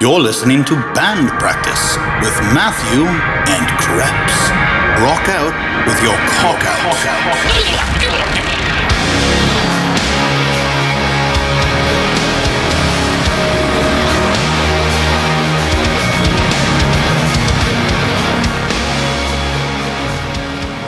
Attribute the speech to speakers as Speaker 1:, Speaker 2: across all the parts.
Speaker 1: You're listening to Band Practice with Matthew and Krebs. Rock out with your cock out.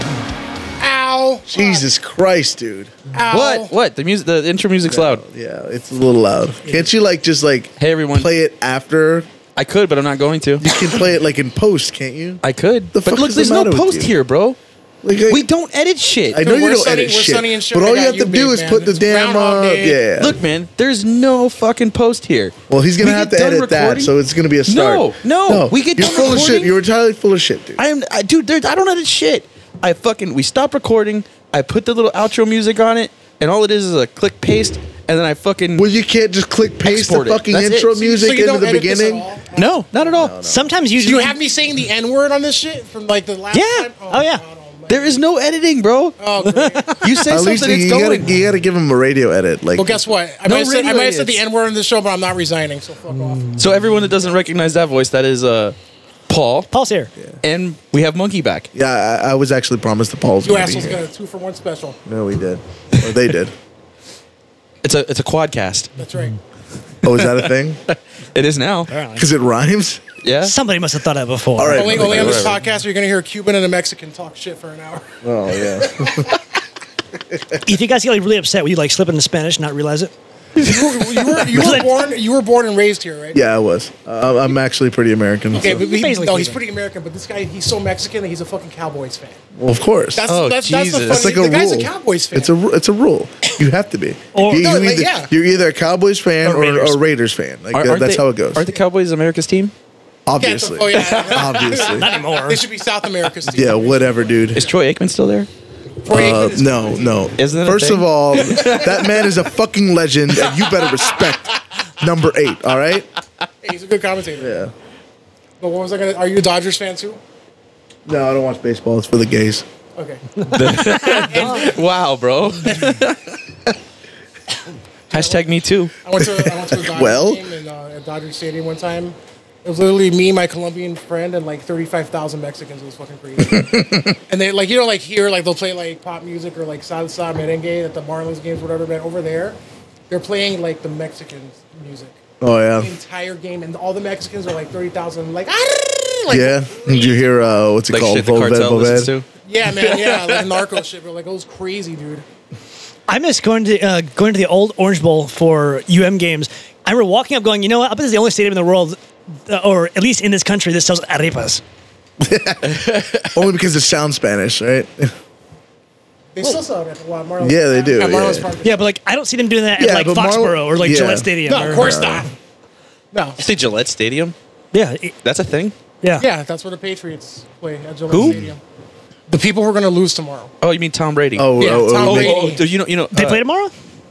Speaker 2: Ow!
Speaker 3: Jesus Christ, dude.
Speaker 2: Ow.
Speaker 4: What? What? The music. The intro music's loud.
Speaker 3: Yeah, it's a little loud. Can't you like just like
Speaker 4: Hey, everyone.
Speaker 3: play it after?
Speaker 4: I could, but I'm not going to.
Speaker 3: You can play it like in post, can't you?
Speaker 4: I could.
Speaker 3: The
Speaker 4: but
Speaker 3: fuck
Speaker 4: look,
Speaker 3: is the
Speaker 4: there's no
Speaker 3: matter with
Speaker 4: post
Speaker 3: you?
Speaker 4: here, bro.
Speaker 3: Like, I-
Speaker 4: We don't edit shit.
Speaker 3: I know
Speaker 2: We're
Speaker 3: you don't
Speaker 2: sunny-
Speaker 3: edit
Speaker 2: we're
Speaker 3: shit,
Speaker 2: sunny and sure
Speaker 3: but all
Speaker 2: they
Speaker 3: you
Speaker 2: got
Speaker 3: have
Speaker 2: you,
Speaker 3: to do
Speaker 2: big
Speaker 3: is
Speaker 2: man.
Speaker 3: put the
Speaker 2: It's
Speaker 3: damn.
Speaker 2: Groundhog
Speaker 3: Uh,
Speaker 2: Day.
Speaker 3: yeah.
Speaker 4: Look, man, there's no fucking post here.
Speaker 3: Well, he's gonna
Speaker 4: We
Speaker 3: have
Speaker 4: get
Speaker 3: to
Speaker 4: done
Speaker 3: edit that,
Speaker 4: recording-
Speaker 3: so it's gonna be a start.
Speaker 4: No, no, we get
Speaker 3: You're
Speaker 4: done
Speaker 3: full of shit.
Speaker 4: recording-
Speaker 3: You're entirely full of shit, dude.
Speaker 4: I am, I, dude. There, I don't edit shit. I fucking we stop recording. I put the little outro music on it, and all it is is a click paste, and then I fucking
Speaker 3: well, you can't just click paste the
Speaker 4: Export it.
Speaker 3: fucking
Speaker 4: That's it.
Speaker 3: intro
Speaker 4: So you
Speaker 2: So
Speaker 3: music
Speaker 2: you
Speaker 3: into
Speaker 2: don't
Speaker 3: the
Speaker 2: edit this at
Speaker 3: beginning.
Speaker 2: all?
Speaker 4: no, not at all.
Speaker 5: Sometimes
Speaker 2: Do
Speaker 5: usually
Speaker 2: you have me saying the N word on this shit from like the last
Speaker 4: Yeah.
Speaker 2: time?
Speaker 5: Oh, yeah.
Speaker 2: God almighty.
Speaker 4: There is no editing, bro.
Speaker 2: Oh, great.
Speaker 4: You say
Speaker 3: At
Speaker 4: something,
Speaker 3: least
Speaker 4: it's
Speaker 3: you gotta,
Speaker 4: going.
Speaker 3: you gotta give him a radio edit. Like,
Speaker 2: Well, guess what? I,
Speaker 4: No
Speaker 2: might, have said, I
Speaker 4: radio
Speaker 2: might have said the
Speaker 4: idiots.
Speaker 2: N word on the show, but I'm not resigning, so fuck off.
Speaker 4: so everyone that doesn't recognize that voice, that is uh, Paul,
Speaker 5: Paul's here.
Speaker 4: and we have Monkey back.
Speaker 3: Yeah, I, I was actually promised the Paul's.
Speaker 2: You
Speaker 3: gonna be
Speaker 2: assholes
Speaker 3: here.
Speaker 2: got a two for one special.
Speaker 3: No, we did. Or they did.
Speaker 4: It's a it's a quadcast.
Speaker 2: That's right.
Speaker 3: Oh, is that a thing?
Speaker 4: It is now.
Speaker 3: Because it rhymes.
Speaker 4: Yeah.
Speaker 5: Somebody must have thought that before.
Speaker 3: All right.
Speaker 2: Only, only on this
Speaker 4: Whatever.
Speaker 2: podcast are you going to hear a Cuban and a Mexican talk shit for an hour.
Speaker 3: Oh yeah.
Speaker 5: If you guys get like really upset, will you like slip into Spanish and not realize it?
Speaker 2: You were, you were, you were born you were born and raised here, right?
Speaker 3: Yeah, I was. Uh, I'm actually pretty American.
Speaker 2: Okay,
Speaker 3: so-
Speaker 2: but he,
Speaker 5: Basically
Speaker 2: no, he's
Speaker 5: Cuban.
Speaker 2: pretty American, but this guy, he's so Mexican that he's a fucking Cowboys fan.
Speaker 3: well, of course.
Speaker 2: That's,
Speaker 4: Oh,
Speaker 2: that's, that's the
Speaker 4: Jesus.
Speaker 2: funny
Speaker 3: it's like a
Speaker 2: The guy's
Speaker 3: rule.
Speaker 2: a Cowboys fan.
Speaker 3: It's a ru- it's a rule. You have to be.
Speaker 5: Or-
Speaker 3: you,
Speaker 2: No,
Speaker 3: you
Speaker 2: like,
Speaker 3: either,
Speaker 2: yeah.
Speaker 3: you're either a Cowboys fan or, or
Speaker 5: Or Raiders.
Speaker 3: Raiders. fan. Like
Speaker 4: Aren't-
Speaker 3: that-
Speaker 4: aren't
Speaker 3: that's
Speaker 4: they-
Speaker 3: how it goes.
Speaker 4: Aren't the Cowboys America's team?
Speaker 2: Yeah, it's
Speaker 3: Obviously.
Speaker 2: a- oh, yeah.
Speaker 3: Obviously.
Speaker 5: Not anymore.
Speaker 2: They should be South America's team.
Speaker 3: yeah. Whatever, dude.
Speaker 4: Is Troy Aikman still there?
Speaker 2: Troy
Speaker 3: Uh,
Speaker 2: Aikman is-
Speaker 3: no, no.
Speaker 4: Isn't it a
Speaker 3: First
Speaker 4: thing?
Speaker 3: of all, that man is a fucking legend, and you better respect number eight. All right.
Speaker 2: Hey, he's a good commentator. Yeah. But what was I going to? Are you a Dodgers fan too?
Speaker 3: No, I don't watch baseball. It's for the gays.
Speaker 2: Okay.
Speaker 4: Wow, bro. Hashtag me too.
Speaker 2: I went to I went to a Dodgers
Speaker 3: Well.
Speaker 2: game in, uh, at Dodger Stadium one time. It was literally me, my Colombian friend, and like thirty five thousand Mexicans. It was fucking crazy. and they like you know like here like they'll play like pop music or like salsa merengue at the Marlins games whatever. But over there, they're playing like the Mexican music
Speaker 3: Oh
Speaker 2: the
Speaker 3: yeah.
Speaker 2: entire game, and all the Mexicans are like thirty thousand like. "Arr!" like
Speaker 3: Yeah. Did you hear uh, what's it
Speaker 4: Like
Speaker 3: called?
Speaker 4: shit the
Speaker 3: Volved,
Speaker 4: cartel listens
Speaker 3: Volved?
Speaker 4: to.
Speaker 2: yeah, man, yeah, like narco shit. But like it was crazy, dude.
Speaker 5: I miss going to uh, going to the old Orange Bowl for UM games. I remember walking up, going, you know what? I bet this is the only stadium in the world, uh, or at least in this country, that sells arepas.
Speaker 3: Only because it sounds Spanish, right? Oh,
Speaker 2: They still sell it at the Marlins.
Speaker 3: Yeah, they do,
Speaker 2: At Marlins
Speaker 3: yeah.
Speaker 2: Park.
Speaker 5: Yeah, but like I don't see them doing that
Speaker 3: Yeah,
Speaker 5: at like
Speaker 3: but Marl-
Speaker 5: Foxborough or like
Speaker 3: Yeah.
Speaker 5: Gillette Stadium.
Speaker 2: No,
Speaker 5: or-
Speaker 2: of course not. No.
Speaker 4: You say Gillette Stadium?
Speaker 5: Yeah, it-
Speaker 4: That's a thing?
Speaker 5: yeah,
Speaker 2: Yeah, that's where the Patriots play at Gillette
Speaker 4: Who?
Speaker 2: Stadium. The people who are going to lose tomorrow.
Speaker 4: Oh, you mean Tom Brady?
Speaker 3: Oh,
Speaker 2: Yeah,
Speaker 3: oh,
Speaker 2: Tom
Speaker 3: oh,
Speaker 4: oh,
Speaker 2: Brady.
Speaker 3: make-
Speaker 4: oh, oh, you know, you know.
Speaker 5: They
Speaker 4: uh,
Speaker 5: play tomorrow.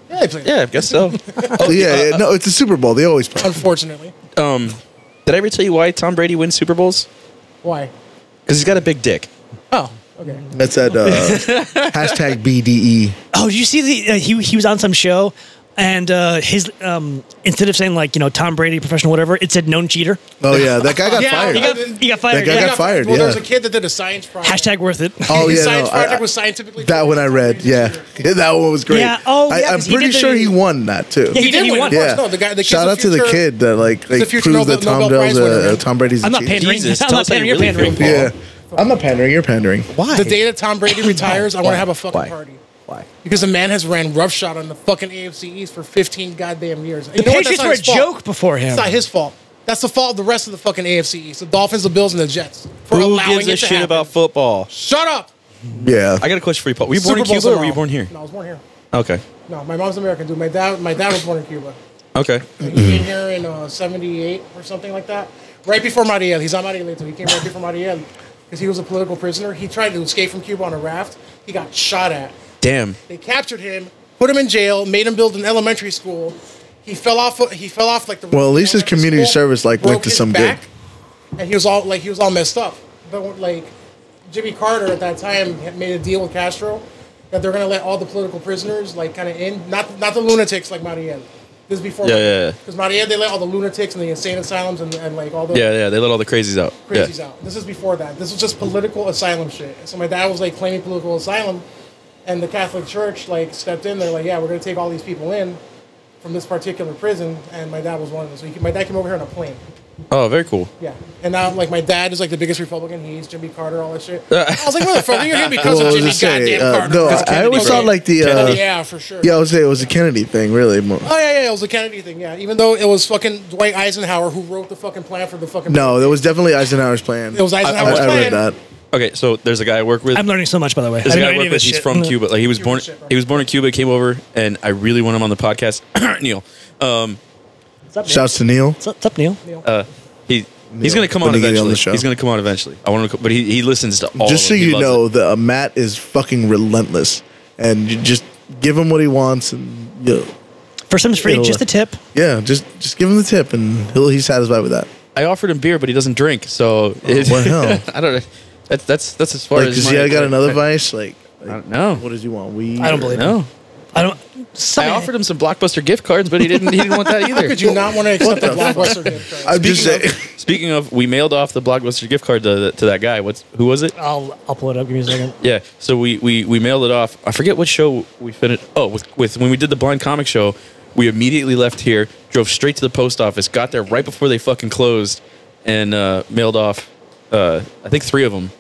Speaker 2: Yeah, they play.
Speaker 4: Yeah, I guess so. oh,
Speaker 3: yeah, yeah, no, it's a Super Bowl. They always play.
Speaker 2: Unfortunately.
Speaker 4: Um, did I ever tell you why Tom Brady wins Super Bowls?
Speaker 2: Why?
Speaker 4: Because he's got a big dick.
Speaker 2: Oh, okay.
Speaker 3: That's at uh, hashtag E. BDE.
Speaker 5: Oh, did you see the uh, he he was on some show, and uh, his um, instead of saying like you know Tom Brady professional whatever, it said known cheater.
Speaker 3: Oh yeah, that guy got fired.
Speaker 5: he got he got
Speaker 3: That
Speaker 5: fired.
Speaker 3: guy
Speaker 5: yeah.
Speaker 3: got fired,
Speaker 2: Well, there
Speaker 3: yeah.
Speaker 2: was a kid that did a science project.
Speaker 5: Hashtag worth it.
Speaker 3: oh
Speaker 2: His
Speaker 3: yeah,
Speaker 2: science
Speaker 3: no, I-
Speaker 2: project
Speaker 3: I-
Speaker 2: was scientifically.
Speaker 3: that one I read. Yeah, Yeah, that one was great.
Speaker 5: Yeah, oh, yeah,
Speaker 3: I, I'm
Speaker 5: 'cause he
Speaker 3: pretty
Speaker 5: did the-
Speaker 3: sure he won that too.
Speaker 5: Yeah,
Speaker 2: He did
Speaker 5: He
Speaker 2: win.
Speaker 5: won.
Speaker 2: of course.
Speaker 3: Yeah.
Speaker 2: No, the guy. The kid's
Speaker 3: shout
Speaker 2: a
Speaker 3: out to the
Speaker 2: future-
Speaker 3: kid that like, like
Speaker 2: future
Speaker 3: proved
Speaker 2: Nobel-
Speaker 3: that Tom
Speaker 2: Nobel Prize
Speaker 3: Dell's
Speaker 2: winner,
Speaker 3: a,
Speaker 2: man.
Speaker 3: Tom Brady's. a
Speaker 5: I'm not
Speaker 3: genius.
Speaker 5: pandering.
Speaker 4: Jesus,
Speaker 5: I'm
Speaker 4: tell
Speaker 5: not
Speaker 4: us how
Speaker 5: pandering.
Speaker 4: you
Speaker 5: You're
Speaker 4: really feel,
Speaker 5: pandering.
Speaker 4: Paul.
Speaker 3: Yeah, I'm not pandering. You're pandering.
Speaker 4: Why?
Speaker 2: The day that Tom Brady retires, I want to have a fucking
Speaker 4: Why?
Speaker 2: party.
Speaker 4: Why?
Speaker 2: Because the man has ran roughshod on the fucking AFC East for 15 goddamn years.
Speaker 5: The Patriots were a joke before him.
Speaker 2: It's not his fault. That's the fault of the rest of the fucking AFC East: the Dolphins, the Bills, and the Jets for
Speaker 4: Who
Speaker 2: allowing
Speaker 4: gives
Speaker 2: it
Speaker 4: a
Speaker 2: to
Speaker 4: shit
Speaker 2: happen.
Speaker 4: about football?
Speaker 2: Shut up.
Speaker 3: Yeah,
Speaker 4: I got a question for you, Paul. Were you born in
Speaker 2: Super Bowl's
Speaker 4: Cuba or were
Speaker 2: tomorrow.
Speaker 4: you born here?
Speaker 2: No, I was born here.
Speaker 4: Okay.
Speaker 2: No, my mom's American, dude. My dad, my dad was born in Cuba.
Speaker 4: Okay.
Speaker 2: He came here in uh, '78 or something like that, right before Mariel. He's not Mariel, so he came right before Mariel because he was a political prisoner. He tried to escape from Cuba on a raft. He got shot at.
Speaker 4: Damn.
Speaker 2: They captured him, put him in jail, made him build an elementary school. He fell off. He fell off like the.
Speaker 3: Well, at least his
Speaker 2: elementary
Speaker 3: community service, like, went
Speaker 2: broke
Speaker 3: to
Speaker 2: his
Speaker 3: some good.
Speaker 2: back, And he was all like he was all messed up. But like Jimmy Carter at that time had made a deal with Castro that they're gonna let all the political prisoners like kind of in, not not the lunatics like Mariel, This is before.
Speaker 4: Yeah, yeah, yeah.
Speaker 2: Because Maria, they let all the lunatics and the insane asylums and, and like all the
Speaker 4: Yeah, yeah, they let all the crazies out.
Speaker 2: crazies
Speaker 4: yeah.
Speaker 2: out. This is before that. This was just political asylum shit. So my dad was like claiming political asylum, and the Catholic Church like stepped in. They're like, yeah, we're gonna take all these people in from this particular prison, and my dad was one of them. So he, my dad came over here on a plane.
Speaker 4: Oh, very cool.
Speaker 2: Yeah, and now like my dad is like the biggest Republican. He's Jimmy Carter, all that shit. I was like, motherfucker, you're here because
Speaker 3: Well, I
Speaker 2: of
Speaker 3: was
Speaker 2: Jimmy
Speaker 3: just saying,
Speaker 2: Goddamn
Speaker 3: uh,
Speaker 2: Carter.
Speaker 3: no,
Speaker 2: Because
Speaker 3: I- I always
Speaker 2: Kennedy,
Speaker 3: thought
Speaker 2: right?
Speaker 3: like the, uh,
Speaker 2: Kennedy, yeah, for sure.
Speaker 3: Yeah, I would say it was a Kennedy thing, really. More.
Speaker 2: Oh yeah, yeah, it was the Kennedy thing. Yeah, even though it was fucking Dwight Eisenhower who wrote the fucking plan for the fucking.
Speaker 3: No, that was definitely Eisenhower's plan.
Speaker 2: it was Eisenhower's
Speaker 3: I, I
Speaker 2: plan.
Speaker 3: read that.
Speaker 4: Okay, so there's a guy I work with.
Speaker 5: I'm learning so much, by the way.
Speaker 4: There's
Speaker 5: I
Speaker 4: a guy
Speaker 5: didn't
Speaker 4: I
Speaker 5: know any
Speaker 4: work
Speaker 5: of
Speaker 4: with.
Speaker 5: this
Speaker 4: He's
Speaker 5: shit.
Speaker 4: from Cuba. Like he was born.
Speaker 2: shit, bro.
Speaker 4: He was born in Cuba. Came over, and I really want him on the podcast. Neil, um,
Speaker 5: What's up, Neil?
Speaker 3: Shouts to Neil.
Speaker 5: What's up- what's up, Neil?
Speaker 4: uh, he he's
Speaker 3: Neil,
Speaker 4: gonna come
Speaker 3: when
Speaker 4: on
Speaker 3: you get on
Speaker 4: eventually.
Speaker 3: the show.
Speaker 4: He's gonna come on eventually. I want to, but he, he listens to all.
Speaker 3: Just
Speaker 4: of
Speaker 3: so
Speaker 4: them. He
Speaker 3: you
Speaker 4: loves
Speaker 3: know,
Speaker 4: it.
Speaker 3: the uh, Matt is fucking relentless, and you just give him what he wants, and you know,
Speaker 5: For some free,
Speaker 3: It'll-
Speaker 5: just the tip.
Speaker 3: yeah, just just give him the tip, and he'll he's satisfied with that.
Speaker 4: I offered him beer, but he doesn't drink. So it-
Speaker 3: what hell?
Speaker 4: I don't know. That's that's that's as far
Speaker 3: Like,
Speaker 4: as.
Speaker 3: cause
Speaker 4: my-
Speaker 3: yeah, I got another vice. Like,
Speaker 4: I
Speaker 3: like
Speaker 4: don't know.
Speaker 3: what does he want? Weed?
Speaker 5: I don't believe it.
Speaker 4: No,
Speaker 5: I don't.
Speaker 4: I
Speaker 5: Something,
Speaker 4: offered him some blockbuster gift cards, but he didn't. He didn't want that either.
Speaker 2: How could you not want to accept a
Speaker 3: the fuck?
Speaker 2: blockbuster gift card?
Speaker 3: I'm just saying.
Speaker 4: Speaking of, speaking of, we mailed off the blockbuster gift card to, to that guy. What's who was it?
Speaker 5: I'll I'll pull it up. Give me a second.
Speaker 4: Yeah. So we, we we mailed it off. I forget what show we finished. Oh, with, with when we did the blind comic show, we immediately left here, drove straight to the post office, got there right before they fucking closed, and uh, mailed off. Uh, I think three of them.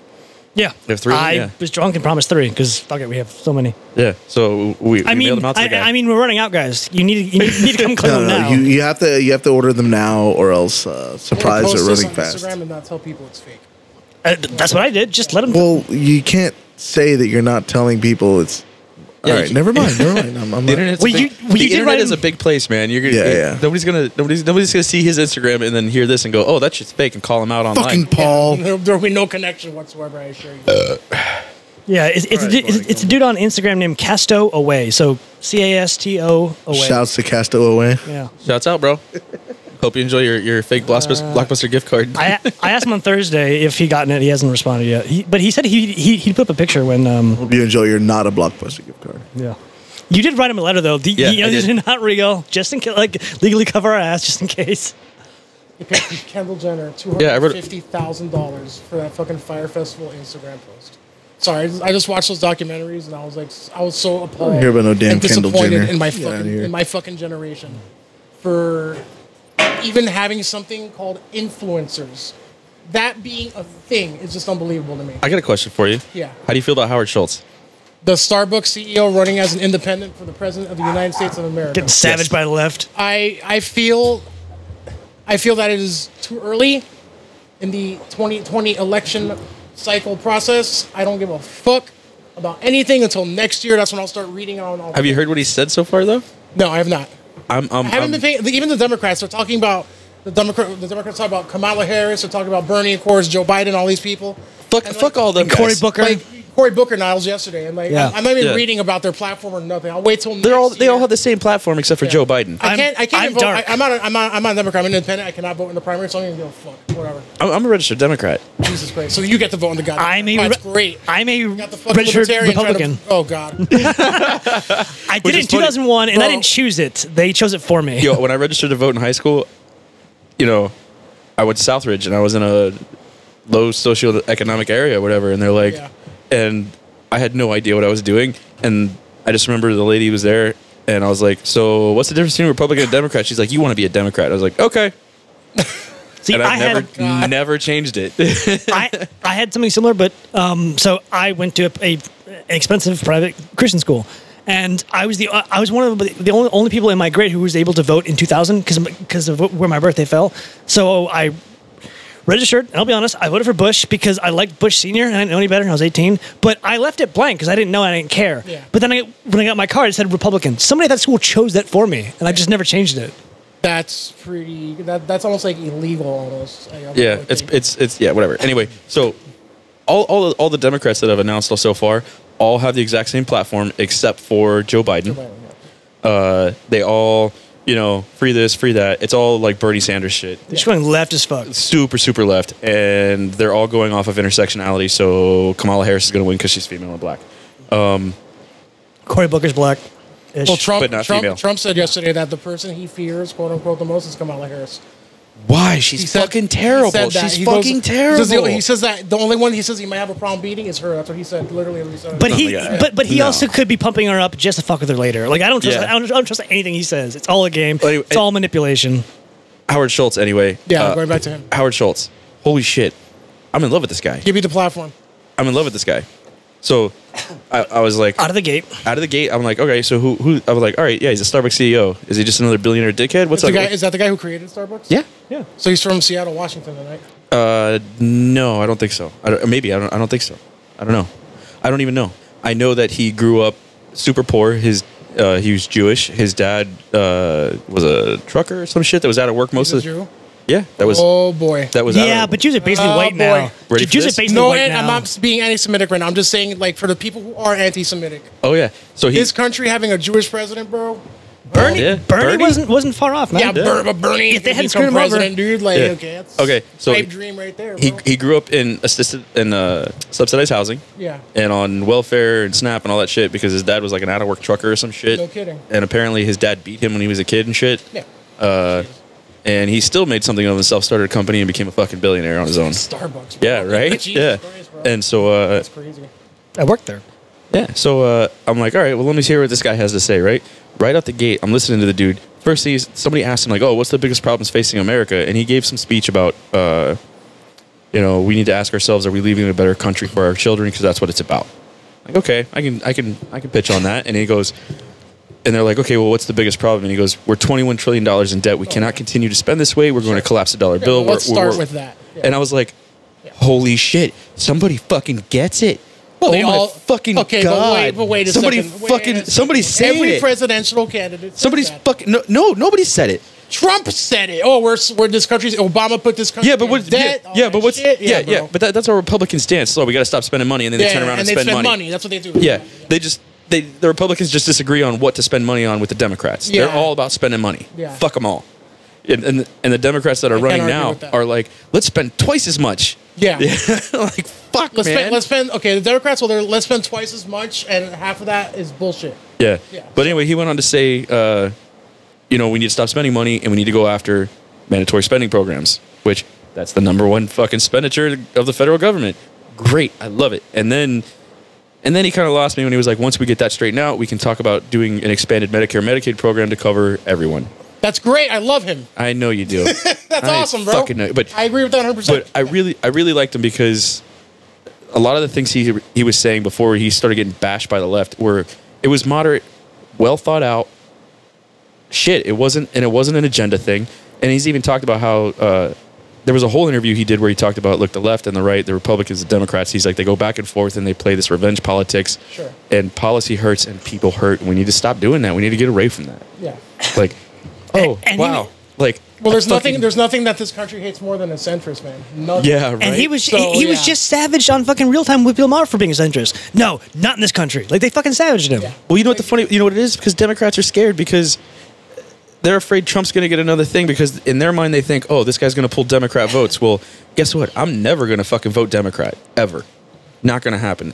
Speaker 5: Yeah,
Speaker 4: We have three of them?
Speaker 5: I
Speaker 4: Yeah.
Speaker 5: was drunk and promised three because fuck it, we have so many.
Speaker 4: Yeah. So we, we
Speaker 5: I
Speaker 4: mailed
Speaker 5: mean,
Speaker 4: them out to the
Speaker 5: I,
Speaker 4: guy.
Speaker 5: I mean, we're running out, guys. You need you need, you need to come clean
Speaker 3: No,
Speaker 5: them
Speaker 3: no,
Speaker 5: now.
Speaker 3: you you have to you have to order them now, or else uh,
Speaker 2: Or
Speaker 3: surprise
Speaker 2: post
Speaker 3: are
Speaker 2: this
Speaker 3: running
Speaker 2: on
Speaker 3: fast.
Speaker 2: Instagram and not tell people it's fake.
Speaker 5: Uh, th- that's what I did. Just let them.
Speaker 3: Well, you can't say that you're not telling people it's.
Speaker 4: Yeah,
Speaker 3: all
Speaker 4: you
Speaker 3: right,
Speaker 4: can-
Speaker 3: never mind. Never mind. I'm, I'm not-
Speaker 4: the internet's
Speaker 5: Well,
Speaker 4: a big,
Speaker 5: you- well,
Speaker 4: the
Speaker 5: you did
Speaker 4: internet
Speaker 5: write
Speaker 4: is a
Speaker 5: in-
Speaker 4: big place, man. You're gonna,
Speaker 3: Yeah, yeah.
Speaker 4: nobody's gonna nobody's nobody's gonna see his Instagram and then hear this and go, oh, that shit's fake, and call him out online.
Speaker 3: fucking Paul.
Speaker 2: There, there'll be no connection whatsoever. I assure you.
Speaker 3: Uh.
Speaker 5: yeah, it's, it's, a, dude, it's, it's a dude on Instagram named Casto Away. So C A S T O Away.
Speaker 3: Shouts to Casto away.
Speaker 5: Yeah.
Speaker 4: Shouts out, bro. Hope you enjoy your, your fake blockbuster, blockbuster gift card.
Speaker 5: Uh, I, I asked him on Thursday if he gotten it. He hasn't responded yet. He, but he said he, he he'd put up a picture when um
Speaker 3: Hope you enjoy your not a blockbuster gift card.
Speaker 5: yeah. You did write him a letter though. The,
Speaker 4: Yeah,
Speaker 5: you
Speaker 4: I
Speaker 5: know,
Speaker 4: did.
Speaker 5: did. not real just in case, like legally cover our ass just in case.
Speaker 2: You paid Kendall Jenner two
Speaker 4: Yeah, I
Speaker 2: hundred
Speaker 4: wrote-
Speaker 2: fifty thousand dollars for that fucking Fire Festival Instagram post. Sorry, I just- I just watched those documentaries and I was like, s- I was so appalled.
Speaker 3: hear about no damn
Speaker 2: and
Speaker 3: Kendall
Speaker 2: disappointed
Speaker 3: Jenner.
Speaker 2: in my
Speaker 3: Get outta
Speaker 2: fucking
Speaker 3: here.
Speaker 2: in my fucking generation for even having something called influencers. That being a thing is just unbelievable to me.
Speaker 4: I got a question for you.
Speaker 2: Yeah.
Speaker 4: How do you feel about Howard Schultz?
Speaker 2: The Starbucks CEO running as an independent for the president of the United States of America.
Speaker 5: Getting savaged by the left.
Speaker 2: I I feel I feel that it is too early in the 2020 election cycle process. I don't give a fuck about anything until next year. That's when I'll start reading on all.
Speaker 4: Have you heard what he said so far, though?
Speaker 2: No, I have not.
Speaker 4: I'm, I'm,
Speaker 2: I haven't
Speaker 4: I'm-
Speaker 2: been paying. Even the Democrats are talking about the Democrat. The Democrats talk about Kamala Harris. They're talking about Bernie, of course, Joe Biden, all these people.
Speaker 4: Fuck,
Speaker 2: And, like,
Speaker 4: fuck all them
Speaker 5: Cory
Speaker 4: guys.
Speaker 5: Booker.
Speaker 2: Like Cory Booker Niles yesterday, and like
Speaker 5: Yeah.
Speaker 2: I'm not even
Speaker 4: Yeah.
Speaker 2: reading about their platform or nothing. I'll wait till
Speaker 4: They're all
Speaker 2: next
Speaker 4: they all
Speaker 2: year.
Speaker 4: have the same platform except for Joe Biden. I,
Speaker 2: I can't. I can't
Speaker 5: I'm
Speaker 2: vote.
Speaker 5: dark.
Speaker 2: I, am not. A, I'm not. I'm not a Democrat. I'm independent. I cannot vote in the primary, so I'm gonna go fuck whatever.
Speaker 4: am I'm a registered Democrat.
Speaker 2: Jesus Christ. So you get to vote in the goddamn.
Speaker 5: I'm a
Speaker 2: That's
Speaker 5: re-
Speaker 2: great.
Speaker 5: I'm a
Speaker 2: You got the fucking
Speaker 5: registered
Speaker 2: libertarian trying to-
Speaker 5: Republican.
Speaker 2: oh God.
Speaker 5: I did it in
Speaker 4: is funny.
Speaker 5: 2001, and I
Speaker 2: Bro.
Speaker 5: didn't choose it. They chose it for me.
Speaker 4: Yo, when I registered to vote in high school, you know, I went to Southridge and I was in a low socioeconomic area or whatever, and they're like,
Speaker 2: Yeah.
Speaker 4: and I had no idea what I was doing, and I just remember the lady was there, and I was like, so what's the difference between a Republican and a Democrat? She's like, you want to be a Democrat? I was like, okay,
Speaker 5: See,
Speaker 4: and
Speaker 5: I
Speaker 4: I've
Speaker 5: had
Speaker 4: never never changed it.
Speaker 5: I, I had something similar, but um, so I went to a, a an expensive private Christian school, and I was the I was one of the, the only, only people in my grade who was able to vote in 2000 because because of where my birthday fell. So I registered. And I'll be honest, I voted for Bush because I liked Bush Senior and I didn't know any better. And I was 18, but I left it blank because I didn't know and I didn't care.
Speaker 2: Yeah.
Speaker 5: But then I, when I got my card, it said Republican. Somebody at that school chose that for me, and I just never changed it.
Speaker 2: That's pretty. That, that's almost like illegal almost. I- I would
Speaker 4: Yeah,
Speaker 2: think.
Speaker 4: it's it's it's yeah, whatever. Anyway, so all all the, all the Democrats that have announced so far all have the exact same platform except for Joe Biden.
Speaker 2: Right,
Speaker 4: Uh, they all, you know, free this, free that. It's all like Bernie Sanders shit.
Speaker 5: They're just going left as fuck.
Speaker 4: Super super left, and they're all going off of intersectionality. So Kamala Harris is going to win because she's female and black.
Speaker 5: Cory Booker's black. ish.
Speaker 2: Well, Trump,
Speaker 4: But not
Speaker 2: Trump,
Speaker 4: female.
Speaker 2: Trump said yesterday that the person he fears, quote unquote, the most is Kamala Harris.
Speaker 4: Why?
Speaker 2: He
Speaker 4: She's
Speaker 2: said-
Speaker 4: fucking
Speaker 2: he
Speaker 4: terrible.
Speaker 2: said that.
Speaker 4: She's
Speaker 2: He goes-
Speaker 4: fucking
Speaker 2: he
Speaker 4: terrible.
Speaker 2: says the- he says that the only one he says he might have a problem beating is her. That's what he said. Literally, what he said.
Speaker 5: but he,
Speaker 4: yeah.
Speaker 5: but but he
Speaker 4: No.
Speaker 5: also could be pumping her up just to fuck with her later. Like I don't trust,
Speaker 4: Yeah.
Speaker 5: I, don't, I don't trust anything he says. It's all a game.
Speaker 4: But anyway,
Speaker 5: it's all manipulation.
Speaker 4: Howard Schultz, anyway.
Speaker 2: yeah,
Speaker 4: Uh,
Speaker 2: going back to him.
Speaker 4: Howard Schultz. Holy shit. I'm in love with this guy.
Speaker 2: Give you the platform.
Speaker 4: I'm in love with this guy. So I, I was like,
Speaker 5: Out of the gate,
Speaker 4: out of the gate, I'm like, okay, so who, who, I was like, all right, yeah, he's a Starbucks CEO. Is he just another billionaire dickhead? What's
Speaker 2: Is, the
Speaker 4: up?
Speaker 2: guy, is that the guy who created Starbucks?
Speaker 4: yeah.
Speaker 2: So he's from Seattle, Washington, right?
Speaker 4: Uh, no, I don't think so. I don't, maybe I don't. I don't think so. I don't know. I don't even know. I know that he grew up super poor. His uh, he was Jewish. His dad uh, was a trucker or some shit that was out of work most
Speaker 2: He's a
Speaker 4: of the
Speaker 2: Jew.
Speaker 4: yeah. That was
Speaker 2: Oh boy.
Speaker 4: that was
Speaker 5: yeah,
Speaker 4: Out of,
Speaker 5: but Jews are basically
Speaker 2: Oh,
Speaker 5: white
Speaker 2: boy.
Speaker 5: now.
Speaker 4: Ready for
Speaker 5: Jews
Speaker 4: this?
Speaker 5: are basically
Speaker 2: no,
Speaker 5: white
Speaker 2: and
Speaker 5: now.
Speaker 2: I'm not being anti-Semitic right now. I'm just saying, like, for the people who are anti-Semitic,
Speaker 4: oh yeah. So he
Speaker 2: his country having a Jewish president, bro.
Speaker 4: Bernie,
Speaker 5: Bernie, wasn't wasn't far off, man.
Speaker 2: Yeah, Ber- but Bernie.
Speaker 5: If they hadn't
Speaker 2: become
Speaker 5: screwed him over-
Speaker 2: president, dude. Like,
Speaker 4: Yeah.
Speaker 2: okay, that's
Speaker 4: Okay, so
Speaker 2: pipe
Speaker 4: he-
Speaker 2: dream right there.
Speaker 4: He
Speaker 2: bro.
Speaker 4: he grew up in assisted in uh, subsidized housing.
Speaker 2: Yeah.
Speaker 4: And on welfare and SNAP and all that shit because his dad was like an out of work trucker or some shit.
Speaker 2: No kidding.
Speaker 4: And apparently his dad beat him when he was a kid and shit.
Speaker 2: yeah.
Speaker 4: Uh, and he still made something of himself, started a company, and became a fucking billionaire on his own.
Speaker 2: Starbucks. Bro.
Speaker 4: Yeah, right.
Speaker 2: Jesus
Speaker 4: yeah.
Speaker 2: Christ, bro.
Speaker 4: and so, uh,
Speaker 2: That's crazy.
Speaker 5: I worked there.
Speaker 4: yeah. So uh, I'm like, all right, well, let me hear what this guy has to say. Right, right out the gate, I'm listening to the dude. First, thing is somebody asked him like, oh, what's the biggest problems facing America? And he gave some speech about, uh, you know, we need to ask ourselves, are we leaving a better country for our children? Because that's what it's about. Like, okay, I can, I can, I can pitch on that. And he goes, and they're like, okay, well, what's the biggest problem? And he goes, we're 21 trillion dollars in debt. We cannot continue to spend this way. We're going to collapse the dollar bill.
Speaker 2: well, let's
Speaker 4: We're- we're-
Speaker 2: start with that. Yeah.
Speaker 4: And I was like, holy shit, somebody fucking gets it.
Speaker 2: Well, they
Speaker 4: oh my
Speaker 2: all-
Speaker 4: fucking
Speaker 2: okay,
Speaker 4: god!
Speaker 2: But wait, but wait a
Speaker 4: somebody
Speaker 2: second. Wait
Speaker 4: fucking
Speaker 2: a second.
Speaker 4: somebody said
Speaker 2: Every
Speaker 4: it.
Speaker 2: presidential candidate. said
Speaker 4: Somebody's
Speaker 2: that.
Speaker 4: fucking no, no, nobody said it.
Speaker 2: Trump said it. Oh, we're we're this country's. Obama put this country.
Speaker 4: Yeah, but what?
Speaker 2: in debt,
Speaker 4: yeah,
Speaker 2: all
Speaker 4: yeah,
Speaker 2: that
Speaker 4: but what's?
Speaker 2: shit.
Speaker 4: Yeah, yeah,
Speaker 2: bro.
Speaker 4: but that, that's our Republican stance. So we got to stop spending money, and then they turn around and,
Speaker 2: they
Speaker 4: spend, money.
Speaker 2: That's what they do.
Speaker 4: Yeah, they just they the Republicans just disagree on what to spend money on with the Democrats.
Speaker 2: Yeah.
Speaker 4: They're all about spending money.
Speaker 2: Yeah.
Speaker 4: Fuck them all. And, and and the Democrats that are
Speaker 2: can't
Speaker 4: running
Speaker 2: argue
Speaker 4: now
Speaker 2: with that.
Speaker 4: are like, let's spend twice as much.
Speaker 2: Yeah.
Speaker 4: like fuck,
Speaker 2: Let's
Speaker 4: man.
Speaker 2: spend, let's spend. Okay, the Democrats. Well, they're let's spend twice as much, and half of that is bullshit.
Speaker 4: Yeah.
Speaker 2: Yeah.
Speaker 4: But anyway, he went on to say, uh, you know, we need to stop spending money and we need to go after mandatory spending programs, which that's the number one fucking expenditure of the federal government. Great, I love it. And then, and then he kind of lost me when he was like, once we get that straightened out, we can talk about doing an expanded Medicare Medicaid program to cover everyone.
Speaker 2: That's great. I love him.
Speaker 4: I know you do.
Speaker 2: That's
Speaker 4: I
Speaker 2: awesome, bro.
Speaker 4: fucking know- but-
Speaker 2: I agree with that 100.
Speaker 4: but
Speaker 2: percent
Speaker 4: I really, I really liked him because a lot of the things he he was saying before he started getting bashed by the left were it was moderate, well thought out shit. It wasn't, and it wasn't an agenda thing. And he's even talked about how uh, there was a whole interview he did where he talked about look the left and the right, the Republicans, the Democrats. He's like they go back and forth and they play this revenge politics.
Speaker 2: Sure.
Speaker 4: And policy hurts and people hurt. And we need to stop doing that. We need to get away from that.
Speaker 2: Yeah.
Speaker 4: Like, oh
Speaker 5: and he-
Speaker 4: wow, like
Speaker 2: Well, there's
Speaker 4: I
Speaker 2: nothing.
Speaker 4: fucking-
Speaker 2: There's nothing that this country hates more than a centrist, man. Nothing.
Speaker 4: yeah, right.
Speaker 5: And he was
Speaker 2: So,
Speaker 5: he, he was
Speaker 2: yeah.
Speaker 5: just savaged on fucking real time with Bill Maher for being his interest. No, not in this country. Like they fucking savaged him.
Speaker 4: Well, you know what the funny, you know what it is because Democrats are scared because they're afraid Trump's going to get another thing because in their mind they think, oh, this guy's going to pull Democrat votes. Well, guess what? I'm never going to fucking vote Democrat ever. Not going to happen.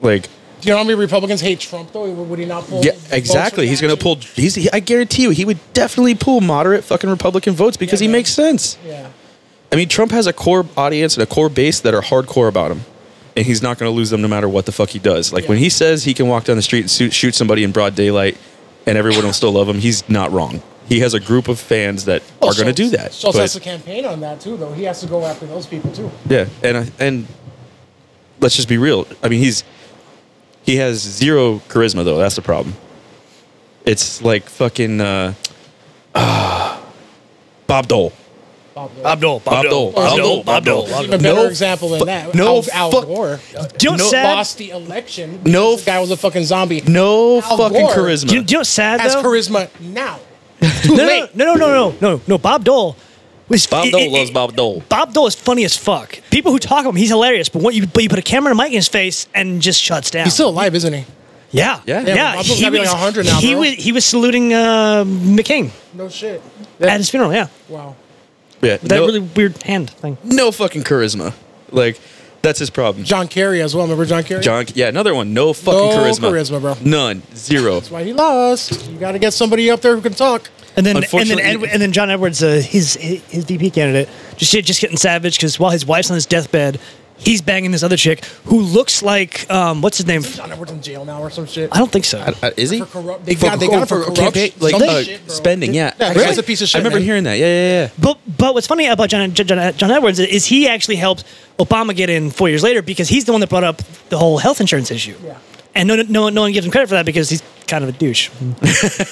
Speaker 4: Like,
Speaker 2: Do you know how many Republicans hate Trump though? Would would he not pull?
Speaker 4: yeah,
Speaker 2: votes
Speaker 4: exactly.
Speaker 2: from
Speaker 4: He's going to
Speaker 2: action?
Speaker 4: pull. He's. He, I guarantee you, he would definitely pull moderate fucking Republican votes because he
Speaker 2: man.
Speaker 4: makes sense.
Speaker 2: Yeah.
Speaker 4: I mean, Trump has a core audience and a core base that are hardcore about him, and he's not going to lose them no matter what the fuck he does. Like when he says he can walk down the street and shoot, shoot somebody in broad daylight, and everyone will still love him, he's not wrong. He has a group of fans that
Speaker 5: Oh,
Speaker 4: are going to do that.
Speaker 2: Schultz
Speaker 4: But-
Speaker 2: has to campaign on that too, though. He has to go after those people too.
Speaker 4: yeah, and I- and let's just be real. I mean, he's he has zero charisma though. That's the problem. It's like fucking uh, ah, Bob Dole.
Speaker 2: Bob Dole.
Speaker 5: Abdul,
Speaker 4: Bob Dole. Bob Dole. Bob Dole.
Speaker 2: Even a better
Speaker 4: No
Speaker 2: example
Speaker 4: fu-
Speaker 2: than that.
Speaker 4: no
Speaker 2: Al, Al
Speaker 4: fuck-
Speaker 2: Gore
Speaker 5: Do you know what's sad?
Speaker 2: lost the election.
Speaker 4: No
Speaker 2: this guy was a fucking zombie.
Speaker 4: No
Speaker 2: Al
Speaker 4: fucking
Speaker 2: Gore
Speaker 4: charisma.
Speaker 5: Do you, do you know what's sad
Speaker 2: has
Speaker 5: though?
Speaker 2: charisma now. Too
Speaker 5: no, no,
Speaker 2: late.
Speaker 5: no, no, no, no, no, no. Bob Dole was
Speaker 4: Bob
Speaker 5: it-
Speaker 4: Dole
Speaker 5: it-
Speaker 4: loves
Speaker 5: it-
Speaker 4: Bob Dole.
Speaker 5: Bob Dole is funny as fuck. People who talk about him, he's hilarious. But what you but you put a camera and a mic in his face and just shuts down.
Speaker 2: He's still alive, isn't he?
Speaker 5: yeah,
Speaker 4: Yeah.
Speaker 5: yeah.
Speaker 4: Yeah,
Speaker 2: Bob Dole's gotta be like 100 now,
Speaker 5: he
Speaker 2: bro.
Speaker 5: was he was saluting uh, McCain
Speaker 2: No shit.
Speaker 5: at his funeral. Yeah,
Speaker 2: Wow.
Speaker 4: Yeah,
Speaker 5: that
Speaker 4: no-
Speaker 5: really weird hand thing.
Speaker 4: no fucking charisma. Like That's his problem.
Speaker 2: John Kerry as well. Remember John Kerry?
Speaker 4: John, yeah, another one. No fucking
Speaker 2: No
Speaker 4: charisma.
Speaker 2: charisma, bro.
Speaker 4: None. Zero.
Speaker 2: That's why he lost. You got to get somebody up there who can talk.
Speaker 5: And then, and then,
Speaker 4: Unfortunately-
Speaker 5: Ed, and then John Edwards, uh, his his VP candidate, just just getting savage because while his wife's on his deathbed, he's banging this other chick who looks like um, what's his name?
Speaker 2: John Edwards in jail now or some shit.
Speaker 5: I don't think so.
Speaker 4: Uh, is he?
Speaker 2: For corrupt- they got- they got it for
Speaker 4: campaign-
Speaker 2: corruption,
Speaker 4: like
Speaker 2: some
Speaker 4: uh,
Speaker 2: shit, bro.
Speaker 4: spending. Yeah,
Speaker 2: Yeah,
Speaker 4: Actually,
Speaker 2: he's a piece of shit,
Speaker 4: I remember
Speaker 2: man.
Speaker 4: hearing that. Yeah, yeah, yeah.
Speaker 5: But but what's funny about John, John John Edwards is he actually helped Obama get in four years later because he's the one that brought up the whole health insurance issue.
Speaker 2: Yeah.
Speaker 5: And no, no, no one gives him credit for that because he's kind of a douche.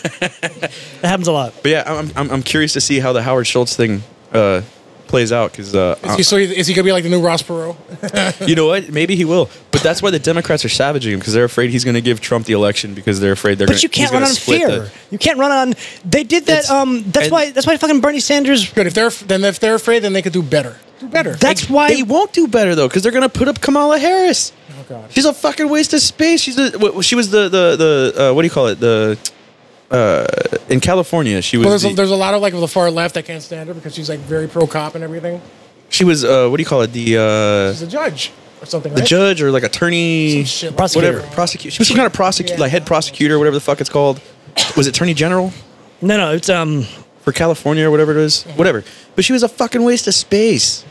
Speaker 5: that happens a lot.
Speaker 4: But yeah, I'm, I'm I'm curious to see how the Howard Schultz thing uh, plays out because uh,
Speaker 2: Is he, so he- is he gonna be like the new Ross Perot?
Speaker 4: you know what? Maybe he will. But that's why the Democrats are savaging him because they're afraid he's going to give Trump the election because they're afraid they're.
Speaker 5: But
Speaker 4: gonna,
Speaker 5: you
Speaker 4: he's
Speaker 5: can't
Speaker 4: gonna
Speaker 5: run on
Speaker 4: split
Speaker 5: fear.
Speaker 4: the-
Speaker 5: you can't run on. They did that.
Speaker 4: It's-
Speaker 5: Um, that's
Speaker 4: and-
Speaker 5: why. That's why fucking Bernie Sanders.
Speaker 2: Good. If they're then if they're afraid, then they could do better. Do better.
Speaker 5: That's why
Speaker 4: They won't do better though, because they're gonna put up Kamala Harris.
Speaker 2: Oh, God.
Speaker 4: She's a fucking waste of space. She's a, wh- she was the the the uh, what do you call it the uh, in California she was
Speaker 2: Well, there's, a,
Speaker 4: the-
Speaker 2: there's a lot of like the far left that can't stand her because she's like very pro cop and everything.
Speaker 4: she was uh, what do you call it the uh,
Speaker 2: She's a judge or something.
Speaker 4: the
Speaker 2: right?
Speaker 4: judge or like
Speaker 2: Some
Speaker 4: attorney
Speaker 2: shit like
Speaker 5: Prosecutor.
Speaker 4: whatever prosecutor. She was some kind of prosecutor
Speaker 2: Yeah.
Speaker 4: like head prosecutor whatever the fuck it's called. Was it attorney general
Speaker 5: no, no. It's um,
Speaker 4: for California or whatever it is? Whatever. But she was a fucking waste of space.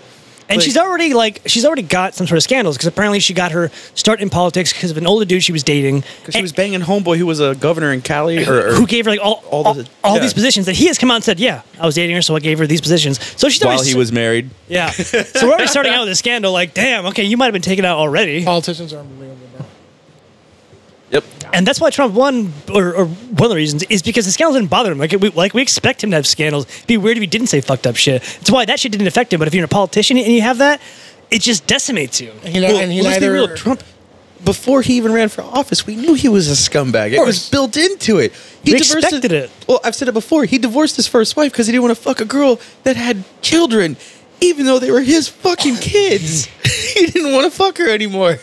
Speaker 5: and
Speaker 4: Like-
Speaker 5: she's already like she's already got some sort of scandals because apparently she got her start in politics because of an older dude she was dating.
Speaker 4: Because she was banging homeboy who was a governor in Cali or, or
Speaker 5: who gave her like all
Speaker 4: All
Speaker 5: all,
Speaker 4: the-
Speaker 5: all
Speaker 4: yeah.
Speaker 5: these positions that he has come out and said, yeah, I was dating her, so I gave her these positions. So she's
Speaker 4: while
Speaker 5: already,
Speaker 4: he was married.
Speaker 5: yeah. so we're already starting out with a scandal. Like, damn, okay, you might have been taken out already,
Speaker 2: Politicians are unbelievable. Bro.
Speaker 4: Yep.
Speaker 5: and that's why Trump won, or, or one of the reasons is because the scandals didn't bother him. Like, we like we expect him to have scandals. It'd be weird if he didn't say fucked up shit. That's why that shit didn't affect him. But if you're a politician and you have that, it just decimates you.
Speaker 2: And he, well, and he
Speaker 4: let's be
Speaker 2: neither.
Speaker 4: real, Trump. Before he even ran for office, we knew he was a scumbag. It was
Speaker 2: course.
Speaker 4: built into it. He
Speaker 5: We
Speaker 4: divorced
Speaker 5: expected
Speaker 4: his-
Speaker 5: it.
Speaker 4: Well, I've said it before. He divorced his first wife because he didn't want to fuck a girl that had children, even though they were his fucking kids. he didn't want to fuck her anymore.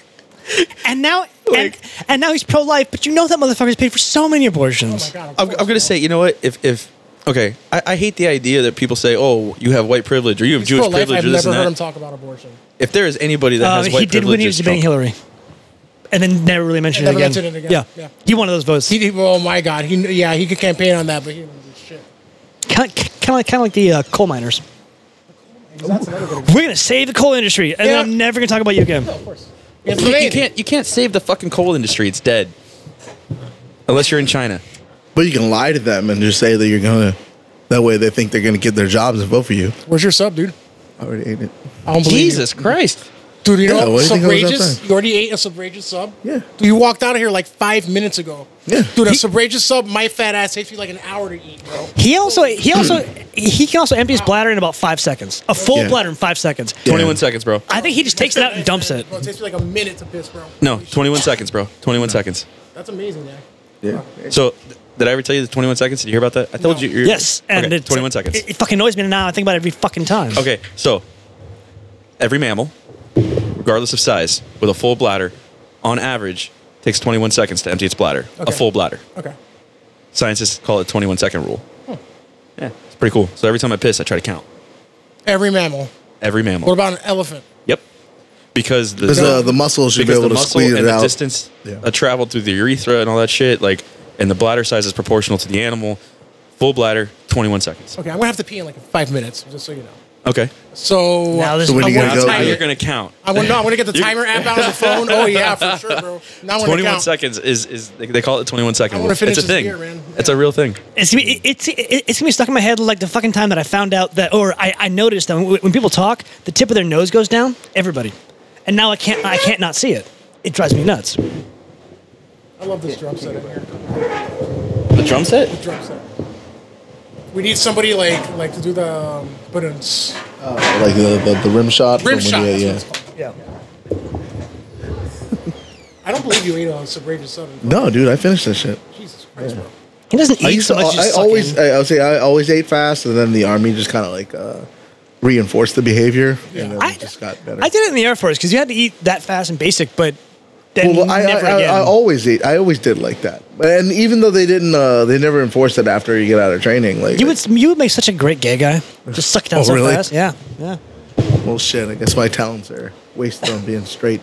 Speaker 5: And now, and,
Speaker 4: Like-
Speaker 5: and now he's pro life, but you know that motherfucker's paid for so many
Speaker 2: Oh my
Speaker 5: abortions.
Speaker 2: God, of
Speaker 4: I'm,
Speaker 2: course,
Speaker 4: I'm gonna
Speaker 2: bro.
Speaker 4: say, you know what? If if okay, I, I hate the idea that people say, "Oh, you have white privilege, or you have
Speaker 2: He's
Speaker 4: Jewish
Speaker 2: pro-life.
Speaker 4: privilege,
Speaker 2: I've
Speaker 4: or this
Speaker 2: never
Speaker 4: and
Speaker 2: heard
Speaker 4: that."
Speaker 2: him talk about abortion.
Speaker 4: if there is anybody that
Speaker 5: Uh,
Speaker 4: has white
Speaker 5: he did
Speaker 4: privilege,
Speaker 5: when he was
Speaker 4: it's
Speaker 5: debating
Speaker 4: Trump.
Speaker 5: Hillary, and then never really mentioned,
Speaker 2: Never
Speaker 5: it, again.
Speaker 2: mentioned it again.
Speaker 5: Yeah.
Speaker 2: Yeah.
Speaker 5: he won one of those votes.
Speaker 2: He, he- oh my god. He yeah. He could campaign on that, but he didn't do shit.
Speaker 5: kind of, kind of, kind of like the uh, coal miners.
Speaker 2: That's another good.
Speaker 5: We're gonna save the coal industry, and then
Speaker 2: Yeah.
Speaker 5: I'm never gonna talk about you again.
Speaker 2: Of course. It's
Speaker 4: You, you
Speaker 2: amazing.
Speaker 4: can't you can't save the fucking coal industry. It's dead. Unless you're in China.
Speaker 3: But you can lie to them and just say that you're gonna. That way, they think they're gonna get their jobs and vote for you.
Speaker 2: Where's your sub, dude?
Speaker 3: I already ate it.
Speaker 2: I don't believe
Speaker 4: Jesus Christ.
Speaker 2: you. dude. You
Speaker 3: Yeah,
Speaker 2: know,
Speaker 3: what do you think I was
Speaker 2: subrageous.
Speaker 3: outside?
Speaker 2: You already ate a subrageous sub.
Speaker 3: Yeah.
Speaker 2: Dude, you walked out of here like five minutes ago.
Speaker 3: Yeah.
Speaker 2: Dude, a subrageous sub, my fat ass takes me like an hour to eat, bro.
Speaker 5: He also, he also, he can also empty his bladder in about five seconds. A full
Speaker 3: Yeah.
Speaker 5: bladder in five seconds.
Speaker 3: Yeah.
Speaker 4: 21 seconds, bro.
Speaker 5: I think he just takes it out and dumps it.
Speaker 2: Bro, it takes me like a minute to piss, bro.
Speaker 4: No, 21 seconds, bro. 21 seconds.
Speaker 2: That's amazing, man.
Speaker 3: Yeah.
Speaker 4: So, th- did I ever tell you the 21 seconds? Did you hear about that? I told
Speaker 2: No.
Speaker 4: you. you're-
Speaker 5: Yes, and
Speaker 4: okay,
Speaker 5: it's,
Speaker 4: 21 seconds.
Speaker 5: It, it fucking annoys me now. I think about it every fucking time.
Speaker 4: okay, so every mammal, regardless of size, with a full bladder, on average, takes 21 seconds to empty its bladder. A
Speaker 2: Okay.
Speaker 4: full bladder.
Speaker 2: Okay.
Speaker 4: Scientists call it 21 second rule. Yeah, it's pretty cool. So every time I piss, I try to count.
Speaker 2: Every mammal.
Speaker 4: Every mammal.
Speaker 2: What about an elephant?
Speaker 4: Yep. Because the,
Speaker 3: Because uh, the muscles should be
Speaker 4: because
Speaker 3: able to
Speaker 4: the muscle
Speaker 3: squeeze
Speaker 4: and
Speaker 3: it
Speaker 4: the
Speaker 3: out.
Speaker 4: distance
Speaker 3: Yeah.
Speaker 4: uh, traveled through the urethra and all that shit, like, and the bladder size is proportional to the animal. Full bladder, 21 seconds.
Speaker 2: Okay, I'm gonna have to pee in like five minutes, just so you know.
Speaker 4: Okay.
Speaker 2: So
Speaker 5: Now this
Speaker 3: So when
Speaker 5: I'm
Speaker 3: you
Speaker 5: gonna
Speaker 3: gotta
Speaker 5: go
Speaker 3: go
Speaker 4: Now
Speaker 3: to
Speaker 4: you're
Speaker 3: the-
Speaker 4: going to count.
Speaker 2: I want no, I'm gonna get the timer app out on the phone. Oh yeah, for sure, bro. Now I'm gonna
Speaker 4: 21
Speaker 2: count.
Speaker 4: seconds is, is they they call it the 21 second
Speaker 2: I
Speaker 4: rule.
Speaker 2: wanna
Speaker 4: It's
Speaker 2: finish
Speaker 4: a
Speaker 2: this
Speaker 4: thing.
Speaker 2: beer, man.
Speaker 4: It's a real thing.
Speaker 5: It's gonna, be, it's, it- it's gonna be stuck in my head like the fucking time that I found out that, or I, I noticed that when, when people talk, the tip of their nose goes down. Everybody, and now I can't I can't not see it. It drives me nuts.
Speaker 2: I love this drum set in here.
Speaker 4: The drum set?
Speaker 2: Drum set. We need somebody like like to do the um, but in s-
Speaker 3: Like the, the, the rim shot.
Speaker 2: rim
Speaker 3: from when-
Speaker 2: shot.
Speaker 3: Yeah,
Speaker 2: that's
Speaker 3: yeah.
Speaker 2: what it's called. I don't believe you ate a subrageous sub.
Speaker 3: No, dude, I finished that shit.
Speaker 2: Jesus Christ, bro.
Speaker 5: He doesn't eat
Speaker 3: I used
Speaker 5: so
Speaker 3: to.
Speaker 5: much. as
Speaker 3: I
Speaker 5: suck
Speaker 3: always.
Speaker 5: in.
Speaker 3: I, I would say I always ate fast, and then the army just kind of like uh, reinforced the behavior, and then
Speaker 5: I
Speaker 3: it just got better.
Speaker 5: I did it in the Air Force because you had to eat that fast and basic, but then
Speaker 3: Well, I, I,
Speaker 5: never
Speaker 3: I,
Speaker 5: again.
Speaker 3: I always ate. I always did like that, and even though they didn't, uh, they never enforced it after you get out of training. Like
Speaker 5: you would you would make such a great gay guy. Just suck it down
Speaker 3: Oh,
Speaker 5: so
Speaker 3: really?
Speaker 5: fast. Yeah, yeah.
Speaker 3: Well, shit. I guess my talents are wasted on being straight.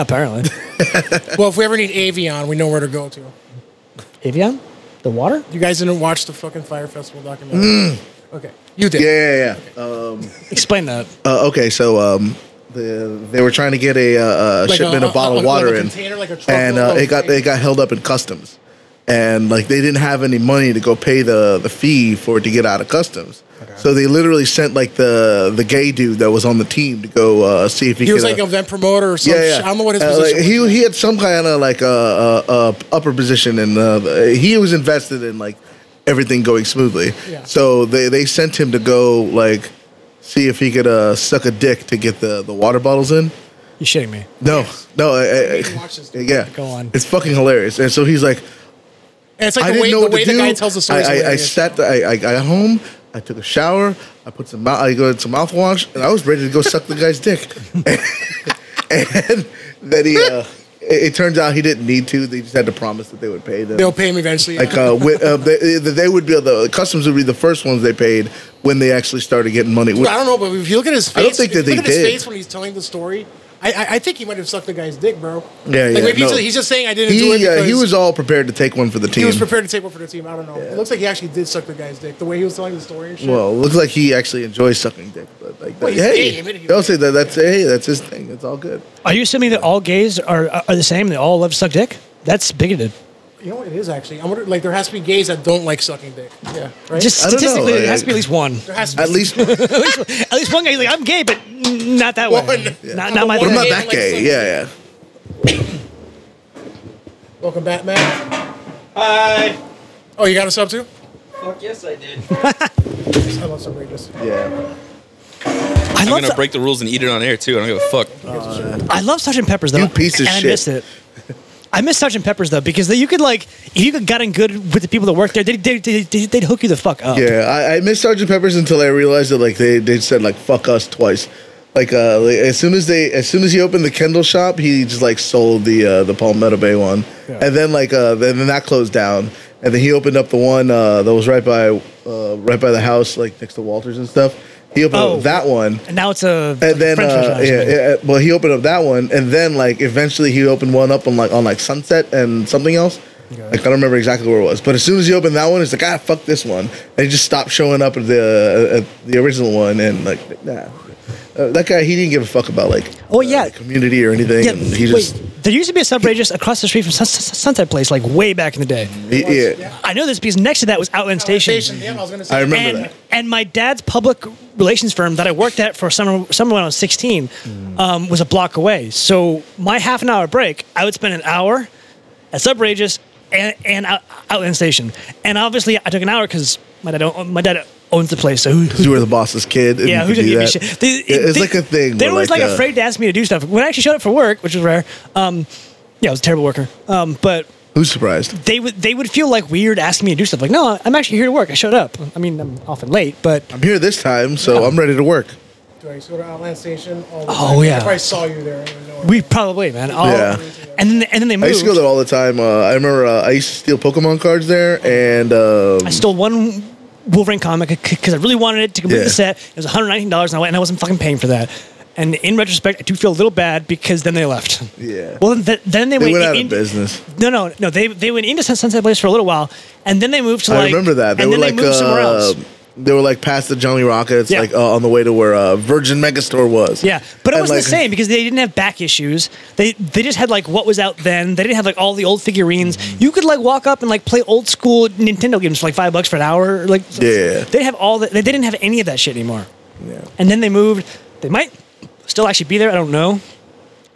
Speaker 5: apparently.
Speaker 2: Well, if we ever need Avion, we know where to go to.
Speaker 5: Avion? The water?
Speaker 2: You guys didn't watch the fucking Fire Festival documentary. Okay. You did.
Speaker 3: Mm. Yeah, yeah, yeah.
Speaker 5: Explain that.
Speaker 3: Uh, okay, so um, the, they were trying to get a, uh, a
Speaker 2: Like
Speaker 3: shipment
Speaker 2: a-
Speaker 3: of
Speaker 2: like
Speaker 3: bottled
Speaker 2: a
Speaker 3: water in,
Speaker 2: container, like a truckload
Speaker 3: and uh,
Speaker 2: of-
Speaker 3: it got it got held up in customs, and like they didn't have any money to go pay the the fee for it to get out of customs. So they literally sent like the the gay dude that was on the team to go uh, see if he,
Speaker 2: He was
Speaker 3: could,
Speaker 2: like
Speaker 3: uh,
Speaker 2: an event promoter or some shit. I don't know what his
Speaker 3: Uh,
Speaker 2: position
Speaker 3: like,
Speaker 2: was.
Speaker 3: he he had some kind of like a uh, uh, upper position, and uh, he was invested in like everything going smoothly.
Speaker 2: Yeah.
Speaker 3: So they they sent him to go like see if he could uh, suck a dick to get the the water bottles in.
Speaker 5: You're shitting me.
Speaker 3: No, no, I,
Speaker 2: need to
Speaker 3: I-
Speaker 2: watch this, dude.
Speaker 3: yeah,
Speaker 5: Go on.
Speaker 3: It's fucking hilarious, and so he's like.
Speaker 2: And it's like
Speaker 3: I
Speaker 2: the
Speaker 3: didn't
Speaker 2: way,
Speaker 3: know
Speaker 2: the,
Speaker 3: what
Speaker 2: way
Speaker 3: to
Speaker 2: the
Speaker 3: do.
Speaker 2: guy tells the story. is
Speaker 3: I, I, I
Speaker 2: hilarious.
Speaker 3: sat. The, I, I got home. I took a shower. I put some. mou- I got some mouthwash, and I was ready to go suck the guy's dick. and then he. Uh, it, it turns out he didn't need to. They just had to promise that they would pay them.
Speaker 2: They'll pay him eventually.
Speaker 3: like uh, with, uh, they, they would be the customs would be the first ones they paid when they actually started getting money.
Speaker 2: I don't know, but if you look at his face,
Speaker 3: I don't think
Speaker 2: if you
Speaker 3: that they
Speaker 2: look at his
Speaker 3: did.
Speaker 2: face when he's telling the story. I, I, I think he might have sucked the guy's dick, bro.
Speaker 3: Yeah,
Speaker 2: like
Speaker 3: yeah,
Speaker 2: Maybe he's,
Speaker 3: no.
Speaker 2: just, he's just saying I didn't do it.
Speaker 3: He uh,
Speaker 2: Because
Speaker 3: he was all prepared to take one for the team.
Speaker 2: he was prepared to take one for the team. I don't know. It looks like he actually did suck the guy's dick. The way he was telling the story and shit.
Speaker 3: Well, looks like he actually enjoys sucking dick, but like,
Speaker 2: Well, he's gay,
Speaker 3: hey,
Speaker 2: admit it, he
Speaker 3: they'll
Speaker 2: was
Speaker 3: say that that's hey, that's his thing. It's all good.
Speaker 5: Are you assuming that all gays are are the same? They all love to suck dick? That's bigoted.
Speaker 2: you know what it is actually. I wonder. Like there has to be gays that don't like sucking dick. Yeah. Right.
Speaker 5: Just
Speaker 3: I don't know,
Speaker 5: statistically, there
Speaker 3: like-
Speaker 5: has to be at least one.
Speaker 2: there has to be
Speaker 3: At least
Speaker 5: at, least, at least one guy's like, I'm gay, but n- not that
Speaker 2: One.
Speaker 5: way. Not, not my
Speaker 2: What
Speaker 3: But I'm not
Speaker 5: thing.
Speaker 2: Yeah,
Speaker 3: that
Speaker 2: like
Speaker 3: gay.
Speaker 2: some-
Speaker 3: yeah, yeah.
Speaker 2: Welcome back, Matt. Hi. Oh, you got us up too? Fuck yes, I did. I love some Regis.
Speaker 3: Yeah.
Speaker 5: I
Speaker 4: I'm
Speaker 5: love,
Speaker 4: gonna
Speaker 5: su-
Speaker 4: break the rules and eat it on air too. I don't give a fuck.
Speaker 5: I love Sergeant Pepper's though.
Speaker 3: You piece of
Speaker 5: and
Speaker 3: shit.
Speaker 5: I missed it. I miss Sergeant Pepper's though because you could like if you could gotten good with the people that work there, they'd, they'd, they'd, they'd hook you the fuck up.
Speaker 3: Yeah. I, I missed Sergeant Pepper's until I realized that like they, they said like fuck us twice. Like uh like, as soon as they as soon as he opened the Kendall shop, he just like sold the uh the Palmetto Bay one. And then like uh then, then that closed down. And then he opened up the one uh that was right by uh right by the house, like next to Walters and stuff. He opened
Speaker 5: Oh.
Speaker 3: up that one.
Speaker 5: And now it's a
Speaker 3: and then
Speaker 5: French
Speaker 3: uh,
Speaker 5: restaurant. or
Speaker 3: yeah,
Speaker 5: something.
Speaker 3: yeah, well he opened up that one and then like eventually he opened one up on like on like sunset and something else like i don't remember exactly where it was but as soon as he opened that one it's like ah fuck this one and he just stopped showing up at the uh, at the original one and like nah uh, that guy he didn't give a fuck about like
Speaker 5: Oh,
Speaker 3: uh,
Speaker 5: yeah.
Speaker 3: the community or anything
Speaker 5: Yeah,
Speaker 3: and he just
Speaker 5: wait, there used to be a subway just across the street from Sun- Sun- Sunset Place, like way back in the day.
Speaker 3: he- yeah,
Speaker 5: I know this because next to that was Outland Station.
Speaker 2: Yeah, I was gonna say.
Speaker 3: i remember
Speaker 5: and,
Speaker 3: that
Speaker 5: and my dad's public relations firm that I worked at for summer, summer when I was 16 um, was a block away. So my half an hour break, I would spend an hour at Subrageous and, and out, Outland Station. And obviously, I took an hour because my, dad own- my dad owns the place. So who, who
Speaker 3: you were the boss's kid and
Speaker 5: yeah,
Speaker 3: you
Speaker 5: who's
Speaker 3: could
Speaker 5: gonna
Speaker 3: do
Speaker 5: give
Speaker 3: that.
Speaker 5: me shit? They-
Speaker 3: Yeah, it's
Speaker 5: they-
Speaker 3: like a thing
Speaker 5: They
Speaker 3: where,
Speaker 5: were always like,
Speaker 3: uh,
Speaker 5: afraid to ask me to do stuff. When I actually showed up for work, which was rare, um, yeah, I was a terrible worker. Um, but
Speaker 3: uh, who's surprised
Speaker 5: they would they would feel like weird asking me to do stuff. Like, no, I'm actually here to work. I showed up. I mean, I'm often late, but
Speaker 3: i'm here this time so i'm ready to work
Speaker 2: Right, so go to Outland Station. all the
Speaker 5: Oh,
Speaker 2: time.
Speaker 5: yeah.
Speaker 2: If I saw you there, I didn't know it.
Speaker 5: we probably man. All,
Speaker 3: Yeah.
Speaker 5: And then and then they moved.
Speaker 3: I used to go there all the time. Uh, I remember uh, I used to steal Pokemon cards there, and um,
Speaker 5: I stole one Wolverine comic because I really wanted it to complete
Speaker 3: Yeah.
Speaker 5: the set. It was 119 dollars, and I went- and I wasn't fucking paying for that. And in retrospect, I do feel a little bad because then they left.
Speaker 3: Yeah.
Speaker 5: Well, then, then they,
Speaker 3: They went out of
Speaker 5: in-
Speaker 3: business.
Speaker 5: No, no, no. They they went into Sun- Sunset Place for a little while, and then they moved to like.
Speaker 3: I remember that they
Speaker 5: and
Speaker 3: were
Speaker 5: then
Speaker 3: like
Speaker 5: they moved somewhere
Speaker 3: uh,
Speaker 5: else.
Speaker 3: they were like past the Johnny Rockets,
Speaker 5: Yeah.
Speaker 3: like uh, on the way to where uh, Virgin Megastore was.
Speaker 5: Yeah, but it
Speaker 3: And,
Speaker 5: wasn't
Speaker 3: like,
Speaker 5: the same because they didn't have back issues. They they just had like what was out then. They didn't have like all the old figurines.
Speaker 3: Mm-hmm.
Speaker 5: You could like walk up and like play old school Nintendo games for like five bucks for an hour. Like
Speaker 3: Yeah.
Speaker 5: they have all that. They didn't have any of that shit anymore.
Speaker 3: Yeah.
Speaker 5: And then they moved. They might still actually be there. I don't know,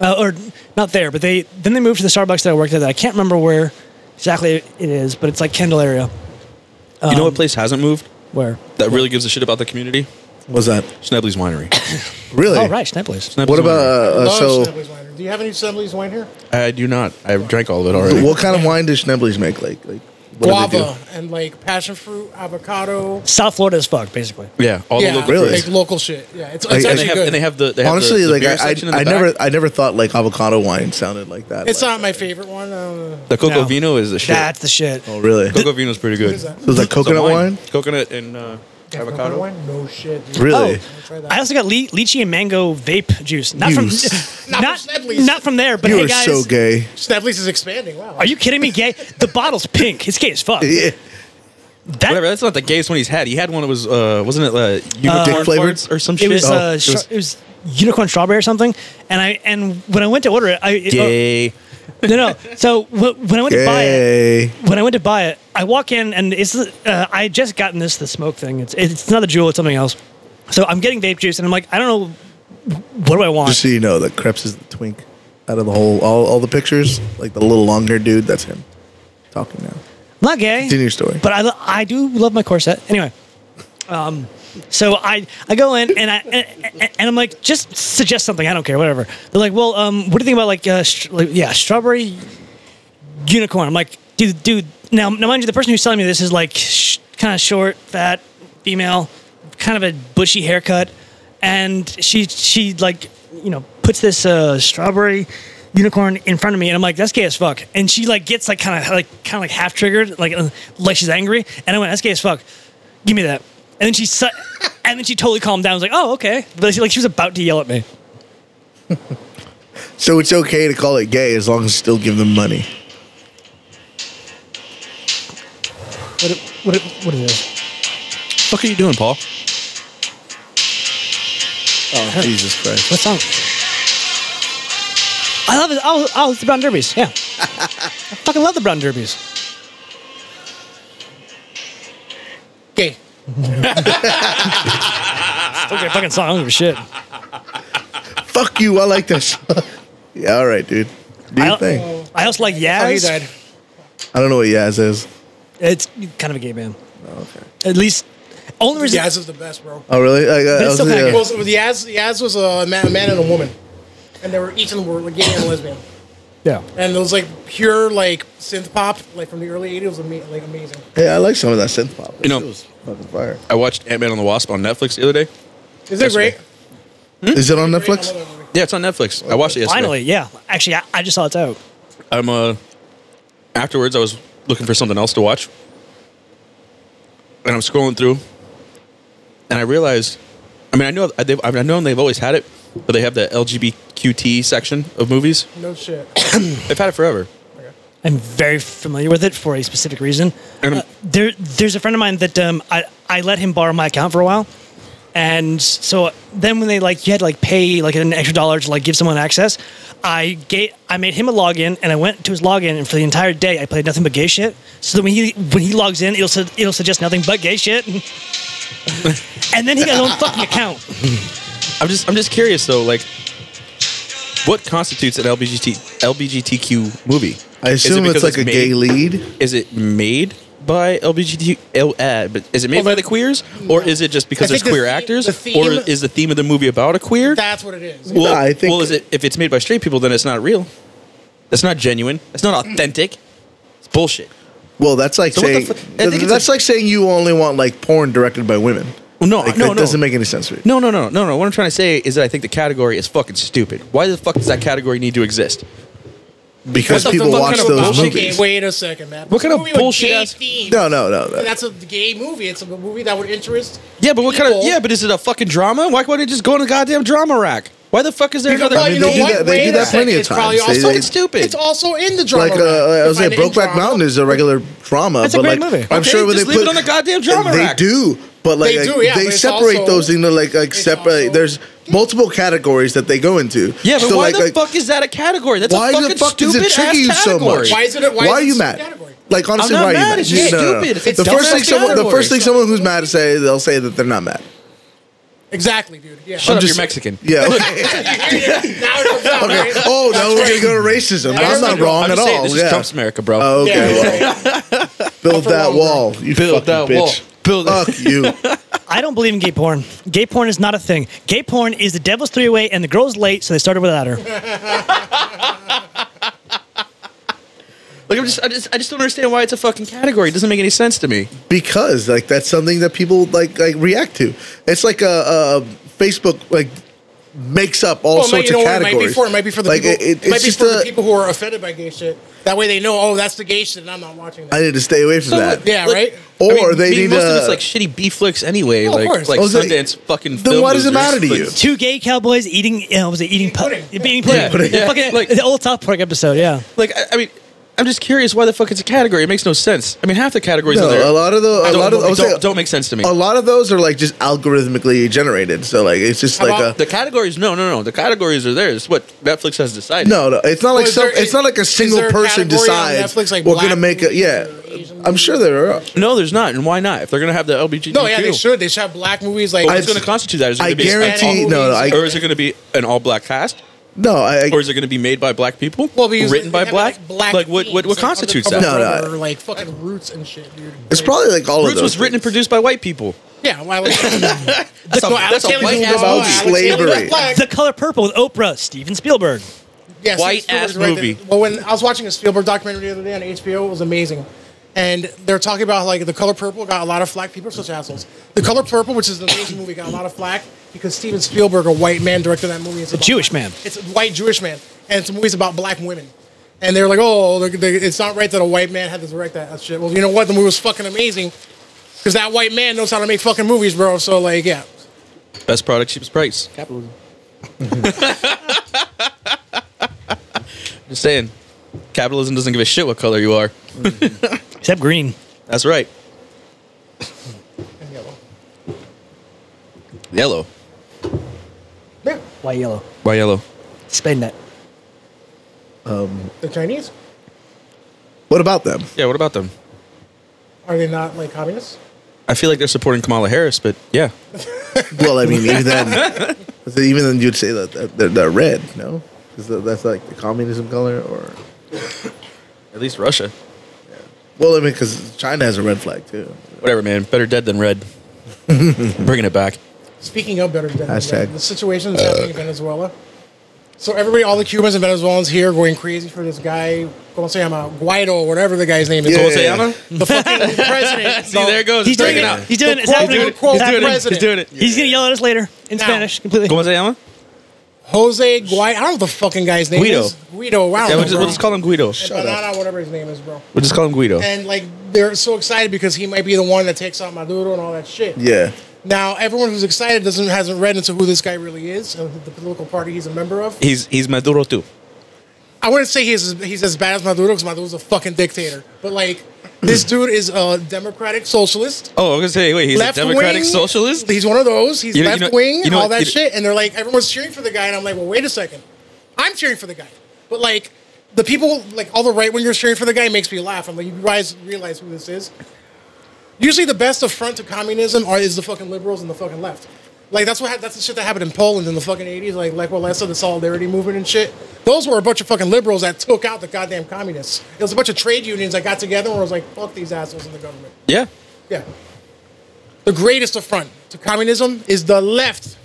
Speaker 5: uh, or not there. But they then they moved to the Starbucks that I worked at. That I can't remember where exactly it is, but it's like Kendall area.
Speaker 4: you know what place hasn't moved?
Speaker 5: Where?
Speaker 4: That really gives a shit about the community.
Speaker 3: Was that
Speaker 4: Schnebley's Winery.
Speaker 3: really?
Speaker 5: Oh right, Schneppler's.
Speaker 4: Schnebley's
Speaker 3: What about
Speaker 4: Winery.
Speaker 3: uh, uh,
Speaker 2: Love
Speaker 3: so?
Speaker 2: Schnebley's wine. Do you have any Assembly's wine here?
Speaker 4: I do not. I drank all of it already.
Speaker 3: What kind of wine does Schnebley's make? Like like what do they
Speaker 2: Guava
Speaker 3: do?
Speaker 2: and like passion fruit, avocado.
Speaker 5: South Florida as fuck, basically.
Speaker 4: Yeah, all
Speaker 2: yeah,
Speaker 4: the local
Speaker 3: Really?
Speaker 2: like local shit. Yeah, it's, it's
Speaker 3: Like,
Speaker 2: actually
Speaker 4: And they, have,
Speaker 2: good.
Speaker 4: and they have the they have
Speaker 3: Honestly,
Speaker 4: the, the
Speaker 3: like
Speaker 4: beer
Speaker 3: I
Speaker 4: section in
Speaker 3: I, I
Speaker 4: the
Speaker 3: never
Speaker 4: back.
Speaker 3: I never thought like avocado wine sounded like that.
Speaker 2: it's
Speaker 3: like,
Speaker 2: not my favorite one. Uh,
Speaker 4: the coco
Speaker 5: No.
Speaker 4: vino is the shit.
Speaker 5: That's the shit.
Speaker 3: oh really. So
Speaker 4: coco vino is pretty good.
Speaker 2: is that?
Speaker 3: it's like
Speaker 4: It's a
Speaker 3: coconut wine.
Speaker 4: coconut and uh, Avocado?
Speaker 2: one? No shit. Dude.
Speaker 3: Really?
Speaker 5: Oh,
Speaker 2: Try that.
Speaker 5: I also got le- lychee and mango vape juice. Not from,
Speaker 3: Juice.
Speaker 2: Not
Speaker 5: not, not,
Speaker 2: from Snedley's.
Speaker 5: from there, but
Speaker 3: you
Speaker 5: hey
Speaker 3: are
Speaker 5: guys,
Speaker 3: so gay.
Speaker 2: Snaplease is expanding. Wow.
Speaker 5: are you kidding me? Gay? The bottle's pink. It's gay as fuck.
Speaker 3: Yeah.
Speaker 5: That,
Speaker 4: Whatever. That's not the gayest one he's had. He had one that was, uh, wasn't it, uh, unicorn
Speaker 3: flavored?
Speaker 4: farts or some
Speaker 5: it
Speaker 4: shit?
Speaker 5: was,
Speaker 3: Oh,
Speaker 5: uh,
Speaker 3: it
Speaker 5: stra-
Speaker 3: was-
Speaker 5: it was unicorn strawberry or something. And I and when I went to order it, I it-
Speaker 4: Gay.
Speaker 5: oh, no no. So wh- when I went to buy it,
Speaker 3: Gay.
Speaker 5: when I went to buy it, I walk in and it's uh, I had just gotten this the smoke thing. It's it's not the jewel. It's something else. So I'm getting vape juice and I'm like, I don't know. What do I want?
Speaker 3: Just so you know, that Krebs is the twink out of the whole, all, all the pictures. Like the little long haired dude, that's him talking now.
Speaker 5: I'm not gay.
Speaker 3: Continue your story.
Speaker 5: But I, lo- I do love my corset. Anyway, um, so I, I go in and I and, and I'm like, just suggest something. I don't care, whatever. They're like, well, um, what do you think about like, uh, str- like yeah, strawberry unicorn? I'm like, dude, dude. Now, now, mind you, the person who's selling me this is like sh- kind of short, fat, female, kind of a bushy haircut, and she she like you know puts this uh, strawberry unicorn in front of me, and I'm like, that's gay as fuck. And she like gets like kind of like kind of like half triggered, like uh, like she's angry, and I went, that's gay as fuck. Give me that. And then she su- and then she totally calmed down. I was like, oh okay, but she, like she was about to yell at me.
Speaker 3: So it's okay to call it gay as long as you still give them money.
Speaker 5: What what what is this?
Speaker 4: fuck are you doing, Paul?
Speaker 3: Oh, Jesus Christ.
Speaker 5: What song? I love it. Oh, oh, it's the Brown Derbies. Yeah, I fucking love the Brown Derbies.
Speaker 2: gay?
Speaker 5: Okay, fucking song. I don't give a shit.
Speaker 3: Fuck you. I like this. yeah, all right, dude. Do
Speaker 5: I,
Speaker 3: your
Speaker 5: al-
Speaker 3: thing.
Speaker 5: I also like
Speaker 2: Oh, he
Speaker 5: Yaz.
Speaker 2: died.
Speaker 3: I don't know what Yaz is.
Speaker 5: it's kind of a gay band. Oh, okay. At least only reason.
Speaker 2: Yaz is the best, bro.
Speaker 3: Oh, really? Like, uh, I
Speaker 5: it's
Speaker 3: was,
Speaker 5: still kinda
Speaker 3: yeah.
Speaker 5: gay.
Speaker 2: Well, so Yaz, Yaz was a man, a man and a woman, and they were each of them were gay and lesbian.
Speaker 5: Yeah.
Speaker 2: And those like pure like synth pop, like from the early '80s, was ama- like amazing.
Speaker 3: Hey, I like some of that synth pop.
Speaker 4: You know-
Speaker 3: It was fucking fire.
Speaker 4: I watched Ant Man and the Wasp on Netflix the other day.
Speaker 2: Is it great?
Speaker 4: Hmm?
Speaker 3: Is it on
Speaker 2: Great, I
Speaker 3: Netflix?
Speaker 2: love that movie.
Speaker 4: Yeah, it's on Netflix. I watched it yesterday.
Speaker 5: Finally, yeah. Actually, I, I just saw it's out.
Speaker 4: I'm uh afterwards I was looking for something else to watch. And I'm scrolling through and I realized I mean I know they've, I mean, I know they've always had it, but they have the LGBTQT section of movies.
Speaker 2: No shit.
Speaker 4: They've had it forever.
Speaker 5: I'm very familiar with it for a specific reason.
Speaker 4: And I'm-
Speaker 5: Uh, there, there's a friend of mine that um, I, I let him borrow my account for a while, and so then when they like you had to like pay like an extra dollar to like give someone access, I gave I made him a login and I went to his login and for the entire day I played nothing but gay shit. So that when he when he logs in, it'll su- it'll suggest nothing but gay shit. and then he got his own fucking account.
Speaker 4: I'm just I'm just curious though like what constitutes an LBGT, LBGTQ movie?
Speaker 3: I
Speaker 4: Is it
Speaker 3: assume it's
Speaker 4: because
Speaker 3: like a
Speaker 4: made-
Speaker 3: gay lead.
Speaker 4: Is it made by LBGT? L, uh, but is it made
Speaker 2: Well,
Speaker 4: by
Speaker 2: that-
Speaker 4: the queers, or is it just because
Speaker 2: I think
Speaker 4: there's
Speaker 2: the
Speaker 4: queer
Speaker 2: the-
Speaker 4: actors,
Speaker 2: the
Speaker 4: or
Speaker 2: theme-
Speaker 4: is the theme of the movie about a queer?
Speaker 2: That's what it is.
Speaker 4: Well,
Speaker 3: No, I think-
Speaker 4: well, is it if it's made by straight people, then it's not real. It's not genuine. It's not authentic. It's bullshit.
Speaker 3: Well, that's like
Speaker 4: So what the
Speaker 3: saying
Speaker 4: fuck- I think it's
Speaker 3: that's
Speaker 4: a-
Speaker 3: like saying you only want like porn directed by women.
Speaker 4: Well, no,
Speaker 3: Like,
Speaker 4: no,
Speaker 3: that
Speaker 4: no.
Speaker 3: doesn't make any sense. to me.
Speaker 4: No, no, no, no, no. What I'm trying to say is that I think the category is fucking stupid. Why the fuck does that category need to exist?
Speaker 3: because
Speaker 2: What the
Speaker 3: people
Speaker 2: fuck
Speaker 3: watch
Speaker 2: kind of
Speaker 3: those
Speaker 2: bullshit
Speaker 3: movies.
Speaker 2: Game? Wait a second, man.
Speaker 4: What kind of
Speaker 2: Movie with
Speaker 4: bullshit
Speaker 2: gay
Speaker 4: ass-
Speaker 2: themes.
Speaker 3: No, no, no, no.
Speaker 2: That's a gay movie. It's a movie that would interest.
Speaker 4: Yeah, but what kind of
Speaker 2: people.
Speaker 4: yeah? But is it a fucking drama? Why wouldn't it just go in a goddamn drama rack? Why the fuck is there
Speaker 2: Because,
Speaker 4: another?
Speaker 2: well,
Speaker 3: I mean,
Speaker 2: you
Speaker 3: they
Speaker 2: know
Speaker 3: do
Speaker 2: what?
Speaker 3: that- they
Speaker 2: Wait
Speaker 3: do
Speaker 2: a
Speaker 3: that
Speaker 2: second,
Speaker 3: plenty of
Speaker 2: it's probably
Speaker 3: times. They-
Speaker 2: also-
Speaker 3: they-
Speaker 4: It's stupid.
Speaker 2: It's also in the drama.
Speaker 3: Like uh, I
Speaker 2: Find
Speaker 3: was saying,
Speaker 2: it in
Speaker 3: Brokeback
Speaker 2: drama.
Speaker 3: Mountain is a regular drama.
Speaker 5: That's a
Speaker 3: but
Speaker 5: great
Speaker 3: like,
Speaker 5: movie.
Speaker 3: I'm
Speaker 4: Okay,
Speaker 3: sure when
Speaker 4: just
Speaker 3: they
Speaker 4: leave
Speaker 3: put
Speaker 4: it on the goddamn drama
Speaker 3: they
Speaker 4: rack.
Speaker 3: do, but like
Speaker 2: They do, yeah,
Speaker 3: they
Speaker 2: but it's
Speaker 3: separate
Speaker 2: also-
Speaker 3: those into like like
Speaker 2: it's
Speaker 3: separate.
Speaker 2: also-
Speaker 3: there's multiple categories that they go into.
Speaker 4: Yeah, but
Speaker 3: So,
Speaker 4: why
Speaker 3: like-
Speaker 4: the
Speaker 3: like,
Speaker 4: fuck is that a category? That's
Speaker 3: why
Speaker 4: a fucking
Speaker 3: the fuck does
Speaker 4: stupid
Speaker 3: it trigger you
Speaker 4: ass
Speaker 3: so
Speaker 4: category.
Speaker 3: much?
Speaker 2: Why is it a- why is
Speaker 3: are
Speaker 2: it
Speaker 3: you
Speaker 2: a
Speaker 3: mad?
Speaker 2: category?
Speaker 3: Like honestly,
Speaker 4: I'm not
Speaker 3: why are you
Speaker 4: mad,
Speaker 3: mad?
Speaker 4: it's just
Speaker 3: No, no, no.
Speaker 4: stupid. It's a
Speaker 3: the
Speaker 4: dumb
Speaker 3: first thing
Speaker 4: ass
Speaker 3: someone, the
Speaker 4: category.
Speaker 3: first thing someone who's mad say, they'll say that they're not mad.
Speaker 2: Exactly, dude. Yeah.
Speaker 4: Shut up,
Speaker 3: just-
Speaker 4: you're Mexican.
Speaker 3: Yeah.
Speaker 2: now it comes out,
Speaker 3: okay.
Speaker 2: right?
Speaker 3: Oh, now we're gonna
Speaker 2: That's
Speaker 3: go to racism.
Speaker 2: Yeah,
Speaker 3: I'm not
Speaker 2: I'm
Speaker 3: wrong
Speaker 4: I'm
Speaker 3: at
Speaker 4: just saying,
Speaker 3: all.
Speaker 4: This is
Speaker 3: Yeah.
Speaker 4: Trump's America, bro.
Speaker 3: Oh,
Speaker 2: great.
Speaker 3: okay. well,
Speaker 2: Yeah, yeah.
Speaker 3: build
Speaker 2: for
Speaker 3: that
Speaker 2: longer.
Speaker 3: wall. You
Speaker 4: Build that
Speaker 3: fucking
Speaker 4: wall.
Speaker 3: bitch.
Speaker 4: Build it.
Speaker 3: Fuck you.
Speaker 5: I don't believe in gay porn. Gay porn is not a thing. Gay porn is the devil's three way, and the girl's late, so they started without her.
Speaker 4: Like I'm just, I just, I just don't understand why it's a fucking category. It doesn't make any sense to me.
Speaker 3: because like that's something that people like like react to. It's like a, a Facebook like makes up
Speaker 2: Well,
Speaker 3: all
Speaker 2: it might-
Speaker 3: sorts
Speaker 2: you know
Speaker 3: of
Speaker 2: what it might be
Speaker 3: categories.
Speaker 2: for? It might be for the
Speaker 3: Like,
Speaker 2: people.
Speaker 3: it- it-
Speaker 2: it might
Speaker 3: it's
Speaker 2: be
Speaker 3: just
Speaker 2: for the
Speaker 3: a-
Speaker 2: people who are offended by gay shit. That way they know, oh, that's the gay shit, and I'm not watching
Speaker 3: I
Speaker 2: that.
Speaker 3: need to stay away from
Speaker 4: what?
Speaker 3: that.
Speaker 2: Yeah,
Speaker 4: Like,
Speaker 2: right.
Speaker 3: Or
Speaker 4: I mean,
Speaker 3: they
Speaker 4: I mean,
Speaker 3: need
Speaker 4: most of
Speaker 3: uh,
Speaker 4: it's like shitty B flicks anyway.
Speaker 2: Oh, of
Speaker 4: like
Speaker 2: course.
Speaker 4: like
Speaker 3: Oh, so-
Speaker 4: Sundance fucking.
Speaker 3: Then
Speaker 4: film
Speaker 3: why does it
Speaker 4: losers.
Speaker 3: matter to
Speaker 4: Like,
Speaker 3: you?
Speaker 5: Two gay cowboys eating, you know, was it eating, pudding?
Speaker 2: pudding.
Speaker 5: Eating pudding.
Speaker 4: pudding.
Speaker 5: The
Speaker 4: Yeah.
Speaker 5: fucking-
Speaker 4: Like-
Speaker 5: the old South Park episode, yeah.
Speaker 4: Like I, I mean, I'm just curious why the fuck it's a category. It makes no sense. I mean, half the categories
Speaker 3: No,
Speaker 4: are there.
Speaker 3: a lot of the- a
Speaker 4: don't,
Speaker 3: lot of the- I
Speaker 4: don't,
Speaker 3: would say-
Speaker 4: don't, make sense to me.
Speaker 3: a lot of those are like just algorithmically generated. So like it's just like
Speaker 2: about
Speaker 3: a
Speaker 4: the categories, no, no, no. The categories are there. It's what Netflix has decided.
Speaker 3: no, no. It's not like
Speaker 2: is
Speaker 3: some.
Speaker 2: there-
Speaker 3: it's not like a
Speaker 2: is
Speaker 3: single
Speaker 2: there a
Speaker 3: person
Speaker 2: category on
Speaker 3: decides
Speaker 2: Netflix, like
Speaker 3: we're
Speaker 2: black
Speaker 3: gonna make a
Speaker 2: movies
Speaker 3: yeah.
Speaker 2: or Asian
Speaker 3: I'm sure there are.
Speaker 4: no, there's not. And why not? If they're gonna have the LBGTQ,
Speaker 2: No, yeah, they should. They should have black movies like.
Speaker 4: What's gonna constitute that? Is it
Speaker 3: I
Speaker 4: gonna be
Speaker 3: guarantee.
Speaker 2: all
Speaker 3: No, no.
Speaker 2: movies
Speaker 3: I,
Speaker 4: or is it gonna be an all black cast?
Speaker 3: no, I, I
Speaker 4: Or is it going to be made by black people?
Speaker 2: well, because
Speaker 4: written
Speaker 2: they
Speaker 4: by
Speaker 2: have,
Speaker 4: black?
Speaker 2: like,
Speaker 4: like what? What,
Speaker 2: themes,
Speaker 4: what
Speaker 2: like,
Speaker 4: constitutes that?
Speaker 2: undercover
Speaker 3: No, no,
Speaker 2: brother,
Speaker 3: I-
Speaker 2: like fucking roots and shit, dude.
Speaker 3: it's
Speaker 2: Like,
Speaker 3: probably like all of
Speaker 4: Roots
Speaker 3: those.
Speaker 4: was written and
Speaker 3: things.
Speaker 4: produced by white people.
Speaker 2: yeah. Why? Like, that's
Speaker 4: a- that's a white
Speaker 3: ass movie. Slavery.
Speaker 5: The Color Purple with Oprah, Steven Spielberg.
Speaker 2: yeah,
Speaker 4: White
Speaker 2: Steven Spielberg's
Speaker 4: ass
Speaker 2: right there.
Speaker 4: movie.
Speaker 2: Well, when I was watching a Spielberg documentary the other day on HBO, it was amazing. And they're talking about like the color purple got a lot of flack. People are such assholes. The color purple, which is an amazing movie, got a lot of flack because Steven Spielberg, a white man, directed that movie. It's a
Speaker 5: Jewish man.
Speaker 2: It's a white Jewish man, and it's a movie's about black women. And they're like, oh, they're, they it's not right that a white man had to direct that, that shit. Well, you know what? The movie was fucking amazing because that white man knows how to make fucking movies, bro. So like, yeah,
Speaker 4: Best product, cheapest price.
Speaker 2: capitalism.
Speaker 4: Just saying, capitalism doesn't give a shit what color you are.
Speaker 5: Except green.
Speaker 4: That's right.
Speaker 2: And yellow.
Speaker 4: Yellow.
Speaker 2: Yeah,
Speaker 5: Why yellow?
Speaker 4: Why yellow?
Speaker 5: Spain that.
Speaker 2: the Chinese
Speaker 3: What about them?
Speaker 4: Yeah. What about them?
Speaker 2: are they not like communists?
Speaker 4: I feel like they're supporting Kamala Harris, but yeah,
Speaker 3: Well, I mean, even then, even then, you'd say that that- they're, they're red, no? Because that's like the communism color, or
Speaker 4: at least Russia.
Speaker 3: well, I mean, because China has a red flag too.
Speaker 4: Whatever, man. Better dead than red. Bringing it back.
Speaker 2: Speaking of better than
Speaker 3: Hashtag.
Speaker 2: the situation that's happening in Venezuela. So everybody, all the Cubans and Venezuelans here are going crazy for this guy, Como se llama, Guaido, whatever the guy's name is.
Speaker 3: Yeah.
Speaker 4: Como se llama?
Speaker 2: The fucking president.
Speaker 4: See, there it goes. He's
Speaker 5: He's doing
Speaker 4: breaking
Speaker 5: it.
Speaker 4: out.
Speaker 5: He's doing it. It's
Speaker 2: The
Speaker 5: happening.
Speaker 2: quote,
Speaker 5: It's
Speaker 2: unquote,
Speaker 5: happening.
Speaker 4: He's
Speaker 2: president.
Speaker 4: doing it.
Speaker 5: He's gonna yell at us later in
Speaker 2: Now.
Speaker 5: Spanish completely.
Speaker 4: Como se llama?
Speaker 2: Jose Guaido. I don't know what the fucking guy's name
Speaker 4: Guido.
Speaker 2: is. Guido. Wow.
Speaker 4: Yeah, we'll just, we'll just call him Guido.
Speaker 2: Banana, whatever his name is, bro.
Speaker 4: We'll just call him Guido.
Speaker 2: And like they're so excited because he might be the one that takes out Maduro and all that shit.
Speaker 3: Yeah,
Speaker 2: Now everyone who's excited doesn't hasn't read into who this guy really is and the political party he's a member of.
Speaker 4: He's he's Maduro too.
Speaker 2: I wouldn't say he's he's as bad as Maduro because Maduro's a fucking dictator. But like, this dude is a democratic socialist,
Speaker 4: Oh, I was gonna say, wait, he's a democratic
Speaker 2: wing
Speaker 4: socialist.
Speaker 2: He's one of those. He's
Speaker 4: You know- you
Speaker 2: left
Speaker 4: know-
Speaker 2: wing,
Speaker 4: you know
Speaker 2: all
Speaker 4: what-
Speaker 2: that
Speaker 4: you-
Speaker 2: shit. And they're like, everyone's cheering for the guy, and I'm like, well, wait a second, I'm cheering for the guy. But like, the people, like all the right wingers cheering for the guy, makes me laugh. I'm like, you guys realize who this is? Usually, the best affront to communism are is the fucking liberals and the fucking left. Like that's what ha- that's the shit that happened in Poland in the fucking 80s. Like Lech Walesa, the Solidarity movement and shit. Those were a bunch of fucking liberals that took out the goddamn communists. It was a bunch of trade unions that got together and was like, fuck these assholes in the government.
Speaker 4: Yeah.
Speaker 2: Yeah. The greatest affront to communism is the left.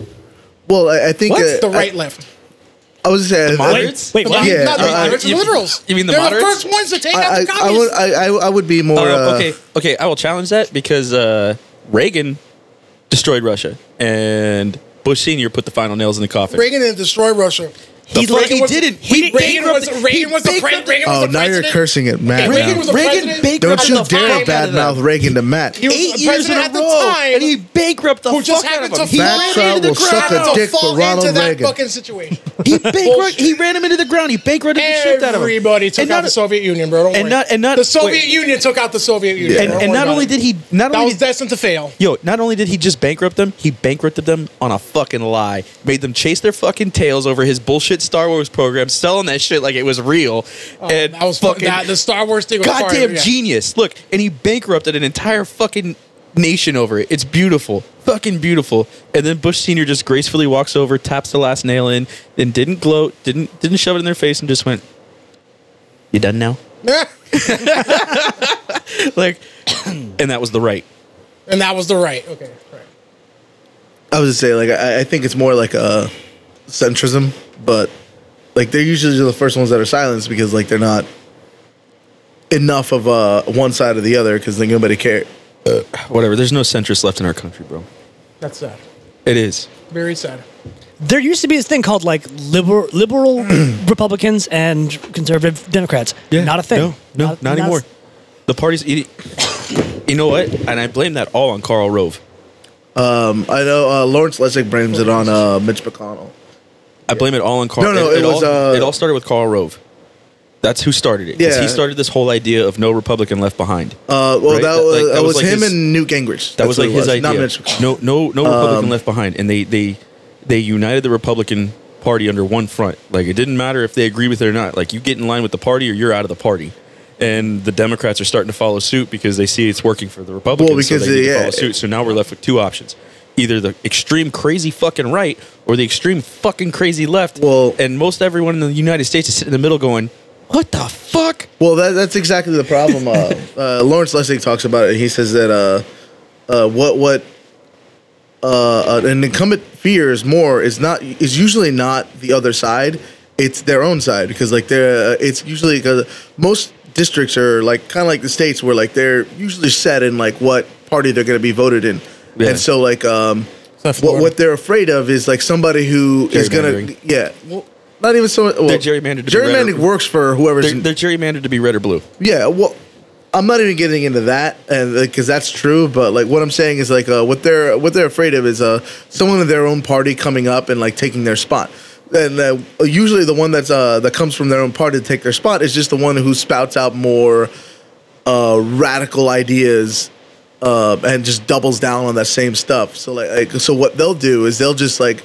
Speaker 3: well, I, I think
Speaker 2: What's
Speaker 3: uh,
Speaker 2: the right
Speaker 3: I,
Speaker 2: left?
Speaker 3: I was saying,
Speaker 4: moderates?
Speaker 5: Wait,
Speaker 2: The
Speaker 5: what?
Speaker 2: left-
Speaker 3: Yeah,
Speaker 2: not the
Speaker 3: uh,
Speaker 2: moderates, the
Speaker 4: you-
Speaker 2: liberals.
Speaker 4: you mean the
Speaker 2: They're
Speaker 4: moderates?
Speaker 2: the first ones to take out
Speaker 3: I, I,
Speaker 2: the
Speaker 3: I would,
Speaker 2: communists.
Speaker 3: I, I, I would
Speaker 2: Oh,
Speaker 3: be more.
Speaker 4: Uh,
Speaker 3: uh,
Speaker 4: okay, okay, I will challenge that because uh, Reagan destroyed Russia and Bush Senior put the final nails in the coffin.
Speaker 2: Reagan didn't destroy Russia.
Speaker 4: He
Speaker 2: The
Speaker 4: like-
Speaker 2: Reagan
Speaker 4: he
Speaker 2: was-
Speaker 4: didn't.
Speaker 2: He,
Speaker 4: He
Speaker 2: Reagan was
Speaker 4: bankrupted-
Speaker 2: Reagan
Speaker 4: he
Speaker 2: was the pre-
Speaker 4: bankrupted-
Speaker 2: Reagan was
Speaker 3: Oh,
Speaker 2: the
Speaker 3: now you're
Speaker 2: president.
Speaker 3: cursing at Matt.
Speaker 2: Reagan
Speaker 3: now.
Speaker 2: was the
Speaker 4: Reagan
Speaker 2: president.
Speaker 4: bankrupted
Speaker 3: Don't you
Speaker 4: the
Speaker 3: dare
Speaker 4: fuck out of them.
Speaker 3: badmouth Reagan to Matt.
Speaker 2: He was
Speaker 4: Eight
Speaker 2: the
Speaker 4: years in
Speaker 2: president
Speaker 4: a
Speaker 2: at the
Speaker 4: row,
Speaker 2: time,
Speaker 4: and he bankrupted the
Speaker 2: who just
Speaker 4: fuck out of
Speaker 2: happened
Speaker 4: him.
Speaker 2: to
Speaker 4: He
Speaker 2: fall
Speaker 3: Backtrack
Speaker 4: ran
Speaker 2: into
Speaker 4: him into the
Speaker 3: will suck
Speaker 4: ground.
Speaker 3: a
Speaker 2: to
Speaker 3: dick for
Speaker 2: fall
Speaker 3: Ronald
Speaker 2: into that
Speaker 3: Reagan.
Speaker 2: fucking situation.
Speaker 4: He bankrupt. he ran him into the ground. He bankrupted the shit out of him.
Speaker 2: Everybody took
Speaker 4: And
Speaker 2: out
Speaker 4: not-
Speaker 2: the Soviet Union, bro. Don't
Speaker 4: and
Speaker 2: worry.
Speaker 4: not- and not-
Speaker 2: the Soviet
Speaker 4: wait.
Speaker 2: Union took out the Soviet Union.
Speaker 3: Yeah.
Speaker 4: And,
Speaker 2: Don't
Speaker 4: and
Speaker 2: worry
Speaker 4: not
Speaker 2: about
Speaker 4: only
Speaker 2: it.
Speaker 4: did he not
Speaker 2: that
Speaker 4: only
Speaker 2: was
Speaker 4: did,
Speaker 2: destined to fail.
Speaker 4: Yo, not only did he just bankrupt them, he bankrupted them on a fucking lie. Made them chase their fucking tails over his bullshit Star Wars program, selling that shit like it was real. and
Speaker 2: Oh, That was fucking
Speaker 4: fucking
Speaker 2: that, the Star Wars thing. Was
Speaker 4: goddamn
Speaker 2: fire, yeah.
Speaker 4: genius. Look, and he bankrupted an entire fucking nation over it. It's beautiful. Fucking beautiful. And then Bush Sr. just gracefully walks over, taps the last nail in, and didn't gloat, didn't didn't shove it in their face and just went, You done now? Like and that was the right.
Speaker 2: and that was the right. Okay, right.
Speaker 3: I was just saying, like, I, I think it's more like a centrism, but like they're usually the first ones that are silenced because like they're not enough of uh, one side or the other because then nobody care.
Speaker 4: Whatever. There's no centrist left in our country, bro.
Speaker 2: That's sad.
Speaker 4: It is.
Speaker 2: Very sad.
Speaker 5: there used to be this thing called like liberal, liberal Republicans and conservative Democrats. not a thing.
Speaker 4: No, no, not,
Speaker 5: a-
Speaker 4: anymore. The party's idiot. You know what? And I blame that all on Karl Rove.
Speaker 3: I know uh, Lawrence Lessig blames it on uh, Mitch McConnell.
Speaker 4: I blame it all on Karl.
Speaker 3: No, no, it was,
Speaker 4: all,
Speaker 3: uh,
Speaker 4: it all started with Karl Rove. That's who started it. 'cause
Speaker 3: Yeah.
Speaker 4: he started this whole idea of no Republican left behind.
Speaker 3: Uh, well, that,
Speaker 4: Right? That-
Speaker 3: was,
Speaker 4: like,
Speaker 3: that, was, him
Speaker 4: his-
Speaker 3: and Newt Gingrich.
Speaker 4: that
Speaker 3: That's
Speaker 4: was
Speaker 3: what
Speaker 4: like
Speaker 3: it
Speaker 4: his idea.
Speaker 3: Not Um, Mitch McConnell.
Speaker 4: No, no, no Republican left behind, and they they they united the Republican Party under one front. Like it didn't matter if they agreed with it or not. Like you get in line with the party, or you're out of the party. And the Democrats are starting to follow suit because they see it's working for the Republicans.
Speaker 3: Well, because
Speaker 4: so they need
Speaker 3: they-
Speaker 4: to
Speaker 3: yeah.
Speaker 4: follow suit. So now we're left with two options: either the extreme crazy fucking right or the extreme fucking crazy left.
Speaker 3: Well-
Speaker 4: and most everyone in the United States is sitting in the middle, going, "What the fuck?"
Speaker 3: Well, that, that's exactly the problem. Uh, uh, Lawrence Lessig talks about it. He says that uh, uh, what what uh, uh, an incumbent fears more is not is usually not the other side. It's their own side because like they're uh, it's usually because most districts are like kind of like the states where like they're usually set in like what party they're going to be voted in,
Speaker 4: Yeah.
Speaker 3: and so like um,
Speaker 2: South
Speaker 3: what
Speaker 2: Florida.
Speaker 3: what they're afraid of is like somebody who is going
Speaker 4: Gerrymandering.
Speaker 3: to yeah. Well, not even so. Well,
Speaker 4: They're gerrymandered to be red or-
Speaker 3: Gerrymandering works for whoever's
Speaker 4: They're, they're gerrymandered to be red or blue.
Speaker 3: yeah, well, I'm not even getting into that, and because that's true. But like, what I'm saying is like, uh, what they're what they're afraid of is uh, someone in their own party coming up and like taking their spot. And uh, usually, the one that's uh, that comes from their own party to take their spot is just the one who spouts out more uh, radical ideas uh, and just doubles down on that same stuff. So like, like, so what they'll do is they'll just like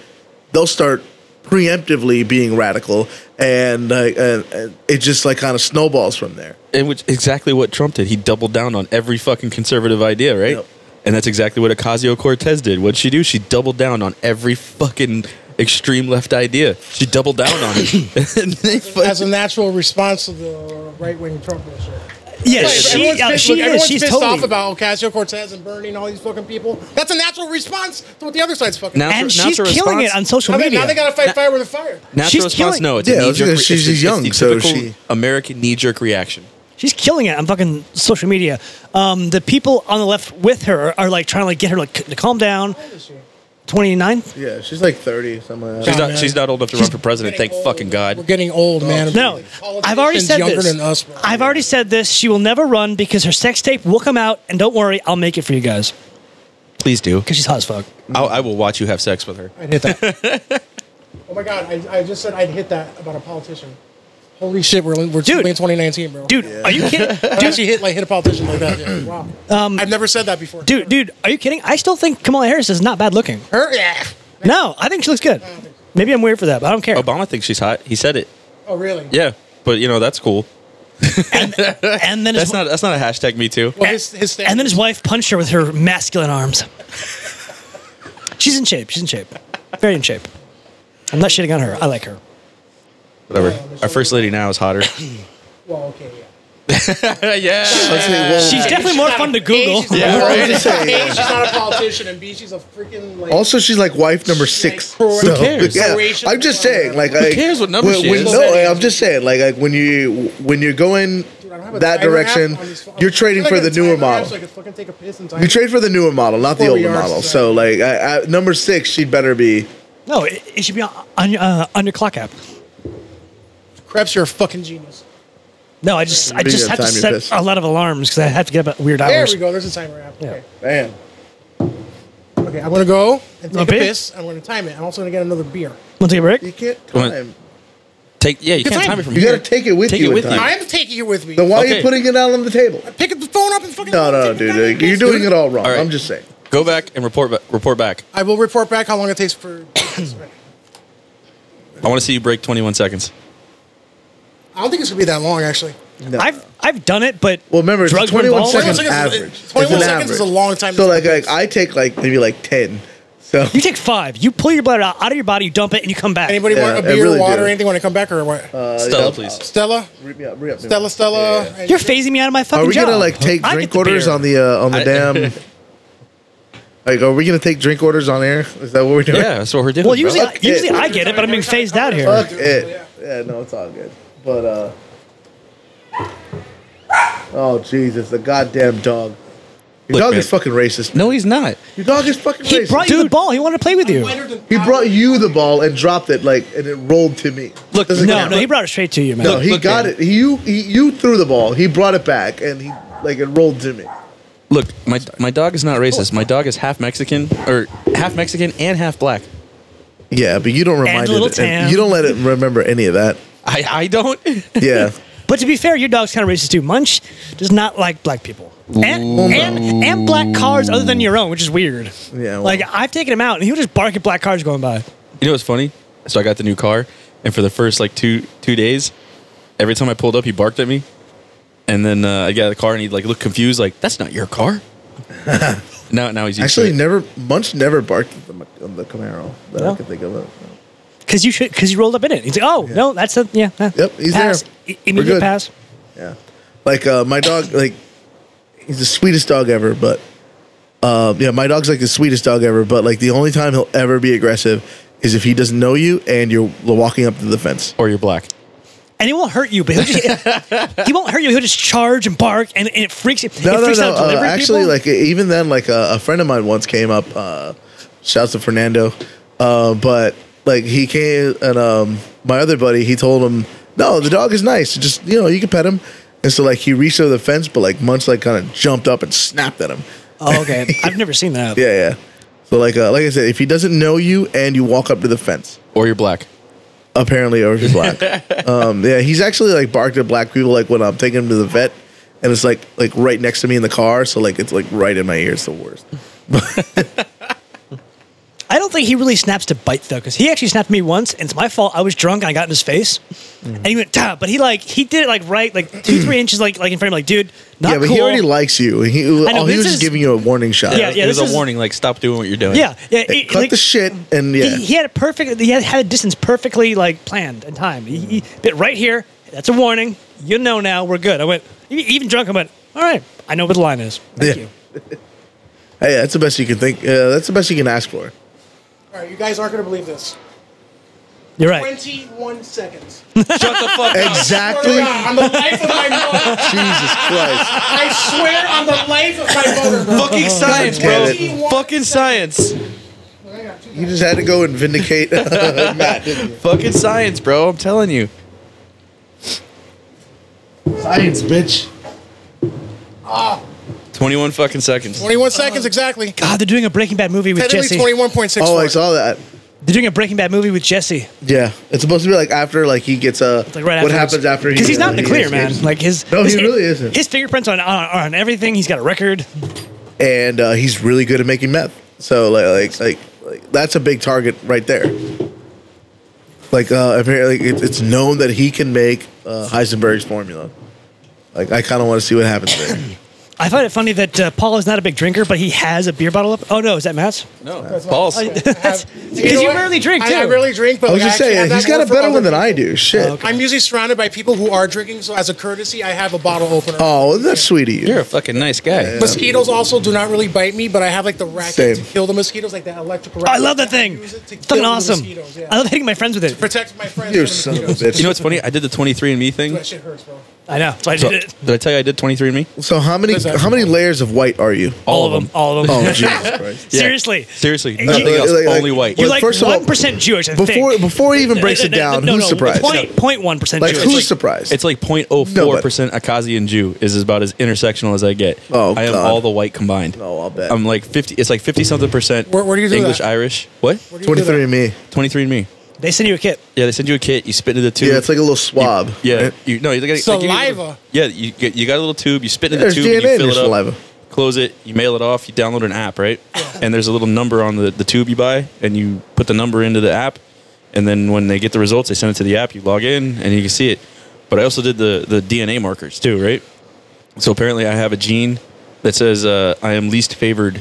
Speaker 3: they'll start preemptively being radical, and, uh, and, and it just like kind of snowballs from there.
Speaker 4: And which exactly what Trump did. He doubled down on every fucking conservative idea, right?
Speaker 3: Yep.
Speaker 4: And that's exactly what Ocasio Cortez did. What'd she do? She doubled down on every fucking extreme left idea. She doubled down on it. and they
Speaker 2: As
Speaker 4: fucking,
Speaker 2: a natural response to the right wing Trump bullshit.
Speaker 5: Yeah,
Speaker 2: Like,
Speaker 5: she,
Speaker 2: everyone's
Speaker 5: uh,
Speaker 2: pissed,
Speaker 5: she
Speaker 2: look,
Speaker 5: is.
Speaker 2: everyone's
Speaker 5: she's
Speaker 2: pissed
Speaker 5: totally.
Speaker 2: off about Ocasio Cortez and Bernie and all these fucking people. That's a natural response to what the other side's fucking.
Speaker 4: Now-
Speaker 2: doing.
Speaker 5: and
Speaker 4: Natural-
Speaker 5: she's
Speaker 4: natural
Speaker 5: killing
Speaker 4: response.
Speaker 5: it on social
Speaker 2: now, they,
Speaker 5: media.
Speaker 2: now they gotta fight
Speaker 4: Na-
Speaker 2: fire with a fire.
Speaker 4: natural
Speaker 5: she's
Speaker 4: response?
Speaker 5: killing-
Speaker 4: no, it's
Speaker 3: Yeah, I
Speaker 4: a knee
Speaker 3: was gonna
Speaker 4: jerk.
Speaker 3: say, she's young, so she-
Speaker 4: American knee jerk reaction.
Speaker 5: She's killing it on fucking social media. Um, the people on the left with her are like trying to like get her like c- to calm down. Twenty nine.
Speaker 3: Yeah, she's like 30, something like
Speaker 4: She's
Speaker 3: that.
Speaker 2: Yeah,
Speaker 4: not,
Speaker 2: man.
Speaker 4: she's not old enough to run for president. Thank fucking
Speaker 2: We're
Speaker 4: God.
Speaker 2: getting old, man.
Speaker 5: No, I've already
Speaker 2: Politicians
Speaker 5: said
Speaker 2: younger
Speaker 5: this.
Speaker 2: Than us, bro.
Speaker 5: I've already said this. She will never run because her sex tape will come out, and don't worry, I'll make it for you guys
Speaker 4: Please do.
Speaker 5: because she's hot as fuck.
Speaker 4: I, I will watch you have sex with her.
Speaker 2: I'd hit that. oh my god, I, I just said I'd hit that about a politician. Holy shit, we're we're
Speaker 5: Dude.
Speaker 2: in 2019, bro.
Speaker 5: Dude, are you kidding?
Speaker 2: I actually hit like hit a politician like that. Yeah. Wow. I've never said that before.
Speaker 5: dude, dude, are you kidding? I still think Kamala Harris is not bad looking.
Speaker 2: Her? Yeah.
Speaker 5: No, I think she looks good. Maybe I'm weird for that, but I don't care.
Speaker 4: Obama thinks she's hot. He said it.
Speaker 2: Oh really?
Speaker 4: Yeah, but you know that's cool.
Speaker 5: And then his,
Speaker 4: That's not that's not a hashtag. Me too.
Speaker 2: Well, his, his stand-
Speaker 5: and then his wife punched her with her masculine arms. She's in shape. She's in shape. Very in shape. I'm not shitting on her. I like her.
Speaker 4: Whatever. Our first lady now is hotter.
Speaker 2: Well, okay, yeah.
Speaker 4: yeah.
Speaker 3: Let's see, well,
Speaker 5: She's definitely more fun to Google.
Speaker 2: A, she's not,
Speaker 3: I was
Speaker 2: a,
Speaker 3: gonna say,
Speaker 2: a, she's not a politician, and B, she's a freaking like.
Speaker 3: also, she's like wife number
Speaker 2: She's like
Speaker 3: six.
Speaker 2: Croatian-
Speaker 3: so,
Speaker 4: Who cares?
Speaker 2: Croatian-
Speaker 3: Yeah, I'm just saying, like,
Speaker 4: Who cares what number
Speaker 3: when,
Speaker 4: she
Speaker 3: when-
Speaker 4: is?
Speaker 3: No, I'm just saying, like, like when you when you're going
Speaker 2: I don't have a
Speaker 3: that
Speaker 2: timer app
Speaker 3: direction,
Speaker 2: on this phone.
Speaker 3: you're
Speaker 2: I feel
Speaker 3: trading
Speaker 2: like
Speaker 3: for
Speaker 2: I
Speaker 3: the
Speaker 2: have a
Speaker 3: newer
Speaker 2: timer app so
Speaker 3: model.
Speaker 2: I could fucking take a piss and time.
Speaker 3: You trade for the newer model, not the
Speaker 2: Before we
Speaker 3: older
Speaker 2: are
Speaker 3: model.
Speaker 2: society.
Speaker 3: So, like, I, I, number six, she'd better be.
Speaker 5: No, it, it should be on, on, your- uh, on your clock app.
Speaker 2: Krebs, you're a fucking genius.
Speaker 5: No, I just I
Speaker 3: Speaking
Speaker 5: just
Speaker 3: of
Speaker 5: have to
Speaker 3: time, you
Speaker 5: set
Speaker 3: pissed.
Speaker 5: a lot of alarms because I have to get up at weird
Speaker 2: There
Speaker 5: hours.
Speaker 2: we go. There's a timer app. Okay.
Speaker 3: Man,
Speaker 2: Okay, I'm gonna go and take
Speaker 5: A
Speaker 2: a,
Speaker 5: bit?
Speaker 2: piss. I'm gonna time it. I'm also gonna get another beer.
Speaker 5: Want to take a break?
Speaker 3: you can't
Speaker 4: on.
Speaker 3: time.
Speaker 4: Take yeah, you
Speaker 2: Good
Speaker 4: can't
Speaker 2: time.
Speaker 4: time it from
Speaker 3: You
Speaker 4: here.
Speaker 3: gotta take it with
Speaker 4: Take
Speaker 3: you.
Speaker 4: it with
Speaker 3: in
Speaker 4: you.
Speaker 3: time.
Speaker 2: I'm taking it with me.
Speaker 3: Then why are
Speaker 4: Okay.
Speaker 3: you putting it out on the table?
Speaker 2: Pick up the phone up and fucking.
Speaker 3: No, no,
Speaker 2: take it down
Speaker 3: dude.
Speaker 2: and
Speaker 3: You're
Speaker 2: piss.
Speaker 3: doing it all wrong.
Speaker 4: All right.
Speaker 3: I'm just saying.
Speaker 4: Go back and report ba- report back.
Speaker 2: I will report back how long it takes for.
Speaker 4: I want to see you break 21 seconds.
Speaker 2: I don't think it's gonna be that long actually.
Speaker 3: No.
Speaker 5: I've I've done it, but
Speaker 3: Well, remember, it's
Speaker 5: drugs were
Speaker 3: 21
Speaker 5: involved?
Speaker 3: seconds
Speaker 2: 21 seconds is-
Speaker 3: average. It's
Speaker 2: 21
Speaker 3: an
Speaker 2: seconds is
Speaker 3: average.
Speaker 2: a long time
Speaker 3: So,
Speaker 2: to
Speaker 3: like,
Speaker 2: take
Speaker 3: like, I take, like, maybe, like, 10. So,
Speaker 5: You take five. You pull your bladder out, out of your body. You dump it, and you come back.
Speaker 2: Anybody
Speaker 3: Yeah,
Speaker 2: want a
Speaker 3: I
Speaker 2: beer,
Speaker 3: really
Speaker 2: water,
Speaker 3: do.
Speaker 2: anything when I come back or what?
Speaker 3: uh,
Speaker 4: Stella,
Speaker 3: yeah.
Speaker 4: please.
Speaker 2: Stella,
Speaker 3: Re- yeah, re-
Speaker 2: Stella, Stella.
Speaker 3: Yeah.
Speaker 2: and-
Speaker 5: You're phasing me out of my fucking
Speaker 3: Are we
Speaker 5: job.
Speaker 3: gonna, like, take
Speaker 5: I get
Speaker 3: drink
Speaker 5: the
Speaker 3: orders
Speaker 5: beer.
Speaker 3: on the, uh, on the damn. Like, are we gonna take drink orders on air? Is that what we're doing?
Speaker 4: Yeah, that's what we're doing.
Speaker 5: Well,
Speaker 4: bro.
Speaker 5: usually
Speaker 3: Fuck
Speaker 5: usually
Speaker 3: it.
Speaker 5: I get it, but I'm being phased out here.
Speaker 3: Fuck it. Yeah, no, it's all good. But, uh. Oh, Jesus, the goddamn dog. Your
Speaker 4: Look,
Speaker 3: dog
Speaker 4: man.
Speaker 3: is fucking racist.
Speaker 4: No, he's not.
Speaker 3: Your dog is fucking
Speaker 5: He
Speaker 3: racist.
Speaker 5: brought you the
Speaker 4: Dude.
Speaker 5: ball. He wanted to play with you.
Speaker 2: Lighter than
Speaker 3: He
Speaker 2: powder.
Speaker 3: brought you the ball and dropped it like, and it rolled to me.
Speaker 4: Look,
Speaker 3: Doesn't
Speaker 5: No,
Speaker 3: count.
Speaker 5: no, he brought it straight to you, man.
Speaker 3: No, he
Speaker 4: look,
Speaker 3: got
Speaker 4: man.
Speaker 3: it. He, you he, you threw the ball. He brought it back, and he like it rolled to me.
Speaker 4: Look, my my dog is not racist. My dog is half Mexican or half Mexican and half black.
Speaker 3: Yeah, but you don't
Speaker 5: remind a it- little and tan. you
Speaker 3: You don't let it remember any of that.
Speaker 4: I I don't.
Speaker 3: Yeah,
Speaker 5: But to be fair, your dog's kind of racist too. Munch does not like black people. And, and, and black cars other than your own, which is weird.
Speaker 3: Yeah, well.
Speaker 5: like, I've taken him out and he'll just bark at black cars going by.
Speaker 4: You know what's funny? So I got the new car, and for the first like two two days, every time I pulled up, he barked at me, and then uh, I got out of the car and he like looked confused, like that's not your car. now now he's used
Speaker 3: actually,
Speaker 4: to it.
Speaker 3: never Munch never barked at the, Mac- on the Camaro that
Speaker 5: No.
Speaker 3: I could think of. It.
Speaker 5: Because you should, because you rolled up in it. He's like, oh, no, that's a, yeah. nah.
Speaker 3: Yep, he's
Speaker 5: pass.
Speaker 3: there.
Speaker 5: I-
Speaker 3: We're
Speaker 5: immediate
Speaker 3: good.
Speaker 5: pass.
Speaker 3: Yeah, like uh, my dog, like he's the sweetest dog ever. But uh, yeah, my dog's like the sweetest dog ever. But like the only time he'll ever be aggressive is if he doesn't know you and you're walking up to the fence.
Speaker 4: Or you're black.
Speaker 5: And he won't hurt you, but he'll just, he won't hurt you. He'll just charge and bark and, and it freaks you.
Speaker 3: no,
Speaker 5: it
Speaker 3: no,
Speaker 5: freaks
Speaker 3: no.
Speaker 5: out
Speaker 3: Uh,
Speaker 5: delivery
Speaker 3: actually,
Speaker 5: people.
Speaker 3: like even then, like uh, a friend of mine once came up. Uh, shouts to Fernando, uh, but like he came and um, my other buddy, he told him, "No, the dog is nice. Just you know, you can pet him." And so like he reached over the fence, but like Munch like kind of jumped up and snapped at him.
Speaker 5: Oh, okay. I've never seen that.
Speaker 3: Yeah, yeah. So like uh, like I said, if he doesn't know you and you walk up to the fence,
Speaker 4: Or you're black.
Speaker 3: apparently or if he's black. um, yeah, he's actually like barked at black people like when I'm taking him to the vet, and it's like like right next to me in the car, so like it's like right in my ear. It's the worst.
Speaker 5: I don't think he really snaps to bite though, because he actually snapped me once, and it's my fault. I was drunk, and I got in his face,
Speaker 3: Mm-hmm.
Speaker 5: and he went ta. But he like he did it like right, like two three inches, like like in front of him, like dude, not
Speaker 3: yeah, but
Speaker 5: cool.
Speaker 3: he already likes you. He,
Speaker 5: I know,
Speaker 3: oh, he
Speaker 5: this
Speaker 3: was
Speaker 5: is-
Speaker 3: just giving you a warning shot.
Speaker 5: Yeah, yeah,
Speaker 4: It was
Speaker 5: this
Speaker 4: a
Speaker 5: is-
Speaker 4: warning, like stop doing what you're doing.
Speaker 5: yeah, yeah. he-
Speaker 3: Cut
Speaker 5: like,
Speaker 3: the shit and yeah.
Speaker 5: He, he had it perfect. He had, had a distance perfectly like planned and timed. He, he
Speaker 3: Mm-hmm.
Speaker 5: bit right here. That's a warning. You know now we're good. I went e- even drunk. I went all right. I know where the line is. Thank
Speaker 3: Yeah.
Speaker 5: you.
Speaker 3: Hey, that's the best you can think. Uh, that's the best you can ask for.
Speaker 2: All right, you guys aren't gonna believe this.
Speaker 5: You're right.
Speaker 2: Twenty-one seconds. Oh
Speaker 4: Shut the fuck up.
Speaker 3: Exactly.
Speaker 2: on the life of my mother.
Speaker 3: Jesus Christ.
Speaker 2: I swear on the life of my mother. bro.
Speaker 4: Fucking science,
Speaker 3: Get
Speaker 4: bro.
Speaker 2: it.
Speaker 4: Fucking science.
Speaker 3: You just had to go and vindicate Matt, didn't you?
Speaker 4: Fucking science, bro. I'm telling you.
Speaker 3: Science, bitch.
Speaker 4: 21 Ah. fucking seconds.
Speaker 2: Twenty-one seconds exactly.
Speaker 5: God, Ah, they're doing a Breaking Bad movie with
Speaker 2: Technically
Speaker 5: Jesse.
Speaker 2: twenty-one point six.
Speaker 3: Oh, I saw that.
Speaker 5: They're doing a Breaking Bad movie with Jesse.
Speaker 3: Yeah, it's supposed to be like after like he gets a.
Speaker 5: Like right
Speaker 3: what
Speaker 5: afterwards.
Speaker 3: happens after he?
Speaker 5: Because he's not in the
Speaker 3: he
Speaker 5: clear,
Speaker 3: escapes.
Speaker 5: man. Like his
Speaker 3: No, he
Speaker 5: his-
Speaker 3: really isn't.
Speaker 5: His fingerprints on on, on everything. He's got a record.
Speaker 3: and uh, he's really good at making meth. So like like like, like that's a big target right there. Like uh, apparently it, it's known that he can make uh, Heisenberg's formula. Like I kind of want to see what happens there.
Speaker 5: I find it funny that uh, Paul is not a big drinker, but he has a beer bottle up. Oh no, is that Matt's?
Speaker 4: No. Balls.
Speaker 5: Because
Speaker 2: know
Speaker 5: you,
Speaker 2: what?
Speaker 5: rarely drink too.
Speaker 2: I, I rarely drink, but
Speaker 3: I was
Speaker 2: like,
Speaker 3: just
Speaker 2: actually
Speaker 3: saying
Speaker 2: have
Speaker 3: he's
Speaker 2: that
Speaker 3: got
Speaker 2: more
Speaker 3: a
Speaker 2: for
Speaker 3: better
Speaker 2: other
Speaker 3: one than I
Speaker 2: people.
Speaker 3: do. Shit.
Speaker 2: I'm usually surrounded by people who are drinking, so as a courtesy, I have a bottle opener.
Speaker 3: Oh, that's sweet of you.
Speaker 4: You're a fucking nice guy.
Speaker 2: Mosquitoes also do not really bite me, but I have like the racket
Speaker 3: Same.
Speaker 2: to kill the mosquitoes, like that electrical.
Speaker 5: I
Speaker 2: racket.
Speaker 5: love that thing.
Speaker 2: Use it to
Speaker 5: It's
Speaker 2: kill
Speaker 5: fucking
Speaker 2: the
Speaker 5: awesome.
Speaker 2: mosquitoes, yeah.
Speaker 5: I love hitting my friends with it.
Speaker 2: Protect my friends.
Speaker 3: You
Speaker 2: from
Speaker 3: son of a
Speaker 2: mosquitoes.
Speaker 3: bitch.
Speaker 4: You know what's funny? I did the 23andMe thing.
Speaker 2: That shit hurts, bro.
Speaker 5: I know. So I
Speaker 4: So,
Speaker 5: did it.
Speaker 4: did I tell you I did 23andMe?
Speaker 3: So how many
Speaker 2: What's that?
Speaker 3: how many layers of white are you?
Speaker 5: All, of them. All of them.
Speaker 3: Oh Jesus Christ.
Speaker 4: Yeah.
Speaker 5: Seriously.
Speaker 4: Seriously.
Speaker 5: You-
Speaker 4: Nothing
Speaker 3: Like-
Speaker 4: else.
Speaker 3: like-
Speaker 4: only
Speaker 3: like-
Speaker 4: white.
Speaker 5: You're
Speaker 3: Well,
Speaker 5: like
Speaker 3: first of all,
Speaker 5: one percent Jewish. I
Speaker 3: Before
Speaker 5: think.
Speaker 3: before he even breaks
Speaker 5: No,
Speaker 3: it
Speaker 5: no,
Speaker 3: down,
Speaker 5: no,
Speaker 3: who's
Speaker 5: no,
Speaker 3: surprised?
Speaker 5: Point point one percent
Speaker 3: Like
Speaker 5: Jewish.
Speaker 3: who's surprised?
Speaker 4: It's like 0.04 percent Akazian Jew is about as intersectional as I get.
Speaker 3: Oh,
Speaker 4: I am
Speaker 3: God.
Speaker 4: all the white combined.
Speaker 3: Oh, I'll bet.
Speaker 4: I'm like 50. It's like 50 something percent.
Speaker 2: Where- where do you do
Speaker 4: English
Speaker 2: that?
Speaker 4: Irish?
Speaker 2: What
Speaker 4: What?
Speaker 2: do you do
Speaker 3: Twenty
Speaker 2: that?
Speaker 3: three and me.
Speaker 4: 23andMe.
Speaker 5: they send you a kit.
Speaker 4: Yeah, they send you a kit. You spit into the tube.
Speaker 3: Yeah, it's like a little swab.
Speaker 4: yeah.
Speaker 3: right?
Speaker 4: You, no, you like, like, you get a little-
Speaker 2: Saliva.
Speaker 4: yeah, you get you got a little tube. You spit in the
Speaker 3: There's
Speaker 4: tube.
Speaker 3: DNA
Speaker 4: and you
Speaker 3: in
Speaker 4: fill
Speaker 3: your
Speaker 4: it up,
Speaker 3: saliva.
Speaker 4: Close it. You mail it off. You download an app, right? And there's a little number on the, the tube you buy, and you put the number into the app, and then when they get the results, they send it to the app. You log in, and you can see it. But I also did the the DNA markers too, right? So apparently, I have a gene that says uh, I am least favored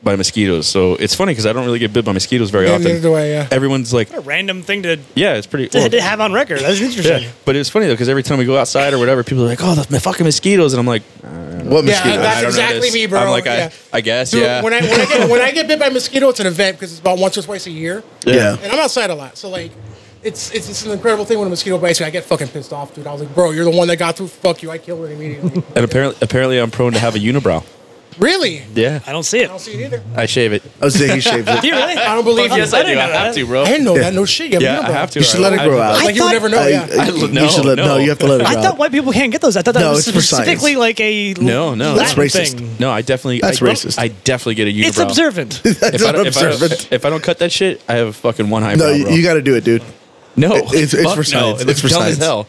Speaker 4: by mosquitoes. So it's funny because I don't really get bit by mosquitoes very
Speaker 2: Yeah,
Speaker 4: often.
Speaker 2: neither do I, yeah.
Speaker 4: Everyone's like,
Speaker 5: A random thing to,
Speaker 4: yeah, it's pretty.
Speaker 5: to,
Speaker 4: well,
Speaker 5: to have on record. That's interesting.
Speaker 4: yeah. But it's funny though, because every time we go outside or whatever, people are like, "Oh, the m- fucking mosquitoes," and I'm like,
Speaker 3: What
Speaker 2: Yeah,
Speaker 3: mosquito?
Speaker 2: that's
Speaker 4: "I don't know
Speaker 2: exactly
Speaker 4: this."
Speaker 2: me, bro.
Speaker 4: I'm like, "I,
Speaker 2: Yeah.
Speaker 4: I guess,
Speaker 2: Dude,
Speaker 4: yeah."
Speaker 2: When I when I get when I get bit by mosquito, it's an event because it's about once or twice a year,
Speaker 3: yeah.
Speaker 2: and I'm outside a lot. So like, it's it's, it's an incredible thing when a mosquito bites me. I get fucking pissed off, dude. I was like, bro, you're the one that got through. Fuck you. I killed it immediately.
Speaker 4: and apparently, apparently, I'm prone to have a unibrow.
Speaker 2: Really?
Speaker 4: Yeah,
Speaker 5: I don't see it.
Speaker 2: I don't see it either.
Speaker 4: I shave it.
Speaker 3: I was saying he shaves it.
Speaker 5: Do you really?
Speaker 2: I don't believe you.
Speaker 4: Yes, I, do.
Speaker 5: didn't
Speaker 4: I
Speaker 5: know
Speaker 4: have
Speaker 5: that.
Speaker 4: to, bro.
Speaker 2: I didn't know that. No shit. You
Speaker 4: yeah,
Speaker 2: know
Speaker 4: I
Speaker 2: that.
Speaker 4: have to.
Speaker 3: You should let it
Speaker 4: I-
Speaker 3: grow
Speaker 4: I-
Speaker 3: out.
Speaker 2: Like you would
Speaker 5: thought-
Speaker 2: never know.
Speaker 3: I-
Speaker 2: yeah.
Speaker 3: I-
Speaker 4: I-
Speaker 3: you
Speaker 4: no,
Speaker 3: should let, no.
Speaker 4: no.
Speaker 3: you have to let it
Speaker 5: I
Speaker 3: grow.
Speaker 5: thought
Speaker 3: out.
Speaker 5: white people can't get those. I thought that
Speaker 3: No,
Speaker 5: was
Speaker 3: it's for
Speaker 5: specifically
Speaker 3: science.
Speaker 5: like a
Speaker 4: No, no.
Speaker 3: That's
Speaker 5: Latin
Speaker 3: racist.
Speaker 5: thing.
Speaker 4: No, I definitely.
Speaker 3: That's
Speaker 4: I,
Speaker 3: racist.
Speaker 4: I definitely get a unibrow.
Speaker 5: It's observant.
Speaker 3: That's
Speaker 4: If I,
Speaker 3: not
Speaker 4: don't, if, I don't-
Speaker 3: observant.
Speaker 4: if I don't cut that shit, I have fucking one eyebrow.
Speaker 3: No, you,
Speaker 4: bro.
Speaker 3: got to do it, dude.
Speaker 4: no.
Speaker 3: it's- it's
Speaker 4: fuck
Speaker 3: for science.
Speaker 4: No. It
Speaker 3: It's
Speaker 4: looks
Speaker 3: for
Speaker 4: dumb
Speaker 3: science.
Speaker 4: as hell.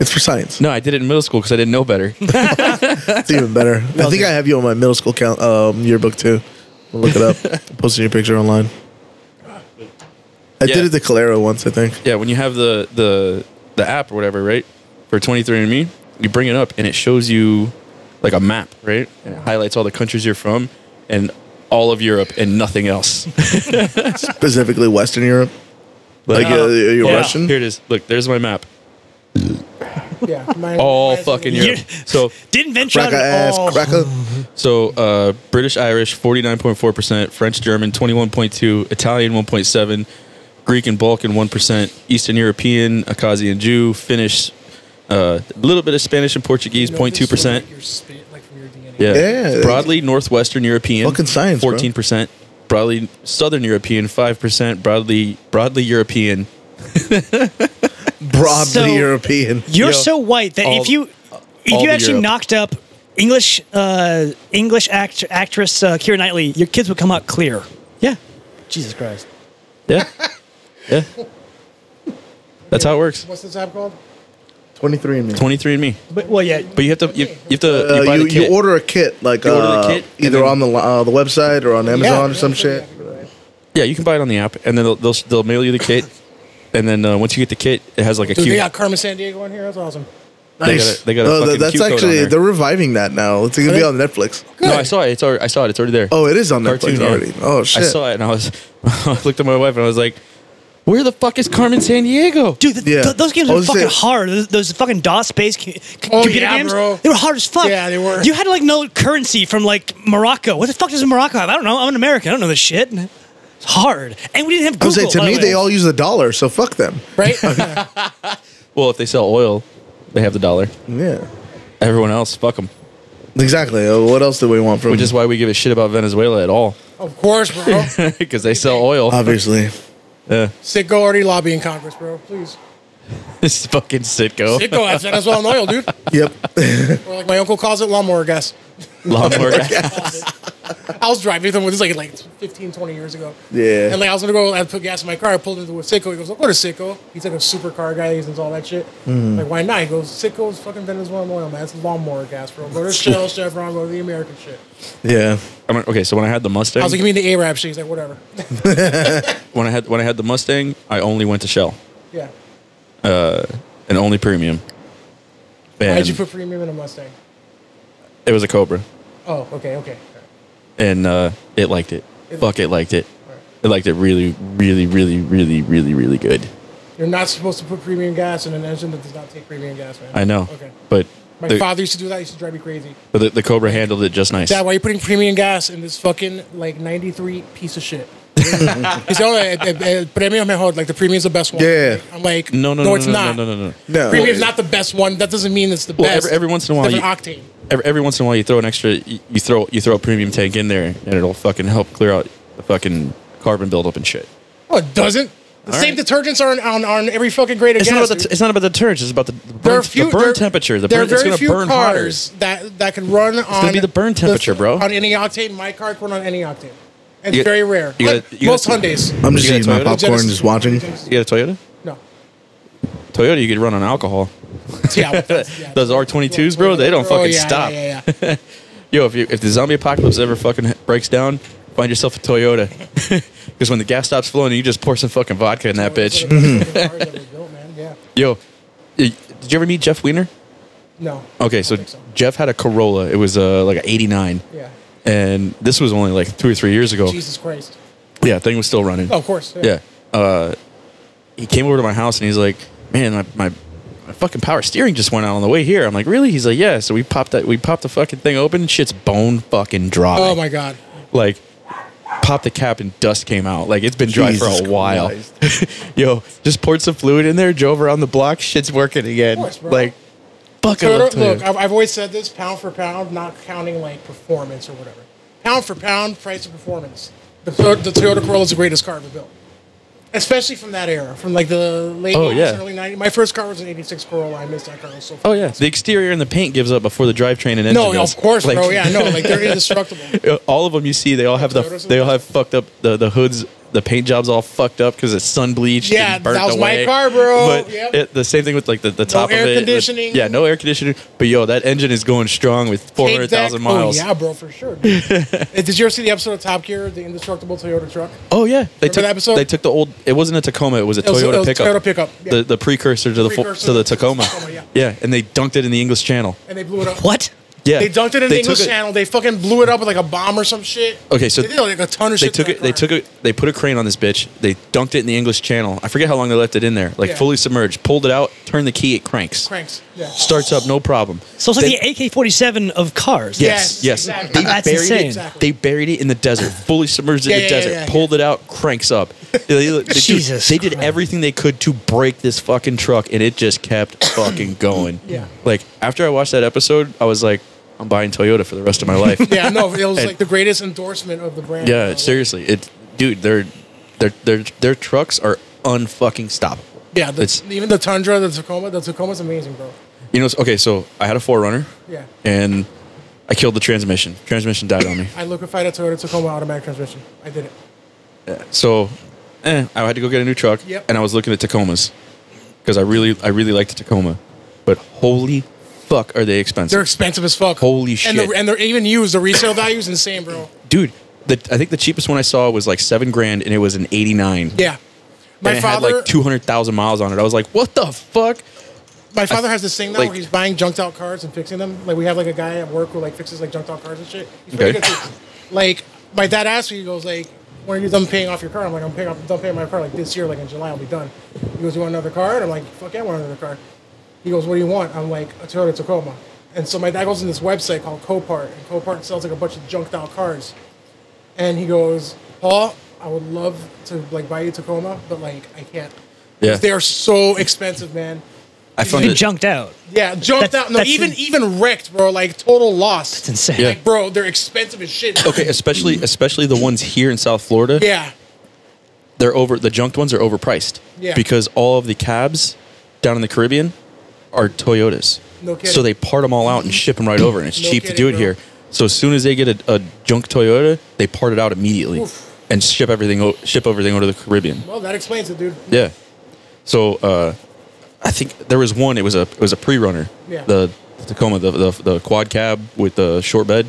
Speaker 3: It's for science.
Speaker 4: No, I did it in middle school because I didn't know better.
Speaker 3: It's even better. I think I have you on my middle school count, um, yearbook too. I'll look it up. Posting your picture online. I
Speaker 4: Yeah.
Speaker 3: did it to Calero once, I think.
Speaker 4: yeah, when you have the the the app or whatever, right? For 23andMe, you bring it up and it shows you like a map, right? And it highlights all the countries you're from and all of Europe and nothing else.
Speaker 3: Specifically Western Europe. Like
Speaker 4: uh,
Speaker 3: uh, you're
Speaker 4: yeah.
Speaker 3: Russian.
Speaker 4: Here it is. Look, there's my map.
Speaker 2: yeah. Mine-
Speaker 4: All
Speaker 2: mine's-
Speaker 4: fucking
Speaker 5: You're-
Speaker 4: Europe. So
Speaker 5: Didn't venture out
Speaker 3: Cracker
Speaker 5: at
Speaker 3: ass,
Speaker 4: Oh.
Speaker 5: all.
Speaker 3: cracker.
Speaker 4: So uh, British Irish 49.4%, French German 21.2, Italian 1.7, Greek and Balkan 1%, Eastern European, Akazian Jew, Finnish, uh, a little bit of Spanish and Portuguese
Speaker 2: You know, this
Speaker 4: 0.2%.
Speaker 2: is Like your spit, like from your DNA.
Speaker 4: yeah.
Speaker 3: Yeah.
Speaker 4: Broadly Northwestern European
Speaker 3: Fucking science, bro.
Speaker 4: 14%, broadly Southern European 5%, broadly broadly European.
Speaker 3: Broadly
Speaker 5: So-
Speaker 3: European.
Speaker 5: You're
Speaker 4: Yo,
Speaker 5: so white that
Speaker 4: all-
Speaker 5: if you if
Speaker 4: all
Speaker 5: you
Speaker 4: the
Speaker 5: actually
Speaker 4: Europe.
Speaker 5: knocked up English uh, English act- actress uh, Keira Knightley, your kids would come out clear.
Speaker 4: Yeah.
Speaker 5: Jesus Christ.
Speaker 4: Yeah. yeah. That's how it works.
Speaker 2: What's this app called?
Speaker 3: 23 and me.
Speaker 4: 23 and me.
Speaker 5: But well, yeah.
Speaker 4: But you have to you, you have to
Speaker 3: Uh,
Speaker 4: buy
Speaker 3: you,
Speaker 4: the kit.
Speaker 3: you order a kit like
Speaker 4: You order the
Speaker 3: uh,
Speaker 4: kit, and
Speaker 3: either
Speaker 4: then-
Speaker 3: on the li- uh, the website or on Amazon or some shit.
Speaker 4: Yeah, you can buy it on the app, and then they'll they'll, they'll mail you the kit, and then uh, once you get the kit, it has like a
Speaker 2: Dude,
Speaker 4: cute.
Speaker 2: they got Carmen San Diego in here. That's awesome.
Speaker 4: They got a- they got a
Speaker 3: th-
Speaker 4: fucking
Speaker 3: Uh, that's
Speaker 4: Q code on
Speaker 3: actually
Speaker 4: there.
Speaker 3: they're reviving that now. It's gonna be
Speaker 2: they?
Speaker 3: on Netflix.
Speaker 4: no, I saw it. It's already, I saw it. It's already there.
Speaker 3: Oh, it is on Netflix
Speaker 4: yeah.
Speaker 3: already. Oh shit!
Speaker 4: I saw it, and I was I looked at my wife, and I was like, "Where the fuck is Carmen San Diego?"
Speaker 5: Dude, th-
Speaker 3: Yeah.
Speaker 5: th- those games
Speaker 3: I
Speaker 5: were
Speaker 3: was
Speaker 5: fucking
Speaker 3: saying-
Speaker 5: hard. Those, those fucking DOS based c- c-
Speaker 2: Oh,
Speaker 5: computer
Speaker 2: yeah,
Speaker 5: games,
Speaker 2: bro.
Speaker 5: they were hard as fuck.
Speaker 2: Yeah, they were.
Speaker 5: You had to like know currency from like Morocco. What the fuck does Morocco have? I don't know. I'm an American. I don't know this shit. It's hard. And we didn't have
Speaker 3: I
Speaker 5: Google.
Speaker 3: was saying to
Speaker 5: by the
Speaker 3: me
Speaker 5: way.
Speaker 3: they all use the dollar, so fuck them.
Speaker 2: Right?
Speaker 4: Well, if they sell oil, they have the dollar.
Speaker 3: Yeah,
Speaker 4: Everyone else, fuck them.
Speaker 3: exactly. Uh, what else do we want from?
Speaker 4: Which is why we give a shit about Venezuela at all,
Speaker 2: of course, bro.
Speaker 4: because they sell oil.
Speaker 3: obviously.
Speaker 2: Sitco already lobbying Congress, bro. Please.
Speaker 4: it's fucking Sitco.
Speaker 2: Sitco has Venezuelan oil, dude.
Speaker 3: Yep.
Speaker 2: Or like my uncle calls it lawnmower gas.
Speaker 4: Lawnmower.
Speaker 2: I was driving them with this like like 15, 20 years ago.
Speaker 3: Yeah.
Speaker 2: And like I was gonna go and put gas in my car. I pulled into a Sitco. He goes, "Go to Sitco." He's like a super car guy. He's into all that shit.
Speaker 4: Mm-hmm.
Speaker 2: Like why not? He goes, "Sitco is fucking Venezuelan oil, man. It's lawnmower gas, bro. Go to Shell, Chevron, go to the American shit."
Speaker 3: yeah.
Speaker 4: I'm like, okay, so when I had the Mustang,
Speaker 2: I was like, "You mean the Arab shit?" He's like, "Whatever."
Speaker 4: when I had when I had the Mustang, I only went to Shell
Speaker 2: yeah.
Speaker 4: and only premium.
Speaker 2: Why'd
Speaker 4: And
Speaker 2: you put premium in a Mustang?
Speaker 4: it was a Cobra.
Speaker 2: Oh, okay, okay.
Speaker 4: and uh, it liked it.
Speaker 2: It-
Speaker 4: Fuck, it liked it.
Speaker 2: Alright.
Speaker 4: It liked it really, really, really, really, really, really good.
Speaker 2: You're not supposed to put premium gas in an engine that does not take premium gas, man.
Speaker 4: I know,
Speaker 2: Okay.
Speaker 4: but
Speaker 2: My
Speaker 4: the,
Speaker 2: father used to do that. He used to drive me crazy.
Speaker 4: but the, the Cobra handled it just nice.
Speaker 2: Dad, why are you putting premium gas in this fucking like '93 piece of shit? He's all like, eh, eh, premium mejor, like the premium's the best one.
Speaker 3: Yeah.
Speaker 2: I'm like,
Speaker 4: no, no, no,
Speaker 2: no,
Speaker 4: no,
Speaker 2: it's
Speaker 4: no,
Speaker 2: not.
Speaker 4: no, no, no, no.
Speaker 3: No.
Speaker 2: Premium's not the best one. That doesn't mean it's the
Speaker 4: Well,
Speaker 2: best.
Speaker 4: every- every once in a while
Speaker 2: Different octane.
Speaker 4: Every, every once in a while, you throw an extra, you, you throw you throw a premium tank in there, and it'll fucking help clear out the fucking carbon buildup and shit.
Speaker 2: Oh, it doesn't. The
Speaker 4: All
Speaker 2: same
Speaker 4: right.
Speaker 2: detergents are on, on, on every fucking grade of
Speaker 4: It's not
Speaker 2: gas.
Speaker 4: about the,
Speaker 2: dude.
Speaker 4: it's not about the turns. It's about the, the
Speaker 2: there
Speaker 4: burn,
Speaker 2: are few
Speaker 4: the burn
Speaker 2: there-
Speaker 4: temperature. The
Speaker 2: there are
Speaker 4: burn, it's
Speaker 2: very
Speaker 4: gonna
Speaker 2: few
Speaker 4: burn hotter.
Speaker 2: cars that that can run on.
Speaker 4: be the burn temperature, bro.
Speaker 2: On any octane, my car can run on any octane. It's
Speaker 4: You-
Speaker 2: very rare.
Speaker 4: you gotta-
Speaker 2: Like
Speaker 4: you
Speaker 2: most
Speaker 4: gotta-
Speaker 2: Hyundai's.
Speaker 3: I'm just
Speaker 4: You got
Speaker 3: eating my
Speaker 4: Toyota?
Speaker 3: popcorn,
Speaker 2: Genesis.
Speaker 3: just watching.
Speaker 4: You got a Toyota?
Speaker 2: No.
Speaker 4: Toyota, you could run on alcohol.
Speaker 2: Yeah, yeah.
Speaker 4: Those R22s, bro, they don't
Speaker 2: Oh,
Speaker 4: fucking
Speaker 2: yeah,
Speaker 4: stop.
Speaker 2: Yeah, yeah, yeah.
Speaker 4: Yo, if, you, if the zombie apocalypse ever fucking breaks down, find yourself a Toyota. Because when the gas stops flowing, you just pour some fucking vodka in that bitch.
Speaker 2: bitch.
Speaker 4: Yo, y- did you ever meet Jeff Wiener?
Speaker 2: No.
Speaker 4: Okay, so,
Speaker 2: I don't think so.
Speaker 4: Jeff had a Corolla. It was uh, like an 89.
Speaker 2: Yeah.
Speaker 4: And this was only like two or three years ago.
Speaker 2: Jesus Christ.
Speaker 4: Yeah, thing was still running.
Speaker 2: Oh, of course.
Speaker 4: Yeah. Uh, he came over to my house and he's like, "Man, my, my my fucking power steering just went out on the way here." I'm like, "Really?" He's like, "Yeah." So we popped that we popped the fucking thing open. Shit's bone fucking dry.
Speaker 2: Oh my God.
Speaker 4: Like, popped the cap and dust came out. Like it's been dry for
Speaker 3: Jesus
Speaker 4: a while. Yo, just poured some fluid in there. Drove around the block. Shit's working again.
Speaker 2: Of course, bro.
Speaker 4: like, fuck I
Speaker 2: Toto-
Speaker 4: love Toyota.
Speaker 2: look, I've, I've always said this pound for pound, not counting like performance or whatever. Pound for pound, price to performance. The, Toy- the Toyota Corolla is the greatest car ever built, especially from that era, from like the late
Speaker 4: Oh,
Speaker 2: 80s,
Speaker 4: yeah.
Speaker 2: early 90s. My first car was an '86 Corolla. I missed that car. It was so
Speaker 4: oh yeah, the exterior and the paint gives up before the drivetrain and engine.
Speaker 2: no,
Speaker 4: does.
Speaker 2: of course,
Speaker 4: Like-
Speaker 2: bro. Yeah, no, like they're indestructible.
Speaker 4: Uh, all of them you see, they all have the
Speaker 2: Toyotas and
Speaker 4: they all have fucked up the the hoods. The paint job's all fucked up because it's sun bleached.
Speaker 2: Yeah,
Speaker 4: and burnt
Speaker 2: that was my
Speaker 4: away.
Speaker 2: car, bro.
Speaker 4: But
Speaker 2: Yep.
Speaker 4: it, the same thing with like the, the top
Speaker 2: air
Speaker 4: of it. the-
Speaker 2: conditioning.
Speaker 4: yeah, no air conditioning. But yo, that engine is going strong with four
Speaker 2: Take
Speaker 4: hundred
Speaker 2: that-
Speaker 4: thousand miles.
Speaker 2: Oh yeah, bro, for sure. dude. Hey, Did you ever see the episode of Top Gear, the indestructible Toyota truck?
Speaker 4: Oh, yeah. they
Speaker 2: Remember
Speaker 4: took
Speaker 2: that episode?
Speaker 4: they took the old. It wasn't a Tacoma. It was a
Speaker 2: was-
Speaker 4: Toyota
Speaker 2: it was
Speaker 4: pickup.
Speaker 2: Toyota pickup, yeah.
Speaker 4: The the precursor to the fo-
Speaker 2: Precursor
Speaker 4: to the
Speaker 2: to the
Speaker 4: Tacoma.
Speaker 2: Tacoma, yeah.
Speaker 4: and they dunked it in the English Channel.
Speaker 2: And they blew it up.
Speaker 5: What?
Speaker 4: Yeah,
Speaker 2: They dunked it in the
Speaker 4: They took
Speaker 2: English Channel. They fucking blew it up with like a bomb or some shit.
Speaker 4: Okay, so
Speaker 2: they did like a ton of
Speaker 4: they
Speaker 2: shit. to
Speaker 4: took
Speaker 2: that
Speaker 4: it. They
Speaker 2: car.
Speaker 4: took it. They put a crane on this bitch. They dunked it in the English Channel. I forget how long they left it in there, like
Speaker 2: Yeah.
Speaker 4: fully submerged. Pulled it out, turned the key, it cranks.
Speaker 2: cranks. Yeah.
Speaker 4: Starts up, no problem.
Speaker 5: So it's like
Speaker 4: Then-
Speaker 5: the AK 47 of cars.
Speaker 4: Yes,
Speaker 2: Yes,
Speaker 4: yes.
Speaker 2: exactly.
Speaker 4: They
Speaker 5: That's
Speaker 4: buried
Speaker 5: insane.
Speaker 4: it.
Speaker 2: Exactly.
Speaker 4: They buried it in the desert, fully submerged in
Speaker 2: Yeah,
Speaker 4: the
Speaker 2: yeah, yeah,
Speaker 4: desert.
Speaker 2: yeah, yeah.
Speaker 4: pulled it out, cranks up. They, they- dude,
Speaker 5: Jesus
Speaker 4: They did
Speaker 5: Christ.
Speaker 4: everything they could to break this fucking truck, and it just kept fucking going.
Speaker 2: Yeah.
Speaker 4: Like after I watched that episode, I was like, I'm buying Toyota for the rest of my life.
Speaker 2: Yeah, no, it was
Speaker 4: And-
Speaker 2: like the greatest endorsement of the brand.
Speaker 4: Yeah,
Speaker 2: Uh,
Speaker 4: it's- seriously, it, dude, their their their their trucks are unfucking stoppable.
Speaker 2: Yeah, the,
Speaker 4: it's
Speaker 2: even the Tundra, the Tacoma, the Tacoma's amazing, bro.
Speaker 4: you know. it's- Okay, so I had a Forerunner.
Speaker 2: Yeah.
Speaker 4: And I killed the transmission. Transmission died on me.
Speaker 2: I liquefied a Toyota Tacoma automatic transmission. I did it.
Speaker 4: So, eh, I had to go get a new truck.
Speaker 2: Yep.
Speaker 4: And I was looking at Tacomas because I really I really liked the Tacoma, but holy fuck, are they expensive?
Speaker 2: They're expensive as fuck.
Speaker 4: Holy
Speaker 2: and
Speaker 4: shit.
Speaker 2: The, and they're even used. The resale value is insane, bro.
Speaker 4: dude. The, I think the cheapest one I saw was like seven grand, and it was an eighty nine.
Speaker 2: Yeah.
Speaker 4: and
Speaker 2: My
Speaker 4: it
Speaker 2: father,
Speaker 4: had like two hundred thousand miles on it. I was like, what the fuck?
Speaker 2: my father has this thing now
Speaker 4: like-
Speaker 2: where he's buying junked out cars and fixing them. Like we have like a guy at work who like fixes like junked out cars and shit. He's pretty good
Speaker 4: Okay.
Speaker 2: too. Like my dad asked me, he goes like, "When are you done paying off your car?" I'm like, "I'm paying off, done paying my car like this year, like in July, I'll be done." He goes, "You want another car?" And I'm like, "Fuck yeah, I want another car." He goes, "What do you want?" I'm like, "A Toyota Tacoma." And so my dad goes on this website called Copart, and Copart sells like a bunch of junked out cars. And he goes, "Paul, I would love to like buy you a Tacoma, but like I can't.
Speaker 4: Yeah.
Speaker 2: They are so expensive, man."
Speaker 4: I found
Speaker 5: Been
Speaker 4: it.
Speaker 5: junked out.
Speaker 2: Yeah, jumped
Speaker 5: That's-
Speaker 2: out. No,
Speaker 5: that's
Speaker 2: even
Speaker 5: in-
Speaker 2: even wrecked, bro. Like total loss. That's
Speaker 5: insane. Yeah.
Speaker 2: Like, bro, they're expensive as shit.
Speaker 4: Okay, especially especially the ones here in South Florida.
Speaker 2: Yeah.
Speaker 4: they're over the junked ones are overpriced.
Speaker 2: Yeah.
Speaker 4: Because all of the cabs down in the Caribbean are Toyotas.
Speaker 2: No kidding.
Speaker 4: So they part them all out and ship them right over, and it's
Speaker 2: No
Speaker 4: cheap to
Speaker 2: kidding,
Speaker 4: do it
Speaker 2: bro.
Speaker 4: here. So as soon as they get a, a junk Toyota, they part it out immediately
Speaker 2: Oof.
Speaker 4: and ship everything o- ship everything over to the Caribbean.
Speaker 2: Well, that explains it, dude.
Speaker 4: Yeah. So uh, I think there was one. It was a it was a pre runner.
Speaker 2: Yeah.
Speaker 4: The Tacoma, the, the the quad cab with the short bed,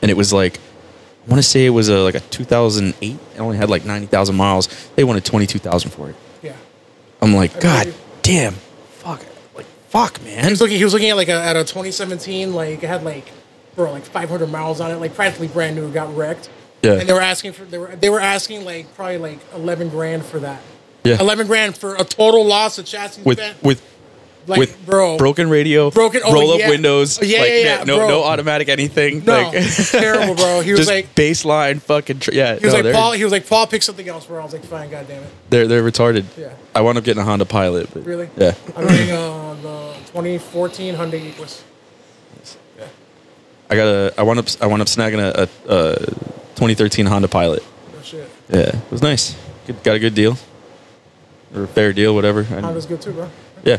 Speaker 4: and it was like I want to say it was a, like a 2008. It only had like 90,000 miles. They wanted 22,000 for it.
Speaker 2: Yeah.
Speaker 4: I'm like, God
Speaker 2: believe
Speaker 4: damn, fuck, like fuck, man.
Speaker 2: He was looking. He was looking at like a, at a 2017. Like it had like, bro, like 500 miles on it. Like practically brand new. Got wrecked.
Speaker 4: Yeah.
Speaker 2: And they were asking for they were they were asking like probably like 11 grand for that.
Speaker 4: Yeah.
Speaker 2: 11 grand for a total loss of chassis.
Speaker 4: With
Speaker 2: spent.
Speaker 4: with
Speaker 2: like
Speaker 4: with
Speaker 2: bro
Speaker 4: broken radio,
Speaker 2: Broken- oh,
Speaker 4: roll up
Speaker 2: yeah.
Speaker 4: windows,
Speaker 2: Yeah,
Speaker 4: like,
Speaker 2: yeah, yeah,
Speaker 4: no
Speaker 2: bro.
Speaker 4: no automatic anything.
Speaker 2: No,
Speaker 4: like,
Speaker 2: it's terrible, bro. He was
Speaker 4: just
Speaker 2: like-
Speaker 4: baseline fucking tr- yeah.
Speaker 2: He was
Speaker 4: no,
Speaker 2: like
Speaker 4: they're-
Speaker 2: Paul. He was like Paul. Pick something else, bro. I was like, fine, goddamn it.
Speaker 4: They're they're retarded.
Speaker 2: Yeah.
Speaker 4: I wound up getting a Honda Pilot. But
Speaker 2: Really?
Speaker 4: Yeah.
Speaker 2: I'm running uh, the 2014 Hyundai Equus.
Speaker 4: I got a. I wound up. I wound up snagging a, a, a 2013 Honda Pilot.
Speaker 2: Oh shit.
Speaker 4: Yeah, it was nice. Good, got a good deal, or a fair deal, whatever. I don't-
Speaker 2: Honda's good too, bro.
Speaker 4: yeah.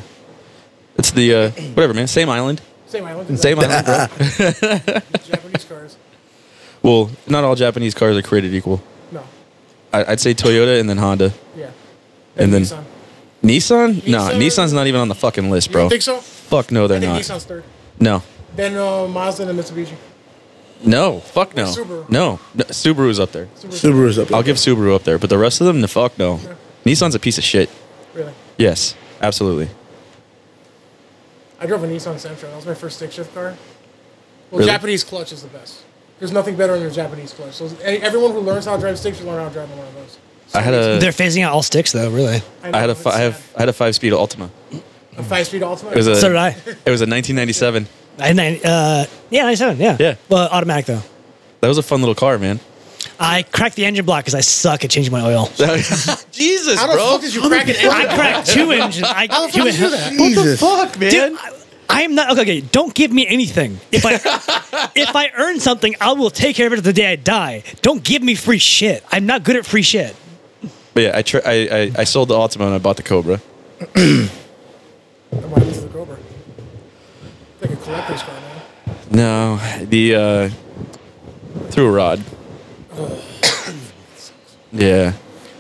Speaker 4: It's the uh, whatever, man. Same island.
Speaker 2: Same island.
Speaker 4: Same island. Bro.
Speaker 2: Japanese cars.
Speaker 4: Well, not all Japanese cars are created equal.
Speaker 2: No.
Speaker 4: I, I'd say Toyota and then Honda
Speaker 2: Yeah.
Speaker 4: and then
Speaker 2: Nissan.
Speaker 4: Nissan. Nah,
Speaker 2: Nissan-
Speaker 4: Nissan's not even on the fucking list,
Speaker 2: You
Speaker 4: bro.
Speaker 2: don't think so?
Speaker 4: Fuck no,
Speaker 2: I
Speaker 4: they're
Speaker 2: think
Speaker 4: not.
Speaker 2: Nissan's third.
Speaker 4: No,
Speaker 2: Then uh, Mazda and Mitsubishi.
Speaker 4: no, fuck no.
Speaker 2: Subaru.
Speaker 4: No, no, Subaru's up there.
Speaker 3: Subaru's up. there.
Speaker 4: I'll give Subaru up there, but the rest of them, the fuck no. Nissan's a piece of shit.
Speaker 2: Really.
Speaker 4: Yes, absolutely.
Speaker 2: I drove a Nissan Sentra. That was my first stick shift car. Well,
Speaker 4: Really?
Speaker 2: Japanese clutch is the best. There's nothing better than a Japanese clutch. So any- everyone who learns how to drive stick should learn how to drive one of those.
Speaker 4: I had a,
Speaker 5: They're phasing out all sticks, though, really.
Speaker 4: I had a,
Speaker 2: know,
Speaker 4: fi- I
Speaker 2: it's
Speaker 4: have, I had a five-speed Altima.
Speaker 2: sad. a five-speed Altima.
Speaker 4: It was a,
Speaker 5: So did I.
Speaker 4: It was a 1997.
Speaker 5: I, uh, yeah, 97, yeah.
Speaker 4: Yeah.
Speaker 5: Well, automatic, though.
Speaker 4: That was a fun little car, man.
Speaker 5: I cracked the engine block because I suck at changing my oil.
Speaker 4: Jesus,
Speaker 2: how the
Speaker 4: bro.
Speaker 2: fuck did you crack an
Speaker 5: I
Speaker 2: engine?
Speaker 5: cracked two engines. I,
Speaker 2: How the fuck did you do that?
Speaker 3: Jesus.
Speaker 4: fuck, man?
Speaker 5: Dude, I, I am not okay, okay. Don't give me anything. If I if I earn something, I will take care of it the day I die. Don't give me free shit. I'm not good at free shit.
Speaker 4: But yeah, I, tr- I, I I sold the Altima and I bought the Cobra.
Speaker 2: That reminds me of the Cobra. It's like a collector's car now.
Speaker 4: No, the uh, through a rod. yeah.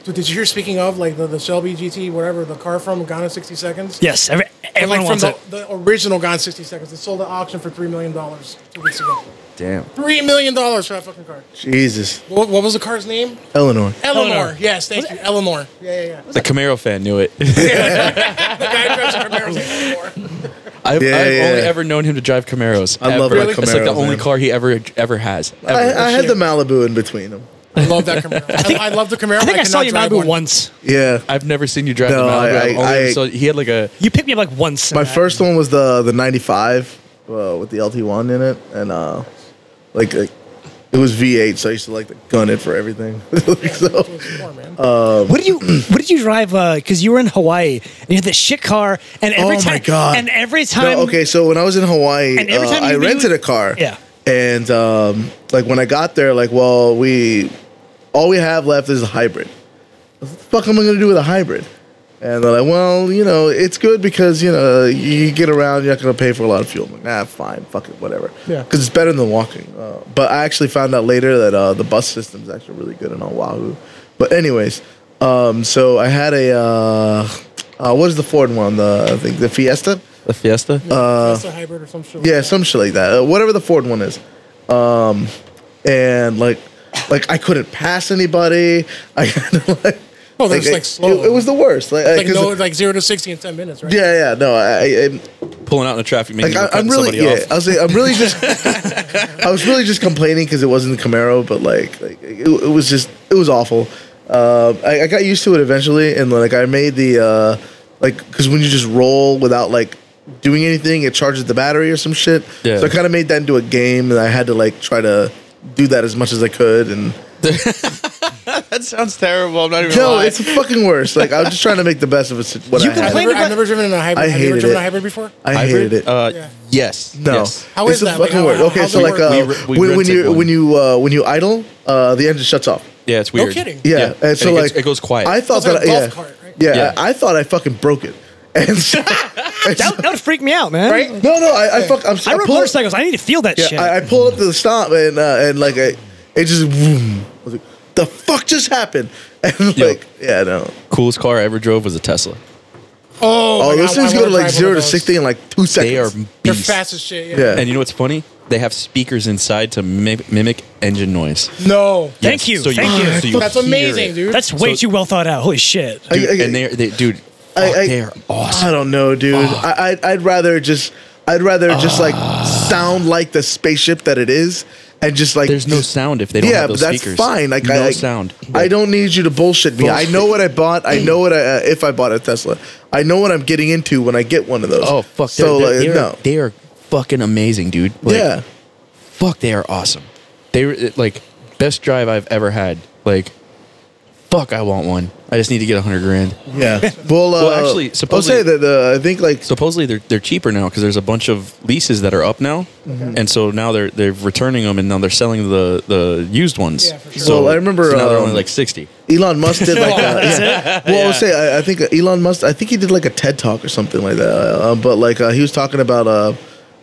Speaker 2: Dude, did you hear? Speaking of like the, the Shelby GT, whatever the car from Gone in sixty seconds.
Speaker 5: Yes, every,
Speaker 2: But,
Speaker 5: everyone
Speaker 2: like from
Speaker 5: wants
Speaker 2: the,
Speaker 5: it.
Speaker 2: the original Gone in sixty seconds. It sold at auction for three million dollars two weeks ago.
Speaker 4: Damn.
Speaker 2: Three million dollars for that fucking car.
Speaker 3: Jesus,
Speaker 2: What, what was the car's name?
Speaker 3: Eleanor.
Speaker 2: Eleanor.
Speaker 5: Eleanor.
Speaker 2: Yes, thank you. Eleanor. Yeah, yeah, yeah.
Speaker 4: The Camaro fan knew it.
Speaker 2: The guy who drives a Camaro's Eleanor.
Speaker 4: I've,
Speaker 3: Yeah,
Speaker 4: I've
Speaker 3: yeah.
Speaker 4: only ever known him to drive Camaros.
Speaker 3: I love
Speaker 4: ever.
Speaker 3: my
Speaker 4: It's like the
Speaker 3: Camaros,
Speaker 4: only
Speaker 3: man.
Speaker 4: car he ever ever has. Ever.
Speaker 3: I, I had the Malibu in between them.
Speaker 2: I love that Camaro. I, I love the Camaro.
Speaker 5: I think I,
Speaker 2: cannot
Speaker 5: saw you in
Speaker 2: drive
Speaker 5: Malibu
Speaker 2: one.
Speaker 5: once.
Speaker 3: Yeah,
Speaker 4: I've never seen you drive
Speaker 3: No,
Speaker 4: the Malibu.
Speaker 3: I-
Speaker 4: I've
Speaker 3: I-
Speaker 4: only
Speaker 3: I-
Speaker 4: so he had like a
Speaker 5: You picked me up like once. Uh, in
Speaker 3: my
Speaker 5: that.
Speaker 3: first one was the the '95 uh, with the LT1 in it, and uh, like, like it was V8, so I used to like gun it for everything. Like, so,
Speaker 2: Come on, man.
Speaker 5: What did you What did you drive? Because you were in Hawaii and you had this shit car. And every
Speaker 3: Oh
Speaker 5: time,
Speaker 3: my God.
Speaker 5: And every time,
Speaker 3: No, okay, so when I was in Hawaii,
Speaker 5: And every
Speaker 3: uh,
Speaker 5: time
Speaker 3: I
Speaker 5: you knew-
Speaker 3: rented a car.
Speaker 5: Yeah.
Speaker 3: And um, like when I got there, like, well, we all we have left is a hybrid. What the fuck am I gonna do with a hybrid? And they're like, well, you know, it's good because you know you get around. You're not gonna pay for a lot of fuel. I'm like, nah, fine, fuck it, whatever.
Speaker 2: Yeah.
Speaker 3: Because it's better than walking. Uh, but I actually found out later that uh, the bus system's actually really good in Oahu. But anyways, um, so I had a uh, uh, what is the Ford one? The I think the Fiesta.
Speaker 4: the Fiesta.
Speaker 3: Uh,
Speaker 2: That's a hybrid or some shit. like
Speaker 3: Yeah,
Speaker 2: that.
Speaker 3: some shit like that. Uh, whatever the Ford one is. Um, and like, like I couldn't pass anybody. I had to like.
Speaker 2: Oh, that's, like, slow.
Speaker 3: It, it was the worst. Like,
Speaker 2: like
Speaker 3: uh, 'cause-
Speaker 2: no, like zero to sixty in ten minutes, right?
Speaker 3: yeah, yeah, no. I, I,
Speaker 4: Pulling out in the traffic, making
Speaker 3: like, I,
Speaker 4: cutting
Speaker 3: I'm really,
Speaker 4: somebody
Speaker 3: yeah.
Speaker 4: off.
Speaker 3: I was, like, I'm really just, I was really just complaining because it wasn't the Camaro, but like, like it, it was just, it was awful. Uh, I, I got used to it eventually, and like I made the, uh, like, because when you just roll without like doing anything, it charges the battery or some shit.
Speaker 4: Yeah.
Speaker 3: So I kind of made that into a game, and I had to like try to do that as much as I could, and
Speaker 4: That sounds terrible. I'm not even.
Speaker 3: no,
Speaker 4: lying.
Speaker 3: it's fucking worse. Like I was just trying to make the best of it. What
Speaker 5: You
Speaker 3: I
Speaker 5: can
Speaker 3: had.
Speaker 2: I've
Speaker 5: play-
Speaker 2: never, I've
Speaker 5: about-
Speaker 2: never driven in a hybrid.
Speaker 3: I
Speaker 2: Have you ever
Speaker 3: hated
Speaker 2: driven
Speaker 3: it.
Speaker 2: a hybrid before?
Speaker 3: I
Speaker 4: Hybrid?
Speaker 3: hated it.
Speaker 4: Uh,
Speaker 2: Yeah.
Speaker 4: Yes.
Speaker 3: No.
Speaker 4: Yes.
Speaker 2: How
Speaker 3: It's
Speaker 2: is
Speaker 3: the
Speaker 2: that? Like,
Speaker 3: fucking
Speaker 2: how-
Speaker 3: worst.
Speaker 2: how-
Speaker 3: Okay,
Speaker 2: how's
Speaker 3: so
Speaker 2: it
Speaker 3: like
Speaker 2: work?
Speaker 3: uh,
Speaker 4: We re-
Speaker 3: when,
Speaker 4: we
Speaker 3: when
Speaker 4: rented
Speaker 3: you
Speaker 4: one.
Speaker 3: when you uh, when you idle, uh, the engine shuts off.
Speaker 4: Yeah, it's weird.
Speaker 2: kidding.
Speaker 3: Yeah,
Speaker 4: and
Speaker 3: and so
Speaker 4: it
Speaker 3: like
Speaker 4: gets- it goes quiet.
Speaker 3: I thought
Speaker 2: Sounds like
Speaker 3: that
Speaker 2: a golf
Speaker 3: yeah,
Speaker 2: cart, right?
Speaker 3: yeah,
Speaker 4: Yeah.
Speaker 3: I, I thought I fucking broke it. And so, and so-
Speaker 5: that, that would freak me out, man.
Speaker 2: Right?
Speaker 3: no, no, I, I fuck. I'm,
Speaker 5: I rode
Speaker 3: pulled,
Speaker 5: motorcycles. I need to feel that shit.
Speaker 3: yeah, I, I pulled up to the stop and uh, and like I, it just boom. I was like, the fuck just happened? And
Speaker 4: Yeah.
Speaker 3: like yeah, no.
Speaker 4: Coolest car I ever drove was a Tesla.
Speaker 2: Oh,
Speaker 3: Oh,
Speaker 2: my God,
Speaker 3: those things
Speaker 2: I
Speaker 3: go to
Speaker 2: wanna
Speaker 3: like
Speaker 2: drive
Speaker 3: zero
Speaker 2: one
Speaker 3: to
Speaker 2: of those.
Speaker 3: sixty in like two
Speaker 4: They are
Speaker 3: seconds.
Speaker 2: They're
Speaker 4: beasts.
Speaker 2: fast as shit.
Speaker 3: Yeah.
Speaker 2: Yeah.
Speaker 4: And you know what's funny? They have speakers inside to mim- mimic engine noise.
Speaker 2: No.
Speaker 5: Thank you, thank you.
Speaker 2: That's
Speaker 4: hear
Speaker 2: amazing,
Speaker 4: it.
Speaker 2: dude.
Speaker 5: That's way
Speaker 4: So-
Speaker 5: too well thought out. Holy shit.
Speaker 4: Dude,
Speaker 3: I- I-
Speaker 4: and they're, they, dude,
Speaker 3: I-
Speaker 4: fuck,
Speaker 3: I-
Speaker 4: they are awesome.
Speaker 3: I don't know, dude. I, I'd, I'd rather just I'd rather just like
Speaker 4: Ah.
Speaker 3: sound like the spaceship that it is, and just like
Speaker 4: There's no
Speaker 3: just-
Speaker 4: sound if they don't
Speaker 3: yeah,
Speaker 4: have those
Speaker 3: but that's
Speaker 4: speakers.
Speaker 3: fine. Like
Speaker 4: no
Speaker 3: I, like,
Speaker 4: sound.
Speaker 3: I don't need you to bullshit me. I know what I bought. I know what I uh, if I bought a Tesla. I know what I'm getting into when I get one of those.
Speaker 4: Oh fuck! They're,
Speaker 3: So
Speaker 4: they're,
Speaker 3: like,
Speaker 4: they're,
Speaker 3: no.
Speaker 4: they are fucking amazing, dude. Like,
Speaker 3: yeah.
Speaker 4: Fuck, they are awesome. They were it- like best drive I've ever had. Like, fuck, I want one. I just need to get a hundred grand.
Speaker 3: Yeah. Well, uh,
Speaker 4: Well, actually,
Speaker 3: I'll
Speaker 4: supposedly-
Speaker 3: say that uh, I think like
Speaker 4: Supposedly they're they're cheaper now because there's a bunch of leases that are up now, and so now they're they're returning them and now they're selling the the used ones.
Speaker 2: Yeah, for sure.
Speaker 4: So
Speaker 3: Well, I remember,
Speaker 4: so now they're
Speaker 3: um,
Speaker 4: only like sixty.
Speaker 3: Elon Musk did like a, yeah. well, I'll say I, I think Elon Musk. I think he did like a TED talk or something like that. Uh, but like uh, he was talking about uh,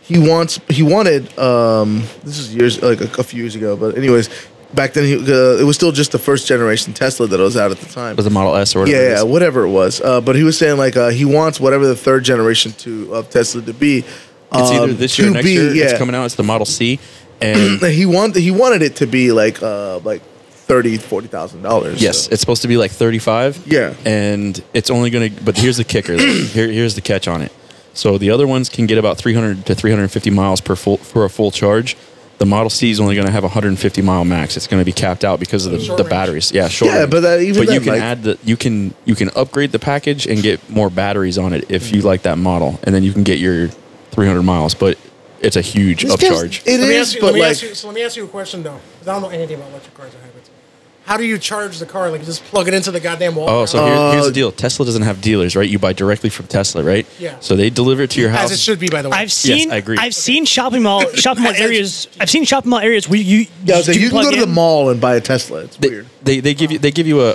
Speaker 3: he wants he wanted um, this is years like a, a few years ago. But anyways, back then he, uh, it was still just the first generation Tesla that was out at the time.
Speaker 4: Was a Model S or whatever? it
Speaker 3: Yeah, yeah,
Speaker 4: is.
Speaker 3: whatever it was. Uh, but he was saying like uh, he wants whatever the third generation to of Tesla to be.
Speaker 4: It's either
Speaker 3: um,
Speaker 4: this year or
Speaker 3: to
Speaker 4: next
Speaker 3: be-
Speaker 4: year.
Speaker 3: yeah.
Speaker 4: It's coming out. It's the Model C, and
Speaker 3: He wanted he wanted it to be like uh, like thirty forty thousand dollars.
Speaker 4: yes, it's supposed to be like thirty-five.
Speaker 3: Yeah.
Speaker 4: and it's only going to. But here's the kicker. though. Here, here's the catch on it. So the other ones can get about three hundred to three hundred fifty miles per full for a full charge. The Model C is only going to have 150 mile max. It's going to be capped out because of the,
Speaker 2: Short
Speaker 4: the
Speaker 2: range.
Speaker 4: batteries. Yeah, short.
Speaker 3: Yeah,
Speaker 4: range.
Speaker 3: but that- even
Speaker 4: but you
Speaker 3: then,
Speaker 4: can
Speaker 3: like-
Speaker 4: add the you can you can upgrade the package and get more batteries on it if
Speaker 3: Mm.
Speaker 4: you like that model, and then you can get your 300 miles. But it's a huge
Speaker 3: It's just-
Speaker 4: upcharge.
Speaker 3: It
Speaker 2: Let me
Speaker 3: is,
Speaker 2: ask you,
Speaker 3: but
Speaker 2: let me
Speaker 3: like
Speaker 2: ask you, so let me ask you a question though, because I don't know anything about electric cars or hybrids. how do you charge the car? Like, you just plug it into the goddamn wall.
Speaker 4: Oh, so
Speaker 2: Or-
Speaker 4: here, here's the deal. Tesla doesn't have dealers, right? You buy directly from Tesla, right?
Speaker 2: Yeah.
Speaker 4: So they deliver it to your house.
Speaker 2: as it should be, by the way.
Speaker 5: I've seen.
Speaker 4: I agree.
Speaker 5: I've seen shopping mall shopping mall
Speaker 2: As I-
Speaker 5: areas. I've seen shopping mall areas where you
Speaker 3: Yeah, I was like,
Speaker 5: do
Speaker 3: you can
Speaker 5: plug
Speaker 3: go to the
Speaker 5: in.
Speaker 3: mall and buy a Tesla. It's
Speaker 4: They,
Speaker 3: weird.
Speaker 4: they, they give you they give you a,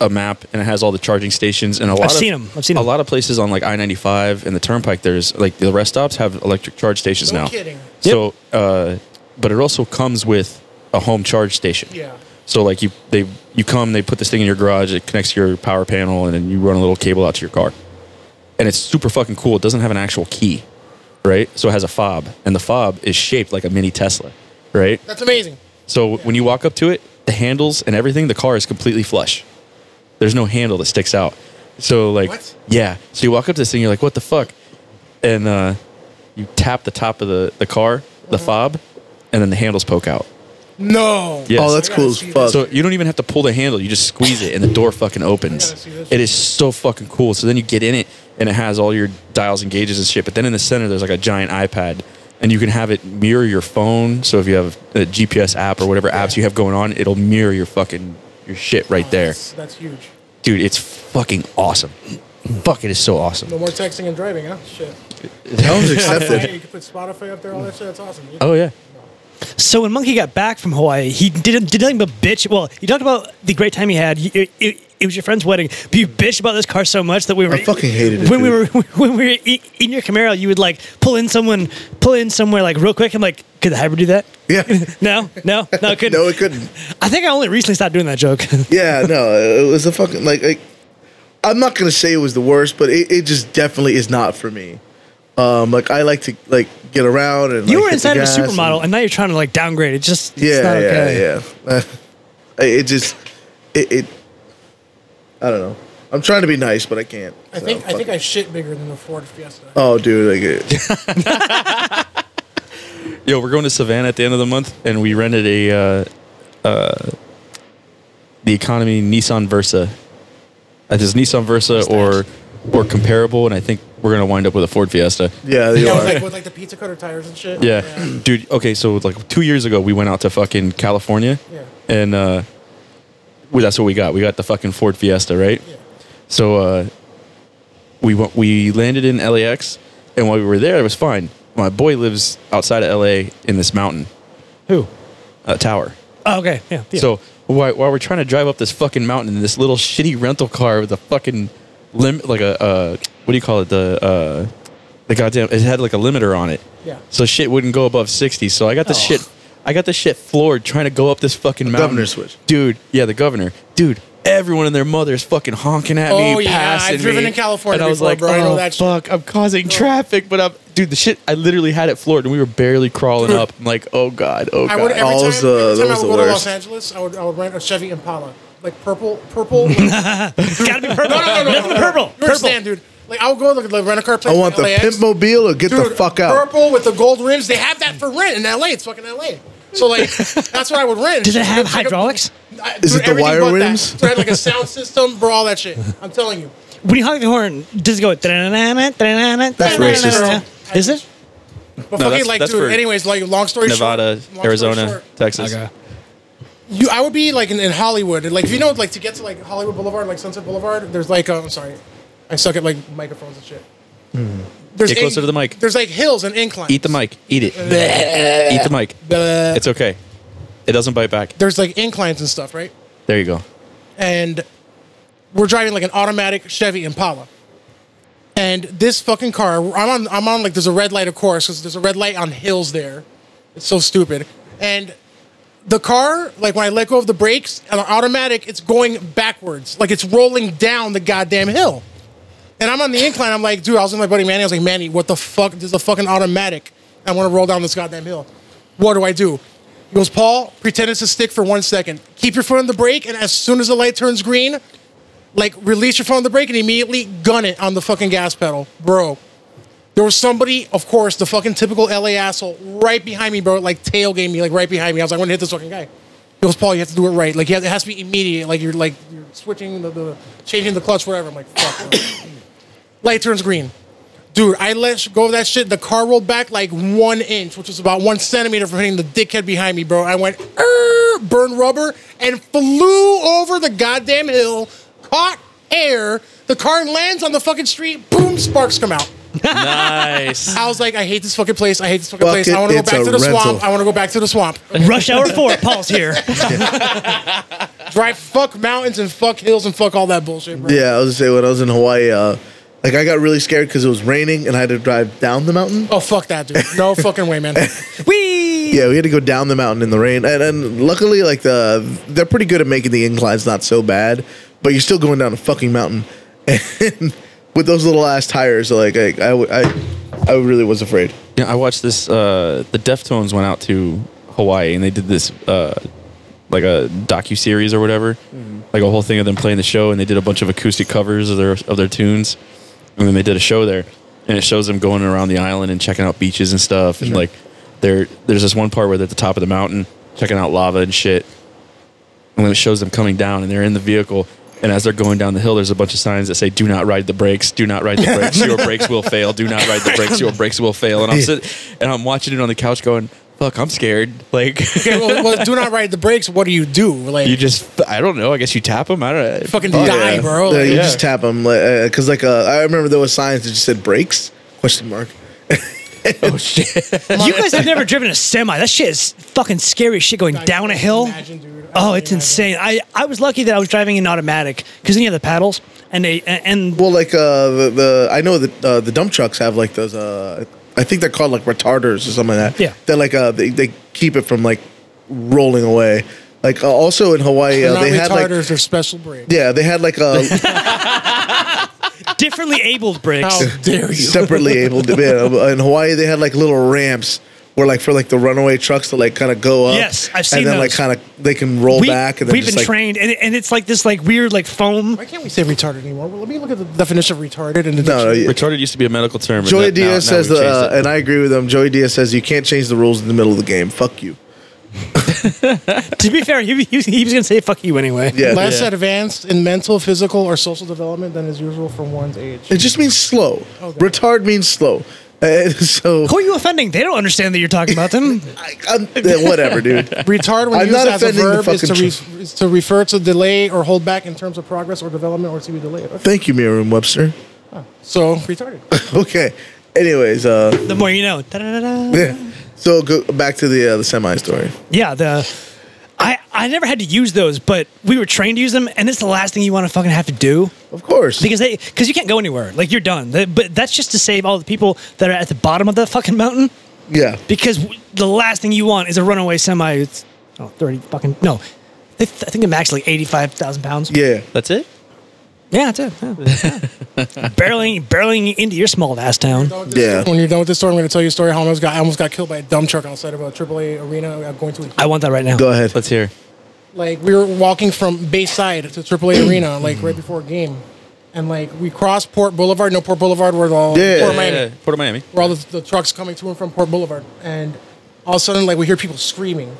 Speaker 4: a, a map and it has all the charging stations and a lot of
Speaker 5: seen 'em. I've seen
Speaker 4: a
Speaker 5: 'em.
Speaker 4: lot of places on like I ninety five and the turnpike there's like the rest stops have electric charge stations
Speaker 2: No
Speaker 4: now.
Speaker 2: kidding.
Speaker 4: So uh, but it also comes with a home charge station.
Speaker 2: Yeah.
Speaker 4: So like you they you come they put this thing in your garage it connects to your power panel and then you run a little cable out to your car, and it's super fucking cool. It doesn't have an actual key, right? So it has a fob and the fob is shaped like a mini Tesla, right?
Speaker 2: That's amazing.
Speaker 4: So when you walk up to it, the handles and everything, the car is completely flush. There's no handle that sticks out. So like,
Speaker 2: What?
Speaker 4: yeah. So you walk up to this thing, you're like, what the fuck? And uh, you tap the top of the, the car, the fob, and then the handles poke out.
Speaker 2: No.
Speaker 4: Yes.
Speaker 3: Oh, that's
Speaker 2: I gotta
Speaker 3: cool as
Speaker 2: see
Speaker 3: fuck.
Speaker 4: So you don't even have to pull the handle. You just squeeze it, and the door fucking
Speaker 2: I gotta
Speaker 4: opens.
Speaker 2: see this.
Speaker 4: It is so fucking cool. So then you get in it, and it has all your dials and gauges and shit. But then in the center, there's like a giant iPad, and you can have it mirror your phone. So if you have a GPS app or whatever apps you have going on, it'll mirror your fucking your shit right there,
Speaker 2: That's, that's huge.
Speaker 4: dude. It's fucking awesome. Fuck, it is so awesome.
Speaker 2: No more texting and driving, huh? Shit.
Speaker 3: That one's accepted.
Speaker 2: Spotify, you can put Spotify up there, all that shit. That's awesome. dude.
Speaker 4: Oh yeah.
Speaker 5: So when Monkey got back from Hawaii, he didn't did nothing but bitch. Well, he talked about the great time he had. You- It, it- it was your friend's wedding, but you bitched about this car so much that we were.
Speaker 3: I fucking hated it,
Speaker 5: When we were
Speaker 3: dude.
Speaker 5: when we were i- in your Camaro, you would like pull in someone, pull in somewhere like real quick. I'm like, could the hybrid do that?
Speaker 3: Yeah.
Speaker 5: No, no, no, it couldn't.
Speaker 3: No, it couldn't.
Speaker 5: I think I only recently stopped doing that joke.
Speaker 3: Yeah, no, it was a fucking like. like I'm not gonna say it was the worst, but it, it just definitely is not for me. Um, like I like to like get around and
Speaker 5: you
Speaker 3: like,
Speaker 5: were
Speaker 3: hit the
Speaker 5: inside of a
Speaker 3: gas and-
Speaker 5: supermodel, and, now you're trying to like downgrade. It just it's
Speaker 3: yeah,
Speaker 5: not
Speaker 3: yeah,
Speaker 5: okay.
Speaker 3: yeah. it just it, it. I don't know. I'm trying to be nice, but I can't.
Speaker 2: I
Speaker 3: so,
Speaker 2: think I
Speaker 3: fuck
Speaker 2: think
Speaker 3: it.
Speaker 2: I shit bigger than the Ford Fiesta.
Speaker 3: Oh, dude! Like, it,
Speaker 4: Yo, we're going to Savannah at the end of the month, and we rented a uh, uh, the economy Nissan Versa. Uh, This Nissan Versa or or comparable, and I think we're gonna wind up with a Ford Fiesta.
Speaker 3: yeah, they
Speaker 2: yeah,
Speaker 3: are.
Speaker 2: with like, with like the pizza cutter tires and shit.
Speaker 4: Yeah, dude. Okay, so like two years ago, we went out to fucking California,
Speaker 2: Yeah.
Speaker 4: and uh, well, that's what we got. We got the fucking Ford Fiesta, right?
Speaker 2: Yeah.
Speaker 4: So uh, we went, we landed in LAX, and while we were there, it was fine. My boy lives outside of LA in this mountain,
Speaker 5: Who?
Speaker 4: a tower.
Speaker 5: Oh, okay. Yeah. yeah.
Speaker 4: So while, while we're trying to drive up this fucking mountain in this little shitty rental car with a fucking lim, like a uh, what do you call it? The uh, the goddamn it had like a limiter on it.
Speaker 2: Yeah. Oh.
Speaker 4: So shit wouldn't go above sixty. So I got the shit. I got the shit floored trying to go up this fucking mountain.
Speaker 3: governor switch.
Speaker 4: dude. Yeah, the governor, dude. Everyone and their mother is fucking honking at
Speaker 2: Oh,
Speaker 4: me.
Speaker 2: yeah, I've
Speaker 4: passing
Speaker 2: driven
Speaker 4: me.
Speaker 2: in California
Speaker 4: and I was
Speaker 2: before,
Speaker 4: like,
Speaker 2: bro, I know
Speaker 4: oh
Speaker 2: that shit."
Speaker 4: fuck, I'm causing traffic, but I'm dude. The shit, I literally had it floored, and we were barely crawling up. I'm like, oh god, oh
Speaker 2: I
Speaker 4: god.
Speaker 2: would every
Speaker 3: Oh,
Speaker 2: time,
Speaker 3: that was the-
Speaker 2: every
Speaker 3: that
Speaker 2: time I
Speaker 3: was
Speaker 2: would
Speaker 3: the
Speaker 2: go to
Speaker 3: worst.
Speaker 2: Los Angeles, I would I would rent a Chevy Impala, like purple, purple. no,
Speaker 5: gotta be purple.
Speaker 2: no, no,
Speaker 5: Nothing
Speaker 2: no,
Speaker 5: but purple.
Speaker 2: You understand, dude? Like I would go to the rent a car
Speaker 3: I
Speaker 2: place.
Speaker 3: want
Speaker 2: in
Speaker 3: the
Speaker 2: LAX.
Speaker 3: pimp mobile or get the
Speaker 2: Dude,
Speaker 3: fuck out.
Speaker 2: Purple with the gold rims. They have that for rent in LA. It's fucking LA. So like, that's what I would rent.
Speaker 5: Does it have
Speaker 2: Like a-
Speaker 5: hydraulics?
Speaker 2: I-
Speaker 3: Is
Speaker 2: dude,
Speaker 3: it the
Speaker 2: everything
Speaker 3: wire
Speaker 2: but that.
Speaker 3: rims?
Speaker 2: So it had like a sound system, bro. All that shit. I'm telling you.
Speaker 5: When you honk the horn, does it go? That's
Speaker 3: racist.
Speaker 5: Is it?
Speaker 2: But
Speaker 4: No,
Speaker 2: fucking
Speaker 4: that's-
Speaker 2: like,
Speaker 4: that's
Speaker 2: dude.
Speaker 4: for
Speaker 2: Anyways, like, long story short,
Speaker 4: Nevada,
Speaker 2: long story
Speaker 4: Arizona,
Speaker 2: short,
Speaker 4: Texas.
Speaker 2: you, I would be like in, in Hollywood, and like if you know, like to get to like Hollywood Boulevard, like Sunset Boulevard. There's like, um, sorry, I suck at like microphones and shit. There's
Speaker 4: Hmm. Get closer to the mic.
Speaker 2: There's like hills and inclines.
Speaker 4: Eat the mic. Eat it. Eat the mic.
Speaker 2: Blah.
Speaker 4: It's okay. It doesn't bite back.
Speaker 2: there's like inclines and stuff, right?
Speaker 4: There you go.
Speaker 2: and we're driving like an automatic Chevy Impala. And this fucking car, I'm on, I'm on like, there's a red light, of course, because there's a red light on hills there. It's so stupid. And the car, like when I let go of the brakes on automatic, it's going backwards. Like it's rolling down the goddamn hill. And I'm on the incline. I'm like, dude, I was with my buddy Manny. I was like, Manny, what the fuck? This is a fucking automatic. I want to roll down this goddamn hill. What do I do? He goes, Paul, pretend it's a stick for one second. Keep your foot on the brake, and as soon as the light turns green, like release your foot on the brake and immediately gun it on the fucking gas pedal, bro. There was somebody, of course, the fucking typical LA asshole right behind me, bro. Like tailgate me, like right behind me. I was like, I'm gonna hit this fucking guy. He goes, Paul, you have to do it right. Like you have, it has to be immediate. Like you're like you're switching the, the changing the clutch, whatever. I'm like, fuck. bro. Light turns green. Dude, I let sh- go of that shit. The car rolled back like one inch, which was about one centimeter from hitting the dickhead behind me, bro. I went, "Err," fire, burned rubber, and flew over the goddamn hill, caught air. The car lands on the fucking street. Boom, sparks come out.
Speaker 4: Nice.
Speaker 2: I was like, I hate this fucking place. I hate this fucking
Speaker 3: Fuck
Speaker 2: place.
Speaker 3: it,
Speaker 2: I want to go
Speaker 3: it's
Speaker 2: back
Speaker 3: a
Speaker 2: to the
Speaker 3: rental.
Speaker 2: swamp. I want to go back to the swamp.
Speaker 5: Rush hour four. Paul's here.
Speaker 2: Drive fuck mountains and fuck hills and fuck all that bullshit, bro.
Speaker 3: Yeah, I was gonna say when I was in Hawaii, uh, like I got really scared because it was raining and I had to drive down the mountain.
Speaker 2: Oh fuck that, dude. No fucking way, man.
Speaker 5: Wee.
Speaker 3: Yeah, we had to go down the mountain in the rain, and, and luckily, like the they're pretty good at making the inclines not so bad, but you're still going down a fucking mountain, and with those little ass tires, like I I w- I- I really was afraid.
Speaker 4: Yeah, I watched this. Uh, the Deftones went out to Hawaii and they did this, uh, like a docu series or whatever, like a whole thing of them playing the show. And they did a bunch of acoustic covers of their of their tunes, and then they did a show there, and it shows them going around the island and checking out beaches and stuff. And like, there there's this one part where they're at the top of the mountain checking out lava and shit, and then it shows them coming down and they're in the vehicle. And as they're going down the hill, there's a bunch of signs that say, "Do not ride the brakes. Do not ride the brakes. Your brakes will fail. Do not ride the brakes. Your brakes will fail." And I'm sit- and I'm watching it on the couch, going, "Fuck, I'm scared." Like
Speaker 2: Okay, well, well, do not ride the brakes. What do you do? Like
Speaker 4: you just, I don't know. I guess you tap them. I don't know.
Speaker 2: fucking
Speaker 4: Fuck.
Speaker 2: die,
Speaker 3: Oh, Yeah.
Speaker 2: bro.
Speaker 3: Yeah,
Speaker 2: Like,
Speaker 3: you
Speaker 4: Yeah.
Speaker 3: just tap them, because like uh, I remember there was signs that just said brakes question mark.
Speaker 4: Oh shit.
Speaker 5: You guys have never driven a semi. That shit is fucking scary shit going
Speaker 2: I
Speaker 5: down a
Speaker 2: can't
Speaker 5: hill.
Speaker 2: imagine, dude. I
Speaker 5: Oh,
Speaker 2: can't
Speaker 5: it's
Speaker 2: imagine.
Speaker 5: insane. I, I was lucky that I was driving an automatic because then you have the paddles and they and, and
Speaker 3: Well, like uh, the, the I know that uh, the dump trucks have like those. Uh, I think they're called like retarders or something like that.
Speaker 5: Yeah.
Speaker 3: they're like uh, they, they keep it from like rolling away. Like uh, also in Hawaii,
Speaker 2: they're
Speaker 3: uh,
Speaker 2: not
Speaker 3: they had like
Speaker 2: retarders, they're special brakes.
Speaker 3: yeah, they had like uh, a
Speaker 5: differently abled brakes.
Speaker 2: How dare you?
Speaker 3: separately able to. Yeah, in Hawaii, they had like little ramps. Where like for like the runaway trucks to like kind of go up,
Speaker 5: Yes, I've seen
Speaker 3: and then like
Speaker 5: those.
Speaker 3: kind of they can roll
Speaker 5: we,
Speaker 3: back, and then
Speaker 5: we've
Speaker 3: just
Speaker 5: been
Speaker 3: like
Speaker 5: trained and, and it's like this like weird like foam.
Speaker 2: Why can't we say retarded anymore? Well, let me look at the definition of retarded and the
Speaker 3: no, no,
Speaker 2: dictionary.
Speaker 3: yeah.
Speaker 4: Retarded used to be a medical term. and
Speaker 3: Joey
Speaker 4: that- now-
Speaker 3: Diaz
Speaker 4: now
Speaker 3: says,
Speaker 4: we've
Speaker 3: the,
Speaker 4: changed
Speaker 3: uh,
Speaker 4: it.
Speaker 3: and I agree with him. Joey Diaz says you can't change the rules in the middle of the game. Fuck you.
Speaker 5: to be fair, he, he, he was gonna say fuck you anyway.
Speaker 3: Yeah,
Speaker 2: Less
Speaker 4: Yeah.
Speaker 2: advanced in mental, physical, or social development than is usual for one's age.
Speaker 3: It just means slow.
Speaker 2: Okay.
Speaker 3: Retard means slow. Uh, so
Speaker 5: Who are you offending? They don't understand that you're talking about them.
Speaker 3: I, I'm, uh, whatever, dude.
Speaker 2: Retard, when
Speaker 3: I'm
Speaker 2: used
Speaker 3: not
Speaker 2: as a
Speaker 3: offending the
Speaker 2: verb, is to,
Speaker 3: fucking
Speaker 2: re- is to refer to delay or hold back in terms of progress or development or to be delayed. Okay.
Speaker 3: Thank you, Miriam Webster.
Speaker 2: So, retarded.
Speaker 3: Okay. Anyways, uh,
Speaker 5: the more you know. Da-da-da-da.
Speaker 3: yeah. So go back to the uh, the semi story.
Speaker 5: Yeah, the I I never had to use those, but we were trained to use them, and it's the last thing you want to fucking have to do
Speaker 3: Of course.
Speaker 5: because they because you can't go anywhere. Like you're done. The- But that's just to save all the people that are at the bottom of the fucking mountain
Speaker 3: yeah.
Speaker 5: because w- the last thing you want is a runaway semi. It's oh, 30 fucking no. They, I think the max is like eighty five thousand pounds.
Speaker 3: Yeah.
Speaker 4: That's it.
Speaker 5: yeah, that's it. Yeah, yeah. barreling barreling into your small ass town.
Speaker 3: Yeah.
Speaker 2: When you're done with this story, I'm going to tell you a story how I almost got, I almost got killed by a dump truck outside of a AAA arena. I'm going to a
Speaker 5: I want that right now.
Speaker 3: Go ahead.
Speaker 4: Let's hear.
Speaker 2: like we were walking from Bayside to AAA Arena, like right before a game, and like we crossed Port Boulevard, no Port Boulevard, where all
Speaker 3: Yeah.
Speaker 2: Port Miami,
Speaker 4: Yeah, Port of Miami.
Speaker 2: where all the, the trucks coming to and from Port Boulevard, and all of a sudden like we hear people screaming.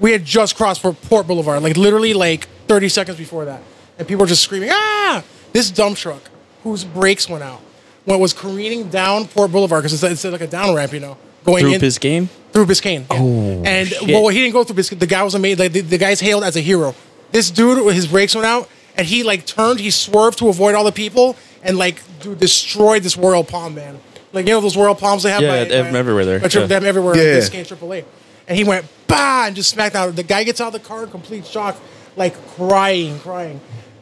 Speaker 2: We had just crossed Port, Port Boulevard, like literally like 30 seconds before that, and people were just screaming, "Ah!" This dump truck, whose brakes went out, what was careening down Port Boulevard because it's, it's like a down ramp, you know, going
Speaker 4: Through
Speaker 2: in-
Speaker 4: his game.
Speaker 2: through Biscayne. Oh, and well, he didn't go through Biscayne. The guy was amazing. Like, the, the guy's hailed as a hero. This dude, his brakes went out, and he like turned, he swerved to avoid all the people, and like dude destroyed this royal palm, man. Like you know those royal palms they have.
Speaker 4: Yeah,
Speaker 2: by,
Speaker 4: they have
Speaker 2: by-
Speaker 4: them everywhere there.
Speaker 2: by tri-
Speaker 4: Yeah.
Speaker 2: Them everywhere.
Speaker 3: Yeah.
Speaker 2: Yeah. Biscayne AAA, and he went bah and just smacked out. The guy gets out of the car in complete shock, like crying, crying.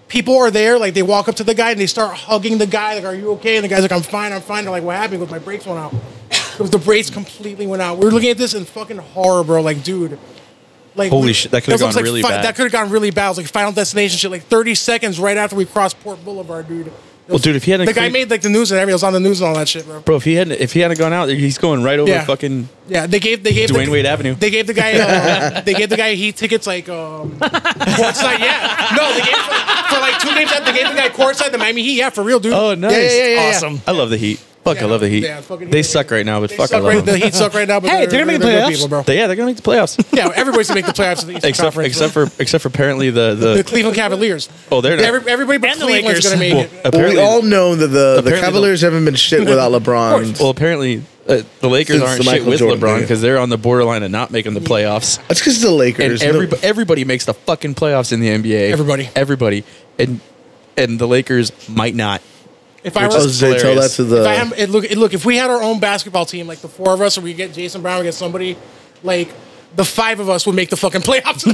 Speaker 2: People are there, like they walk up to the guy and they start hugging the guy, like, "Are you okay?" And the guy's like, "I'm fine, I'm fine." They're like, "What happened?" Because my brakes went out. Because the brakes completely went out. We were looking at this in fucking horror, bro. Like, dude. Like,
Speaker 4: Holy
Speaker 2: we-
Speaker 4: shit, that could've
Speaker 2: was almost
Speaker 4: gone
Speaker 2: like
Speaker 4: really
Speaker 2: fi-
Speaker 4: bad.
Speaker 2: That could have gone really bad. It was like Final Destination shit. Like 30 seconds right after we crossed Port Boulevard, dude. It was-
Speaker 4: dude, if he hadn't
Speaker 2: the guy
Speaker 4: cleared-
Speaker 2: made like the news and everything, it was on the news and all that shit, bro.
Speaker 4: Bro, if he hadn't if he hadn't gone out, he's going right over
Speaker 2: Yeah.
Speaker 4: fucking
Speaker 2: Yeah, they gave they gave
Speaker 4: Dwayne
Speaker 2: the,
Speaker 4: Wade Avenue.
Speaker 2: They gave the guy uh, they gave the guy heat tickets like um, courtside. Yeah, no, they gave for, for like two games. They gave the guy courtside the Miami Heat. Yeah, for real, dude.
Speaker 4: Oh, nice.
Speaker 2: Yeah, yeah, yeah, yeah, yeah.
Speaker 5: Awesome.
Speaker 4: I love the Heat. Fuck, I love the Heat.
Speaker 2: Yeah, fucking
Speaker 4: they
Speaker 2: Heat.
Speaker 4: suck right now, but
Speaker 2: They
Speaker 4: fuck, I
Speaker 2: suck
Speaker 4: love
Speaker 2: right,
Speaker 4: them.
Speaker 2: the Heat suck right now. But
Speaker 5: Hey, they're gonna make the
Speaker 2: good
Speaker 5: playoffs.
Speaker 2: people, bro.
Speaker 4: They- yeah, they're gonna make the playoffs.
Speaker 2: Yeah, everybody's to make the playoffs of the Eastern
Speaker 4: except for,
Speaker 2: Conference.
Speaker 4: except for except for apparently the the,
Speaker 2: the Cleveland Cavaliers.
Speaker 4: Oh, they're not-
Speaker 2: Every, everybody but
Speaker 5: And the
Speaker 2: Cleveland's
Speaker 5: Lakers.
Speaker 2: going to make
Speaker 4: well,
Speaker 2: it.
Speaker 3: Well, we
Speaker 4: apparently
Speaker 3: all know that the, the
Speaker 4: apparently
Speaker 3: Cavaliers haven't been shit without LeBron.
Speaker 4: well apparently uh, the Lakers
Speaker 3: Since
Speaker 4: aren't
Speaker 3: the
Speaker 4: shit
Speaker 3: Michael
Speaker 4: with
Speaker 3: Jordan
Speaker 4: LeBron
Speaker 3: thing.
Speaker 4: because they're on the borderline of not making the playoffs.
Speaker 3: That's because the
Speaker 4: And
Speaker 3: Lakers.
Speaker 4: everybody,
Speaker 3: No-
Speaker 4: everybody makes the fucking playoffs in the NBA.
Speaker 2: Everybody.
Speaker 4: everybody, and and the Lakers might not.
Speaker 2: If I were,
Speaker 3: oh, did they tell that
Speaker 4: hilarious.
Speaker 3: to
Speaker 2: if
Speaker 3: the.
Speaker 2: I had, it, look, it, look, if we had our own basketball team, like the four of us, or we get Jason Brown, we get somebody, like the five of us would make the fucking playoffs.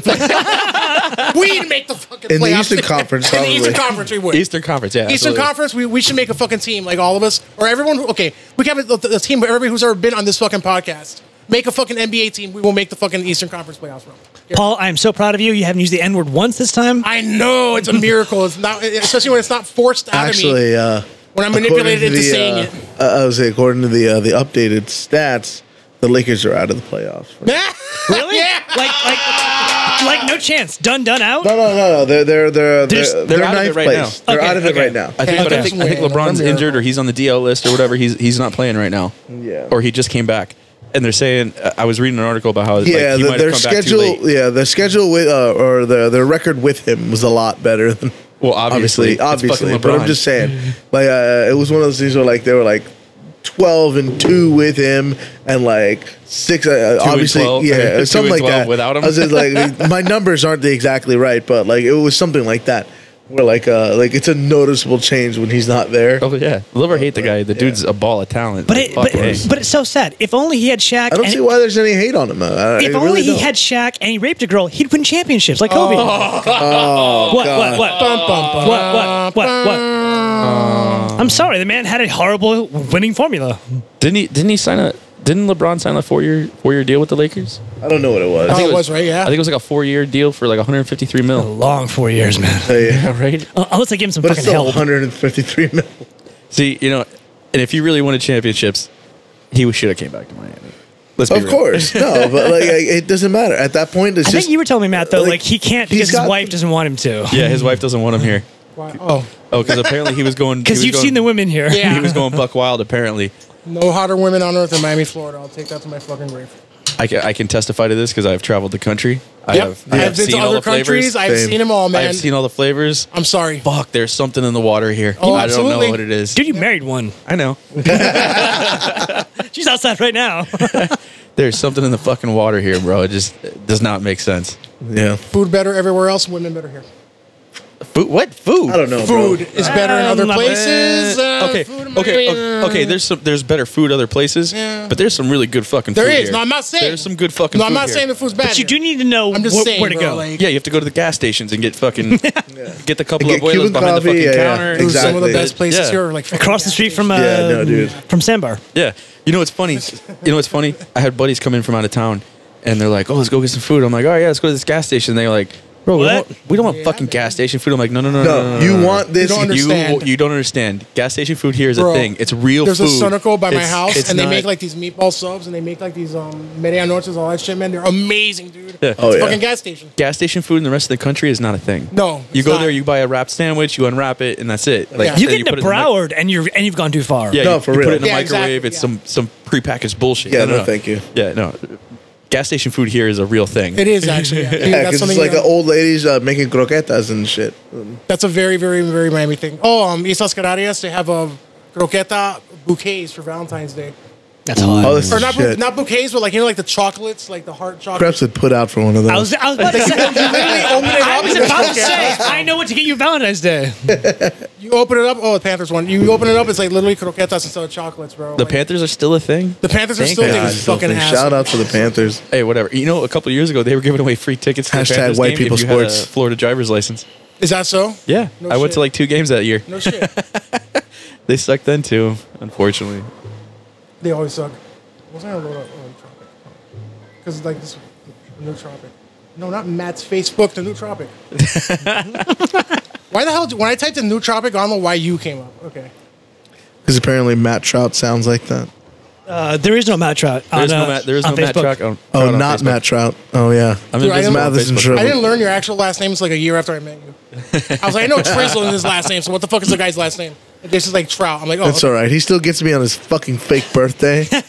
Speaker 2: We'd make the fucking
Speaker 3: In the
Speaker 2: playoffs.
Speaker 3: Eastern Conference,
Speaker 2: In the Eastern
Speaker 3: probably.
Speaker 2: Conference, we would.
Speaker 4: Eastern Conference, yeah.
Speaker 2: Eastern
Speaker 4: absolutely.
Speaker 2: Conference, we, we should make a fucking team, like all of us, or everyone. who- Okay, we can have a, a team, but everybody who's ever been on this fucking podcast, make a fucking NBA team. We will make the fucking Eastern Conference playoffs run.
Speaker 5: Paul, I am so proud of you. You haven't used the N word once this time.
Speaker 2: I know it's a miracle. It's not, especially when it's not forced out of me.
Speaker 3: Actually, uh,
Speaker 2: When I'm
Speaker 3: according
Speaker 2: manipulated into
Speaker 3: the,
Speaker 2: saying
Speaker 3: uh,
Speaker 2: it.
Speaker 3: I I would say, according to the uh, the updated stats, the Lakers are out of the playoffs. No,
Speaker 5: really?
Speaker 2: yeah.
Speaker 5: Like, like, like, no chance. Done, done, out.
Speaker 3: no, no, no. They're they're they're
Speaker 5: They're
Speaker 3: they're,
Speaker 5: just-
Speaker 3: they're,
Speaker 4: they're out of it
Speaker 3: ninth
Speaker 4: right
Speaker 3: place.
Speaker 5: now.
Speaker 3: They're
Speaker 5: Okay,
Speaker 3: out of it
Speaker 5: okay.
Speaker 3: right now.
Speaker 4: I think, but I think, I think
Speaker 2: That's
Speaker 4: LeBron's
Speaker 2: weird.
Speaker 4: injured or he's on the DL list or whatever. He's he's not playing right now.
Speaker 3: Yeah.
Speaker 4: Or he just came back, and they're saying I- I was reading an article about how
Speaker 3: Yeah,
Speaker 4: like, he
Speaker 3: the,
Speaker 4: might
Speaker 3: their
Speaker 4: have come back too
Speaker 3: schedule.
Speaker 4: late.
Speaker 3: Yeah, their schedule with uh, or their their record with him was a lot better than
Speaker 4: Well,
Speaker 3: obviously,
Speaker 4: obviously, it's
Speaker 3: obviously.
Speaker 4: fucking
Speaker 3: But
Speaker 4: LeBron.
Speaker 3: I'm just saying, like uh, it was one of those things where like they were like twelve and two with him, and like six. Uh,
Speaker 4: and
Speaker 3: obviously,
Speaker 4: 12,
Speaker 3: yeah,
Speaker 4: two
Speaker 3: something
Speaker 4: and
Speaker 3: like
Speaker 4: 12
Speaker 3: that.
Speaker 4: without him.
Speaker 3: I was just like, my numbers aren't the exactly right, but like it was something like that. Where like uh like it's a noticeable change when he's not there.
Speaker 4: Oh yeah, love or hate the guy, the dude's a ball of talent.
Speaker 5: But
Speaker 4: Like,
Speaker 5: it,
Speaker 4: fuck
Speaker 5: but,
Speaker 4: him.
Speaker 5: but it's so sad. If only he had Shaq.
Speaker 3: I don't
Speaker 5: and-
Speaker 3: see why there's any hate on him. I, I
Speaker 5: If
Speaker 3: really
Speaker 5: only he
Speaker 3: don't. Oh,
Speaker 5: had Shaq and he raped a girl, he'd win championships like Kobe. what, what,
Speaker 3: God.
Speaker 5: what,
Speaker 2: Bum, bum, bum.
Speaker 5: what, what, what, what? I'm sorry, the man had a horrible winning formula.
Speaker 4: didn't he? Didn't he sign a? Didn't LeBron sign a four year four year deal with the Lakers?
Speaker 3: I don't know what it was.
Speaker 2: Oh, it was right.
Speaker 4: I
Speaker 2: Yeah.
Speaker 4: think it was like a four year deal for like 153 mil.
Speaker 5: Long four years, man.
Speaker 3: Yeah,
Speaker 4: Right.
Speaker 5: Uh, Unless I give him some
Speaker 3: but it's
Speaker 5: fucking
Speaker 3: still
Speaker 5: help.
Speaker 3: 153 mil.
Speaker 4: See, you know, and if you really wanted championships, he should have came back to Miami. Let's be
Speaker 3: Of
Speaker 4: real.
Speaker 3: course, no, but like I- it doesn't matter at that point. It's
Speaker 5: I
Speaker 3: just
Speaker 5: think you were telling me, Matt, though, like,
Speaker 3: like,
Speaker 5: he can't
Speaker 3: he's
Speaker 5: because his
Speaker 3: got-
Speaker 5: wife doesn't want him to.
Speaker 4: Yeah, his wife doesn't want him here.
Speaker 2: Why- Oh,
Speaker 4: Oh, because apparently he was going.
Speaker 5: Because you've seen the
Speaker 4: women.
Speaker 5: women here.
Speaker 2: Yeah.
Speaker 4: He was going buck wild. Apparently,
Speaker 2: no hotter women on earth in Miami, Florida. I'll take that to my fucking grave.
Speaker 4: I can, I can testify to this because I've traveled the country. I
Speaker 2: Yep.
Speaker 4: have, I have
Speaker 2: been to
Speaker 4: seen all
Speaker 2: other
Speaker 4: the
Speaker 2: countries.
Speaker 4: flavors. I,
Speaker 2: I've
Speaker 3: Same.
Speaker 2: seen them all, man.
Speaker 4: have seen all the flavors.
Speaker 2: I'm sorry.
Speaker 4: Fuck, there's something in the water here.
Speaker 2: Oh,
Speaker 4: I don't
Speaker 2: absolutely.
Speaker 4: know what it is.
Speaker 5: Dude, you married one.
Speaker 4: I know.
Speaker 5: She's outside right now.
Speaker 4: There's something in the fucking water here, bro. It just it does not make sense.
Speaker 3: yeah.
Speaker 2: Food better everywhere else. Women better here.
Speaker 4: Food? What food?
Speaker 3: I don't know. bro.
Speaker 2: Food is better in
Speaker 5: Um,
Speaker 2: other
Speaker 5: uh,
Speaker 2: places. Uh,
Speaker 4: Eh, okay,
Speaker 2: food in
Speaker 4: okay,
Speaker 2: Miami,
Speaker 4: o- okay. There's some. There's better food other places,
Speaker 2: Yeah.
Speaker 4: but there's some really good fucking.
Speaker 2: There
Speaker 4: food
Speaker 2: is.
Speaker 4: here.
Speaker 2: No, I'm not saying.
Speaker 4: There's some good fucking.
Speaker 2: No, I'm
Speaker 4: food
Speaker 2: not
Speaker 4: here.
Speaker 2: saying the food's bad.
Speaker 5: but you
Speaker 2: here.
Speaker 5: do need to know
Speaker 2: I'm just
Speaker 5: wh-
Speaker 2: saying,
Speaker 5: where to
Speaker 2: bro,
Speaker 5: go.
Speaker 2: like-
Speaker 4: Yeah, you have to go to the gas stations and get fucking get the couple
Speaker 3: Get
Speaker 4: of boilers
Speaker 3: Cuban
Speaker 4: behind
Speaker 3: coffee,
Speaker 4: the fucking
Speaker 3: yeah, yeah,
Speaker 4: counter.
Speaker 2: Dude, Some of the
Speaker 3: Exactly.
Speaker 2: best places
Speaker 4: Yeah.
Speaker 2: here are like fucking
Speaker 5: Across the
Speaker 2: gas
Speaker 5: street from, uh,
Speaker 3: Yeah, no, dude.
Speaker 5: from Sambar.
Speaker 4: Yeah. You know what's funny? You know what's funny? I had buddies come in from out of town and they're like, "Oh, let's go get some food." I'm like, "All right, yeah, let's go to this gas station." They're like, "Bro, we
Speaker 5: What?
Speaker 4: don't, want- we don't want fucking gas station food." I'm like, "No, no, no, no, no,
Speaker 3: No,
Speaker 4: no,
Speaker 3: Uh, you
Speaker 4: no, no.
Speaker 3: want this.
Speaker 2: You don't
Speaker 3: you-
Speaker 2: understand.
Speaker 4: You you don't understand. Gas station food here is
Speaker 2: Bro,
Speaker 4: a thing. It's real
Speaker 2: There's
Speaker 4: food.
Speaker 2: a Sonico by my
Speaker 4: It's-
Speaker 2: house,
Speaker 4: it's
Speaker 2: and they
Speaker 4: not-
Speaker 2: make like these meatball subs, and they make like these um medianoches, all that shit, man. They're amazing, dude.
Speaker 4: Yeah.
Speaker 2: It's
Speaker 4: Oh,
Speaker 2: a
Speaker 3: yeah.
Speaker 2: fucking gas station.
Speaker 4: gas station food in the rest of the country is not a thing.
Speaker 2: No,
Speaker 4: You
Speaker 2: it's
Speaker 4: go
Speaker 2: not.
Speaker 4: there, you buy a wrapped sandwich, you unwrap it, and that's it. Like
Speaker 2: Yeah.
Speaker 5: You
Speaker 4: then
Speaker 5: get
Speaker 4: put
Speaker 5: into
Speaker 4: it in the mic-
Speaker 5: Broward and, you're, and you've gone too far.
Speaker 4: Yeah,
Speaker 3: No,
Speaker 4: you,
Speaker 3: for
Speaker 4: you put
Speaker 3: real.
Speaker 4: it in the
Speaker 2: Yeah,
Speaker 4: microwave.
Speaker 2: exactly,
Speaker 4: It's
Speaker 2: yeah.
Speaker 4: some some prepackaged bullshit.
Speaker 3: Yeah, no, thank you.
Speaker 4: Yeah, no. Gas station food here is a real thing.
Speaker 2: It is actually. Yeah, Dude,
Speaker 3: Yeah,
Speaker 2: that's
Speaker 3: because it's
Speaker 2: something.
Speaker 3: like
Speaker 2: that-
Speaker 3: an old ladies uh, making croquetas and shit.
Speaker 2: That's a very, very, very Miami thing. Oh, um, Islas Canarias, they have a croqueta bouquets for Valentine's Day.
Speaker 5: That's all.
Speaker 3: Oh, this
Speaker 2: Or
Speaker 3: is
Speaker 2: not, bou-
Speaker 3: shit.
Speaker 2: not bouquets, but like, you know, like the chocolates, like the heart
Speaker 3: Krebs
Speaker 2: chocolates.
Speaker 3: would put out for one of those.
Speaker 5: I was, I was about to say,
Speaker 2: literally open it
Speaker 5: I
Speaker 2: up
Speaker 5: was
Speaker 2: and
Speaker 5: about to
Speaker 2: it's
Speaker 5: say, I know what to get you Valentine's Day.
Speaker 2: You open it up. Oh, the Panthers won. You open it up, it's like literally croquetas instead of chocolates, bro.
Speaker 4: The
Speaker 2: Like,
Speaker 4: Panthers are still a thing.
Speaker 2: The Panthers are
Speaker 4: Thank
Speaker 2: still
Speaker 4: God.
Speaker 2: thinking
Speaker 3: God,
Speaker 2: fucking
Speaker 3: filthy.
Speaker 2: ass.
Speaker 3: Shout out to the Panthers.
Speaker 4: Hey, whatever. You know, a couple of years ago, they were giving away free tickets. To the
Speaker 3: Hashtag
Speaker 4: Panthers
Speaker 3: white
Speaker 4: game
Speaker 3: people
Speaker 4: if you had a
Speaker 3: sports.
Speaker 4: Florida driver's license.
Speaker 2: Is that so?
Speaker 4: Yeah,
Speaker 2: No
Speaker 4: I went
Speaker 2: shit.
Speaker 4: to like two games that year.
Speaker 2: No shit.
Speaker 4: They sucked then too, unfortunately.
Speaker 2: They always suck. What's that load up? Oh, Tropic. Because like this New Tropic. No, not Matt's Facebook, the New Tropic. Why the hell, do- when I typed in New Tropic, I don't know why you came up. Okay.
Speaker 3: Because apparently Matt Trout sounds like that.
Speaker 5: Uh, there is no Matt Trout.
Speaker 4: There is
Speaker 5: on,
Speaker 4: no
Speaker 5: uh,
Speaker 4: Matt. There is
Speaker 5: on
Speaker 4: no Matt
Speaker 5: Facebook.
Speaker 4: Trout on-
Speaker 3: Oh,
Speaker 4: Trout on
Speaker 3: not
Speaker 4: Facebook.
Speaker 3: Matt Trout. Oh, yeah.
Speaker 4: I'm
Speaker 2: Dude, I
Speaker 4: invisible
Speaker 2: am-
Speaker 4: on
Speaker 3: Mathis and
Speaker 4: Facebook.
Speaker 3: Trevor.
Speaker 2: I didn't learn your actual last name. It's like a year after I met you. I was like, I know Trizzle in his last name, so what the fuck is the guy's last name? And This is like Trout. I'm like, oh,
Speaker 3: That's all right. He still gets me on his fucking fake birthday.
Speaker 2: yeah,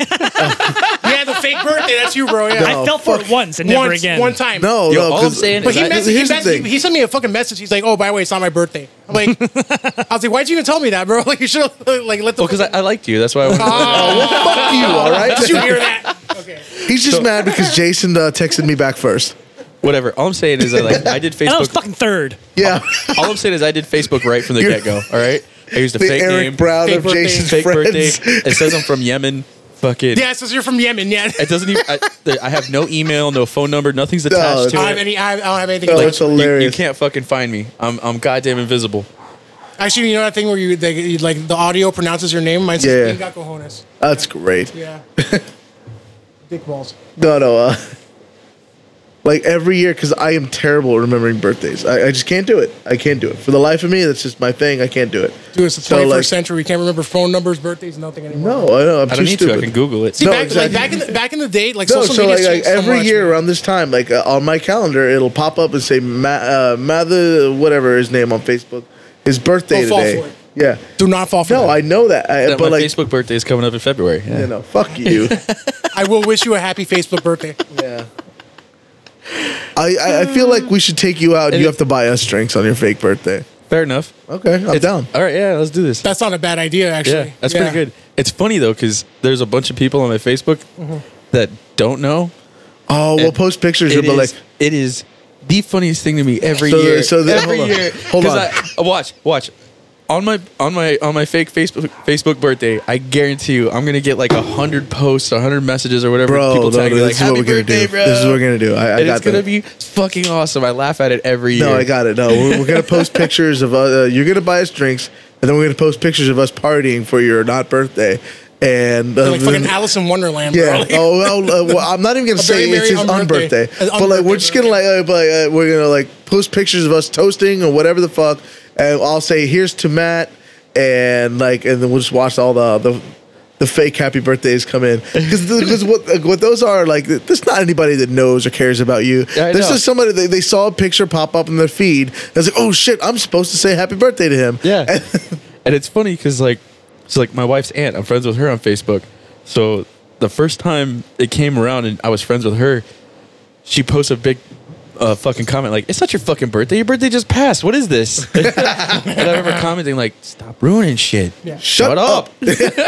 Speaker 2: the fake birthday. That's you, bro. Yeah.
Speaker 5: I fell for it once and never
Speaker 2: once,
Speaker 5: again.
Speaker 2: One time.
Speaker 3: No,
Speaker 4: Yo,
Speaker 3: no.
Speaker 4: all I'm
Speaker 3: 'cause-
Speaker 4: saying
Speaker 2: But he,
Speaker 4: Is that-
Speaker 2: messaged, he,
Speaker 3: here's the
Speaker 2: messaged-
Speaker 3: thing.
Speaker 2: he sent me a fucking message. He's like, "Oh, by the way, it's not my birthday." I'm like, I was like, "Why'd you even tell me that, bro? Like, you should have like let the."
Speaker 4: Well, because I, I liked you. That's why I wanted to
Speaker 3: Fuck you, all right?
Speaker 2: Did you hear that? Okay.
Speaker 3: He's just mad because Jason uh, texted me back first.
Speaker 4: whatever. All I'm saying is I like I did
Speaker 5: And I was
Speaker 4: Facebook.
Speaker 5: fucking third.
Speaker 3: Yeah.
Speaker 4: all I'm saying is I did Facebook right from the
Speaker 3: You're-
Speaker 4: get go. All right, I used a
Speaker 3: the
Speaker 4: fake
Speaker 3: Eric
Speaker 4: name,
Speaker 3: Brown
Speaker 2: Fake
Speaker 3: of
Speaker 2: birthday.
Speaker 3: Jason's
Speaker 4: fake birthday.
Speaker 3: friends.
Speaker 4: It says I'm from Yemen. Fucking.
Speaker 2: Yeah, it says you're from Yemen. Yeah.
Speaker 4: It doesn't even. I, there- I have no email, no phone number, nothing's
Speaker 3: No,
Speaker 4: attached
Speaker 2: I don't
Speaker 4: to
Speaker 2: have
Speaker 4: it.
Speaker 2: any. I don't have anything.
Speaker 3: No,
Speaker 2: to do.
Speaker 3: it's
Speaker 4: You- You,
Speaker 3: hilarious.
Speaker 4: can't fucking find me. I'm I'm goddamn invisible.
Speaker 2: Actually, you know that thing where you they, you- like the audio pronounces your name. Mine says
Speaker 3: Yeah.
Speaker 2: "Inga Cojones."
Speaker 3: That's great.
Speaker 2: Yeah. Dick balls.
Speaker 3: No, no. Uh, like every year, because I am terrible at remembering birthdays. I, I just can't do it. I can't do it. For the life of me, that's just my thing. I can't do it.
Speaker 2: Dude, it's the 21st
Speaker 3: So, like-
Speaker 2: century. We can't remember phone numbers, birthdays, nothing anymore.
Speaker 3: No, I know. I'm too
Speaker 4: I don't need
Speaker 3: stupid.
Speaker 4: to. I can Google it.
Speaker 2: See,
Speaker 3: No,
Speaker 2: back,
Speaker 3: exactly.
Speaker 2: like, back in the back in the day, like
Speaker 3: No,
Speaker 2: social
Speaker 3: so like,
Speaker 2: media.
Speaker 3: like every year around this time, like uh, on my calendar, it'll pop up and say Ma- uh, Mather, whatever his name on Facebook, his birthday
Speaker 2: Don't fall
Speaker 3: today.
Speaker 2: for it.
Speaker 3: Yeah.
Speaker 2: do not fall for
Speaker 3: No,
Speaker 2: that.
Speaker 3: I know that. I,
Speaker 4: That
Speaker 3: but
Speaker 4: my
Speaker 3: like,
Speaker 4: Facebook birthday is coming up in February. Yeah.
Speaker 3: you know, fuck you.
Speaker 2: I will wish you a happy Facebook birthday.
Speaker 3: yeah. I, I, I feel like we should take you out. and You have to buy us drinks on your fake birthday.
Speaker 4: Fair enough.
Speaker 3: Okay, I'm
Speaker 4: It's-
Speaker 3: down.
Speaker 4: All right, yeah, let's do this.
Speaker 2: That's not a bad idea, actually.
Speaker 4: yeah, that's pretty good. It's funny though because there's a bunch of people on my Facebook
Speaker 3: Mm-hmm.
Speaker 4: that don't know.
Speaker 3: Oh, we'll
Speaker 4: It-
Speaker 3: post pictures. We'll
Speaker 4: It
Speaker 3: be like,
Speaker 4: is, it is the funniest thing to me every
Speaker 3: So there-
Speaker 4: year.
Speaker 3: so there-
Speaker 4: every
Speaker 3: hold on.
Speaker 4: year,
Speaker 3: Hold
Speaker 4: 'Cause
Speaker 3: on.
Speaker 4: I- watch, watch. On my on my on my fake Facebook Facebook birthday, I guarantee you, I'm gonna get like a hundred posts, a hundred messages or whatever.
Speaker 3: bro,
Speaker 4: people
Speaker 3: no,
Speaker 4: tagging
Speaker 3: no, this
Speaker 4: me like,
Speaker 3: is what
Speaker 4: "Happy
Speaker 3: we're gonna
Speaker 4: birthday,
Speaker 3: do.
Speaker 4: bro!"
Speaker 3: This is what we're gonna do. I, I
Speaker 4: And
Speaker 3: got
Speaker 4: it's gonna
Speaker 3: that.
Speaker 4: be fucking awesome. I laugh at it every year.
Speaker 3: No, I got it. No, we're, we're gonna post pictures of uh, you're gonna buy us drinks, and then we're gonna post pictures of us partying for your not birthday. And uh,
Speaker 2: You're like fucking
Speaker 3: then-
Speaker 2: Alice in Wonderland, bro.
Speaker 3: yeah.
Speaker 2: Like,
Speaker 3: Oh well, uh, well, I'm not even gonna
Speaker 2: A very,
Speaker 3: say it's
Speaker 2: very
Speaker 3: his
Speaker 2: unbirthday.
Speaker 3: unbirthday,
Speaker 2: An
Speaker 3: but like we're
Speaker 2: unbirthday
Speaker 3: just gonna like, uh, but, uh, we're gonna like post pictures of us toasting or whatever the fuck, and I'll say here's to Matt, and like and then we'll just watch all the the. The fake happy birthdays come in because what what those are like. There's not anybody that knows or cares about you.
Speaker 4: Yeah, I
Speaker 3: There's
Speaker 4: know.
Speaker 3: just somebody they, they saw a picture pop up in their feed. And it's like, oh shit, I'm supposed to say happy birthday to him.
Speaker 4: Yeah. and it's funny because like, it's like my wife's aunt. I'm friends with her on Facebook. So the first time it came around and I was friends with her, she posts a big uh, fucking comment like, "It's not your fucking birthday. Your birthday just passed. What is this?" and I remember commenting like, "Stop ruining shit.
Speaker 3: Shut up.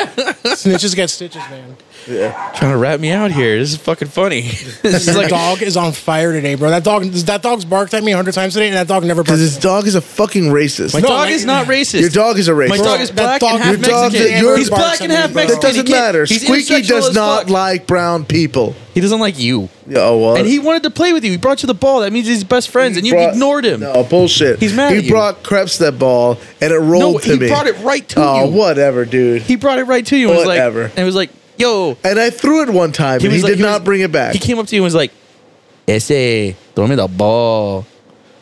Speaker 2: Snitches get stitches, man.
Speaker 4: Trying to rat me out here. This is fucking funny." this is
Speaker 2: Your
Speaker 4: like
Speaker 2: dog is on fire today, bro. That dog, that dog's barked at me hundred times today, and that dog never barked.
Speaker 3: Because his dog is a fucking racist.
Speaker 4: my
Speaker 2: No,
Speaker 4: dog
Speaker 2: like-
Speaker 4: is not racist.
Speaker 3: Your dog is a racist.
Speaker 4: My dog is
Speaker 2: That
Speaker 4: black
Speaker 2: dog-
Speaker 4: and half
Speaker 2: your dog-
Speaker 4: Mexican.
Speaker 3: your-
Speaker 4: He's black and half
Speaker 2: That
Speaker 4: Mexican.
Speaker 3: That doesn't
Speaker 4: He can't-
Speaker 3: matter.
Speaker 4: he's
Speaker 3: Squeaky
Speaker 4: intersexual
Speaker 3: does
Speaker 4: as
Speaker 3: not
Speaker 4: fuck.
Speaker 3: like brown people.
Speaker 4: He doesn't like you.
Speaker 3: Oh well.
Speaker 4: And he wanted to play with you. He brought you the ball. That means he's best friends, and you
Speaker 3: brought-
Speaker 4: ignored him.
Speaker 3: No bullshit.
Speaker 4: He's mad
Speaker 3: He
Speaker 4: at you.
Speaker 3: brought Krebs that ball, and it rolled
Speaker 4: No,
Speaker 3: to
Speaker 4: he
Speaker 3: me.
Speaker 4: brought it right to
Speaker 3: oh,
Speaker 4: you.
Speaker 3: whatever, dude.
Speaker 4: He brought it right to you. And was like,
Speaker 3: Whatever.
Speaker 4: and was like, yo.
Speaker 3: and I threw it one time, and
Speaker 4: was
Speaker 3: he
Speaker 4: like-
Speaker 3: did not
Speaker 4: was-
Speaker 3: bring it back.
Speaker 4: He came up to you and was like, "Ese, tome the ball."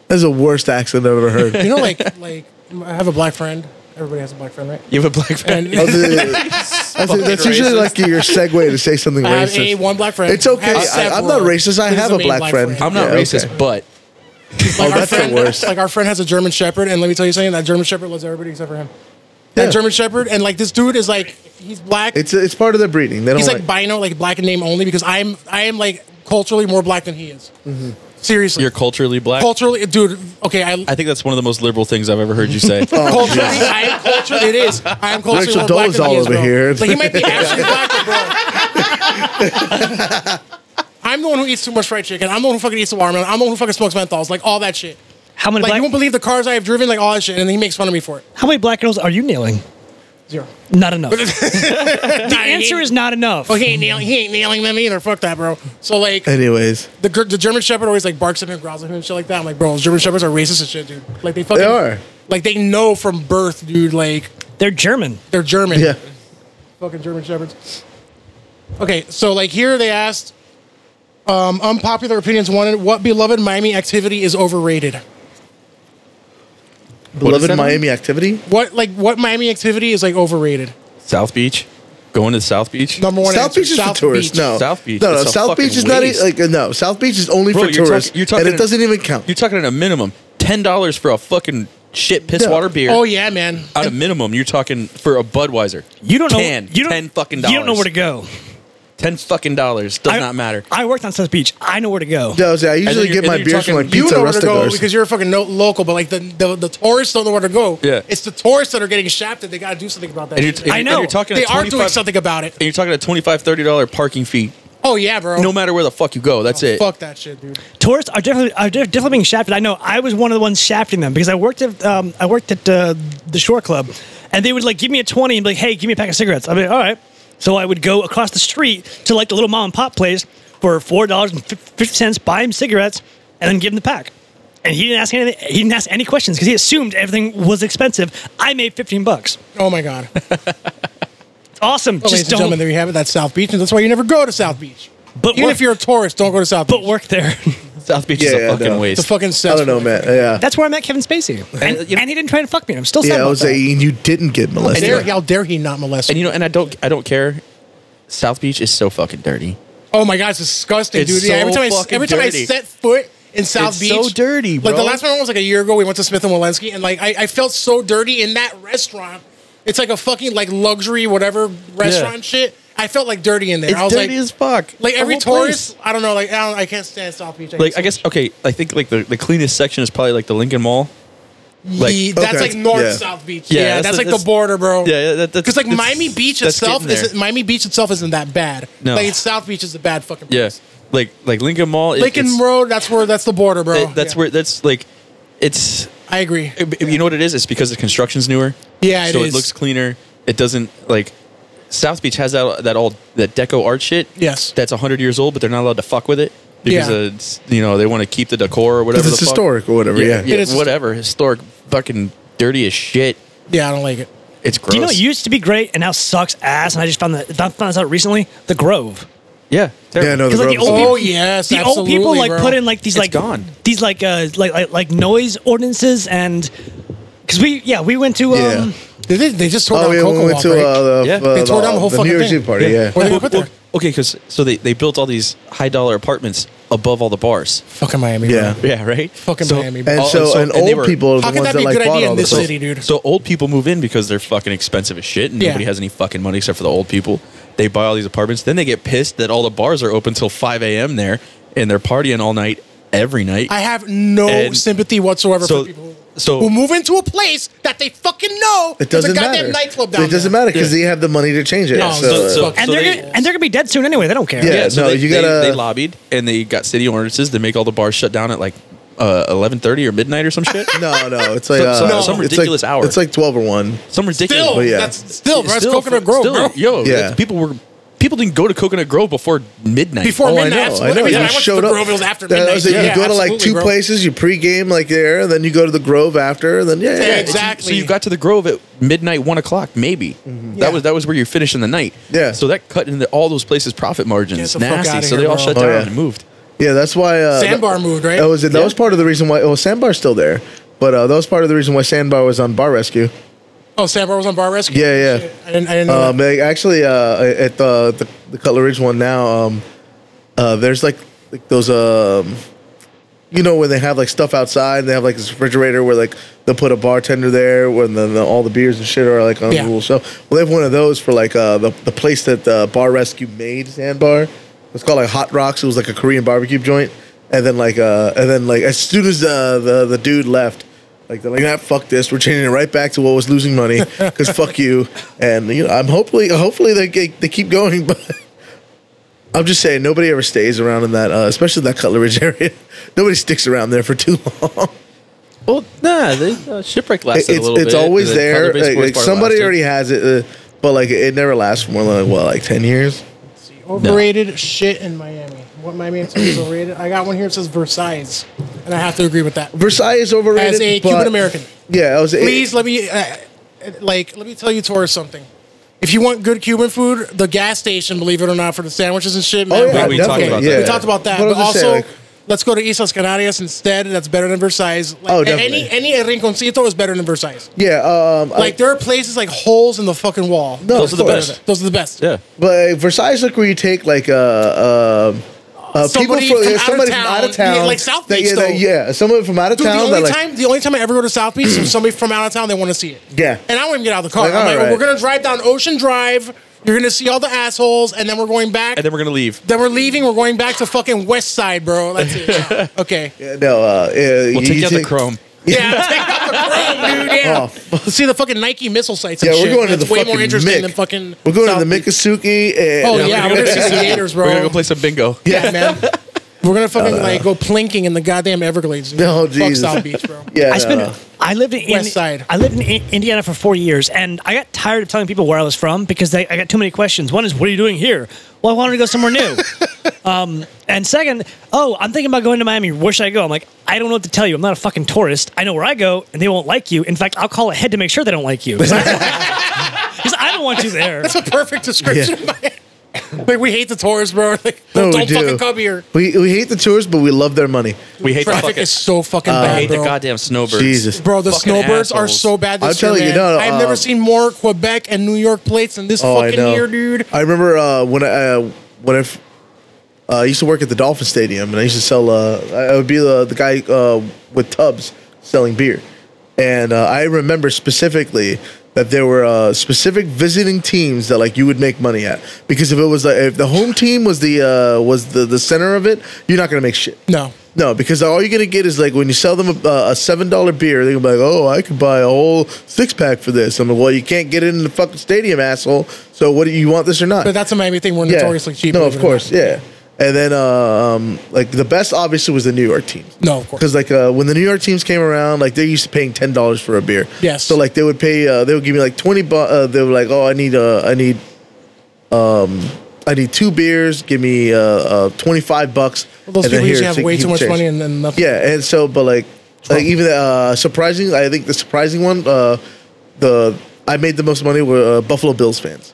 Speaker 3: That's the worst accent I've ever heard.
Speaker 2: You know, like like I have a black friend. Everybody has a black friend, right?
Speaker 4: You have a black friend.
Speaker 2: And
Speaker 3: I was- I was- that's usually like your segue to say something
Speaker 2: I have
Speaker 3: racist.
Speaker 2: a one black friend.
Speaker 3: It's okay.
Speaker 2: I have
Speaker 3: I- I'm
Speaker 2: several.
Speaker 3: not racist. I
Speaker 2: It
Speaker 3: have
Speaker 2: doesn't
Speaker 3: a
Speaker 2: mean
Speaker 3: black friend.
Speaker 4: I'm not
Speaker 3: Yeah, okay.
Speaker 4: racist, but
Speaker 2: Like our
Speaker 3: that's the
Speaker 2: friend,
Speaker 3: worst.
Speaker 2: Like our friend has a German Shepherd, and let me tell you something. That German Shepherd loves everybody except for him.
Speaker 3: Yeah.
Speaker 2: That German Shepherd, and like this dude is like he's black.
Speaker 3: It's it's part of their breeding. They don't
Speaker 2: he's
Speaker 3: like.
Speaker 2: like bino, like black in name only, because I'm I am like culturally more black than he is.
Speaker 3: Mm-hmm.
Speaker 2: Seriously,
Speaker 4: you're culturally black.
Speaker 2: culturally, dude. Okay, I.
Speaker 4: I think that's one of the most liberal things I've ever heard you say.
Speaker 3: Oh.
Speaker 2: Culturally, I am culturally. It is. I am culturally
Speaker 3: Rachel
Speaker 2: more black
Speaker 3: Dolezal
Speaker 2: than he is,
Speaker 3: over
Speaker 2: bro.
Speaker 3: here.
Speaker 2: Like, he might be actually black, but bro. I'm the one who eats too much fried chicken. I'm the one who fucking eats the watermelon. I'm the one who fucking smokes menthols. Like all that shit.
Speaker 5: How many
Speaker 2: Like you
Speaker 5: black
Speaker 2: won't believe the cars I have driven. Like all that shit, and he makes fun of me for it.
Speaker 5: How many black girls are you nailing?
Speaker 2: Zero.
Speaker 5: Not enough.
Speaker 2: The
Speaker 5: Answer is not enough.
Speaker 2: Oh, he ain't nailing. He ain't nailing them either. Fuck that, bro. So like.
Speaker 3: anyways,
Speaker 2: The, gr- the German Shepherd always like barks at him and growls at him and shit like that. I'm like, bro, German Shepherds are racist as shit, dude. Like they fucking
Speaker 3: They are.
Speaker 2: Like they know from birth, dude. Like
Speaker 5: They're German.
Speaker 2: they're German.
Speaker 3: yeah.
Speaker 2: Fucking German Shepherds. Okay, so like here they asked, um, unpopular opinions wanted. What beloved Miami activity is overrated?
Speaker 3: Beloved
Speaker 4: that mean?
Speaker 3: Miami activity.
Speaker 2: What like what Miami activity is like overrated?
Speaker 4: South Beach, going to South Beach.
Speaker 2: Number one.
Speaker 3: South
Speaker 2: answer,
Speaker 3: Beach is for tourists. No,
Speaker 4: South Beach
Speaker 3: No, no.
Speaker 4: is a
Speaker 3: South Beach
Speaker 4: fucking
Speaker 3: is not e-
Speaker 4: waste.
Speaker 3: like no. South Beach is only
Speaker 4: Bro,
Speaker 3: for
Speaker 4: you're
Speaker 3: tourists,
Speaker 4: talking- you're talking-
Speaker 3: and it doesn't even count.
Speaker 4: You're talking at a minimum ten dollars for a fucking shit piss
Speaker 3: No.
Speaker 4: water beer.
Speaker 2: Oh yeah, man.
Speaker 4: At a minimum, you're talking for a Budweiser.
Speaker 5: You don't know.
Speaker 4: Can,
Speaker 5: you don't,
Speaker 4: ten fucking
Speaker 5: You don't know
Speaker 4: dollars.
Speaker 5: where to go.
Speaker 4: ten fucking dollars does
Speaker 5: I-
Speaker 4: not matter.
Speaker 5: I worked on South Beach. I know where to go.
Speaker 3: Yeah, I was- I usually
Speaker 4: you're-
Speaker 3: get
Speaker 4: and
Speaker 3: my
Speaker 4: then you're
Speaker 3: beers from
Speaker 4: talking-
Speaker 3: like
Speaker 4: you
Speaker 2: You
Speaker 3: pizza
Speaker 2: know where to go
Speaker 3: rusticars.
Speaker 2: because you're a fucking no- local, but like the, the the tourists don't know where to go.
Speaker 4: Yeah.
Speaker 2: It's the tourists that are getting shafted. They got to do something about that.
Speaker 4: And you're,
Speaker 2: shit.
Speaker 4: and
Speaker 5: I
Speaker 4: you're-
Speaker 5: know.
Speaker 4: and you're talking. a
Speaker 2: they are doing
Speaker 4: 25
Speaker 2: something about it.
Speaker 4: And you're talking a 25 30 dollar parking fee,
Speaker 2: Oh yeah, bro.
Speaker 4: no matter where the fuck you go. That's it.
Speaker 2: Fuck that shit, dude.
Speaker 5: Tourists are definitely are de- definitely being shafted. I know. I was one of the ones shafting them because I worked at um, I worked at uh, the Shore Club, and they would like give me a twenty and be like, "Hey, give me a pack of cigarettes." I'd be like, "All right." So I would go across the street to like the little mom and pop place for four dollars and fifty cents, buy him cigarettes, and then give him the pack. And he didn't ask anything. He didn't ask any questions because he assumed everything was expensive. I made fifteen bucks.
Speaker 2: Oh my god. Well,
Speaker 5: It's awesome.
Speaker 2: ladies
Speaker 5: Just
Speaker 2: and gentlemen,
Speaker 5: don't.
Speaker 2: there you have it. That's South Beach, and that's why you never go to South Beach.
Speaker 5: But
Speaker 2: Even
Speaker 5: work-
Speaker 2: if you're a tourist, don't go to South Beach.
Speaker 5: but work there.
Speaker 4: South Beach is
Speaker 3: Yeah,
Speaker 4: a
Speaker 3: yeah,
Speaker 4: fucking
Speaker 3: no.
Speaker 4: waste.
Speaker 2: It's a fucking cesspool.
Speaker 3: I don't know, man. Yeah,
Speaker 5: That's where I met Kevin Spacey, and,
Speaker 4: And, you know-
Speaker 5: and he didn't try to fuck me. and I'm still sad
Speaker 3: yeah. I
Speaker 5: about
Speaker 3: was
Speaker 5: that.
Speaker 3: saying you didn't get
Speaker 2: How dare,
Speaker 3: molested.
Speaker 2: how dare he not molest?
Speaker 4: and
Speaker 2: me?
Speaker 4: you know, and I don't, I don't care. South Beach is so fucking dirty.
Speaker 2: oh my god, it's disgusting,
Speaker 4: It's
Speaker 2: dude. yeah, every
Speaker 4: so
Speaker 2: time I
Speaker 4: fucking
Speaker 2: every time I
Speaker 4: dirty.
Speaker 2: set foot in South
Speaker 4: It's
Speaker 2: Beach,
Speaker 4: so dirty,
Speaker 2: Like the
Speaker 4: bro.
Speaker 2: last one was like a year ago. We went to Smith and Walensky, and like I, I felt so dirty in that restaurant. It's like a fucking like luxury whatever restaurant
Speaker 4: Yeah.
Speaker 2: shit. I felt like dirty in there.
Speaker 4: It's
Speaker 2: I was
Speaker 4: dirty
Speaker 2: like,
Speaker 4: as fuck.
Speaker 2: like
Speaker 4: The
Speaker 2: every
Speaker 4: whole place.
Speaker 2: tourist, I don't know. Like I, don't, I can't stand South Beach.
Speaker 4: like I guess okay. I think like the, the cleanest section is probably like the Lincoln Mall. Like
Speaker 2: Ye- that's
Speaker 3: Okay.
Speaker 2: like North
Speaker 3: Yeah.
Speaker 2: South Beach.
Speaker 4: Yeah,
Speaker 2: Yeah,
Speaker 4: that's
Speaker 2: that's,
Speaker 4: like-
Speaker 2: like
Speaker 4: that's-
Speaker 2: the border, bro.
Speaker 4: Yeah, yeah, that- that's-
Speaker 2: because like
Speaker 4: that's-
Speaker 2: Miami Beach
Speaker 4: that's
Speaker 2: itself
Speaker 4: getting there.
Speaker 2: isn't Miami Beach itself isn't that bad.
Speaker 4: No.
Speaker 2: like it's South Beach is a bad fucking
Speaker 4: yeah,
Speaker 2: place.
Speaker 4: like like Lincoln Mall. it-
Speaker 2: Lincoln
Speaker 4: it's-
Speaker 2: Road, that's where that's the border, bro.
Speaker 4: it- that's
Speaker 2: Yeah.
Speaker 4: where that's like it's.
Speaker 2: I agree.
Speaker 4: it- You know what it is? It's because the construction's newer.
Speaker 2: Yeah, it
Speaker 4: so it
Speaker 2: is.
Speaker 4: looks cleaner. It doesn't like South Beach has that that old that deco art shit.
Speaker 2: Yes.
Speaker 4: that's hundred years old, but they're not allowed to fuck with it because
Speaker 2: Yeah.
Speaker 4: it's, you know they want to keep the decor or whatever.
Speaker 3: Because it's
Speaker 4: the fuck.
Speaker 3: historic or whatever.
Speaker 4: Yeah,
Speaker 3: Yeah.
Speaker 4: yeah,
Speaker 2: It is-
Speaker 4: whatever. Historic, fucking dirty as shit.
Speaker 2: Yeah, I don't like it.
Speaker 4: It's gross.
Speaker 5: Do you know what used to be great and now sucks ass? And I just found that found this out recently. The Grove.
Speaker 4: yeah, terrible.
Speaker 3: Yeah, no, the
Speaker 5: 'Cause,
Speaker 3: Grove
Speaker 5: like, the
Speaker 3: is
Speaker 5: old
Speaker 3: awful.
Speaker 2: Oh yes,
Speaker 5: the old people
Speaker 2: absolutely,
Speaker 5: like
Speaker 2: bro.
Speaker 5: put in like these
Speaker 4: It's
Speaker 5: like
Speaker 4: gone.
Speaker 5: these like uh like like, like noise ordinances and because we yeah we went to um
Speaker 3: Yeah.
Speaker 2: They, did- they just tore
Speaker 3: Oh
Speaker 2: down
Speaker 3: yeah,
Speaker 2: Cocoa
Speaker 3: when we went
Speaker 2: Walk,
Speaker 3: to
Speaker 2: right?
Speaker 3: uh, the,
Speaker 4: Yeah.
Speaker 3: uh,
Speaker 4: They
Speaker 2: tore down the whole
Speaker 3: the
Speaker 2: fucking
Speaker 3: New Year's
Speaker 2: thing.
Speaker 3: Eve party. Yeah.
Speaker 2: What are they gonna put there?
Speaker 4: Okay, because so they, they built all these high dollar apartments above all the bars.
Speaker 2: Fucking Miami.
Speaker 3: Yeah.
Speaker 2: bro.
Speaker 4: Yeah, right.
Speaker 2: Fucking
Speaker 4: so,
Speaker 2: Miami, bro.
Speaker 3: And
Speaker 4: Oh,
Speaker 3: so,
Speaker 4: so-
Speaker 3: and
Speaker 4: and they
Speaker 3: old
Speaker 4: were-
Speaker 3: people are
Speaker 2: How could
Speaker 3: the
Speaker 2: that
Speaker 3: ones that
Speaker 2: be a
Speaker 3: like
Speaker 2: good
Speaker 3: bought
Speaker 2: idea
Speaker 3: all
Speaker 2: in
Speaker 3: the
Speaker 2: this
Speaker 3: places.
Speaker 2: city, dude?
Speaker 4: So old people move in because they're fucking expensive as shit, and
Speaker 2: Yeah.
Speaker 4: nobody has any fucking money except for the old people. They buy all these apartments, then they get pissed that all the bars are open till five a.m. there, and they're partying all night every night.
Speaker 2: I have no
Speaker 4: And-
Speaker 2: sympathy whatsoever
Speaker 4: so-
Speaker 2: for people who,
Speaker 4: so-
Speaker 2: who move into a place that they fucking know
Speaker 3: It
Speaker 2: there's
Speaker 3: doesn't
Speaker 2: a goddamn
Speaker 3: matter.
Speaker 2: nightclub down
Speaker 3: It doesn't
Speaker 2: there.
Speaker 3: matter because they have the money to change it.
Speaker 2: Yeah,
Speaker 3: so,
Speaker 2: so- so-
Speaker 5: and
Speaker 4: So
Speaker 5: they're
Speaker 4: they-
Speaker 5: gonna, and they're gonna be dead soon anyway they don't care
Speaker 3: Yeah.
Speaker 4: so
Speaker 3: no,
Speaker 4: they,
Speaker 3: you
Speaker 4: they-
Speaker 3: gotta-
Speaker 4: They, lobbied and they got city ordinances to make all the bars shut down at like uh, eleven thirty or midnight or some shit.
Speaker 3: no, no, it's like
Speaker 4: Some-
Speaker 3: uh,
Speaker 4: some-
Speaker 3: it's
Speaker 4: some
Speaker 3: like-
Speaker 4: ridiculous hour.
Speaker 3: It's like twelve or one.
Speaker 4: Some ridiculous.
Speaker 2: Still,
Speaker 3: But yeah.
Speaker 2: that's still, bro. That's
Speaker 4: Still,
Speaker 2: Coconut
Speaker 4: fu-
Speaker 2: Grove,
Speaker 4: still,
Speaker 2: bro.
Speaker 4: Yo,
Speaker 3: Yeah.
Speaker 4: people were people didn't go to Coconut Grove before midnight.
Speaker 2: Before
Speaker 3: Oh, I
Speaker 2: midnight,
Speaker 3: know, I know.
Speaker 2: absolutely.
Speaker 3: You
Speaker 2: Yeah, I went to
Speaker 3: showed
Speaker 2: the
Speaker 3: up.
Speaker 2: Grove, it was after
Speaker 3: That
Speaker 2: midnight.
Speaker 3: was it.
Speaker 2: Yeah,
Speaker 3: you go to like
Speaker 2: absolutely,
Speaker 3: two
Speaker 2: bro.
Speaker 3: places. You pregame like there, then you go to the Grove after. Then yeah,
Speaker 2: Yeah,
Speaker 3: yeah,
Speaker 2: exactly.
Speaker 4: So you got to the Grove at midnight, one o'clock, maybe. That was that was where you're finishing the night.
Speaker 3: Mm-hmm. Yeah.
Speaker 4: So that cut into all those places' profit margins.
Speaker 2: Get the fuck
Speaker 4: Nasty.
Speaker 2: outta
Speaker 4: So
Speaker 2: here,
Speaker 4: they all
Speaker 2: bro.
Speaker 4: shut
Speaker 3: Oh,
Speaker 4: down
Speaker 3: yeah.
Speaker 4: and moved.
Speaker 3: Yeah, that's why uh,
Speaker 2: Sandbar
Speaker 3: that-
Speaker 2: moved, right?
Speaker 3: That was it. That was part of the reason why. Oh, Sandbar's still there, but uh, that was part of the reason why Sandbar was on Bar Rescue.
Speaker 2: Oh, Sandbar was on Bar Rescue?
Speaker 3: Yeah, yeah.
Speaker 2: Shit, I didn't, I didn't know
Speaker 3: Um,
Speaker 2: that.
Speaker 3: they actually, uh, at the, the the Cutler Ridge one now, um, uh, there's like, like those, um, you know, when they have like stuff outside, they have like this refrigerator where like they'll put a bartender there when the, the, all the beers and shit are like on
Speaker 2: Yeah.
Speaker 3: the little shelf. Well, they have one of those for like uh, the the place that uh, Bar Rescue made Sandbar. It's called like Hot Rocks. It was like a Korean barbecue joint, and then like uh, and then like as soon as uh, the the dude left. Like they're like, ah, fuck this. We're changing it right back to what was losing money because fuck you. And you know, I'm hopefully, hopefully they they, they keep going. But I'm just saying, nobody ever stays around in that, uh, especially that Cutler Ridge area. nobody sticks around there for too long.
Speaker 4: Well, nah, they, uh, shipwreck
Speaker 3: It's
Speaker 4: lasted a
Speaker 3: it's
Speaker 4: little bit.
Speaker 3: always
Speaker 4: and then
Speaker 3: there.
Speaker 4: Cutler Bay
Speaker 3: Like,
Speaker 4: Sports
Speaker 3: like,
Speaker 4: Bar
Speaker 3: somebody
Speaker 4: lasted.
Speaker 3: already has it, uh, but like it never lasts for more than like, what, like ten years.
Speaker 2: Overrated shit in Miami. What Miami is overrated? I got one here that says Versailles, and I have to agree with that.
Speaker 3: Versailles is overrated.
Speaker 2: As a
Speaker 3: but-
Speaker 2: Cuban American.
Speaker 3: yeah, I was. it-
Speaker 2: Please let me, uh, like, let me tell you tourists something. If you want good Cuban food, the gas station, believe it or not, for the sandwiches and shit, man.
Speaker 3: Oh, yeah,
Speaker 4: We- we talked
Speaker 2: okay,
Speaker 4: about
Speaker 2: we
Speaker 4: that.
Speaker 2: talked about that.
Speaker 3: But I
Speaker 2: But,
Speaker 3: was gonna say,
Speaker 2: also,
Speaker 3: like-
Speaker 2: let's go to Islas Canarias instead. That's better than Versailles. Like,
Speaker 3: Oh,
Speaker 2: a-
Speaker 3: definitely.
Speaker 2: Any any rinconcito is better than Versailles.
Speaker 3: yeah. Um, I-
Speaker 2: Like there are places like holes in the fucking wall.
Speaker 3: No, Those of are the
Speaker 2: Better
Speaker 3: course.
Speaker 2: than- Those are the best.
Speaker 4: Yeah.
Speaker 3: but uh, Versailles look where you take like uh, um uh,
Speaker 2: Somebody
Speaker 3: people
Speaker 2: from out
Speaker 3: yeah,
Speaker 2: of
Speaker 3: somebody
Speaker 2: town,
Speaker 3: from out of
Speaker 2: yeah,
Speaker 3: town,
Speaker 2: like South
Speaker 3: that-
Speaker 2: Beach,
Speaker 3: yeah, that-
Speaker 2: though.
Speaker 3: yeah, someone from out of
Speaker 2: Dude, the
Speaker 3: town
Speaker 2: only
Speaker 3: that like
Speaker 2: time the only time I ever go to South Beach is when somebody from out of town they want to see it.
Speaker 3: Yeah.
Speaker 2: And I won't even get out of the car.
Speaker 3: Like,
Speaker 2: I'm like,
Speaker 3: alright.
Speaker 2: we're gonna drive down Ocean Drive You're gonna see all the assholes, and then we're going back.
Speaker 4: and then we're gonna leave.
Speaker 2: Then we're leaving. We're going back to fucking West Side, bro. That's it. Okay. Yeah.
Speaker 3: Yeah, no, uh,
Speaker 4: We'll take out the Chrome.
Speaker 2: take out the chrome, dude. Yeah. Let's see the fucking Nike missile sites. And
Speaker 3: Oh. Yeah, we're
Speaker 2: shit.
Speaker 3: going to
Speaker 2: That's
Speaker 3: the
Speaker 2: way
Speaker 3: fucking
Speaker 2: more interesting
Speaker 3: Mick.
Speaker 2: than fucking.
Speaker 3: We're going
Speaker 2: South
Speaker 3: to the
Speaker 2: Beach.
Speaker 3: Mikasuki. And,
Speaker 2: Oh yeah, we're
Speaker 4: we're
Speaker 2: gonna see some
Speaker 4: gonna-
Speaker 2: gators, bro.
Speaker 4: We're gonna go play some bingo.
Speaker 2: Yeah, man. We're gonna fucking like go plinking in the goddamn Everglades. dude.
Speaker 3: Uh, No,
Speaker 2: Fuck
Speaker 3: Jesus.
Speaker 2: South Beach, bro.
Speaker 3: yeah,
Speaker 5: I spent.
Speaker 3: no.
Speaker 5: I lived in
Speaker 2: West Side.
Speaker 5: I lived in I- Indiana for four years, and I got tired of telling people where I was from because they, I got too many questions. One is, "What are you doing here?" Well, I wanted to go somewhere new. um, and second, "Oh, I'm thinking about going to Miami. Where should I go?" I'm like, "I don't know what to tell you. I'm not a fucking tourist. I know where I go, and they won't like you. In fact, I'll call ahead to make sure they don't like you." Because I don't want you there.
Speaker 2: That's a perfect description. like we hate the tourists, bro. Like,
Speaker 3: No, we
Speaker 2: don't
Speaker 3: do.
Speaker 2: fucking come here.
Speaker 3: We, we hate the tourists, but we love their money.
Speaker 4: We hate the
Speaker 2: Traffic
Speaker 4: fucking.
Speaker 2: is so fucking
Speaker 4: I
Speaker 2: bad,
Speaker 4: hate
Speaker 2: bro.
Speaker 4: the goddamn snowbirds.
Speaker 3: Jesus.
Speaker 2: Bro, the
Speaker 4: Fucking
Speaker 2: snowbirds are
Speaker 4: assholes.
Speaker 2: so bad this
Speaker 3: I'm telling
Speaker 2: year,
Speaker 3: you,
Speaker 2: man.
Speaker 3: no, no,
Speaker 2: I've
Speaker 3: uh,
Speaker 2: never seen more Quebec and New York plates than this
Speaker 3: Oh, I
Speaker 2: fucking
Speaker 3: know.
Speaker 2: year, dude.
Speaker 3: I remember uh, when I uh, when I, f- uh, I used to work at the Dolphin Stadium, and I used to sell. Uh, I I would be the the guy uh, with tubs selling beer, and uh, I remember specifically that there were uh, specific visiting teams that like you would make money at because if it was like if the home team was the uh, was the the center of it, you're not gonna make shit.
Speaker 2: No.
Speaker 3: No, because all you're gonna get is like when you sell them a, a seven dollar beer, they're gonna be like, "Oh, I could buy a whole six pack for this." I'm like, "Well, you can't get it in the fucking stadium, asshole. So what do you want this or not?"
Speaker 2: But that's a Miami thing. We're
Speaker 3: yeah.
Speaker 2: notoriously cheap.
Speaker 3: No,
Speaker 2: believe
Speaker 3: of
Speaker 2: it or
Speaker 3: course,
Speaker 2: not.
Speaker 3: yeah. And then, uh, um, like the best obviously was the New York teams.
Speaker 2: No, of course.
Speaker 3: Because like uh, when the New York teams came around, like they're used to paying ten dollars for a beer.
Speaker 2: Yes.
Speaker 3: So like they would pay, uh, they would give me like twenty. Bu- uh, they were like, "Oh, I need, uh, I need, um, I need two beers. Give me uh, uh twenty five bucks."
Speaker 2: Those
Speaker 3: and then
Speaker 2: people usually
Speaker 3: here,
Speaker 2: have
Speaker 3: take-
Speaker 2: way
Speaker 3: keep
Speaker 2: too
Speaker 3: the
Speaker 2: much
Speaker 3: change.
Speaker 2: money and then nothing.
Speaker 3: Yeah, and so, but like, like even uh, surprising, I think the surprising one, uh, the I made the most money were uh, Buffalo Bills fans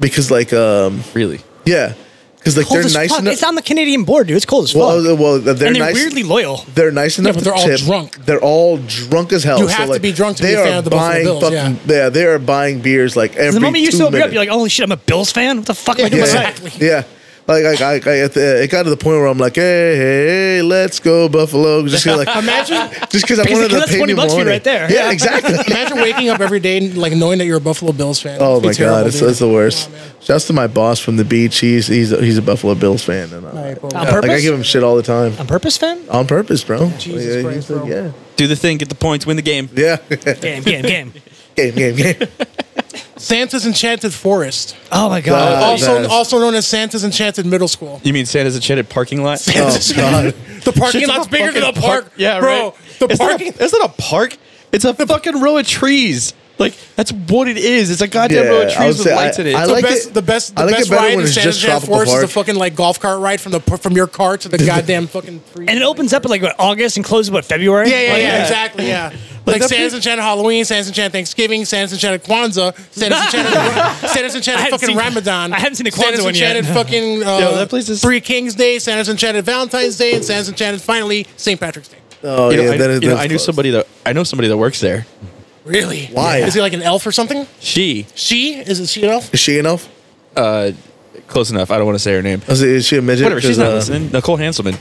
Speaker 3: because like, um,
Speaker 4: Really?
Speaker 3: yeah, because like
Speaker 5: Cold
Speaker 3: they're
Speaker 5: as
Speaker 3: nice
Speaker 5: fuck.
Speaker 3: enough.
Speaker 5: It's on the Canadian board, dude. It's cold as fuck.
Speaker 3: well, uh, well, they're,
Speaker 5: and they're
Speaker 3: nice.
Speaker 5: weirdly loyal.
Speaker 3: They're nice enough.
Speaker 2: but
Speaker 3: to
Speaker 2: they're all
Speaker 3: tip.
Speaker 2: drunk.
Speaker 3: They're all drunk as hell.
Speaker 2: You
Speaker 3: So,
Speaker 2: have to
Speaker 3: like,
Speaker 2: be drunk to be
Speaker 3: they
Speaker 2: a fan
Speaker 3: are
Speaker 2: of the Buffalo
Speaker 3: buying
Speaker 2: Bills,
Speaker 3: Fucking, yeah. they are buying beers like every.
Speaker 5: the moment you
Speaker 3: two
Speaker 5: sober
Speaker 3: minutes.
Speaker 5: up, you're like, "Holy shit, I'm a Bills fan. What the fuck am I doing?"
Speaker 3: yeah,
Speaker 5: tonight?"
Speaker 2: Exactly.
Speaker 3: Yeah. Like, like I, I, at the- it got to the point where I'm like, hey, hey, hey, let's go Buffalo. Just 'cause, like
Speaker 2: Imagine-
Speaker 3: just because I
Speaker 5: Because
Speaker 3: wanted
Speaker 5: they-
Speaker 3: to
Speaker 5: that's
Speaker 3: pay
Speaker 5: 20
Speaker 3: me
Speaker 5: bucks
Speaker 3: more
Speaker 5: for you
Speaker 3: money.
Speaker 5: right there.
Speaker 3: Yeah, exactly.
Speaker 2: Imagine waking up every day and like knowing that you're a Buffalo Bills fan.
Speaker 3: oh
Speaker 2: It'd be
Speaker 3: my
Speaker 2: terrible,
Speaker 3: god, it's,
Speaker 2: dude.
Speaker 3: it's the worst.
Speaker 2: Oh, man.
Speaker 3: Shouts to my boss from the beach. He's he's a, he's a Buffalo Bills fan, and uh,
Speaker 2: right, bro.
Speaker 3: like
Speaker 2: On
Speaker 3: I
Speaker 5: purpose?
Speaker 3: give him shit all the time
Speaker 5: On purpose, fan?
Speaker 3: on purpose, bro.
Speaker 2: Jesus
Speaker 3: Like, uh,
Speaker 2: Christ,
Speaker 3: he's
Speaker 2: bro.
Speaker 3: like, yeah,
Speaker 4: Do the thing, get the points, win the game.
Speaker 3: yeah.
Speaker 5: Game, game, game.
Speaker 3: game, game, game. Oh,
Speaker 2: Santa's Enchanted Forest,
Speaker 5: Oh my god.
Speaker 3: Uh,
Speaker 2: also
Speaker 3: yes.
Speaker 2: also known as Santa's Enchanted Middle School.
Speaker 4: You mean Santa's enchanted parking lot?
Speaker 3: Oh god.
Speaker 2: The parking
Speaker 4: Shit's not
Speaker 2: lot's
Speaker 4: a
Speaker 2: bigger than the
Speaker 4: fucking
Speaker 2: park.
Speaker 4: Yeah,
Speaker 2: bro.
Speaker 4: right.
Speaker 2: The
Speaker 4: It's not a-
Speaker 2: parking.
Speaker 4: It's not a park. It's a fucking row of trees. Like that's what it is. It's a goddamn row of
Speaker 3: Yeah, I would
Speaker 4: trees with
Speaker 3: say
Speaker 4: lights
Speaker 3: I-
Speaker 4: in it.
Speaker 3: I
Speaker 4: It's
Speaker 2: the
Speaker 3: like
Speaker 2: best,
Speaker 3: it-
Speaker 2: the best, the
Speaker 3: I like
Speaker 2: best
Speaker 3: it better
Speaker 2: ride
Speaker 3: when
Speaker 2: in
Speaker 3: it's
Speaker 2: San
Speaker 3: just
Speaker 2: Jose
Speaker 3: tropical
Speaker 2: Forest is a
Speaker 3: park.
Speaker 2: fucking like golf cart ride from the from your car to the goddamn fucking. Tree.
Speaker 5: and it opens up in like what, August and closes what February.
Speaker 2: Yeah, yeah,
Speaker 5: Like,
Speaker 2: yeah, exactly, yeah. Like
Speaker 4: that
Speaker 2: Santa's
Speaker 4: be-
Speaker 2: Enchanted Halloween, Santa's Enchanted Thanksgiving, Santa's Enchanted Kwanzaa, Santa's Enchanted, Santa's
Speaker 5: I
Speaker 2: Enchanted
Speaker 5: hadn't
Speaker 2: fucking
Speaker 5: seen-
Speaker 2: Ramadan.
Speaker 5: I haven't seen the
Speaker 2: Santa's
Speaker 5: Kwanzaa one yet.
Speaker 2: Enchanted fucking uh,
Speaker 4: Yo, that place is-
Speaker 2: Three Kings Day, Santa's Enchanted Valentine's Day, and Santa's Enchanted finally St. Patrick's Day.
Speaker 3: Oh
Speaker 4: You know,
Speaker 3: yeah,
Speaker 4: I,
Speaker 3: that is-
Speaker 4: you know,
Speaker 3: that's
Speaker 4: I knew
Speaker 3: close.
Speaker 4: somebody that I know somebody that works there.
Speaker 2: Really?
Speaker 3: Why?
Speaker 2: Is he like an elf or something?
Speaker 4: She
Speaker 2: She is it she an elf?
Speaker 3: Is she an elf?
Speaker 4: uh, close enough. I don't want to say her name.
Speaker 3: Is, is she a midget?
Speaker 4: Whatever. She's
Speaker 3: 'Cause,
Speaker 4: not
Speaker 3: uh,
Speaker 4: listening. Nicole Hanselman.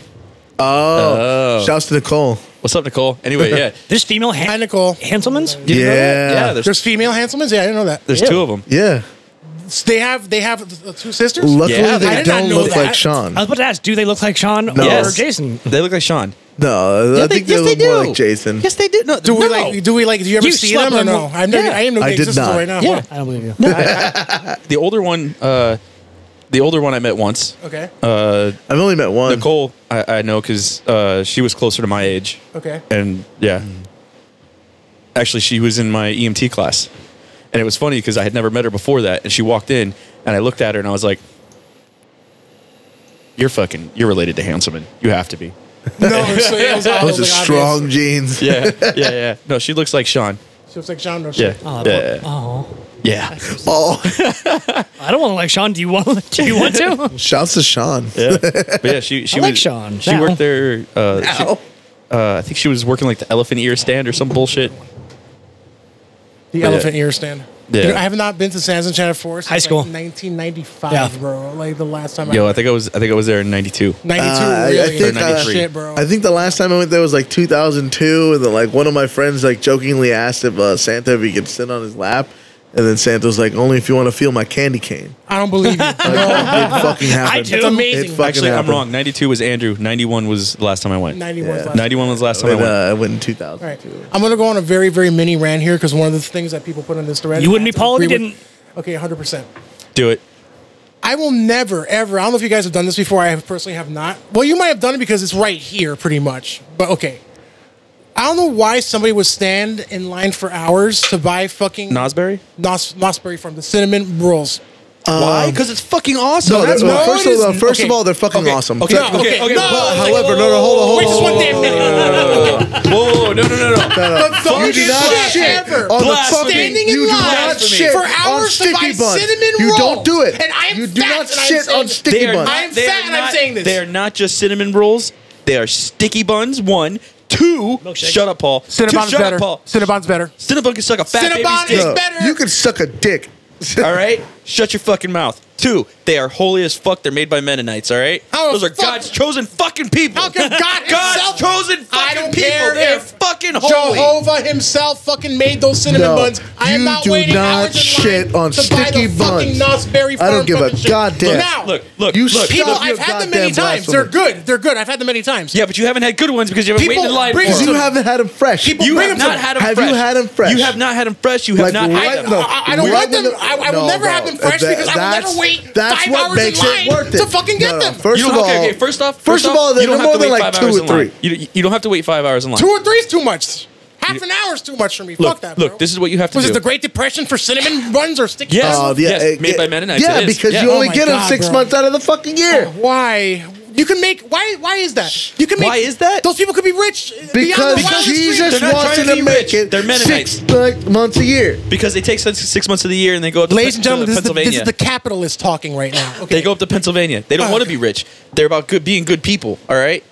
Speaker 3: Oh, shouts to Nicole.
Speaker 4: What's up, Nicole? Anyway, yeah.
Speaker 5: There's female Han-
Speaker 2: Hi, Nicole.
Speaker 5: Hanselmans.
Speaker 4: You didn't know that?
Speaker 3: Yeah.
Speaker 4: Yeah. There's,
Speaker 2: There's female Hanselmans. Yeah, I didn't know that.
Speaker 4: there's two of them.
Speaker 3: Yeah.
Speaker 2: They have they have uh, two sisters.
Speaker 3: Luckily,
Speaker 4: Yeah,
Speaker 3: they
Speaker 2: I did not
Speaker 3: don't
Speaker 2: know
Speaker 3: look
Speaker 2: that.
Speaker 3: like Sean.
Speaker 5: I was about to ask, do they look like Sean or
Speaker 4: Yes.
Speaker 5: Jason?
Speaker 4: They look like Sean.
Speaker 3: No, I think they, look more like Jason.
Speaker 4: Yes, they do. No,
Speaker 2: Do we
Speaker 4: no.
Speaker 2: like? Do we like? Do you ever
Speaker 5: You
Speaker 2: see
Speaker 5: slept
Speaker 2: them or
Speaker 5: on
Speaker 2: no?
Speaker 5: one-
Speaker 2: I'm not,
Speaker 5: Yeah.
Speaker 2: I didn't know
Speaker 3: I
Speaker 2: they
Speaker 3: did
Speaker 2: existed
Speaker 3: not.
Speaker 2: right now.
Speaker 5: Yeah,
Speaker 2: Huh.
Speaker 5: I don't believe you.
Speaker 4: the older one? Uh, the older one I met once.
Speaker 2: Okay.
Speaker 4: Uh,
Speaker 3: I've only met one.
Speaker 4: Nicole, I, I know because uh, she was closer to my age.
Speaker 2: Okay.
Speaker 4: And yeah, actually, she was in my EMT class, and it was funny because I had never met her before that, and she walked in, and I looked at her, and I was like, "You're fucking, you're related to Hanselman. You have to be."
Speaker 2: No, so it was,
Speaker 3: Those are
Speaker 2: like,
Speaker 3: strong
Speaker 2: obvious.
Speaker 3: jeans.
Speaker 4: Yeah, yeah, yeah. No, she looks like Sean.
Speaker 2: She looks like Sean. No,
Speaker 4: Yeah,
Speaker 2: shit.
Speaker 5: Oh,
Speaker 4: yeah,
Speaker 5: that-
Speaker 4: yeah.
Speaker 5: Oh,
Speaker 4: yeah.
Speaker 3: Oh,
Speaker 5: I don't want to like Sean. Do you want? Do you want to?
Speaker 3: shouts to Sean.
Speaker 4: Yeah. But yeah, she she
Speaker 5: I
Speaker 4: was
Speaker 5: like Sean
Speaker 4: She
Speaker 5: now.
Speaker 4: worked there. Uh, she-
Speaker 3: Ow.
Speaker 4: uh, I think she was working like the elephant ear stand or some bullshit.
Speaker 2: The elephant ear stand.
Speaker 4: Yeah.
Speaker 2: Dude, I have not been to Sands and Channel Forest.
Speaker 5: High
Speaker 2: since,
Speaker 5: school.
Speaker 2: like 1995,
Speaker 5: Yeah.
Speaker 2: bro. Like the last time.
Speaker 4: Yo,
Speaker 2: I
Speaker 4: I think I was I think I was there in '92.
Speaker 2: 92.
Speaker 3: Uh, I-
Speaker 2: really.
Speaker 3: I think,
Speaker 4: Or
Speaker 3: uh,
Speaker 4: 93.
Speaker 2: shit, bro.
Speaker 3: I think the last time I went there was like 2002, and then like one of my friends like jokingly asked if uh, Santa if he could sit on his lap, And then Santa's like, only if you want to feel my candy cane.
Speaker 2: I don't believe you.
Speaker 3: It fucking happened.
Speaker 5: do. It's
Speaker 2: amazing.
Speaker 3: It fucking
Speaker 4: Actually,
Speaker 3: happened.
Speaker 4: I'm wrong. 92 was Andrew. 91 was the last time I went.
Speaker 2: 91 was last.
Speaker 4: 91 was the last time I
Speaker 3: When,
Speaker 4: went.
Speaker 3: uh, I went in
Speaker 2: All right.
Speaker 3: 2002.
Speaker 2: I'm going to go on a very, very mini rant here because one of the things that people put on this thread.
Speaker 5: You wouldn't be Paul if you
Speaker 2: Agree with- Okay, 100%.
Speaker 4: Do it.
Speaker 2: I will never, ever. I don't know if you guys have done this before. I have- personally have not. Well, you might have done it because it's right here, pretty much. But okay. I don't know why somebody would stand in line for hours to buy fucking
Speaker 4: Nosberry?
Speaker 2: Nos- Nosberry from the cinnamon rolls. Um,
Speaker 4: Why? Because it's fucking awesome.
Speaker 3: No,
Speaker 4: That's
Speaker 3: they're- well,
Speaker 4: why.
Speaker 2: why
Speaker 3: first
Speaker 2: it
Speaker 3: of all,
Speaker 2: is-
Speaker 3: first of
Speaker 2: okay.
Speaker 3: all, they're fucking awesome.
Speaker 4: Okay,
Speaker 2: No,
Speaker 4: okay,
Speaker 2: okay,
Speaker 4: okay.
Speaker 2: no,
Speaker 3: But,
Speaker 4: but-
Speaker 3: however, no, no, hold on, hold on.
Speaker 2: Wait, just
Speaker 3: hold on,
Speaker 2: one damn minute.
Speaker 4: Whoa, Oh, no, no, no, no.
Speaker 2: The
Speaker 3: You
Speaker 2: funniest
Speaker 3: do not
Speaker 2: shit
Speaker 3: shit
Speaker 2: ever.
Speaker 3: on the
Speaker 4: Blasphemy.
Speaker 3: fucking.
Speaker 2: Standing
Speaker 3: you
Speaker 2: in
Speaker 3: do
Speaker 2: line
Speaker 3: not shit
Speaker 2: for
Speaker 3: on
Speaker 2: hours to
Speaker 3: sticky
Speaker 2: buy
Speaker 3: buns.
Speaker 2: cinnamon
Speaker 3: You don't
Speaker 2: rolls.
Speaker 3: do it.
Speaker 2: And I am
Speaker 3: you do
Speaker 2: fat
Speaker 3: not
Speaker 2: and I'm
Speaker 3: shit
Speaker 2: saying
Speaker 3: on
Speaker 2: this.
Speaker 3: sticky buns.
Speaker 2: I am fat and I'm saying this.
Speaker 4: They're not just cinnamon rolls. They are sticky buns. One, two.
Speaker 5: Milkshake.
Speaker 4: Shut up, Paul. Two,
Speaker 2: Cinnabon's
Speaker 4: shut
Speaker 2: better.
Speaker 4: up, Paul.
Speaker 2: Cinnabon's better.
Speaker 4: Cinnabon can suck a fat
Speaker 2: Cinnabon
Speaker 4: baby's
Speaker 2: is
Speaker 3: No,
Speaker 4: dick.
Speaker 2: better.
Speaker 3: You can suck a dick.
Speaker 4: All right, shut your fucking mouth. Two, they are holy as fuck. They're made by Mennonites. All right,
Speaker 2: How
Speaker 4: those
Speaker 2: the
Speaker 4: are
Speaker 2: fuck-
Speaker 4: God's chosen fucking people.
Speaker 2: How can God
Speaker 4: God's
Speaker 2: himself-
Speaker 4: chosen fucking
Speaker 2: I don't
Speaker 4: people.
Speaker 2: care
Speaker 4: They're
Speaker 2: if
Speaker 4: fucking holy.
Speaker 2: Jehovah himself fucking made those cinnamon
Speaker 3: No,
Speaker 2: buns. I am
Speaker 3: you
Speaker 2: not
Speaker 3: do
Speaker 2: waiting
Speaker 3: not
Speaker 2: hours in
Speaker 3: shit
Speaker 2: line
Speaker 3: on
Speaker 2: to buy
Speaker 3: sticky
Speaker 2: the fucking
Speaker 3: buns.
Speaker 2: Nosberry
Speaker 3: I don't
Speaker 2: Farm
Speaker 3: give a
Speaker 2: fucking shit.
Speaker 3: goddamn.
Speaker 2: Now,
Speaker 4: Look, look,
Speaker 3: You
Speaker 4: look.
Speaker 3: stop
Speaker 2: people,
Speaker 3: your
Speaker 2: I've had them many
Speaker 3: goddamn
Speaker 2: times. They're
Speaker 3: blasphemy.
Speaker 2: good. They're good. I've had them many times.
Speaker 4: yeah, but you haven't had good ones because you haven't
Speaker 2: People
Speaker 4: waited in line
Speaker 2: bring
Speaker 4: for
Speaker 2: them
Speaker 3: You
Speaker 4: them.
Speaker 3: have had them fresh.
Speaker 2: People
Speaker 4: You
Speaker 2: bring
Speaker 4: have
Speaker 2: them to
Speaker 4: not
Speaker 2: me.
Speaker 4: had them
Speaker 3: Have you
Speaker 4: fresh.
Speaker 3: had 'em fresh?
Speaker 4: You have not had them fresh. You have
Speaker 3: Like,
Speaker 4: not
Speaker 3: right
Speaker 4: had them.
Speaker 3: the-
Speaker 2: I, I- I don't
Speaker 3: Right
Speaker 2: want them.
Speaker 3: when the-
Speaker 2: I, I will
Speaker 3: No,
Speaker 2: never have
Speaker 3: no,
Speaker 2: them fresh
Speaker 3: that-
Speaker 2: because I will
Speaker 3: that's-
Speaker 2: never wait
Speaker 3: that's
Speaker 2: five
Speaker 3: what
Speaker 2: hours
Speaker 3: makes it
Speaker 2: in line
Speaker 3: worth it.
Speaker 2: to fucking get
Speaker 3: No, no,
Speaker 2: them.
Speaker 3: first-
Speaker 4: You don't,
Speaker 3: of
Speaker 4: okay,
Speaker 3: all-
Speaker 4: okay, first off,
Speaker 3: first of
Speaker 4: off,
Speaker 3: all, they're
Speaker 4: you don't
Speaker 3: no
Speaker 4: have
Speaker 3: more
Speaker 4: to
Speaker 3: than
Speaker 4: wait
Speaker 3: like
Speaker 4: five
Speaker 3: two
Speaker 4: hours
Speaker 3: or
Speaker 4: in line.
Speaker 3: three.
Speaker 4: You, you don't have to wait five hours in line.
Speaker 2: Two or three is too much. Half an hour is too much for me.
Speaker 4: Look,
Speaker 2: Fuck that.
Speaker 4: look,
Speaker 2: bro.
Speaker 4: this is what you have to
Speaker 2: Was
Speaker 4: do.
Speaker 2: it the Great Depression for cinnamon buns or sticky?
Speaker 4: Yes. Uh,
Speaker 3: Oh, yeah,
Speaker 4: Yes,
Speaker 3: it-
Speaker 4: made
Speaker 3: it-
Speaker 4: by Mennonites,
Speaker 3: Yeah,
Speaker 4: it is.
Speaker 3: because
Speaker 4: Yeah.
Speaker 3: you
Speaker 4: Oh
Speaker 3: only
Speaker 2: my
Speaker 3: get them
Speaker 2: God,
Speaker 3: six
Speaker 2: bro.
Speaker 3: months out of the fucking year.
Speaker 2: Why? You can make why? Why is that? You can make.
Speaker 4: Why is that?
Speaker 2: Those people could be rich uh, beyond the
Speaker 3: Because,
Speaker 2: wildest dream.
Speaker 3: Jesus
Speaker 4: They're not
Speaker 3: wants
Speaker 4: trying
Speaker 3: you
Speaker 4: to
Speaker 3: to
Speaker 4: be
Speaker 3: make
Speaker 4: rich.
Speaker 3: it
Speaker 4: They're
Speaker 3: six
Speaker 4: Mennonites.
Speaker 3: like, months a year.
Speaker 4: because they take six, six months of the year and they go up to,
Speaker 2: Ladies and
Speaker 4: Pen- to
Speaker 2: gentlemen, this is, the, this
Speaker 4: Pennsylvania.
Speaker 2: is the capitalist talking right now. Okay.
Speaker 4: They go up to Pennsylvania. They don't want to be rich. They're about good being good people. All right,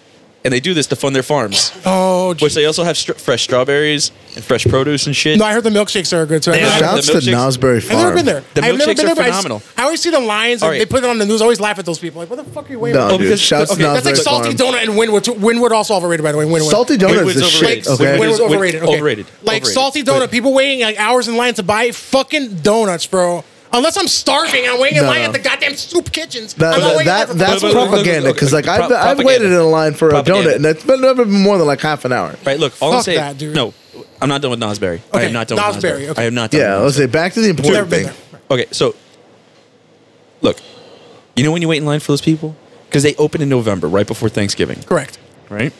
Speaker 4: and they do this to fund their farms,
Speaker 2: Oh,
Speaker 4: which
Speaker 2: geez.
Speaker 4: they also have str- fresh strawberries and fresh produce and shit.
Speaker 2: no! I heard the milkshakes are good too.
Speaker 4: They
Speaker 2: I've
Speaker 4: are-
Speaker 2: never-
Speaker 3: Shouts to
Speaker 4: milkshakes-
Speaker 3: Nosberry
Speaker 2: I've never
Speaker 3: Farm.
Speaker 2: been there.
Speaker 4: The
Speaker 2: I've never
Speaker 4: milkshakes
Speaker 2: been there.
Speaker 4: are
Speaker 2: but I s-
Speaker 4: phenomenal.
Speaker 2: I, always see the lines.
Speaker 4: All
Speaker 2: and
Speaker 4: right.
Speaker 2: They put it on the news. I always laugh at those people. Like, what the fuck are you waiting?
Speaker 3: No,
Speaker 2: for?
Speaker 4: Oh,
Speaker 3: dude.
Speaker 4: because-
Speaker 3: Shouts
Speaker 4: okay,
Speaker 3: to Nosberry
Speaker 4: that's
Speaker 2: That's like salty
Speaker 3: Farm.
Speaker 2: donut and Winwood. too- Winwood also overrated, by the way. Winwood.
Speaker 3: Salty donuts
Speaker 4: Winwood's
Speaker 3: is
Speaker 4: overrated.
Speaker 3: shit.
Speaker 4: Like,
Speaker 3: Okay.
Speaker 2: Winwood's
Speaker 4: Winwood-
Speaker 2: overrated. Okay.
Speaker 4: overrated.
Speaker 2: Like
Speaker 4: Overrated.
Speaker 2: salty donut. People waiting like hours in line to buy fucking donuts, bro. Unless I'm starving, I'm waiting in
Speaker 3: No,
Speaker 2: line
Speaker 3: no.
Speaker 2: at the goddamn soup kitchens.
Speaker 3: That,
Speaker 2: I'm not waiting
Speaker 3: that,
Speaker 2: in line for fucking-
Speaker 3: that's
Speaker 4: But- but- but-
Speaker 3: propaganda
Speaker 4: okay,
Speaker 3: because like I've,
Speaker 4: pro-
Speaker 3: I've
Speaker 4: propaganda.
Speaker 3: waited in line for a donut
Speaker 4: Propaganda.
Speaker 3: and it's been never been more than like half an hour.
Speaker 4: Right. Look, all I'm
Speaker 2: Fuck
Speaker 4: saying.
Speaker 2: that, dude.
Speaker 4: No, I'm not done with Nosberry. I
Speaker 2: Okay,
Speaker 4: am not done with
Speaker 2: Nosberry,
Speaker 4: Nosberry.
Speaker 2: okay.
Speaker 4: I am not done.
Speaker 3: Yeah,
Speaker 4: with
Speaker 3: let's say back to the
Speaker 2: Never
Speaker 3: important
Speaker 2: been
Speaker 3: thing.
Speaker 2: there.
Speaker 4: Nosberry. Okay, so look, you know when you wait in line for those people because they open in November, right before Thanksgiving,
Speaker 2: Correct.
Speaker 4: right?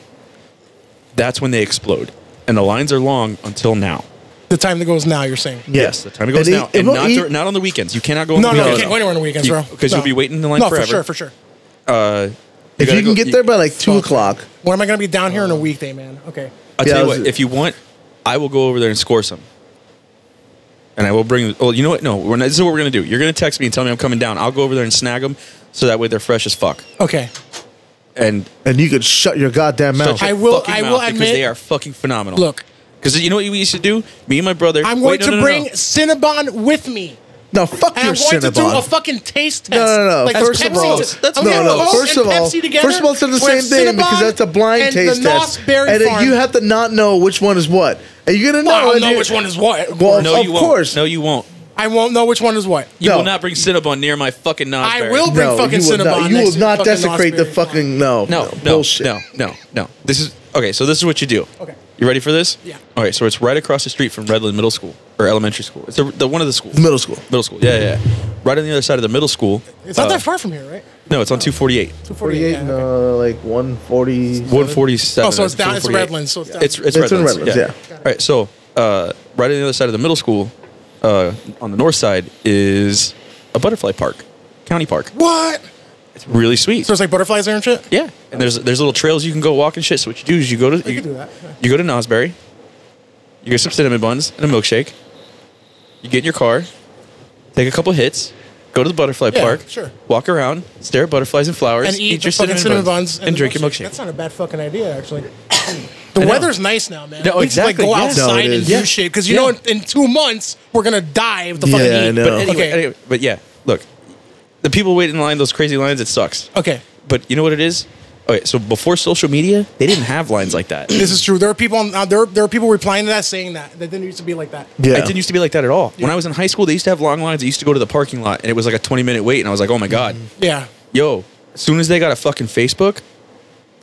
Speaker 4: That's when they explode, and the lines are long until now.
Speaker 2: The time that goes now, you're saying.
Speaker 4: Yes, the time it goes
Speaker 3: And
Speaker 4: now,
Speaker 3: he-
Speaker 4: and
Speaker 3: well,
Speaker 4: not,
Speaker 3: he-
Speaker 4: dur- not on the weekends. You cannot go. on
Speaker 2: No, no,
Speaker 4: the
Speaker 2: you
Speaker 4: weekends.
Speaker 2: can't wait anywhere on the weekends,
Speaker 4: You-
Speaker 2: bro.
Speaker 4: Because
Speaker 2: No.
Speaker 4: you'll be waiting in the line
Speaker 2: No,
Speaker 4: forever.
Speaker 2: for sure, for sure.
Speaker 4: Uh,
Speaker 3: If
Speaker 4: gotta
Speaker 3: you can
Speaker 4: go-
Speaker 3: get there by like two
Speaker 2: Fuck.
Speaker 3: o'clock,
Speaker 2: When am I going to be down here on a weekday, man? Okay.
Speaker 4: I'll
Speaker 3: Yeah,
Speaker 4: tell you
Speaker 3: I was-
Speaker 4: what. If you want, I will go over there and score some. And I will bring. Well, you know what? No, we're not, this is what we're gonna do. You're gonna text me and tell me I'm coming down. I'll go over there and snag them, so that way they're fresh as fuck.
Speaker 2: Okay.
Speaker 4: And
Speaker 3: and you could shut your goddamn mouth.
Speaker 4: shut your
Speaker 2: I will-
Speaker 4: fucking
Speaker 2: I
Speaker 4: mouth
Speaker 2: will
Speaker 4: because
Speaker 2: admit-
Speaker 4: they are fucking phenomenal.
Speaker 2: Look.
Speaker 4: because you know what we used to do? Me and my brother.
Speaker 2: I'm going
Speaker 4: Wait, no,
Speaker 2: to
Speaker 4: no, no,
Speaker 2: bring
Speaker 4: no.
Speaker 2: Cinnabon with me.
Speaker 3: no, fuck
Speaker 2: And
Speaker 3: your
Speaker 2: I'm going to do a
Speaker 3: Cinnabon.
Speaker 2: fucking taste test.
Speaker 3: No, no, no.
Speaker 2: Like
Speaker 3: first
Speaker 2: Pepsi
Speaker 3: of all,
Speaker 2: to- I'm
Speaker 3: no,
Speaker 2: gonna
Speaker 3: no.
Speaker 2: Coke
Speaker 3: First
Speaker 2: oh, and
Speaker 3: of all,
Speaker 2: Pepsi together.
Speaker 3: first of all, it's the
Speaker 2: We'll
Speaker 3: same
Speaker 2: have
Speaker 3: thing because
Speaker 2: Cinnabon
Speaker 3: that's a blind
Speaker 2: and
Speaker 3: taste
Speaker 2: the
Speaker 3: test,
Speaker 2: Nosberry
Speaker 3: and then
Speaker 2: Farm.
Speaker 3: you have to not know which one is what. And you're gonna know.
Speaker 2: Well, I don't
Speaker 3: and
Speaker 2: know
Speaker 3: you-
Speaker 2: which one is what.
Speaker 3: Well,
Speaker 4: No,
Speaker 3: of
Speaker 4: you won't.
Speaker 3: course.
Speaker 4: No, you won't.
Speaker 2: I won't know which one is what.
Speaker 4: You
Speaker 3: No.
Speaker 4: will not bring Cinnabon near my fucking Nosberry.
Speaker 2: I will bring
Speaker 3: No,
Speaker 2: fucking
Speaker 3: you will
Speaker 2: Cinnabon.
Speaker 3: not, you
Speaker 2: next
Speaker 3: will
Speaker 2: to
Speaker 3: not
Speaker 2: fucking
Speaker 3: desecrate the
Speaker 2: Nosberry.
Speaker 3: fucking no,
Speaker 4: No, no,
Speaker 3: bullshit.
Speaker 4: no, no, no. This is okay. So this is what you do.
Speaker 2: Okay.
Speaker 4: You ready for this?
Speaker 2: Yeah.
Speaker 4: All right. So it's right across the street from Redland Middle School or Elementary School. It's the, the one of the schools.
Speaker 3: Middle school.
Speaker 4: Middle school. Yeah, yeah. yeah. Right on the other side of the middle school.
Speaker 2: It's not
Speaker 4: Uh,
Speaker 2: that far from here, right?
Speaker 4: No, it's on 248.
Speaker 2: 248.
Speaker 3: Forty-eight,
Speaker 2: yeah,
Speaker 3: and
Speaker 2: okay.
Speaker 3: uh, like one forty.
Speaker 4: 147.
Speaker 2: Oh, so it's down- it's
Speaker 4: 248.
Speaker 2: Redlands, so it's down.
Speaker 4: It's, it's,
Speaker 3: It's in
Speaker 4: Redlands.
Speaker 3: Redlands,
Speaker 4: All right. So uh, right on the other side of the middle school, uh, on the north side is a butterfly park, county park.
Speaker 2: What?
Speaker 4: It's really sweet.
Speaker 2: So it's like butterflies there and shit?
Speaker 4: Yeah, and there's there's little trails you can go walk and shit. So what you do is you go to you,
Speaker 2: could do that.
Speaker 4: you go to Nosberry, you get some cinnamon buns and a milkshake. You get in your car, take a couple hits, go to the butterfly
Speaker 2: Yeah,
Speaker 4: park,
Speaker 2: sure.
Speaker 4: walk around, stare at butterflies and flowers,
Speaker 2: And eat, the fucking cinnamon, buns
Speaker 4: and,
Speaker 2: the
Speaker 4: drink your
Speaker 2: That's
Speaker 4: milkshake.
Speaker 2: not a bad fucking idea, actually. The
Speaker 4: know.
Speaker 2: weather's nice now, man.
Speaker 4: No,
Speaker 2: We can,
Speaker 4: exactly,
Speaker 2: Like,
Speaker 4: yeah.
Speaker 2: go
Speaker 4: No, it
Speaker 2: outside and
Speaker 3: is.
Speaker 2: do
Speaker 3: Yeah.
Speaker 2: shit because you
Speaker 4: Yeah.
Speaker 2: know in, in two months we're gonna die of the
Speaker 3: Yeah,
Speaker 2: fucking
Speaker 3: I
Speaker 2: heat.
Speaker 3: know.
Speaker 4: But anyway,
Speaker 2: Okay.
Speaker 4: anyway, but yeah, look, the people wait in line, those crazy lines, it sucks.
Speaker 2: Okay.
Speaker 4: But you know what it is? Okay, so before social media, they didn't have lines like that.
Speaker 2: This is true. There are people on, uh, there, there are people replying to that saying that that didn't used to be like that.
Speaker 3: Yeah.
Speaker 4: It didn't used to be like that at all. When I was in high school, they used to have long lines. I used to go to the parking lot, and it was like a 20 minute wait. And I was like, oh my God.
Speaker 2: Yeah.
Speaker 4: Yo, as soon as they got a fucking Facebook,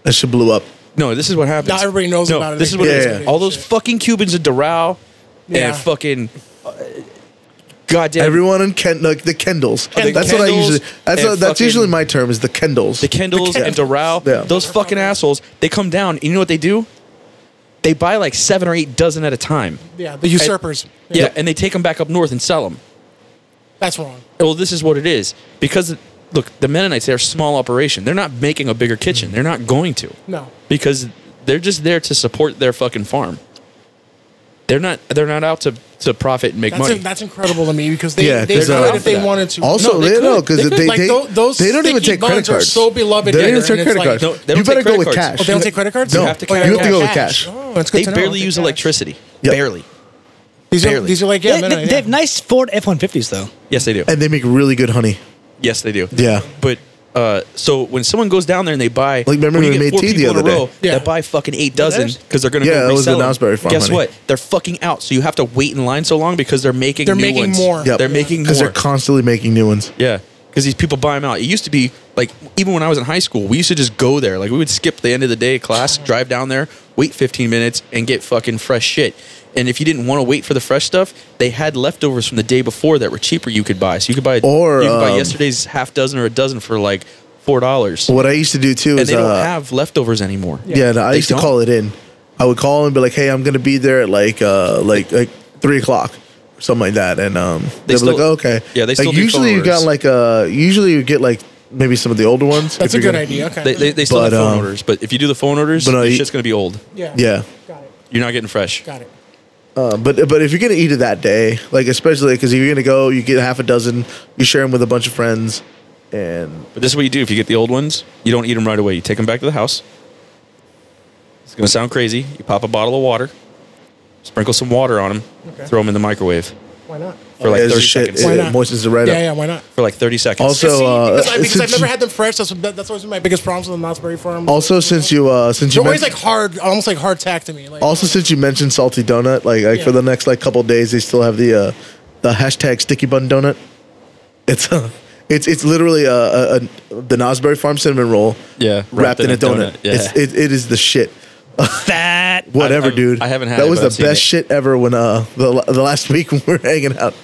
Speaker 3: That shit blew up.
Speaker 4: no, this is what happens.
Speaker 2: Not everybody knows
Speaker 4: No,
Speaker 2: about it.
Speaker 4: This is what
Speaker 3: Yeah,
Speaker 4: it is.
Speaker 3: yeah.
Speaker 4: All those fucking Cubans at Doral
Speaker 2: Yeah.
Speaker 4: and fucking uh, goddamn.
Speaker 3: Everyone in Ken, like the Kendalls.
Speaker 4: Oh, the
Speaker 3: that's what I
Speaker 4: Kendalls
Speaker 3: usually. That's
Speaker 4: and
Speaker 3: what, that's
Speaker 4: fucking-
Speaker 3: usually my term is the Kendalls.
Speaker 4: the Kendalls
Speaker 3: Ken-
Speaker 4: and Doral,
Speaker 3: Yeah.
Speaker 4: those fucking assholes, they come down, and you know what they do? They buy like seven or eight dozen at a time.
Speaker 2: Yeah. The usurpers.
Speaker 4: Yeah, and they take them back up north and sell them.
Speaker 2: That's wrong.
Speaker 4: Well, this is what it is because look, the Mennonites they're a small operation. They're not making a bigger kitchen. They're not going to
Speaker 2: No.
Speaker 4: because they're just there to support their fucking farm. They're not. They're not out to to profit and make
Speaker 2: That's,
Speaker 4: money.
Speaker 2: in- that's incredible to me because they,
Speaker 3: Yeah,
Speaker 2: they
Speaker 3: 'cause,
Speaker 2: could
Speaker 3: uh,
Speaker 2: if they
Speaker 4: for that.
Speaker 2: wanted to.
Speaker 3: Also,
Speaker 4: No, they
Speaker 3: they no,
Speaker 4: could. They
Speaker 3: because
Speaker 4: could.
Speaker 3: they,
Speaker 2: Like,
Speaker 3: they,
Speaker 2: tho- those
Speaker 3: they don't even
Speaker 2: sticky
Speaker 3: take credit
Speaker 2: buns are
Speaker 3: cards.
Speaker 2: so beloved
Speaker 3: They
Speaker 2: here,
Speaker 3: don't even
Speaker 2: and
Speaker 3: take
Speaker 2: it's
Speaker 3: credit
Speaker 2: like-
Speaker 3: cards.
Speaker 4: No, they
Speaker 3: you
Speaker 4: don't take
Speaker 3: better go
Speaker 4: credit
Speaker 3: with
Speaker 4: cards.
Speaker 3: cash.
Speaker 2: Oh, they don't take credit cards.
Speaker 3: No,
Speaker 4: You have to
Speaker 2: Oh,
Speaker 4: carry
Speaker 2: yeah,
Speaker 3: you have to
Speaker 4: cash.
Speaker 3: go with cash.
Speaker 2: Oh, that's good
Speaker 4: they
Speaker 2: to know.
Speaker 4: barely
Speaker 2: Okay,
Speaker 4: use
Speaker 2: cash.
Speaker 4: electricity.
Speaker 3: Yep.
Speaker 4: Barely.
Speaker 2: These are
Speaker 4: Barely.
Speaker 2: these are like yeah,
Speaker 5: they,
Speaker 2: no, no,
Speaker 5: they-
Speaker 2: yeah.
Speaker 5: they have nice Ford F one fifties though.
Speaker 4: Yes, they do.
Speaker 3: And they make really good honey.
Speaker 4: yes, they do.
Speaker 3: Yeah.
Speaker 4: But uh, so when someone goes down there and they buy, like
Speaker 3: remember
Speaker 4: when
Speaker 3: we
Speaker 4: you get
Speaker 3: made
Speaker 4: four
Speaker 3: tea the
Speaker 4: people in a
Speaker 3: other day?
Speaker 4: row,
Speaker 2: Yeah.
Speaker 4: they buy fucking eight dozen
Speaker 5: there's-
Speaker 4: because they're going to
Speaker 3: Yeah,
Speaker 4: go
Speaker 3: that was the
Speaker 4: resell 'em.
Speaker 3: Knott's Berry Farm,
Speaker 4: Guess
Speaker 3: honey.
Speaker 4: what? They're fucking out, so you have to wait in line so long because they're making
Speaker 2: They're
Speaker 4: new
Speaker 2: making
Speaker 4: ones.
Speaker 2: more. Yep.
Speaker 4: They're making more.
Speaker 3: because they're constantly making new ones.
Speaker 4: Yeah, because these people buy them out. It used to be like even when I was in high school, we used to just go there. Like we would skip the end of the day class, drive down there, wait 15 minutes, and get fucking fresh shit. And if you didn't want to wait for the fresh stuff, they had leftovers from the day before that were cheaper. You could buy, so you could buy
Speaker 3: Or,
Speaker 4: you could buy
Speaker 3: um,
Speaker 4: yesterday's half dozen or a dozen for like four dollars.
Speaker 3: What I used to do too
Speaker 4: And
Speaker 3: is
Speaker 4: they don't
Speaker 3: uh,
Speaker 4: have leftovers anymore.
Speaker 3: Yeah, no, I
Speaker 4: They
Speaker 3: used to
Speaker 4: don't.
Speaker 3: call it in. I would call and be like, "Hey, I'm gonna be there at like uh like like three o'clock, or something like that." And um,
Speaker 4: They
Speaker 3: they'd be like,
Speaker 4: still-
Speaker 3: oh, "Okay."
Speaker 4: yeah, they
Speaker 3: like,
Speaker 4: still do
Speaker 3: usually you got
Speaker 4: phone
Speaker 3: like uh usually you get like maybe some of the older ones.
Speaker 2: That's
Speaker 3: if
Speaker 2: a
Speaker 3: you're
Speaker 2: good
Speaker 3: gonna-
Speaker 2: idea. Okay.
Speaker 4: They, they, they still
Speaker 3: But,
Speaker 4: have phone
Speaker 3: um,
Speaker 4: orders, but if you do the phone orders,
Speaker 3: but uh, no,
Speaker 4: the
Speaker 3: you-
Speaker 4: shit's gonna be old.
Speaker 2: yeah.
Speaker 3: Yeah.
Speaker 2: Got it.
Speaker 4: You're not getting fresh.
Speaker 2: Got it.
Speaker 3: Uh, but but if you're gonna eat it that day, like especially because if you're gonna go, you get half a dozen, you share them with a bunch of friends, and
Speaker 4: But this is what you do if you get the old ones. You don't eat them right away. You take them back to the house. It's gonna sound crazy. You pop a bottle of water, sprinkle some water on them,
Speaker 2: Okay.
Speaker 4: throw them in the microwave
Speaker 2: Why not?
Speaker 4: for like
Speaker 3: it's
Speaker 4: 30
Speaker 3: Oh, shit,
Speaker 4: seconds.
Speaker 2: Why
Speaker 3: It,
Speaker 2: not?
Speaker 3: moistens it right
Speaker 2: yeah,
Speaker 3: up.
Speaker 2: yeah. Why not?
Speaker 4: For like 30 seconds.
Speaker 3: Also- So, uh,
Speaker 2: because, I, because I've
Speaker 3: since
Speaker 2: never
Speaker 3: you-
Speaker 2: had them fresh. That's that, that's always been my biggest problems with the Knott's Berry Farm.
Speaker 3: Also, since you uh since you
Speaker 2: they're always
Speaker 3: men-
Speaker 2: like hard, almost like hard tack to me. Like,
Speaker 3: Also, since you mentioned salty donut, like, like for
Speaker 2: Yeah.
Speaker 3: the next like couple days, they still have the uh, the hashtag sticky bun donut. It's uh, it's it's literally a, a, a the Nosberry Farm cinnamon roll,
Speaker 4: Yeah,
Speaker 3: wrapped, in a donut.
Speaker 4: yeah.
Speaker 3: It's, it, it is the shit.
Speaker 5: Fat.
Speaker 3: Whatever,
Speaker 4: I've-
Speaker 3: dude.
Speaker 4: I haven't had
Speaker 3: that
Speaker 4: it,
Speaker 3: was
Speaker 4: but
Speaker 3: the
Speaker 4: I've seen
Speaker 3: best
Speaker 4: it.
Speaker 3: shit ever. When uh the la- the last week when we were hanging out,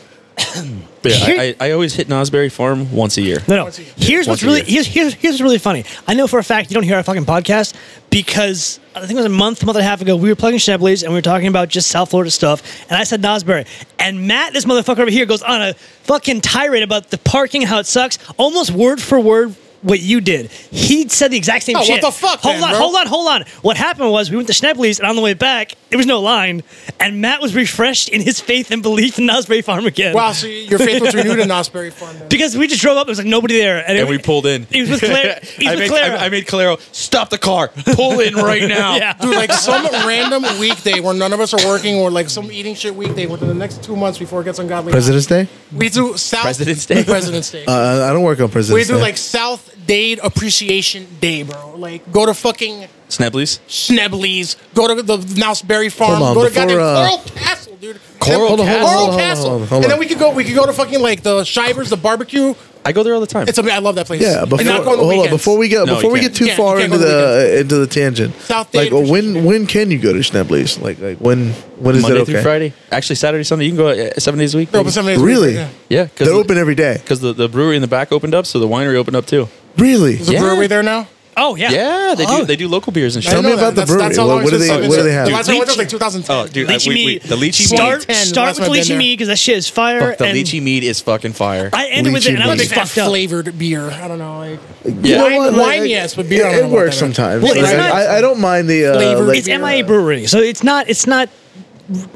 Speaker 4: But yeah, I, I I always hit Nosberry Farm once a year.
Speaker 5: No, no.
Speaker 2: Once a year.
Speaker 5: Here's
Speaker 4: Once
Speaker 5: what's
Speaker 4: a
Speaker 5: really
Speaker 4: year.
Speaker 5: here's, here's here's what's really funny. I know for a fact you don't hear our fucking podcast because I think it was a month, month and a half ago. We were plugging Chebley's and we were talking about just South Florida stuff, and I said Nosbury, and Matt, this motherfucker over here, goes on a fucking tirade about the parking, how it sucks, almost word for word. What you did? He said the exact same
Speaker 2: Oh, what
Speaker 5: shit.
Speaker 2: the fuck
Speaker 5: Hold
Speaker 2: then,
Speaker 5: on,
Speaker 2: bro?
Speaker 5: hold on, hold on. What happened was we went to Schnebley's, and on the way back, there was no line, and Matt was refreshed in his faith and belief in Nosbury Farm again.
Speaker 2: wow. So your faith was renewed in Knott's Berry Farm. Then.
Speaker 5: Because we just drove up, there was like nobody there, and,
Speaker 4: And we pulled in.
Speaker 5: He was with Claire. He was
Speaker 4: I,
Speaker 5: with
Speaker 4: made,
Speaker 5: Claire.
Speaker 4: I, I made Calero stop the car, pull in right now.
Speaker 5: yeah.
Speaker 2: Dude, like some random weekday where none of us are working, or like some eating shit weekday within the next two months before it gets ungodly.
Speaker 3: President's Day.
Speaker 2: We do South
Speaker 4: President's Day?
Speaker 2: President's Day.
Speaker 3: Uh, I don't work on
Speaker 2: we
Speaker 3: President's
Speaker 2: do
Speaker 3: Day.
Speaker 2: like South Dade Appreciation Day, bro. Like go to fucking
Speaker 4: Sneblies.
Speaker 2: Schnebley's, go to the Nouse Berry Farm,
Speaker 3: Hold on,
Speaker 2: go to
Speaker 3: before,
Speaker 2: goddamn
Speaker 3: uh,
Speaker 2: Coral Castle, dude.
Speaker 4: Coral
Speaker 2: And-
Speaker 4: Hold on, hold on,
Speaker 2: Coral
Speaker 3: hold on,
Speaker 2: Castle.
Speaker 3: hold on, hold on.
Speaker 2: And then we could go. We could go to fucking like the Shivers, the barbecue.
Speaker 4: I go there all the time.
Speaker 2: It's amazing. I love that place.
Speaker 3: Yeah,
Speaker 2: And
Speaker 3: before
Speaker 2: not go on the
Speaker 3: hold on,
Speaker 2: weekends.
Speaker 3: before we get
Speaker 4: No,
Speaker 3: before
Speaker 4: you
Speaker 3: we
Speaker 4: can't.
Speaker 3: get too
Speaker 2: Yeah, you
Speaker 3: far
Speaker 2: can't go
Speaker 3: into
Speaker 2: on the
Speaker 3: the into the tangent.
Speaker 2: South Dade
Speaker 3: like, well, when
Speaker 2: Appreciation
Speaker 3: when can you go to Schnebley's? Like like when when is
Speaker 4: Monday
Speaker 3: it okay?
Speaker 4: through Friday. Actually, Saturday, Sunday. You can go uh, seven days a week.
Speaker 2: They're open seven days a week,
Speaker 3: Really?
Speaker 2: Yeah.
Speaker 4: Yeah,
Speaker 3: They're open every day.
Speaker 4: because the, the brewery in the back opened up, so the winery opened up too.
Speaker 3: Really?
Speaker 2: There's a
Speaker 4: Yeah.
Speaker 2: brewery there now.
Speaker 5: oh yeah.
Speaker 4: Yeah, they
Speaker 5: Oh.
Speaker 4: do. They do local beers and shit.
Speaker 3: Tell
Speaker 2: I
Speaker 3: me
Speaker 2: know
Speaker 3: about
Speaker 2: that.
Speaker 3: the
Speaker 2: That's- that's
Speaker 3: brewery.
Speaker 2: how
Speaker 3: What-
Speaker 2: long
Speaker 3: what do
Speaker 2: it's
Speaker 3: they-
Speaker 2: been-
Speaker 3: what do they have?
Speaker 2: The last time I went there was
Speaker 5: Dude,
Speaker 2: like 2010.
Speaker 4: Oh, dude, I,
Speaker 5: Lychee
Speaker 4: we, we,
Speaker 5: meat.
Speaker 4: the lychee
Speaker 5: Start
Speaker 4: meat.
Speaker 2: 2010,
Speaker 5: start
Speaker 2: last
Speaker 5: with
Speaker 2: time I've
Speaker 5: lychee
Speaker 2: been
Speaker 5: meat because that shit is fire.
Speaker 4: Fuck, the
Speaker 5: and
Speaker 4: lychee meat is fucking fire.
Speaker 5: I ended with
Speaker 3: Lychee
Speaker 5: it, and I'm a
Speaker 3: meat.
Speaker 5: big
Speaker 2: Fat
Speaker 5: fucked up.
Speaker 2: flavored beer. I don't know. Like,
Speaker 4: Yeah.
Speaker 2: Wine- wine, yes, but beer, I
Speaker 3: It,
Speaker 2: don't
Speaker 3: it
Speaker 2: know about
Speaker 3: works
Speaker 2: that.
Speaker 3: sometimes.
Speaker 5: Well, it's
Speaker 3: Like,
Speaker 5: not-
Speaker 3: I, I don't mind the uh,
Speaker 2: Flavored
Speaker 3: like,
Speaker 5: It's MIA Brewery, so it's not it's not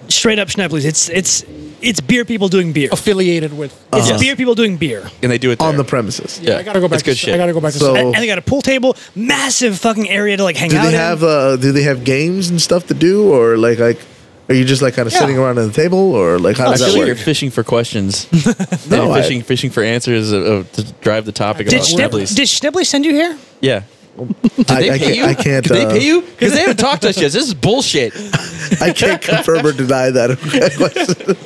Speaker 5: straight up Schnebley's. It's it's it's beer people doing
Speaker 4: Oh,
Speaker 5: beer. It's
Speaker 2: affiliated with.
Speaker 4: Yes.
Speaker 5: beer people doing beer.
Speaker 4: and they do it there.
Speaker 3: on the premises.
Speaker 2: yeah, I gotta go back.
Speaker 4: It's good
Speaker 2: to,
Speaker 4: shit.
Speaker 2: I gotta go back to.
Speaker 3: So-
Speaker 4: Oh.
Speaker 5: And, and they got a pool table, massive fucking area to like hang
Speaker 3: Do
Speaker 5: out.
Speaker 3: they
Speaker 5: in.
Speaker 3: have uh, do they have games and stuff to do or like like are you just like kind of
Speaker 2: Yeah.
Speaker 3: sitting around at the table or like how
Speaker 4: I
Speaker 3: does
Speaker 4: feel
Speaker 3: that
Speaker 4: like
Speaker 3: work?
Speaker 4: you're fishing for questions.
Speaker 3: No,
Speaker 4: no,
Speaker 3: I-
Speaker 4: fishing, fishing for answers uh, uh, to drive the topic
Speaker 5: Did,
Speaker 4: about
Speaker 5: Schneb-
Speaker 4: Schneblies.
Speaker 5: did Schnebley send you here?
Speaker 4: Yeah,
Speaker 3: I,
Speaker 4: They
Speaker 3: I
Speaker 4: pay
Speaker 3: can't.
Speaker 4: you?
Speaker 3: I can't.
Speaker 4: Did
Speaker 3: uh,
Speaker 4: they pay you? Because they haven't talked to us yet. This is bullshit.
Speaker 3: I can't confirm or deny that. Okay.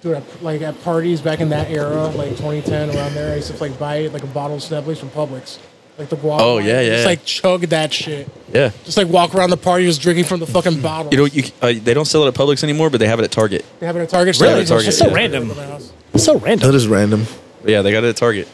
Speaker 2: Dude, at, like at parties back in that era, like 2010 around there, I used to like buy like a bottle of Schneppes from Publix, like the guava.
Speaker 4: Oh, yeah, yeah,
Speaker 2: Just
Speaker 4: yeah.
Speaker 2: like chug that shit.
Speaker 4: Yeah.
Speaker 2: Just like walk around the party, just drinking from the fucking bottle.
Speaker 4: You know, you, uh, they don't sell it at Publix anymore, but they have it at Target.
Speaker 2: they have it at Target.
Speaker 4: Really?
Speaker 2: Stores and
Speaker 4: Target,
Speaker 2: shit.
Speaker 4: It's so
Speaker 5: random.
Speaker 2: My house.
Speaker 5: So random.
Speaker 3: that is random.
Speaker 4: Yeah, they got it at Target.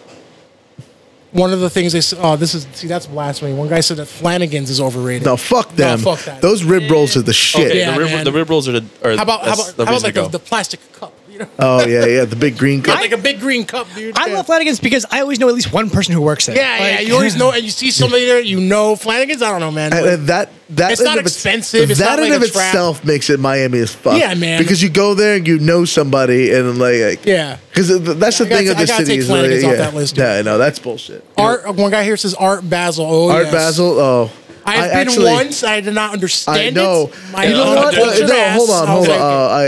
Speaker 2: One of the things they said, oh, this is see, that's blasphemy. One guy said that Flanagan's is overrated.
Speaker 3: No, fuck them.
Speaker 2: fuck that.
Speaker 3: Those rib rolls are the shit.
Speaker 4: Okay,
Speaker 2: Yeah,
Speaker 4: the,
Speaker 2: man.
Speaker 4: rib, the rib rolls are the. Are
Speaker 2: How about how
Speaker 4: that's
Speaker 2: about, how about
Speaker 4: reason
Speaker 2: like the,
Speaker 4: to go. Uh,
Speaker 2: the plastic cup? You know,
Speaker 3: Oh yeah, yeah. The big green cup.
Speaker 2: like a big green cup, dude.
Speaker 5: I
Speaker 2: Yeah.
Speaker 5: love Flanagan's because I always know at least one person who works there.
Speaker 2: Yeah, yeah.
Speaker 5: Like-
Speaker 2: You always know, and you see somebody there, you know Flanagan's. I don't know, man.
Speaker 3: And- and that that
Speaker 2: It's
Speaker 3: in
Speaker 2: not
Speaker 3: of its-
Speaker 2: expensive, it's
Speaker 3: that
Speaker 2: not
Speaker 3: in
Speaker 2: like
Speaker 3: of
Speaker 2: a trap.
Speaker 3: itself makes it Miami as fuck.
Speaker 2: Yeah, man.
Speaker 3: Because you go there and you know somebody and like, like
Speaker 2: Yeah.
Speaker 3: Because that's
Speaker 2: Yeah,
Speaker 3: the
Speaker 2: I
Speaker 3: thing
Speaker 2: gotta-
Speaker 3: of
Speaker 2: I
Speaker 3: the
Speaker 2: gotta
Speaker 3: city
Speaker 2: take
Speaker 3: is like,
Speaker 2: Flanagan's
Speaker 3: yeah.
Speaker 2: off that list, dude.
Speaker 3: No, no, that's bullshit.
Speaker 2: Art. One guy here says Art Basil. Oh,
Speaker 3: Art
Speaker 2: yes.
Speaker 3: Basil. Oh,
Speaker 2: I've
Speaker 3: I
Speaker 2: been
Speaker 3: actually-
Speaker 2: once. I did not understand
Speaker 3: I know.
Speaker 2: it. My
Speaker 3: you know
Speaker 2: mom
Speaker 3: what?
Speaker 2: told
Speaker 3: Uh,
Speaker 2: your
Speaker 3: no,
Speaker 2: ass.
Speaker 3: hold on,
Speaker 2: I
Speaker 3: hold
Speaker 2: was like,
Speaker 3: on.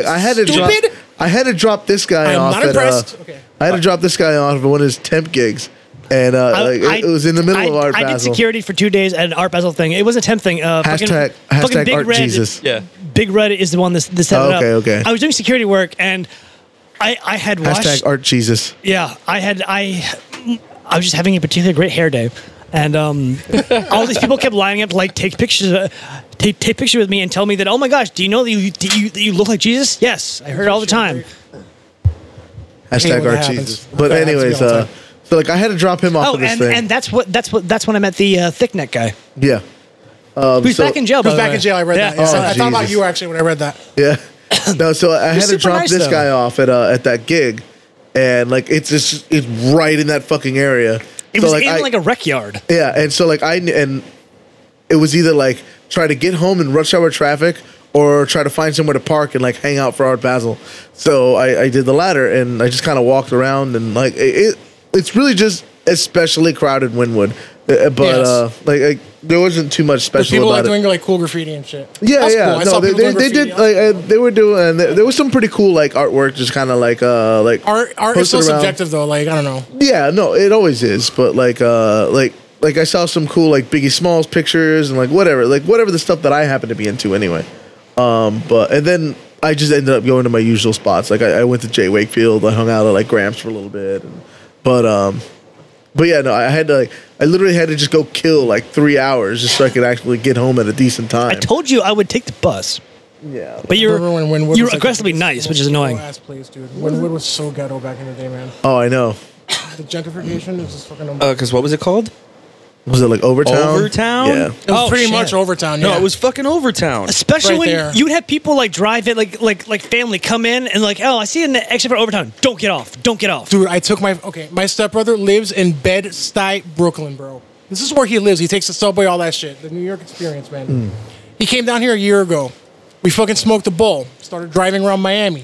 Speaker 3: uh, I, I had to drop.
Speaker 2: Stupid?
Speaker 3: I had to drop this guy
Speaker 2: I'm
Speaker 3: off.
Speaker 2: not
Speaker 3: at,
Speaker 2: impressed.
Speaker 3: uh,
Speaker 2: Okay.
Speaker 3: I had to drop this guy off at one of his temp gigs, and uh,
Speaker 5: I-
Speaker 3: like,
Speaker 5: I-
Speaker 3: it was in the middle
Speaker 5: I,
Speaker 3: of Art
Speaker 5: I did
Speaker 3: Basel.
Speaker 5: security for two days at an Art Basel thing. It was a temp thing. Uh, fucking-
Speaker 3: Hashtag-
Speaker 5: fucking
Speaker 3: hashtag
Speaker 5: Big
Speaker 3: Art
Speaker 5: Red-
Speaker 3: Jesus.
Speaker 4: Yeah.
Speaker 5: Big Red is the one that, that set
Speaker 3: Oh,
Speaker 5: it up.
Speaker 3: okay, okay.
Speaker 5: I was doing security work and I, I had washed.
Speaker 3: Hashtag Art Jesus.
Speaker 5: yeah, I had I I was just having a particularly great hair day, and um, all these people kept lining up to like take pictures, uh, take take picture with me and tell me that oh my gosh, do you know that you do you, that you look like Jesus? Yes, I heard it all the time.
Speaker 2: hate
Speaker 3: Hashtag
Speaker 2: when that
Speaker 3: Art
Speaker 2: happens.
Speaker 3: Jesus.
Speaker 2: That
Speaker 3: But
Speaker 2: happens to me
Speaker 3: anyways,
Speaker 2: all the
Speaker 3: uh,
Speaker 2: time.
Speaker 3: so like I had to drop him off
Speaker 5: Oh,
Speaker 3: of this
Speaker 5: and,
Speaker 3: thing.
Speaker 5: and that's what that's what that's when I met the uh, thick neck guy
Speaker 3: yeah, um,
Speaker 5: who's
Speaker 3: so-
Speaker 5: back in jail. by
Speaker 2: Who's
Speaker 5: the
Speaker 2: back
Speaker 5: way.
Speaker 2: in jail? I read
Speaker 5: Yeah.
Speaker 2: that. Yes,
Speaker 3: Oh,
Speaker 2: I, I thought about
Speaker 3: Jesus.
Speaker 2: you actually when I read that.
Speaker 3: Yeah. No, so I had to
Speaker 5: super
Speaker 3: drop
Speaker 5: nice,
Speaker 3: this
Speaker 5: though.
Speaker 3: guy off at uh, at that gig, and like it's just it's right in that fucking area.
Speaker 5: It
Speaker 3: so,
Speaker 5: was
Speaker 3: like,
Speaker 5: in
Speaker 3: I-
Speaker 5: like a rec yard.
Speaker 3: Yeah, and so like I kn- and it was either like try to get home in rush hour traffic or try to find somewhere to park and like hang out for Art Basel. So I, I did the latter, and I just kind of walked around and like it, it it's really just especially crowded Winwood, Uh, but
Speaker 2: Yes.
Speaker 3: uh, like, like there wasn't too much
Speaker 2: But
Speaker 3: special
Speaker 2: people like
Speaker 3: about it.
Speaker 2: doing like cool graffiti and shit.
Speaker 3: Yeah,
Speaker 2: That's
Speaker 3: yeah.
Speaker 2: Cool. I
Speaker 3: No,
Speaker 2: saw
Speaker 3: they,
Speaker 2: people
Speaker 3: they,
Speaker 2: doing
Speaker 3: they
Speaker 2: graffiti.
Speaker 3: did like uh, they were doing. There, there was some pretty cool like artwork, just kind of like uh like
Speaker 2: art. Art is so
Speaker 3: posted around.
Speaker 2: subjective though. Like I don't know.
Speaker 3: Yeah, no, it always is. But like uh like like I saw some cool like Biggie Smalls pictures and like whatever like whatever the stuff that I happen to be into anyway. Um, but and then I just ended up going to my usual spots. Like I, I went to Jay Wakefield. I hung out at like Gramps for a little bit. And, but um, but yeah, no, I had to like I literally had to just go kill like three hours just so I could actually get home at a decent time.
Speaker 5: I told you I would take the bus,
Speaker 3: yeah.
Speaker 5: but you're
Speaker 2: Remember when Winwood
Speaker 5: you're
Speaker 2: was, like,
Speaker 5: aggressively
Speaker 2: this
Speaker 5: nice,
Speaker 2: little
Speaker 5: which is annoying.
Speaker 2: ghetto-ass place, dude. Winwood was so ghetto back in the day, man.
Speaker 3: Oh, I know.
Speaker 2: The gentrification is just fucking.
Speaker 5: Oh,
Speaker 3: Uh,
Speaker 4: Because what was it called?
Speaker 3: Was it like Overtown?
Speaker 4: Overtown?
Speaker 3: Yeah.
Speaker 2: it was
Speaker 5: oh,
Speaker 2: pretty
Speaker 5: shit.
Speaker 2: much Overtown.
Speaker 4: No,
Speaker 2: yeah.
Speaker 4: it was fucking Overtown.
Speaker 5: Especially
Speaker 2: Right
Speaker 5: when
Speaker 2: there.
Speaker 5: you'd have people like drive it, like like like family come in and like, oh, I see an extra for overtime. Don't get off. Don't get off.
Speaker 2: Dude, I took my okay. My stepbrother lives in Bed Stuy, Brooklyn, bro. This is where he lives. He takes the subway, all that shit. The New York experience, man. He came down here a year ago. We fucking smoked a bowl. Started driving around Miami.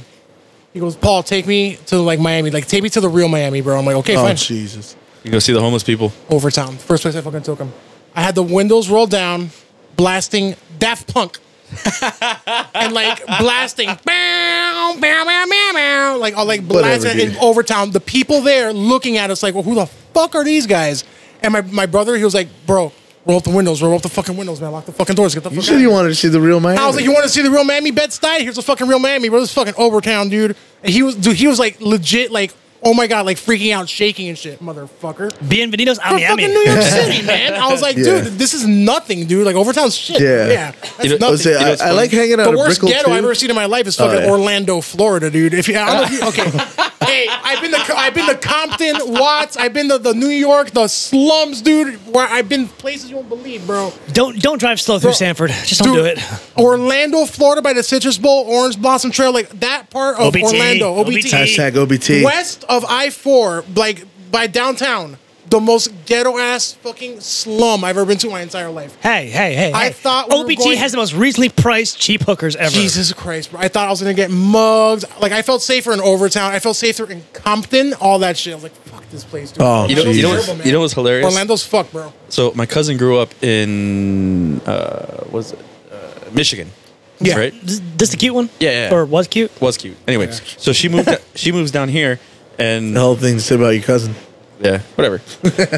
Speaker 2: He goes, Paul, take me to like Miami. Like, take me to the real Miami, bro. I'm like, okay,
Speaker 3: Oh
Speaker 2: fine.
Speaker 3: Jesus.
Speaker 4: You go see the homeless people.
Speaker 2: Overtown. First place I fucking took him. I had the windows rolled down, blasting Daft Punk. and like blasting, bow, bow, bow, bow, bow, like all like
Speaker 3: Whatever,
Speaker 2: blasting in
Speaker 3: dude.
Speaker 2: Overtown. The people there looking at us like, well, who the fuck are these guys? And my, my brother, he was like, bro, roll up the windows, roll up the fucking windows, man, lock the fucking doors, get the
Speaker 3: You
Speaker 2: fuck
Speaker 3: said
Speaker 2: out.
Speaker 3: you wanted to see the real Miami.
Speaker 2: I was like, you want to see the real Miami Bed Stuy? Here's the fucking real Miami, bro. This is fucking Overtown, dude. And he was, dude, he was like legit, like, oh my god, like freaking out, shaking and shit, motherfucker
Speaker 5: Bienvenidos a
Speaker 2: from
Speaker 5: Miami.
Speaker 2: fucking New York City, man. I was like,
Speaker 3: Yeah.
Speaker 2: dude, this is nothing, dude. Like Overtown's shit.
Speaker 3: Yeah.
Speaker 2: yeah that's
Speaker 4: You
Speaker 2: nothing.
Speaker 4: know,
Speaker 3: I, was saying,
Speaker 4: You know what's
Speaker 3: I, I
Speaker 4: funny?
Speaker 3: like hanging out
Speaker 2: the
Speaker 3: at
Speaker 2: worst
Speaker 3: Brickell
Speaker 2: ghetto
Speaker 3: too.
Speaker 2: I've ever seen in my life is fucking
Speaker 3: yeah.
Speaker 2: Orlando, Florida, dude. If you, I don't know if you, okay, hey, I've been to I've been to Compton, Watts, I've been to the New York, the slums, dude. Where I've been places you won't believe, bro.
Speaker 5: Don't don't drive slow through Sanford. Just don't
Speaker 2: Dude,
Speaker 5: do it.
Speaker 2: Orlando, Florida, by the Citrus Bowl, Orange Blossom Trail, like that part of
Speaker 5: OBT,
Speaker 2: Orlando,
Speaker 5: OBT.
Speaker 3: Hashtag OBT.
Speaker 2: west of I four, like by downtown, the most ghetto ass fucking slum I've ever been to in my entire life.
Speaker 5: Hey, hey, hey.
Speaker 2: I
Speaker 5: hey.
Speaker 2: thought we were
Speaker 5: OBT
Speaker 2: going-
Speaker 5: has the most reasonably priced cheap hookers ever.
Speaker 2: Jesus Christ, bro! I thought I was gonna get mugged. Like I felt safer in Overtown. I felt safer in Compton. All that shit. I was like, fuck this place, dude.
Speaker 3: Oh,
Speaker 4: You know,
Speaker 2: Orlando's
Speaker 4: you know,
Speaker 2: terrible,
Speaker 4: what's,
Speaker 2: man.
Speaker 4: you know what's hilarious?
Speaker 2: Orlando's fuck, bro.
Speaker 4: So my cousin grew up in uh, what is it uh, Michigan?
Speaker 2: Yeah.
Speaker 4: Right.
Speaker 5: This, this the cute one?
Speaker 4: Yeah, yeah.
Speaker 5: Or was cute?
Speaker 4: Was cute. Anyways, so she moved. she moves down here, and
Speaker 3: The whole thing to say about your cousin.
Speaker 4: Yeah, whatever.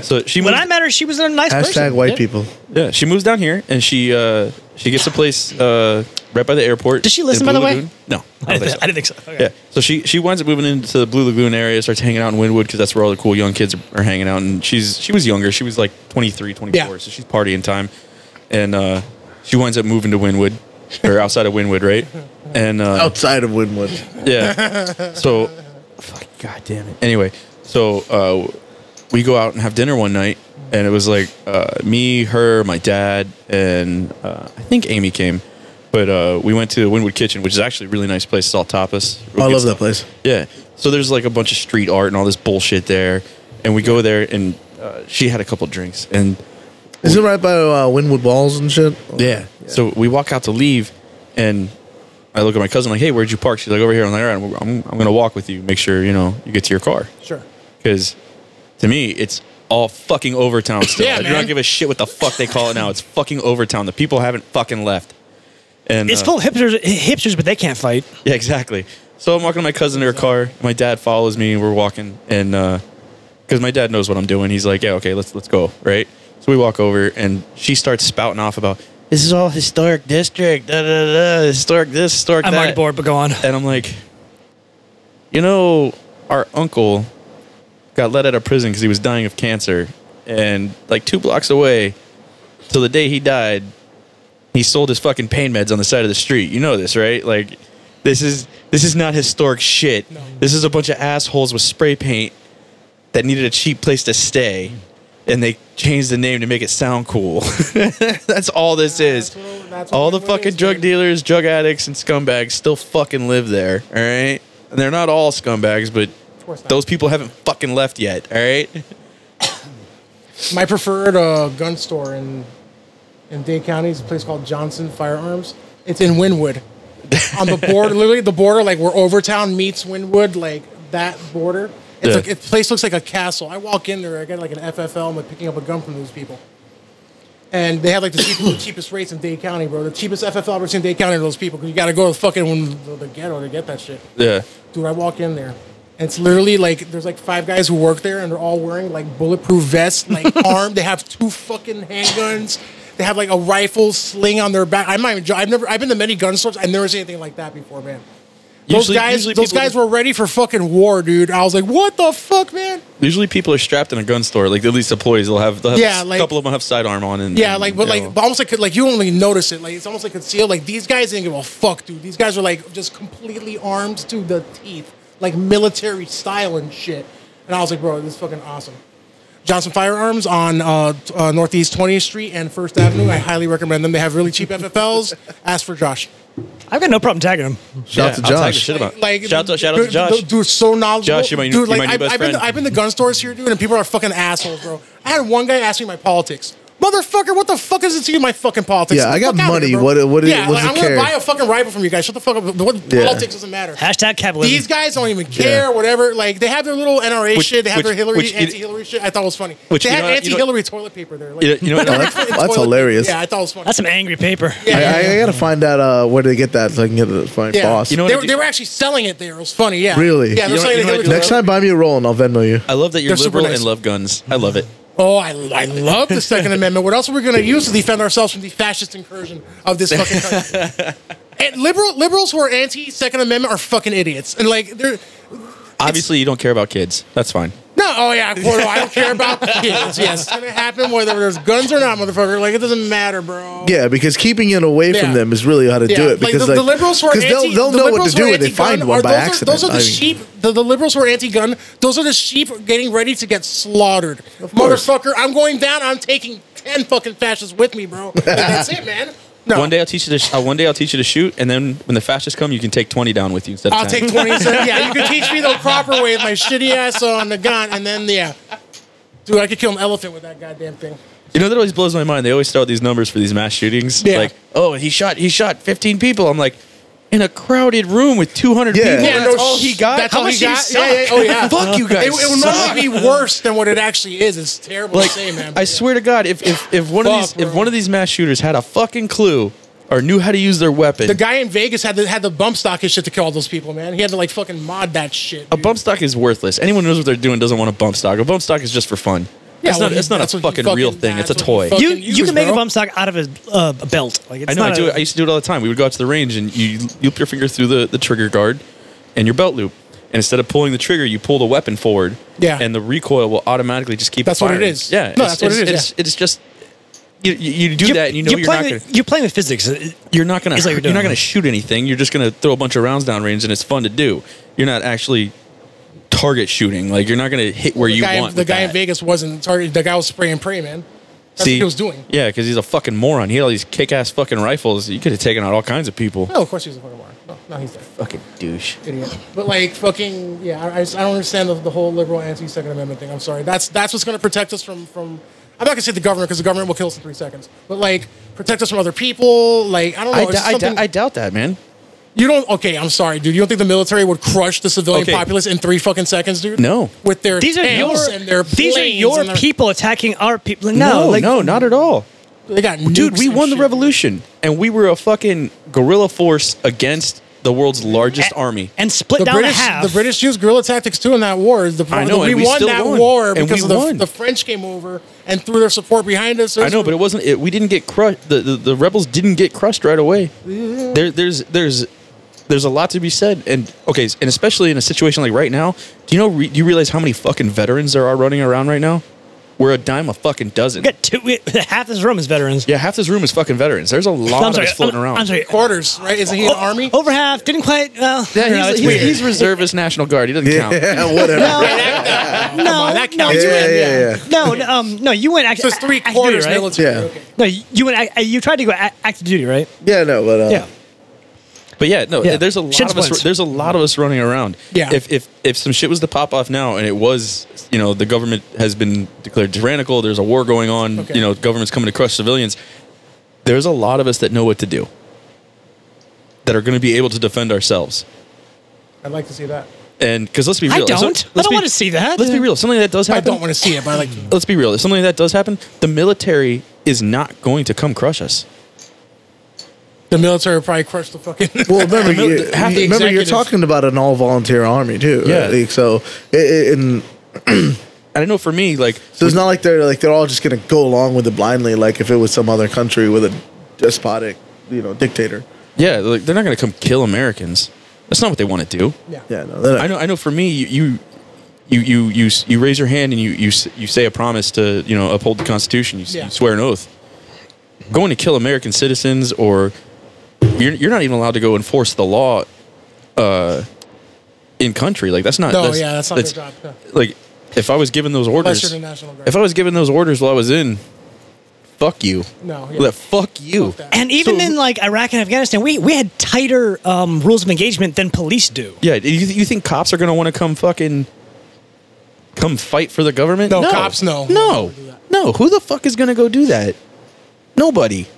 Speaker 4: so she
Speaker 5: When
Speaker 4: moved,
Speaker 5: I met her, she was a nice
Speaker 3: Hashtag
Speaker 5: person.
Speaker 3: white
Speaker 5: Yeah.
Speaker 3: people.
Speaker 4: yeah, she moves down here and she uh, she gets a place uh, right by the airport.
Speaker 5: Does she
Speaker 4: in
Speaker 5: listen, by
Speaker 4: Blue
Speaker 5: the way?
Speaker 4: Lagoon. No, I
Speaker 5: I
Speaker 4: don't
Speaker 5: didn't,
Speaker 4: think
Speaker 5: think,
Speaker 4: so.
Speaker 5: I didn't think so. Okay.
Speaker 4: Yeah, so she she winds up moving into the Blue Lagoon area, starts hanging out in Wynwood because that's where all the cool young kids are, are hanging out. And she's she was younger, she was like 23, 24,
Speaker 2: Yeah.
Speaker 4: so she's partying time, and uh, she winds up moving to Wynwood or outside of Wynwood, right? And uh,
Speaker 3: Outside of Winwood.
Speaker 4: yeah. So, fuck, god damn it. Anyway, so uh, we go out and have dinner one night, and it was like uh, me, her, my dad, and uh, I think Amy came. But uh, we went to Wynwood Kitchen, which is actually a really nice place. It's all tapas.
Speaker 3: Oh, I
Speaker 4: Good
Speaker 3: love
Speaker 4: stuff.
Speaker 3: that place.
Speaker 4: Yeah. So there's like a bunch of street art and all this bullshit there, and we go there, and uh, she had a couple drinks, and
Speaker 3: Is it right by uh, Winwood Walls and shit?
Speaker 4: yeah. So we walk out to leave, and I look at my cousin like, "Hey, where'd you park?" She's like, "Over here." I'm like, "All right, I'm, I'm gonna walk with you. Make sure you know you get to your car."
Speaker 2: Sure.
Speaker 4: Because to me, it's all fucking Overtown still.
Speaker 2: Yeah,
Speaker 4: I do
Speaker 2: man.
Speaker 4: not give a shit what the fuck they call it now. It's fucking Overtown. The people haven't fucking left. And
Speaker 5: It's
Speaker 4: uh,
Speaker 5: full of hipsters, hipsters, but they can't fight.
Speaker 4: yeah, exactly. So I'm walking my cousin to her car. My dad follows me. We're walking, and because my dad knows what I'm doing, he's like, "Yeah, okay, let's let's go." Right. So we walk over, and she starts spouting off about this is all historic district, da da da, historic this, historic
Speaker 5: I'm
Speaker 4: that.
Speaker 5: already bored, but go on.
Speaker 4: And I'm like, you know, our uncle got let out of prison because he was dying of cancer, and like two blocks away, till the day he died, he sold his fucking pain meds on the side of the street. You know this, right? Like, this is this is not historic shit. This is a bunch of assholes with spray paint that needed a cheap place to stay. And they changed the name to make it sound cool. that's all this is.
Speaker 2: that's what- that's what
Speaker 4: all the
Speaker 2: Wynwood
Speaker 4: fucking
Speaker 2: is,
Speaker 4: drug
Speaker 2: dude.
Speaker 4: dealers, drug addicts, and scumbags still fucking live there. All right, and they're not all scumbags, but
Speaker 2: course not.
Speaker 4: those people haven't fucking left yet. All right.
Speaker 2: My preferred uh, gun store in in Dade County is a place called Johnson Firearms. It's in Wynwood. On the border, literally the border, like where Overtown meets Wynwood, like that border. It's
Speaker 4: Yeah.
Speaker 2: like, the place looks like a castle. I walk in there, I got like an FFL, I'm like picking up a gun from these people. And they had like the cheapest, cheapest rates in Dade County, bro. The cheapest FFL I've ever seen in Dade County are those people. 'cause you got to go to fucking the, the ghetto to get that shit.
Speaker 4: Yeah.
Speaker 2: Dude, I walk in there. And it's literally like there's like five guys who work there and they're all wearing like bulletproof vests, like armed. They have two fucking handguns. They have like a rifle sling on their back. I'm not even jo- I've never I've been to many gun stores. I've never seen anything like that before, man. Those
Speaker 4: Usually-
Speaker 2: guys
Speaker 4: usually
Speaker 2: those
Speaker 4: people-
Speaker 2: guys were ready for fucking war, dude. I was like, what the fuck, man?
Speaker 4: Usually, people are strapped in a gun store. Like at least employees, they'll have. They'll have
Speaker 2: Yeah,
Speaker 4: a
Speaker 2: like-
Speaker 4: couple of them have sidearm on. And
Speaker 2: Yeah,
Speaker 4: and,
Speaker 2: like but
Speaker 4: you
Speaker 2: like
Speaker 4: know.
Speaker 2: but almost like like you only notice it. Like it's almost like concealed. Like these guys didn't give a fuck, dude. These guys are like just completely armed to the teeth, like military style and shit. And I was like, bro, this is fucking awesome. Johnson Firearms on uh, t- uh, Northeast 20th Street and First Avenue. I highly recommend them. They have really cheap FFLs. Ask for Josh.
Speaker 5: I've got no problem tagging them.
Speaker 3: Shout out
Speaker 4: Yeah,
Speaker 3: to
Speaker 4: I'll tag the
Speaker 3: Josh.
Speaker 4: shit about.
Speaker 2: Like,
Speaker 4: shout out, shout out to
Speaker 2: dude,
Speaker 4: Josh.
Speaker 2: Dude, dude, so knowledgeable.
Speaker 4: Josh, you're my-
Speaker 2: dude,
Speaker 4: you're
Speaker 2: like,
Speaker 4: my new
Speaker 2: I've,
Speaker 4: best
Speaker 2: I've been,
Speaker 4: friend.
Speaker 2: I've been to gun stores here, dude, and people are fucking assholes, bro. I had one guy ask me my politics. Motherfucker, what the fuck is it to you, my fucking politics?
Speaker 3: Yeah,
Speaker 2: Get
Speaker 3: I
Speaker 2: the
Speaker 3: got
Speaker 2: fuck out of
Speaker 3: money.
Speaker 2: here, bro.
Speaker 3: What- what do you-
Speaker 2: yeah,
Speaker 3: what
Speaker 2: like,
Speaker 3: does
Speaker 2: I'm
Speaker 3: it
Speaker 2: gonna
Speaker 3: care?
Speaker 2: buy a fucking rifle from you guys. Shut the fuck up. What,
Speaker 3: Yeah.
Speaker 2: Politics doesn't matter.
Speaker 5: Hashtag capitalism.
Speaker 2: These guys don't even care,
Speaker 3: Yeah.
Speaker 2: whatever. Like, they have their little NRA
Speaker 4: Which-
Speaker 2: shit. They have
Speaker 4: which-
Speaker 2: their Hillary,
Speaker 4: which it-
Speaker 2: anti-Hillary shit. I thought it was funny.
Speaker 4: Which,
Speaker 2: they
Speaker 4: you
Speaker 2: had
Speaker 4: know what- you know-
Speaker 2: anti-Hillary toilet paper there. Like,
Speaker 4: You know- you know what-
Speaker 3: That's, that's
Speaker 2: toilet-
Speaker 3: hilarious.
Speaker 2: Yeah, I thought it was funny.
Speaker 5: That's some angry paper.
Speaker 2: Yeah, yeah,
Speaker 3: I, I,
Speaker 2: yeah.
Speaker 3: gotta find out uh, where they get that so I can get the my
Speaker 2: Yeah.
Speaker 3: boss.
Speaker 4: You know what
Speaker 2: they,
Speaker 4: I
Speaker 2: were,
Speaker 4: do-
Speaker 2: they were actually selling it there. It was funny. Yeah.
Speaker 3: Really?
Speaker 2: Yeah. They're
Speaker 4: You know what-
Speaker 2: selling it
Speaker 4: you know what I
Speaker 2: Hillary
Speaker 4: do-
Speaker 2: Clinton.
Speaker 3: Next time, buy me a roll and I'll Venmo you.
Speaker 4: I love that you're
Speaker 2: They're super
Speaker 4: liberal
Speaker 2: nice.
Speaker 4: and love guns. I love it.
Speaker 2: Oh, I, I love the Second Amendment. What else are we going to use to defend ourselves from the fascist incursion of this fucking country? and liberal liberals who are anti Second Amendment are fucking idiots. And like they're
Speaker 4: Obviously, you don't care about kids. That's fine.
Speaker 2: no, oh yeah, well, no, I don't care about the kids. Yes, it's gonna happen whether there's guns or not, motherfucker. Like it doesn't matter, bro.
Speaker 3: Yeah, because keeping it away from
Speaker 2: Yeah.
Speaker 3: them is really how to
Speaker 2: Yeah,
Speaker 3: do it. Because
Speaker 2: like, the, the liberals who are
Speaker 3: 'cause
Speaker 2: anti,
Speaker 3: they'll, they'll
Speaker 2: the
Speaker 3: know what
Speaker 2: liberals
Speaker 3: to
Speaker 2: who are
Speaker 3: do when they
Speaker 2: anti-gun
Speaker 3: find one
Speaker 2: are-
Speaker 3: by
Speaker 2: those
Speaker 3: accident.
Speaker 2: Are, those are the
Speaker 3: I mean-
Speaker 2: sheep. The, the liberals who are anti-gun. Those are the sheep getting ready to get slaughtered.
Speaker 3: course.
Speaker 2: Motherfucker, I'm going down. I'm taking ten fucking fascists with me, bro. Like, that's it, man. No,
Speaker 4: One day I'll teach you to. Sh- uh, one day I'll teach you to shoot, and then when the fascists come, you can take twenty down with you instead of
Speaker 2: I'll
Speaker 4: 10.
Speaker 2: take twenty. So, yeah, you can teach me the proper way with my shitty ass on the gun, and then yeah, dude, I could kill an elephant with that goddamn thing.
Speaker 4: You know that always blows my mind. They always throw out these numbers for these mass shootings.
Speaker 2: Yeah.
Speaker 4: Like, oh, he shot he shot 15 people. I'm like, in a crowded room with 200
Speaker 3: Yeah.
Speaker 4: people.
Speaker 3: Yeah,
Speaker 4: that's
Speaker 2: no
Speaker 4: all
Speaker 2: sh-
Speaker 4: he got.
Speaker 2: That's
Speaker 4: How
Speaker 2: all
Speaker 4: much
Speaker 2: he
Speaker 4: do you
Speaker 2: got.
Speaker 4: suck?
Speaker 2: Yeah, yeah, oh yeah.
Speaker 4: Fuck you guys.
Speaker 2: It, it would
Speaker 4: suck.
Speaker 2: normally be worse than what it actually is. It's terrible
Speaker 4: like,
Speaker 2: to say, man.
Speaker 4: I swear to God, if if if one
Speaker 2: Fuck,
Speaker 4: of these if
Speaker 2: bro.
Speaker 4: one of these mass shooters had a fucking clue or knew how to use their weapon.
Speaker 2: The guy in Vegas had the had the bump stock and shit to kill all those people, man. He had to like fucking mod that shit.
Speaker 4: a
Speaker 2: dude.
Speaker 4: bump stock is worthless. Anyone who knows what they're doing doesn't want a bump stock. A bump stock is just for fun.
Speaker 2: Yeah,
Speaker 4: it's
Speaker 2: well,
Speaker 4: not, it's not
Speaker 2: that's
Speaker 4: a
Speaker 2: what you
Speaker 4: fucking,
Speaker 2: fucking-
Speaker 4: real thing. It's
Speaker 2: that's
Speaker 4: a
Speaker 2: what you
Speaker 4: toy.
Speaker 2: fucking
Speaker 5: You you
Speaker 2: use,
Speaker 5: can make a
Speaker 2: bro.
Speaker 5: bump stock out of a, uh, a belt. Like it's
Speaker 4: I know. I
Speaker 5: not
Speaker 4: do
Speaker 5: a-
Speaker 4: it. I used to do it all the time. We would go out to the range and you you loop your finger through the, the trigger guard and your belt loop. And instead of pulling the trigger, you pull the weapon forward.
Speaker 2: Yeah.
Speaker 4: And the recoil will automatically just keep.
Speaker 2: That's what it
Speaker 4: firing.
Speaker 2: is.
Speaker 4: Yeah.
Speaker 2: No,
Speaker 4: it's-
Speaker 2: that's what it
Speaker 4: it's-
Speaker 2: is,
Speaker 4: It's, it's just you, you you do that and you know you're, not
Speaker 5: playing
Speaker 4: gonna.
Speaker 5: with- you're playing with physics. It-
Speaker 4: You're not gonna.
Speaker 5: It's like
Speaker 4: hurt-
Speaker 5: you're
Speaker 4: you're not
Speaker 5: doing-
Speaker 4: gonna shoot anything. You're just gonna throw a bunch of rounds downrange, and it's fun to do. You're not actually target shooting. Like you're not gonna hit where
Speaker 2: the
Speaker 4: you
Speaker 2: guy,
Speaker 4: want.
Speaker 2: the
Speaker 4: with
Speaker 2: guy in
Speaker 4: that.
Speaker 2: Vegas wasn't targeted. The guy was spray and pray, man. That's what he was doing.
Speaker 4: Yeah, because he's a fucking moron. He had all these kick-ass fucking rifles. You could have taken out all kinds of people.
Speaker 2: No, Oh, of course he was a fucking moron. No, no, he's dead.
Speaker 4: Fucking douche.
Speaker 2: Idiot. But like fucking yeah, I, I just- I don't understand the, the whole liberal anti Second Amendment thing. I'm sorry. That's that's what's gonna protect us from from. I'm not gonna say the government because the government will kill us in three seconds. But like protect us from other people. Like I don't know.
Speaker 4: I,
Speaker 2: it's
Speaker 4: d-
Speaker 2: just
Speaker 4: I, d-
Speaker 2: something-
Speaker 4: I doubt that, man.
Speaker 2: You don't. Okay, I'm sorry, dude. You don't think the military would crush the civilian
Speaker 4: Okay.
Speaker 2: populace in three fucking seconds, dude?
Speaker 4: No.
Speaker 2: With their
Speaker 5: These are your
Speaker 2: tanks and their
Speaker 5: these are
Speaker 2: planes
Speaker 5: your
Speaker 2: and their-
Speaker 5: people attacking our people. No,
Speaker 4: No,
Speaker 5: like,
Speaker 4: no, not at all.
Speaker 2: They got
Speaker 4: Dude,
Speaker 2: nukes
Speaker 4: we
Speaker 2: and
Speaker 4: won the
Speaker 2: shit.
Speaker 4: revolution, and we were a fucking guerrilla force against the world's largest
Speaker 5: A-
Speaker 4: army.
Speaker 5: and split
Speaker 2: The
Speaker 5: down
Speaker 2: British,
Speaker 5: the half.
Speaker 2: the British used guerrilla tactics too in that war. The,
Speaker 4: I know,
Speaker 2: we,
Speaker 4: and we
Speaker 2: won
Speaker 4: still
Speaker 2: that
Speaker 4: won.
Speaker 2: war
Speaker 4: And
Speaker 2: because
Speaker 4: we
Speaker 2: of the,
Speaker 4: won.
Speaker 2: the French came over and threw their support behind us.
Speaker 4: I know, but it wasn't. It, we didn't get crushed. The, the the rebels didn't get crushed right away. There, there's there's there's a lot to be said, and okay, and especially in a situation like right now, do you know? Re, do you realize how many fucking veterans there are running around right now? We're a dime a fucking dozen.
Speaker 5: We got two, we, half this room is veterans.
Speaker 4: Yeah, half this room is fucking veterans. There's a lot
Speaker 5: I'm
Speaker 4: of
Speaker 5: sorry.
Speaker 4: us floating
Speaker 5: I'm,
Speaker 4: around.
Speaker 5: I'm sorry.
Speaker 2: quarters, right? Isn't he an army?
Speaker 5: Over half didn't quite. Well,
Speaker 4: Yeah,
Speaker 5: I don't know,
Speaker 4: he's,
Speaker 5: it's
Speaker 4: he's,
Speaker 5: weird.
Speaker 4: he's reservist National Guard. He doesn't count.
Speaker 3: Yeah, whatever.
Speaker 5: No, no,
Speaker 2: that
Speaker 5: no,
Speaker 2: counts,
Speaker 5: you
Speaker 3: yeah,
Speaker 5: went,
Speaker 3: yeah, yeah.
Speaker 5: no, no, um, no, you went. Act,
Speaker 2: So it's three
Speaker 5: active duty,
Speaker 2: quarters
Speaker 5: right?
Speaker 2: military.
Speaker 3: Yeah.
Speaker 2: Okay.
Speaker 5: No, you went. act- You tried to go act- active duty, right?
Speaker 3: Yeah, no, but uh,
Speaker 4: But yeah, no,
Speaker 5: Yeah.
Speaker 4: there's a lot
Speaker 5: Shit
Speaker 4: of us.
Speaker 5: splits.
Speaker 4: There's a lot of us running around.
Speaker 2: Yeah.
Speaker 4: If if if some shit was to pop off now, and it was, you know, the government has been declared tyrannical. There's a war going on.
Speaker 2: Okay.
Speaker 4: You know, government's coming to crush civilians. There's a lot of us that know what to do. That are going to be able to defend ourselves.
Speaker 2: I'd like to see that.
Speaker 4: And because let's be
Speaker 5: I
Speaker 4: real, so-
Speaker 5: don't. I
Speaker 4: let's
Speaker 5: don't
Speaker 4: be-
Speaker 5: wanna see that.
Speaker 4: Let's be real. Something that does
Speaker 2: I
Speaker 4: happen.
Speaker 2: don't want to see it, but I like. To.
Speaker 4: let's be real. If something like that does happen, the military is not going to come crush us.
Speaker 2: The military probably crushed the fucking.
Speaker 3: Well, remember,
Speaker 4: Remember
Speaker 3: you,
Speaker 4: the- half the
Speaker 3: remember you're
Speaker 2: executives-
Speaker 3: talking about an all volunteer army too.
Speaker 4: Yeah.
Speaker 3: Like, so, i- i- and
Speaker 4: I don't know for me, like
Speaker 3: so it's not like they're like they're all just gonna go along with it blindly, like if it was some other country with a despotic, you know, dictator.
Speaker 4: yeah, like they're not going to come kill Americans. That's not what they want to do.
Speaker 2: yeah.
Speaker 3: Yeah, no, they're not.
Speaker 4: I know. I know. For me, you, you, you, you, you raise your hand and you, you, s- you say a promise to, you know, uphold the Constitution. You, s
Speaker 2: Yeah.
Speaker 4: you swear an oath. Going to kill American citizens, or you're, you're not even allowed to go enforce the law, uh, in country. Like that's not.
Speaker 2: No, yeah, that's not their job, yeah.
Speaker 4: Like, if I was given those orders,
Speaker 2: you're the National Guard.
Speaker 4: if I was given those orders while I was in, fuck you.
Speaker 2: No, yeah.
Speaker 4: Like, fuck you.
Speaker 2: Fuck that.
Speaker 5: And even
Speaker 4: So-
Speaker 5: in like Iraq and Afghanistan, we, we had tighter um, rules of engagement than police do.
Speaker 4: Yeah, you, you think cops are going to want to come fucking come fight for the government?
Speaker 2: No, cops, no.
Speaker 4: No. No, who the fuck is going to go do that? Nobody.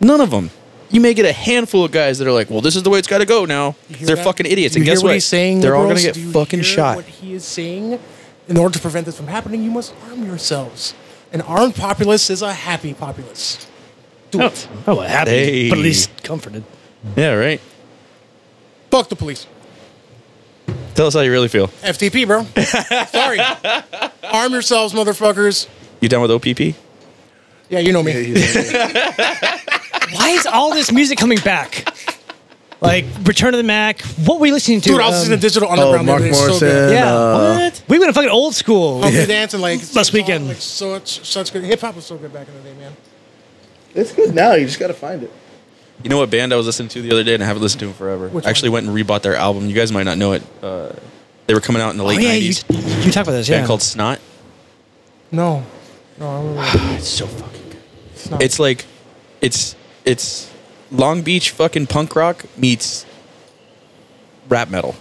Speaker 4: None of them. You may get a handful of guys that are like, "Well, this is the way it's got to go now."
Speaker 2: hear
Speaker 4: They're
Speaker 2: that?
Speaker 4: fucking idiots,
Speaker 2: You
Speaker 4: and
Speaker 2: hear
Speaker 4: guess
Speaker 2: what
Speaker 4: what?
Speaker 2: he's saying,
Speaker 4: They're all going
Speaker 2: liberals?
Speaker 4: to get
Speaker 2: Do you
Speaker 4: fucking
Speaker 2: hear
Speaker 4: shot.
Speaker 2: What he is saying, in order to prevent this from happening, you must arm yourselves. An armed populace is a happy populace.
Speaker 5: Oh, oh well, happy,
Speaker 4: Hey.
Speaker 5: but at least comforted.
Speaker 4: Yeah, right.
Speaker 2: Fuck the police.
Speaker 4: Tell us how you really feel.
Speaker 2: FTP, bro. Sorry. Arm yourselves, motherfuckers.
Speaker 4: You down with OPP?
Speaker 2: Yeah, you know me.
Speaker 5: Why is all this music coming back? Like Return of the Mac. What were we listening to? Um,
Speaker 2: Dude, I was
Speaker 4: Um,
Speaker 2: listening to Digital
Speaker 4: oh,
Speaker 2: Underground.
Speaker 3: Mark
Speaker 2: the other day. It's So
Speaker 3: Morrison.
Speaker 2: good.
Speaker 5: Yeah,
Speaker 3: uh,
Speaker 5: what? We went fucking old
Speaker 4: Oh,
Speaker 5: school.
Speaker 2: Funky dance and like
Speaker 5: Last weekend.
Speaker 2: like, such such good hip hop was so good back in the day, man.
Speaker 3: It's good now. You just gotta find it.
Speaker 4: You know what band I was listening to the other day, and I haven't listened to them forever.
Speaker 2: Which
Speaker 4: I actually went and rebought their album. You guys might not know it. Uh, they were coming out in the
Speaker 5: Oh
Speaker 4: late
Speaker 5: yeah, you,
Speaker 4: '90s.
Speaker 5: you talk about this.
Speaker 4: Band
Speaker 5: Yeah,
Speaker 4: called Snot.
Speaker 2: No, no, I remember.
Speaker 4: It's so fucking good.
Speaker 2: It's not.
Speaker 4: It's like, it's it's Long Beach fucking punk rock meets rap metal.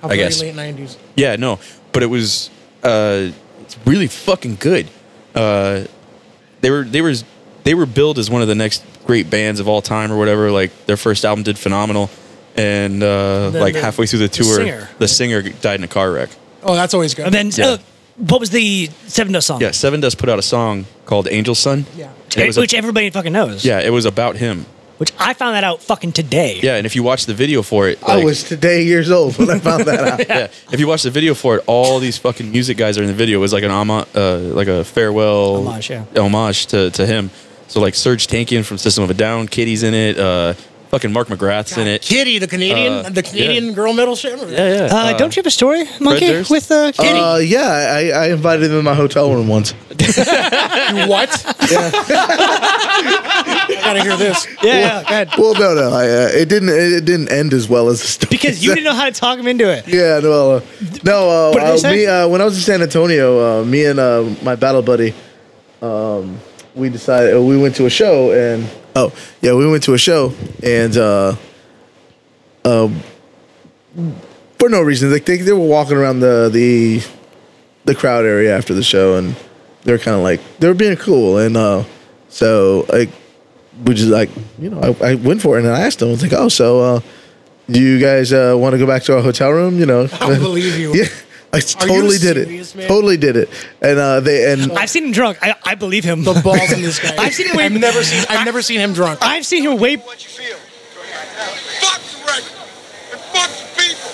Speaker 2: How
Speaker 4: I guess.
Speaker 2: late nineties.
Speaker 4: Yeah, no, but it was uh, it's really fucking good. Uh, they were they were they were billed as one of the next great bands of all time or whatever. Like their first album did phenomenal, and uh,
Speaker 5: then
Speaker 4: like
Speaker 5: the-
Speaker 4: halfway through the
Speaker 5: the
Speaker 4: tour,
Speaker 5: singer.
Speaker 4: the singer died in a car wreck.
Speaker 2: Oh, that's always good.
Speaker 5: And then,
Speaker 4: Yeah.
Speaker 5: uh, what was the Seven Dust song?
Speaker 4: Yeah, Seven Dust put out a song called Angel Sun.
Speaker 2: yeah,
Speaker 4: It was a-
Speaker 5: which everybody fucking knows.
Speaker 4: Yeah, it was about him.
Speaker 5: Which I found that out fucking today.
Speaker 4: Yeah, and if you watch the video for it,
Speaker 3: I
Speaker 4: like-
Speaker 3: was today years old when I found that out.
Speaker 4: yeah. If you watch the video for it, all these fucking music guys are in the video. It was like an ama- uh, like a farewell
Speaker 5: Homage, yeah.
Speaker 4: homage to, to him. So like Serge Tankian from System of a Down, Kitty's in it. Uh, fucking Mark McGrath's in it.
Speaker 2: Kitty, the Canadian,
Speaker 4: Uh,
Speaker 2: the Canadian
Speaker 4: yeah.
Speaker 2: girl metal shit.
Speaker 4: Yeah, yeah.
Speaker 5: Uh, don't you have a story, Monkey,
Speaker 4: There's-
Speaker 5: with uh, Kitty?
Speaker 3: Uh, yeah, I, I invited him in my hotel room once.
Speaker 2: You what? I gotta hear this.
Speaker 5: yeah, yeah, go ahead.
Speaker 3: Well, no, no, I, uh, it didn't. It didn't end as well as the story.
Speaker 5: Because you didn't know how to talk him into it.
Speaker 3: Yeah, no, uh, no.
Speaker 5: What
Speaker 3: Uh,
Speaker 5: did they
Speaker 3: uh,
Speaker 5: say?
Speaker 3: me, uh, when I was in San Antonio, uh, me and uh, my battle buddy, um, we decided uh, we went to a show, and oh yeah, we went to a show, and uh, um, for no reason, like they, they were walking around the the the crowd area after the show, and they were kind of like they were being cool, and uh, so I, which is like you know, I, I went for it, and I asked them, I was like, oh, so. Uh, do you guys uh, want to go back to our hotel room? You know,
Speaker 2: I don't believe you.
Speaker 3: yeah, I totally did
Speaker 2: serious,
Speaker 3: it.
Speaker 2: man?
Speaker 3: Totally did it. And uh, they and
Speaker 5: I've seen him drunk. I, I believe him.
Speaker 2: The balls in this guy.
Speaker 5: I've seen him.
Speaker 2: I've never seen. I've never seen him drunk.
Speaker 5: I've seen him way.
Speaker 6: what you feel. Fuck the record and fuck the people.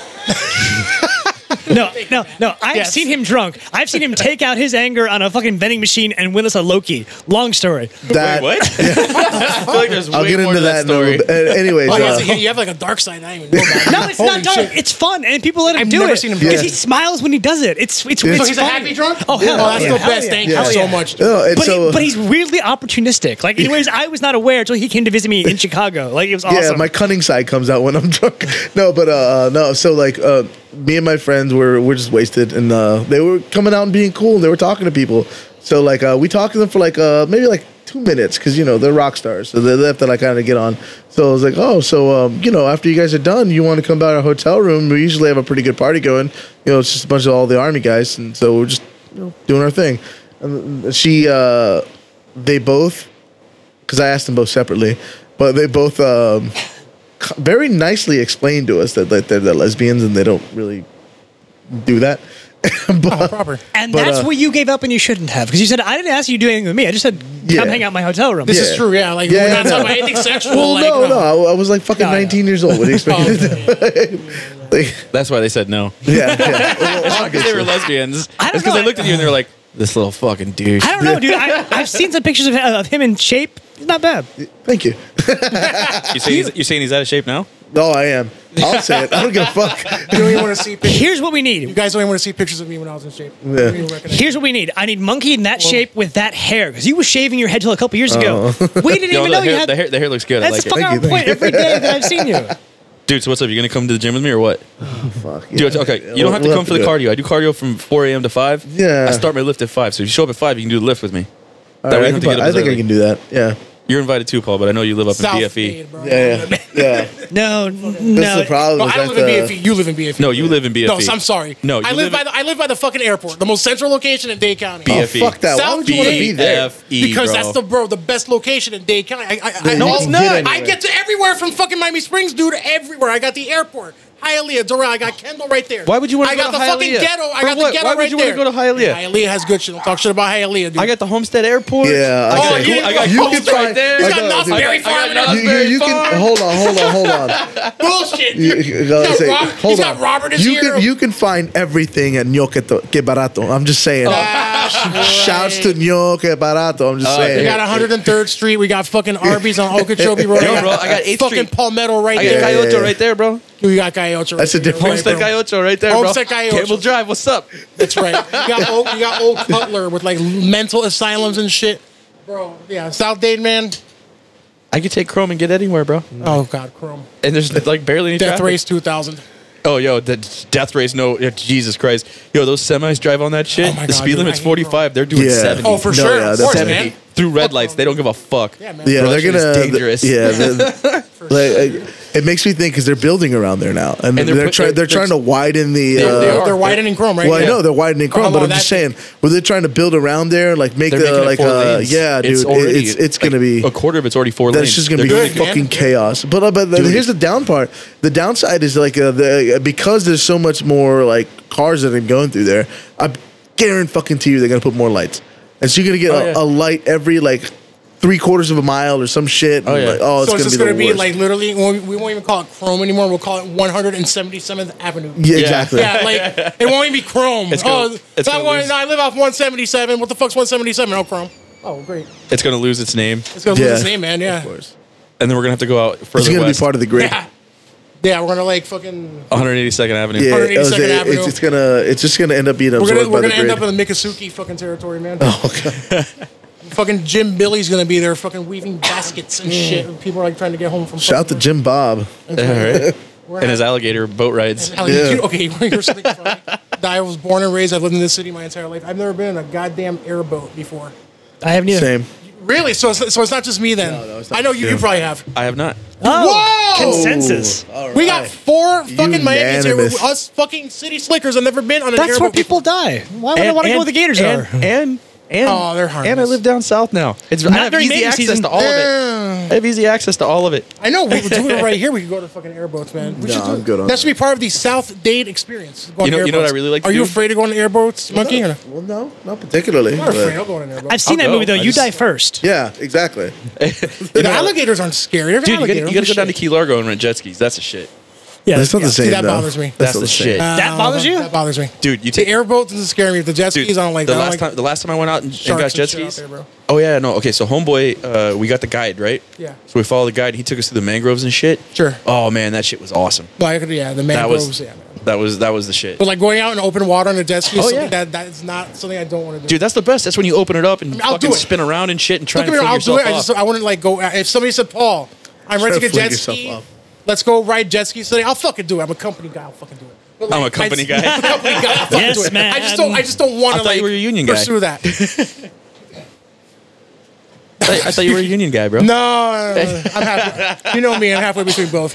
Speaker 5: No, no, no. I've
Speaker 2: Yes.
Speaker 5: seen him drunk. I've seen him take out his anger on a fucking vending machine and win us a Loki. Long story.
Speaker 3: that.
Speaker 4: What? I feel like there's way
Speaker 3: I'll get
Speaker 4: more
Speaker 3: into
Speaker 4: to that,
Speaker 3: that. in a
Speaker 4: story.
Speaker 3: little bit. Uh, anyways,
Speaker 2: Oh,
Speaker 3: uh,
Speaker 2: yes, you have like a dark side. I didn't even know about.
Speaker 5: No, it's
Speaker 2: Holy
Speaker 5: not dark.
Speaker 2: shit.
Speaker 5: It's fun, and people let him
Speaker 2: I've
Speaker 5: do
Speaker 2: never
Speaker 5: it
Speaker 2: seen him
Speaker 5: because
Speaker 2: drunk.
Speaker 5: he smiles when he does it. It's it's
Speaker 3: Yeah.
Speaker 5: it's
Speaker 2: So he's a
Speaker 5: funny.
Speaker 2: happy drunk.
Speaker 5: Oh hell,
Speaker 2: Oh, that's
Speaker 5: yeah.
Speaker 2: the
Speaker 5: Hell
Speaker 2: best.
Speaker 5: yeah.
Speaker 2: Thank
Speaker 3: Yeah.
Speaker 2: you
Speaker 3: Hell
Speaker 2: so
Speaker 5: yeah.
Speaker 2: much.
Speaker 3: no, and
Speaker 5: But,
Speaker 3: so,
Speaker 5: he, but he's weirdly opportunistic. Like, anyways, I was not aware until he came to visit me in Chicago. Like, it was awesome.
Speaker 3: Yeah, my cunning side comes out when I'm drunk. no, but uh, uh, no. So like, uh, me and my friends were were just wasted, and uh, they were coming out and being cool. They were talking to people. So like, uh, we talked to them for like uh, maybe like two minutes because you know they're rock stars, so they left that I kind of get on. So I was like, oh, so um, you know, after you guys are done, you want to come by our hotel room? We usually have a pretty good party going. You know, it's just a bunch of all the army guys, and so we're just you know doing our thing. And she, uh, they both because I asked them both separately, but they both um, c- very nicely explained to us that, that they're, they're lesbians and they don't really do that. but,
Speaker 2: Proper.
Speaker 5: and
Speaker 3: but,
Speaker 5: that's
Speaker 3: uh,
Speaker 5: what you gave up and you shouldn't have. Because you said, I didn't ask you to do anything with me. I just said, come
Speaker 3: Yeah.
Speaker 5: hang out in my hotel room.
Speaker 2: This
Speaker 3: Yeah.
Speaker 2: is true. Yeah, like
Speaker 3: Yeah,
Speaker 2: we're
Speaker 3: yeah,
Speaker 2: not
Speaker 3: no.
Speaker 2: talking about anything sexual.
Speaker 3: well,
Speaker 2: like,
Speaker 3: no, no, I, I was like fucking
Speaker 5: No, no.
Speaker 3: 19 years old. What do you expect?
Speaker 2: Oh,
Speaker 3: me to do?
Speaker 2: okay.
Speaker 3: Like,
Speaker 4: That's why they said no.
Speaker 3: yeah, yeah. Well,
Speaker 4: It's not because they were
Speaker 3: obviously.
Speaker 4: lesbians.
Speaker 5: I don't
Speaker 4: It's because
Speaker 5: know.
Speaker 4: they looked at you and they were like, "This little fucking douche."
Speaker 5: I don't know, dude. I, I've seen some pictures of, of him in shape. It's not bad.
Speaker 3: Thank you.
Speaker 4: You saying he's, you saying he's out of shape now?
Speaker 3: No, I am. I'll say it. I don't give a fuck.
Speaker 2: you don't even want to see. Pictures.
Speaker 5: Here's what we
Speaker 2: You
Speaker 5: need.
Speaker 2: guys don't even want to see pictures of me when I was in shape. You
Speaker 3: Yeah.
Speaker 2: don't even recognize me.
Speaker 5: Here's what we need. I need Monkey in that shape with that hair. Because you were shaving your head till a couple years ago. We didn't
Speaker 4: Yo, the,
Speaker 5: even know you
Speaker 4: hair,
Speaker 5: had.
Speaker 4: the hair. The hair looks good. I like
Speaker 5: That's
Speaker 4: it.
Speaker 5: fucking
Speaker 3: Thank you,
Speaker 5: on point
Speaker 3: thank you.
Speaker 5: every day that I've seen you.
Speaker 4: Dude, so what's up? You gonna come to the gym with me or what?
Speaker 3: Fuck. Yeah.
Speaker 4: Dude, okay, you don't have to
Speaker 3: We'll
Speaker 4: come for the
Speaker 3: do it.
Speaker 4: cardio. I do cardio from 4 a.m. to 5.
Speaker 3: Yeah.
Speaker 4: I start my lift at 5. So if you show up at 5, you can do the lift with me.
Speaker 3: All
Speaker 4: that
Speaker 3: right,
Speaker 4: way you
Speaker 3: I, can
Speaker 4: don't have to get
Speaker 3: pro-
Speaker 4: up
Speaker 3: I
Speaker 4: as
Speaker 3: think I
Speaker 4: early.
Speaker 3: can do that. Yeah.
Speaker 4: You're invited too, Paul, but I know you live up
Speaker 2: South
Speaker 4: in E. BFE.
Speaker 2: Maine, bro.
Speaker 3: Yeah. Yeah. yeah.
Speaker 5: No,
Speaker 3: That's
Speaker 5: no.
Speaker 3: the problem.
Speaker 2: No,
Speaker 3: is
Speaker 2: I don't
Speaker 3: that
Speaker 2: live in
Speaker 3: the-
Speaker 2: BFE. You live in BFE.
Speaker 4: No, you live in E. BFE.
Speaker 2: No, so I'm sorry.
Speaker 4: No, you
Speaker 2: I live, by the I live by the fucking airport, the most central location in Dade County.
Speaker 3: Oh,
Speaker 4: BFE.
Speaker 3: fuck that. Why
Speaker 2: South
Speaker 3: would you want to be there?
Speaker 4: BFE,
Speaker 2: because
Speaker 4: E, bro.
Speaker 2: that's the bro, the best location in Dade County. I, I, I,
Speaker 3: No, it's not.
Speaker 2: I get to everywhere from fucking Miami Springs, dude. Everywhere. I got the airport, Hialeah, Doral. I got Kendall right there.
Speaker 4: Why would you wanna
Speaker 2: I
Speaker 4: go
Speaker 2: got
Speaker 4: to
Speaker 2: the fucking
Speaker 4: Hialeah?
Speaker 2: ghetto. I
Speaker 4: For
Speaker 2: got
Speaker 4: what?
Speaker 2: the ghetto
Speaker 4: Why would
Speaker 2: right
Speaker 4: you wanna
Speaker 2: there.
Speaker 4: go to Hialeah?
Speaker 2: Hialeah has good shit. Don't talk shit about Hialeah, dude.
Speaker 4: I got the Homestead Airport.
Speaker 3: Yeah, I
Speaker 4: I got,
Speaker 2: got- you-
Speaker 4: I got
Speaker 2: you
Speaker 4: Coles
Speaker 3: can try-
Speaker 4: right there.
Speaker 2: He's
Speaker 3: I
Speaker 2: got
Speaker 3: got-
Speaker 2: Knott's
Speaker 4: I
Speaker 2: Berry Farm
Speaker 4: got
Speaker 2: in
Speaker 4: Knott's
Speaker 3: You,
Speaker 2: Knott's
Speaker 3: you,
Speaker 4: Berry
Speaker 3: you can
Speaker 4: Farm.
Speaker 3: hold on, hold on, hold on.
Speaker 2: bullshit.
Speaker 3: You,
Speaker 2: dude.
Speaker 3: you gotta
Speaker 2: He's
Speaker 3: say,
Speaker 2: got Rob-
Speaker 3: hold
Speaker 2: he's
Speaker 3: on.
Speaker 2: got Robert is
Speaker 3: you
Speaker 2: here.
Speaker 3: can you can find everything at Nyo que, to- que barato. I'm just saying.
Speaker 2: Oh.
Speaker 3: Shouts to Nyo que barato. I'm just
Speaker 4: Oh,
Speaker 2: We
Speaker 3: saying.
Speaker 2: got 103rd Street. We got fucking Arby's on Okeechobee Road.
Speaker 4: Yo, bro, I got 8th
Speaker 2: fucking
Speaker 4: Street.
Speaker 2: Palmetto right
Speaker 4: I
Speaker 2: there.
Speaker 4: got
Speaker 3: Yeah, yeah,
Speaker 4: Coyote
Speaker 3: yeah.
Speaker 4: right there, bro.
Speaker 2: You got Coyote.
Speaker 3: That's a different-
Speaker 4: Homestead
Speaker 2: Right,
Speaker 4: Coyote right there, bro.
Speaker 2: Homestead Coyote.
Speaker 4: Campbell Drive, what's up?
Speaker 2: That's right. You got, old, you got old Cutler with like mental asylums and shit. Bro, yeah, South Dade, man.
Speaker 4: I could take Chrome and get anywhere, bro.
Speaker 2: Oh, God, Chrome.
Speaker 4: And there's like barely any
Speaker 2: Death
Speaker 4: traffic.
Speaker 2: Race
Speaker 3: Uh,
Speaker 2: 2000.
Speaker 4: Oh, yo, the death race. No, yeah, Jesus Christ. Yo, those semis drive on that shit.
Speaker 2: Oh my
Speaker 4: the
Speaker 2: God,
Speaker 4: speed
Speaker 2: dude,
Speaker 4: limit's
Speaker 2: I hate Rome.
Speaker 4: 45. They're doing
Speaker 3: Yeah.
Speaker 4: 70.
Speaker 2: Oh, for
Speaker 3: No,
Speaker 2: sure.
Speaker 3: yeah,
Speaker 2: of
Speaker 3: that's
Speaker 2: course,
Speaker 3: heavy.
Speaker 2: man.
Speaker 4: Through red lights. They don't give a fuck.
Speaker 2: Yeah, man.
Speaker 3: yeah, they're
Speaker 4: Russian is
Speaker 3: gonna.
Speaker 4: dangerous.
Speaker 3: Yeah, the- like, like, it makes me think because they're building around there now, and,
Speaker 4: And they're
Speaker 3: they're
Speaker 4: put-
Speaker 3: try-
Speaker 4: they're-
Speaker 3: they're, trying to widen the.
Speaker 4: They-
Speaker 3: uh,
Speaker 4: they
Speaker 2: They're,
Speaker 4: are.
Speaker 2: they're widening Chrome right
Speaker 3: well, I
Speaker 2: now.
Speaker 3: know they're widening Chrome,
Speaker 2: How
Speaker 3: but
Speaker 2: long
Speaker 3: I'm just
Speaker 2: that
Speaker 3: saying, well, they're trying to build around there, like make
Speaker 4: They're
Speaker 3: the
Speaker 4: making
Speaker 3: like,
Speaker 4: it four
Speaker 3: uh,
Speaker 4: lanes.
Speaker 3: yeah, dude,
Speaker 4: It's
Speaker 3: it-
Speaker 4: already
Speaker 3: it's it's
Speaker 4: like,
Speaker 3: gonna be
Speaker 4: a quarter of it's already four
Speaker 3: That's
Speaker 4: lanes.
Speaker 3: just gonna
Speaker 4: They're
Speaker 3: be
Speaker 2: good,
Speaker 3: fucking
Speaker 2: man.
Speaker 3: chaos. But uh, but here's the down part. The downside is like uh, the, because there's so much more like cars that are going through there. I guarantee fucking to you they're gonna put more lights, and so you're gonna get
Speaker 4: Oh,
Speaker 3: a,
Speaker 4: yeah.
Speaker 3: a light every like three quarters of a mile or some shit.
Speaker 4: Oh,
Speaker 3: and
Speaker 4: yeah.
Speaker 3: like, oh, it's
Speaker 2: so it's
Speaker 3: gonna
Speaker 2: just
Speaker 3: be
Speaker 2: going to
Speaker 3: the
Speaker 2: be
Speaker 3: worst.
Speaker 2: like literally, we we won't even call it Chrome anymore. We'll call it 177th Avenue.
Speaker 3: yeah, exactly.
Speaker 2: Yeah, like it won't even be Chrome.
Speaker 4: It's gonna-
Speaker 2: oh, that
Speaker 4: it's gonna
Speaker 2: one,
Speaker 4: lose-
Speaker 2: I live off 177. What the fuck's 177? Oh, Chrome. Oh, great.
Speaker 4: It's gonna lose its name,
Speaker 2: It's going to
Speaker 3: Yeah.
Speaker 2: lose his name, man. Yeah.
Speaker 3: Of course.
Speaker 4: and then we're gonna have to go out
Speaker 3: It's
Speaker 4: further
Speaker 3: gonna
Speaker 4: west,
Speaker 3: be part of the grid.
Speaker 2: Yeah. Yeah, we're going to like fucking.
Speaker 4: 182nd Avenue.
Speaker 3: Yeah, I was-
Speaker 2: 182nd
Speaker 3: it-
Speaker 2: Avenue.
Speaker 3: it's, it's gonna it's just gonna end up being
Speaker 2: We're
Speaker 3: absorbed
Speaker 2: gonna, we're
Speaker 3: by
Speaker 2: gonna
Speaker 3: the
Speaker 2: end
Speaker 3: grid.
Speaker 2: up in the Mikasuki fucking territory, man.
Speaker 3: oh, God.
Speaker 2: Fucking Jim Billy's gonna be there, fucking weaving baskets and shit. and People are like trying to get home from.
Speaker 3: Shout to
Speaker 2: fucking-
Speaker 3: Jim Bob.
Speaker 4: All right.
Speaker 2: We're
Speaker 4: and
Speaker 2: not-
Speaker 4: his alligator boat rides.
Speaker 2: Alec,
Speaker 3: Yeah.
Speaker 2: you- okay, you want to hear something funny? I was born and raised. I've lived in this city my entire life. I've never been in a goddamn airboat before.
Speaker 5: I haven't either.
Speaker 3: Same.
Speaker 2: Really? So, it's, so it's not just me then.
Speaker 3: no, it's not
Speaker 2: I know you. You
Speaker 3: just you.
Speaker 2: probably have.
Speaker 4: I have not.
Speaker 5: Oh, consensus.
Speaker 2: We got four fucking Miami's here.
Speaker 3: Unanimous.
Speaker 2: Us fucking city slickers have never been on an
Speaker 5: That's
Speaker 2: airboat.
Speaker 5: where people die. Why would I want to go where the Gators
Speaker 4: and,
Speaker 5: are?
Speaker 4: And and
Speaker 2: Oh, they're harmless.
Speaker 4: And I live down south now. It's I
Speaker 5: Not
Speaker 4: have
Speaker 5: during
Speaker 4: easy
Speaker 5: mating
Speaker 4: access
Speaker 5: season.
Speaker 4: to all of it. I have easy access to all of it.
Speaker 2: I know we were doing it right here. We could go to fucking airboats, man. We
Speaker 3: No,
Speaker 2: should do
Speaker 3: I'm
Speaker 2: it.
Speaker 3: good on
Speaker 2: that should
Speaker 3: that.
Speaker 2: be part of the South Dade experience. Going
Speaker 4: You know-
Speaker 2: to
Speaker 4: you know what
Speaker 2: airboats.
Speaker 4: I really like to
Speaker 2: Are you
Speaker 4: do?
Speaker 2: afraid of going to airboats, monkey? Or not?
Speaker 3: Well, no, not particularly.
Speaker 2: I'm not afraid.
Speaker 3: but-
Speaker 2: I'll go on an airboat.
Speaker 5: I've seen
Speaker 4: I'll
Speaker 5: that
Speaker 4: go.
Speaker 5: movie though.
Speaker 4: I
Speaker 5: You
Speaker 4: just-
Speaker 5: die first.
Speaker 3: yeah, exactly.
Speaker 2: the alligators aren't scary. They're
Speaker 4: Dude, you gotta,
Speaker 2: alligators.
Speaker 4: you gotta go down to
Speaker 2: Shit.
Speaker 4: Key Largo and rent jet skis. That's the shit.
Speaker 5: Yeah,
Speaker 3: That's not
Speaker 5: yeah.
Speaker 3: the same.
Speaker 2: See, that
Speaker 3: though.
Speaker 2: bothers me.
Speaker 4: That's
Speaker 3: not
Speaker 4: the
Speaker 3: same.
Speaker 4: shit.
Speaker 5: That
Speaker 2: Uh,
Speaker 5: bothers you?
Speaker 2: That bothers me.
Speaker 4: Dude, you
Speaker 2: the
Speaker 4: take-
Speaker 2: airboat doesn't scare me. The jet skis,
Speaker 4: Dude,
Speaker 2: I don't like. I
Speaker 4: the
Speaker 2: don't
Speaker 4: last
Speaker 2: like
Speaker 4: time the last time I went out and, and
Speaker 2: sharks
Speaker 4: got jet
Speaker 2: shit out
Speaker 4: skis.
Speaker 2: there, bro.
Speaker 4: oh yeah, no. Okay, so homeboy, uh, we got the guide right.
Speaker 2: Yeah.
Speaker 4: So we followed the guide. He took us through the mangroves and shit.
Speaker 2: Sure.
Speaker 4: Oh man, that shit was awesome.
Speaker 2: Like, yeah, the
Speaker 4: That
Speaker 2: mangroves.
Speaker 4: was
Speaker 2: yeah, man.
Speaker 4: that was that was the shit.
Speaker 2: But like going out in open water on a jet ski, is
Speaker 4: Oh,
Speaker 2: something
Speaker 4: yeah.
Speaker 2: that that is not something I don't want to do.
Speaker 4: Dude, that's the best. That's when you open it up and
Speaker 2: I'll
Speaker 4: fucking
Speaker 2: do it.
Speaker 4: spin around and shit and try
Speaker 2: Don't
Speaker 4: and
Speaker 2: get me wrong,
Speaker 4: fling
Speaker 2: I'll do
Speaker 4: yourself
Speaker 2: it. I just
Speaker 4: off.
Speaker 2: I wouldn't like go. If somebody said, "Paul, I'm renting
Speaker 3: to
Speaker 2: a
Speaker 3: fling
Speaker 2: jet
Speaker 3: yourself
Speaker 2: ski.
Speaker 3: up.
Speaker 2: Let's go ride jet skis today." I'll fucking do it. I'm a company guy. I'll fucking do it. But,
Speaker 4: I'm a
Speaker 2: like,
Speaker 4: company
Speaker 2: I,
Speaker 4: guy.
Speaker 2: I'm a company guy. I'll fucking
Speaker 5: Yes,
Speaker 2: do it. I just
Speaker 5: man.
Speaker 2: don't. I just don't want
Speaker 4: I
Speaker 2: to
Speaker 4: thought
Speaker 2: like
Speaker 4: you were a union guy.
Speaker 2: pursue that.
Speaker 4: I thought- I thought you were a union guy, bro.
Speaker 2: No, no, no, no. I'm halfway. You know me. I'm halfway between both.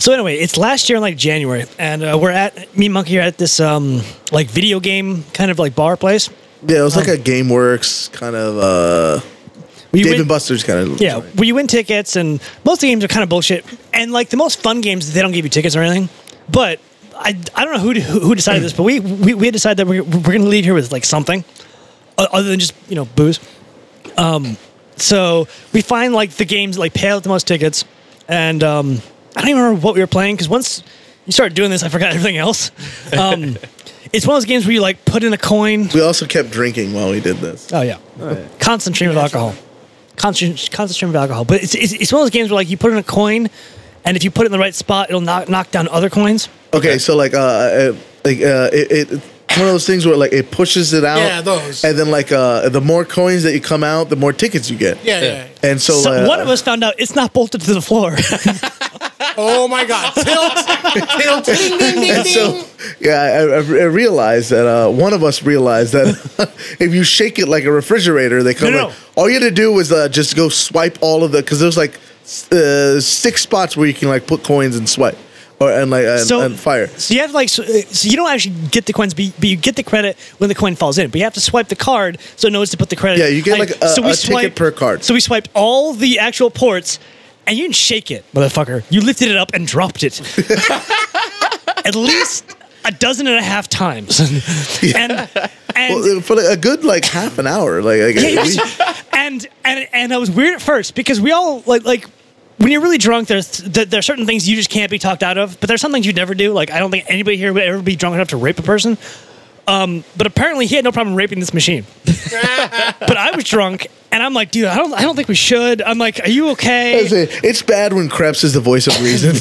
Speaker 5: So anyway, it's last year in like January, and uh, we're at me and Monkey are at this um like video game kind of like bar place.
Speaker 3: Yeah, it was like a GameWorks kind of uh,
Speaker 5: We
Speaker 3: Dave
Speaker 5: went-
Speaker 3: and Buster's kind of.
Speaker 5: Yeah, where you win tickets, and most of the games are kind of bullshit. And like the most fun games, they don't give you tickets or anything. But I, I don't know who who who decided this, but we we, we decided that we're, we're going to leave here with like something o- other than just you know booze. Um, so we find like the games that, like pay out the most tickets, and um, I don't even remember what we were playing because once you start doing this, I forgot everything else. Um, it's one of those games where you like put in a coin.
Speaker 3: We also kept drinking while we did this.
Speaker 5: Oh yeah, constant stream of alcohol, constant constant stream of alcohol. But it's, it's it's one of those games where like you put in a coin, and if you put it in the right spot, it'll knock knock down other coins.
Speaker 3: Okay, so like uh, uh, like uh, it, it it's one of those things where like it pushes it out.
Speaker 2: Yeah, those.
Speaker 3: And then like uh, the more coins that you come out, the more tickets you get.
Speaker 2: Yeah, yeah. yeah.
Speaker 3: And so,
Speaker 5: So,
Speaker 3: uh,
Speaker 5: one of us found out it's not bolted to the floor.
Speaker 2: Oh my god! Tilt, tilt, ding, ding, ding,
Speaker 3: And so,
Speaker 2: ding.
Speaker 3: yeah, I, I I realized that uh, one of us realized that if you shake it like a refrigerator, they come.
Speaker 5: No, no.
Speaker 3: like, All you had to do was uh, just go swipe all of the because there's like s- uh, six spots where you can like put coins and swipe or and like and,
Speaker 5: so
Speaker 3: and fire.
Speaker 5: So you have like so, uh, so you don't actually get the coins, but you, but you get the credit when the coin falls in. But you have to swipe the card so it knows to put the credit.
Speaker 3: Yeah, you get, like, a- a ticket per card.
Speaker 5: So we swiped all the actual ports, and you didn't shake it, motherfucker. You lifted it up and dropped it. At least a dozen and a half times, and and.
Speaker 3: Well, uh, for like, a good like half an hour, like, like
Speaker 5: Yeah,
Speaker 3: at
Speaker 5: it was-
Speaker 3: least-
Speaker 5: and and and I was weird at first because we all like like when you're really drunk, there's th- there are certain things you just can't be talked out of, but there's some things you never do. Like I don't think anybody here would ever be drunk enough to rape a person. Um, but apparently he had no problem raping this machine. but I was drunk and I'm like, dude, I don't I don't think we should. I'm like, are you okay?
Speaker 3: it's bad when Krebs is the voice of reason.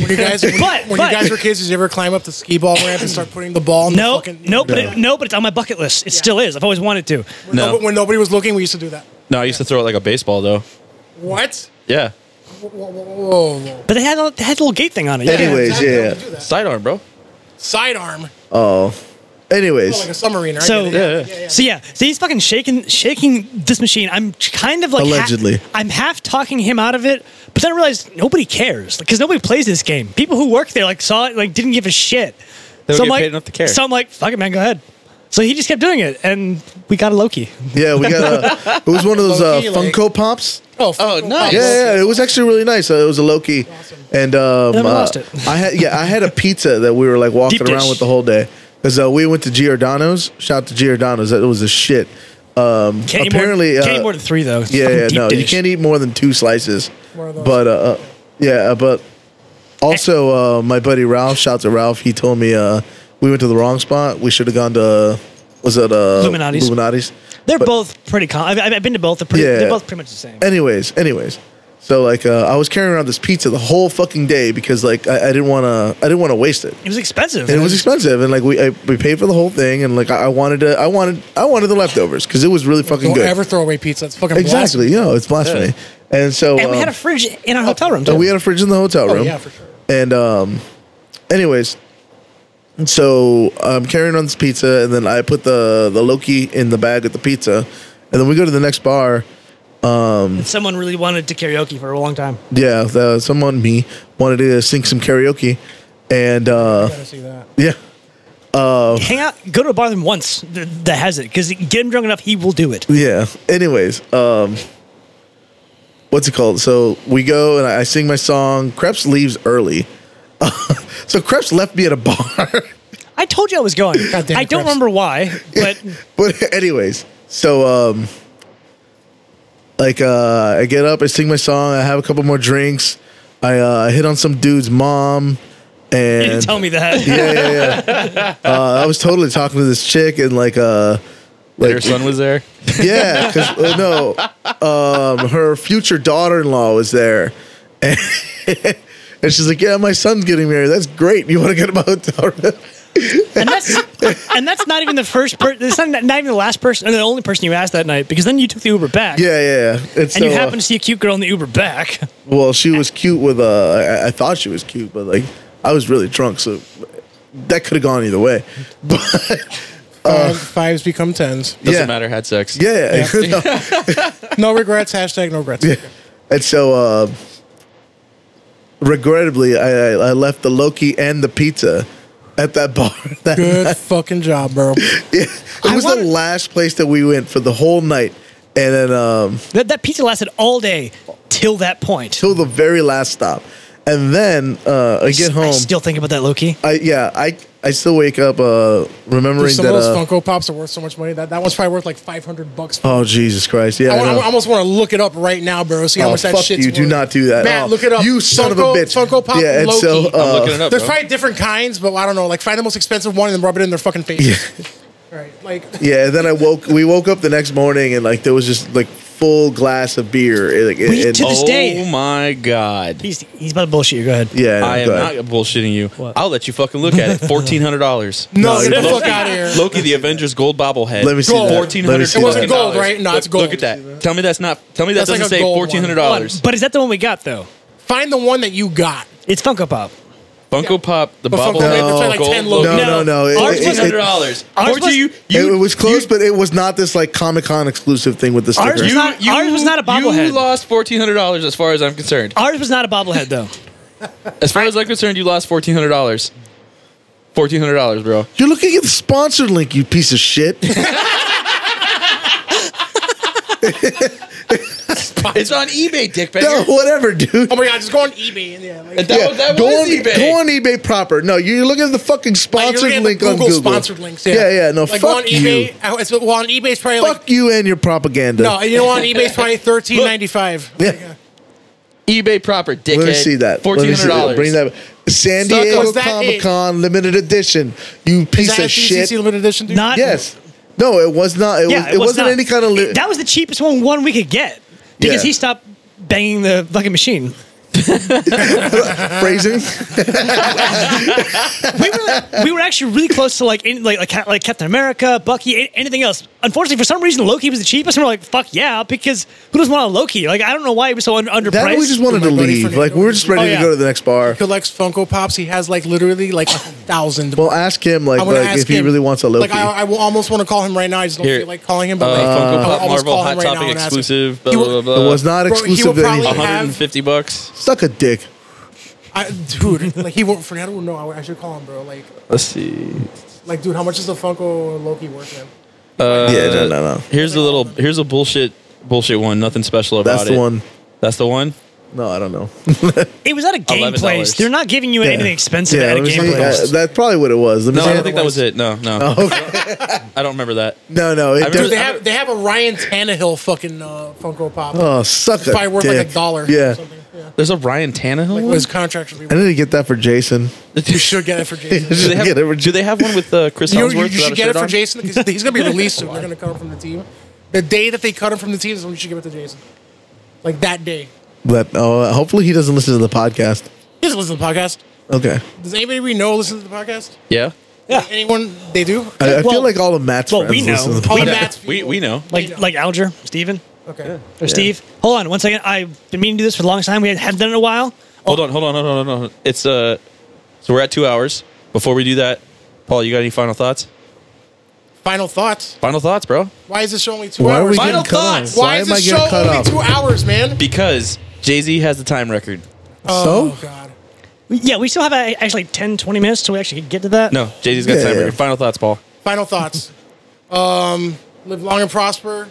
Speaker 2: When you guys, when,
Speaker 5: But-
Speaker 2: when
Speaker 5: but-
Speaker 2: you guys were kids, did you ever climb up the ski ball ramp and start putting the ball? In
Speaker 5: No,
Speaker 2: the fucking,
Speaker 5: no, but it, no, but it's on my bucket list. It still is. I've always wanted to.
Speaker 2: When,
Speaker 4: No.
Speaker 2: no. when nobody was looking, we used to do that.
Speaker 4: No, I used to throw it like a baseball though.
Speaker 2: What?
Speaker 4: Yeah,
Speaker 2: Whoa, whoa, whoa, whoa.
Speaker 5: But they had a, they had a little gate thing on it. Yeah.
Speaker 3: Anyways,
Speaker 2: Exactly,
Speaker 3: yeah.
Speaker 2: don't do that.
Speaker 4: sidearm, bro.
Speaker 2: Sidearm,
Speaker 3: oh, anyways,
Speaker 2: Oh, like a submarine. Right?
Speaker 5: So-
Speaker 2: Yeah, yeah,
Speaker 4: Yeah, yeah.
Speaker 2: yeah, yeah.
Speaker 5: So yeah, so he's fucking shaking, shaking this machine. I'm kind of like ha-
Speaker 3: Allegedly.
Speaker 5: I'm half talking him out of it, but then I realized nobody cares because nobody plays this game. People who work there like saw it, like didn't give a shit.
Speaker 4: They don't
Speaker 5: I'm
Speaker 4: get
Speaker 5: like,
Speaker 4: paid enough to care.
Speaker 5: So I'm like, fuck it, man, go ahead. So he just kept doing it, and we got a Loki.
Speaker 3: yeah, we got a. It was one of those uh,
Speaker 2: Low-key, like-
Speaker 3: Funko Pops.
Speaker 2: Oh,
Speaker 4: Oh,
Speaker 2: fuck.
Speaker 4: nice.
Speaker 3: Yeah, yeah, it was actually really nice. Uh, It was a Loki, and um,
Speaker 5: Never
Speaker 3: uh,
Speaker 5: lost it.
Speaker 3: I had yeah, I had a pizza that we were like walking
Speaker 5: Deep
Speaker 3: around
Speaker 5: dish.
Speaker 3: with the whole day because uh, we went to Giordano's. Shout out to Giordano's, that was a shit.
Speaker 5: Can't
Speaker 3: Apparently,
Speaker 5: eat more,
Speaker 3: uh,
Speaker 5: can't eat more than three though. It's
Speaker 3: Yeah,
Speaker 5: fucking
Speaker 3: yeah,
Speaker 5: deep
Speaker 3: no, you
Speaker 5: dish.
Speaker 3: can't eat more than two slices.
Speaker 2: More of those.
Speaker 3: But uh, uh, yeah, uh, but also uh, my buddy Ralph, shout to Ralph. He told me uh, we went to the wrong spot. We should have gone to was it uh,
Speaker 5: Luminati's.
Speaker 3: Luminati's.
Speaker 5: They're
Speaker 3: e- But-
Speaker 5: both pretty common. I've, I've been to both. They're, pretty,
Speaker 3: Yeah.
Speaker 5: they're both pretty much the same.
Speaker 3: Anyways, anyways. So like uh, I was carrying around this pizza the whole fucking day because like I, I didn't want to I didn't want to waste it.
Speaker 5: It was expensive.
Speaker 3: And it was expensive, and like we I, we paid for the whole thing, and like I, I wanted to I wanted I wanted the leftovers because it was really fucking
Speaker 2: Don't
Speaker 3: good.
Speaker 2: ever throw away pizza. It's fucking
Speaker 3: exactly, you know, it's blasphemy. And so
Speaker 5: and we had
Speaker 3: um,
Speaker 5: a fridge in our hotel room too.
Speaker 3: And we had a fridge in the hotel
Speaker 2: Oh,
Speaker 3: room.
Speaker 2: yeah, for sure.
Speaker 3: And um, anyways, so I'm carrying on this pizza, and then I put the the Loki in the bag with the pizza, and then we go to the next bar.
Speaker 5: And someone really wanted to karaoke for a long time.
Speaker 3: Yeah, the, someone me wanted to sing some karaoke, and uh,
Speaker 2: Black. I see that.
Speaker 3: yeah,
Speaker 5: Hang out, go to a bar than once th- that has it because get him drunk enough, he will do it.
Speaker 3: yeah. Anyways, um, what's it called? So we go and I sing my song. Krebs leaves early, so Krebs left me at a bar.
Speaker 5: I told you I was going.
Speaker 2: God damn it,
Speaker 5: I don't
Speaker 2: Chris.
Speaker 5: remember why, but
Speaker 3: but anyways, so um, like uh, I get up, I sing my song, I have a couple more drinks, I uh, hit on some dude's mom,
Speaker 5: you didn't
Speaker 3: and
Speaker 5: tell me that.
Speaker 3: yeah, yeah, yeah. uh, I was totally talking to this chick and like uh, like
Speaker 4: Her son was there.
Speaker 3: yeah, because uh, no, um, her future daughter-in-law was there, and, and she's like, yeah, my son's getting married. That's great. You want to get him a hotel room?
Speaker 5: and that's and that's not even the first person. It's not, not even the last person, and the only person you asked that night because then you took the Uber back.
Speaker 3: Yeah, yeah, yeah.
Speaker 5: And you happened to see a cute girl in the Uber back.
Speaker 3: Well, she was cute with uh, I, I thought she was cute, but like I was really drunk, so that could have gone either way. But Uh,
Speaker 2: Five- Um, fives become tens.
Speaker 4: Doesn't
Speaker 3: Yeah.
Speaker 4: matter. Had sex.
Speaker 3: yeah, you know.
Speaker 2: No regrets. Hashtag no regrets.
Speaker 3: and so uh, regrettably, I, I I left the Loki and the pizza at that bar. That night.
Speaker 2: Good fucking job, bro.
Speaker 3: it
Speaker 5: I
Speaker 3: was
Speaker 5: wanted-
Speaker 3: the last place that we went for the whole night, and then um,
Speaker 5: That, that pizza lasted all day till that point.
Speaker 3: till the very last stop, and then uh, I get
Speaker 5: I
Speaker 3: home.
Speaker 5: still think about that, Loki.
Speaker 3: I yeah, I I still wake up uh,
Speaker 2: Dude,
Speaker 3: remembering
Speaker 2: some
Speaker 3: that.
Speaker 2: of
Speaker 3: uh,
Speaker 2: those Funko Pops are worth so much money. That that one's probably worth like five hundred bucks.
Speaker 3: Oh Jesus Christ! Yeah,
Speaker 2: I,
Speaker 3: I
Speaker 2: wa- I
Speaker 3: know.
Speaker 2: almost want to look it up right now, bro. See how
Speaker 3: Oh,
Speaker 2: much that
Speaker 3: fuck
Speaker 2: shit's
Speaker 3: you. Do
Speaker 2: worth.
Speaker 3: not do that.
Speaker 2: Matt,
Speaker 3: Oh,
Speaker 2: look it up.
Speaker 3: you son of a
Speaker 2: Funko-
Speaker 3: bitch.
Speaker 2: Funko Pop
Speaker 3: Yeah, and
Speaker 2: Loki.
Speaker 3: so, uh,
Speaker 4: I'm looking it up.
Speaker 2: There's
Speaker 4: bro.
Speaker 2: probably different kinds, but I don't know. Like find the most expensive one and then rub it in their fucking face. All right, like
Speaker 3: Yeah, and then I woke. We woke up the next morning, and like there was just like full glass of beer. It, like,
Speaker 5: We
Speaker 3: it-
Speaker 5: took-
Speaker 3: it-
Speaker 5: this
Speaker 4: oh
Speaker 5: day.
Speaker 4: my god.
Speaker 5: He's he's about to bullshit you. Go ahead.
Speaker 3: yeah,
Speaker 4: I am
Speaker 3: go ahead.
Speaker 4: not bullshitting you. I'll let you fucking look at it. Fourteen hundred dollars.
Speaker 2: no,
Speaker 3: No,
Speaker 2: get the
Speaker 3: Loki-
Speaker 2: fuck out of here.
Speaker 4: Loki the Avengers gold bobblehead.
Speaker 3: Let me see
Speaker 2: Gold.
Speaker 3: that.
Speaker 4: Fourteen
Speaker 3: Let me
Speaker 4: hundred.
Speaker 3: see
Speaker 2: It wasn't
Speaker 3: that.
Speaker 2: gold, right? No,
Speaker 4: Look-
Speaker 2: it's gold.
Speaker 4: Look at that. Tell me that's not. Tell me that
Speaker 2: That's like
Speaker 4: doesn't
Speaker 2: a
Speaker 4: say
Speaker 2: gold one.
Speaker 4: fourteen hundred
Speaker 5: But,
Speaker 4: dollars.
Speaker 5: but is that the one we got though?
Speaker 2: Find the one that you got.
Speaker 5: It's Funko Pop.
Speaker 4: Funko Pop, the
Speaker 2: But Funko-
Speaker 4: bobblehead,
Speaker 3: No.
Speaker 4: the
Speaker 2: Like 10
Speaker 4: gold logo.
Speaker 3: No, no, no. It-
Speaker 5: Ours
Speaker 3: it-
Speaker 5: was
Speaker 3: it-
Speaker 4: hundred dollars.
Speaker 5: Ours
Speaker 4: Or do
Speaker 5: was-
Speaker 4: you?
Speaker 3: it,
Speaker 4: you-
Speaker 3: it was close,
Speaker 4: you-
Speaker 3: but it was not this like Comic Con exclusive thing with the
Speaker 5: Ours
Speaker 3: sticker.
Speaker 5: was not- ours was not a bobblehead.
Speaker 4: You lost fourteen hundred dollars, as far as I'm concerned.
Speaker 5: Ours was not a bobblehead though.
Speaker 4: As far as I'm concerned, you lost fourteen hundred dollars. Fourteen hundred dollars, bro.
Speaker 3: You're looking at the sponsored link, you piece of shit.
Speaker 4: It's on eBay, dickbag.
Speaker 3: no,
Speaker 4: No.
Speaker 3: whatever, dude.
Speaker 2: Oh my god, just go on eBay and yeah, like,
Speaker 4: That, was- that
Speaker 3: go
Speaker 4: was
Speaker 3: on,
Speaker 4: eBay.
Speaker 3: Go on eBay proper. No, you're looking at the fucking
Speaker 2: like,
Speaker 3: sponsored
Speaker 2: you're getting
Speaker 3: link
Speaker 2: the
Speaker 3: on Google.
Speaker 2: sponsored links. Yeah,
Speaker 3: yeah, yeah. No,
Speaker 2: like, go on
Speaker 3: fuck you.
Speaker 2: eBay. I- it's- Well, on eBay's probably
Speaker 3: Fuck
Speaker 2: like
Speaker 3: you and your propaganda.
Speaker 2: no, you know on eBay's probably thirteen ninety five.
Speaker 3: Yeah.
Speaker 4: eBay proper, dickhead.
Speaker 3: Let me see that. Let
Speaker 4: Fourteen
Speaker 3: me see
Speaker 4: hundred
Speaker 3: that.
Speaker 4: dollars.
Speaker 3: Bring that. San
Speaker 4: Suck
Speaker 3: Diego
Speaker 2: was that
Speaker 3: Comic
Speaker 2: it?
Speaker 3: Con limited edition. You
Speaker 2: Is
Speaker 3: piece
Speaker 2: that a
Speaker 3: of shit.
Speaker 2: CCC limited edition? Dude?
Speaker 5: Not
Speaker 3: Yes. No, it was not. It, was, it,
Speaker 5: was
Speaker 3: was not
Speaker 5: not.
Speaker 3: any kind of. Li-
Speaker 5: It- that was the cheapest one one we could get because
Speaker 3: Yeah.
Speaker 5: he stopped banging the fucking machine.
Speaker 3: phrasing.
Speaker 5: We were we were actually really close to like in, like like, Cap- like Captain America, Bucky, a- anything else. Unfortunately, for some reason, Loki was the cheapest, and we're like, fuck yeah, because who doesn't want a Loki? Like I don't know why it was so un- underpriced.
Speaker 3: That we just wanted
Speaker 2: My
Speaker 3: to
Speaker 2: buddy
Speaker 3: leave.
Speaker 2: Fernando
Speaker 3: Like we were just ready
Speaker 5: Oh, yeah.
Speaker 3: to go to the next bar.
Speaker 2: collects Funko Pops. He has like literally like a thousand.
Speaker 3: Well, ask him like,
Speaker 2: I want to
Speaker 3: like
Speaker 2: ask
Speaker 3: if he
Speaker 2: him-
Speaker 3: really wants a Loki.
Speaker 2: Like I, I will almost want to call him right now. I just don't
Speaker 4: Here.
Speaker 2: feel like calling him. But like,
Speaker 4: Uh,
Speaker 2: I
Speaker 4: Funko
Speaker 2: would
Speaker 4: Pop,
Speaker 2: almost
Speaker 4: Marvel,
Speaker 2: call him
Speaker 4: Hot
Speaker 2: right now
Speaker 4: Topic
Speaker 2: and ask him.
Speaker 4: exclusive. Blah,
Speaker 2: He
Speaker 4: blah,
Speaker 2: will-
Speaker 4: blah.
Speaker 3: it was not
Speaker 2: uh, Bro, he
Speaker 3: exclusive
Speaker 2: will
Speaker 3: to anything.
Speaker 2: probably
Speaker 4: One hundred and fifty bucks.
Speaker 3: Suck a dick.
Speaker 2: I, dude, like he won't. Fernando will know. I, I should call him, bro. Like,
Speaker 4: Let's see.
Speaker 2: like, dude, how much is the Funko Loki worth, man?
Speaker 3: yeah, no, no, no.
Speaker 4: Here's a little. Here's a bullshit. Bullshit one. Nothing special about
Speaker 3: That's
Speaker 4: it.
Speaker 3: the one.
Speaker 4: That's the one.
Speaker 3: No, I don't know.
Speaker 5: It was at a game
Speaker 4: $11.
Speaker 5: place. They're not giving you anything expensive
Speaker 3: Yeah,
Speaker 5: at a
Speaker 3: let me
Speaker 5: game
Speaker 3: see.
Speaker 5: place.
Speaker 3: Uh, that's probably what it was. Let me
Speaker 4: No,
Speaker 3: see.
Speaker 4: I don't think that was it. No, no. I don't remember that.
Speaker 3: No, no. It
Speaker 4: remember
Speaker 3: def-
Speaker 2: They have they have a Ryan Tannehill fucking uh, Funko Pop.
Speaker 3: oh, suck a
Speaker 2: probably worth like a
Speaker 3: dick.
Speaker 2: dollar. Or
Speaker 3: Yeah.
Speaker 2: something. Yeah.
Speaker 4: There's a Ryan Tannehill.
Speaker 2: Like
Speaker 4: one?
Speaker 2: what his contract should
Speaker 3: I
Speaker 2: be.
Speaker 3: need to get that for Jason.
Speaker 2: You should get it for Jason.
Speaker 4: do, they
Speaker 3: Get it.
Speaker 4: have, do they have one with uh, Chris
Speaker 2: You,
Speaker 4: Hemsworth?
Speaker 2: you- you
Speaker 4: without
Speaker 2: should
Speaker 4: a
Speaker 2: get it
Speaker 4: shirt
Speaker 2: for
Speaker 4: on?
Speaker 2: Jason because he's gonna be released soon. They're gonna cut him from the team. The day that they cut him from the team is when you should give it to Jason. Like that day.
Speaker 3: But oh, hopefully he doesn't listen to the podcast.
Speaker 2: He doesn't listen to the podcast.
Speaker 3: Okay.
Speaker 2: Does anybody we know listen to the podcast?
Speaker 4: Yeah.
Speaker 5: Yeah.
Speaker 2: Anyone? They do.
Speaker 3: I, I
Speaker 5: Well-
Speaker 3: feel like all of Matt's
Speaker 5: well,
Speaker 3: friends
Speaker 5: we know.
Speaker 3: listen to the
Speaker 2: All
Speaker 3: podcast.
Speaker 2: the Matt's
Speaker 4: We,
Speaker 2: people.
Speaker 4: we know.
Speaker 2: Yeah.
Speaker 5: Like like Alger, Steven,
Speaker 2: Okay.
Speaker 5: or Steve. Hold on one second. I've been meaning to do this for the longest time. We haven't done it in a while.
Speaker 4: Hold on, hold on, hold on, hold on, hold on. Oh. It's uh, so we're at two hours. Before we do that, Paul, you got any final thoughts?
Speaker 2: Final thoughts.
Speaker 4: Final thoughts, bro.
Speaker 2: Why is this show only two
Speaker 3: Why are
Speaker 2: hours?
Speaker 3: we
Speaker 4: Final
Speaker 3: getting cut
Speaker 4: thoughts.
Speaker 3: off?
Speaker 2: Why, is
Speaker 3: am I
Speaker 2: this
Speaker 3: getting
Speaker 2: show
Speaker 3: cut
Speaker 2: only
Speaker 3: off?
Speaker 2: two hours, man?
Speaker 4: Because Jay Z has the time record.
Speaker 2: Oh
Speaker 3: So?
Speaker 2: God.
Speaker 5: Yeah, we still have uh, actually like 10, 20 minutes till we actually get to that.
Speaker 4: No, Jay Z's got
Speaker 3: Yeah,
Speaker 4: time
Speaker 3: yeah.
Speaker 4: record. Final thoughts, Paul.
Speaker 2: Final thoughts. um, live long and prosper.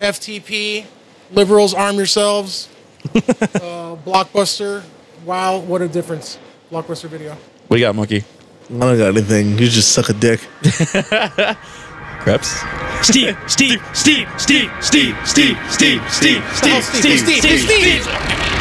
Speaker 2: FTP. Liberals, arm yourselves. uh, blockbuster. Wow, what a difference. Blockbuster video.
Speaker 4: What do you got, Monkey?
Speaker 3: I don't got anything. You just suck a dick.
Speaker 4: Krebs.
Speaker 5: Steve, Steve, Steve, Steve, Steve, Steve, Steve, Steve, Steve, Steve, Steve, Steve, Steve.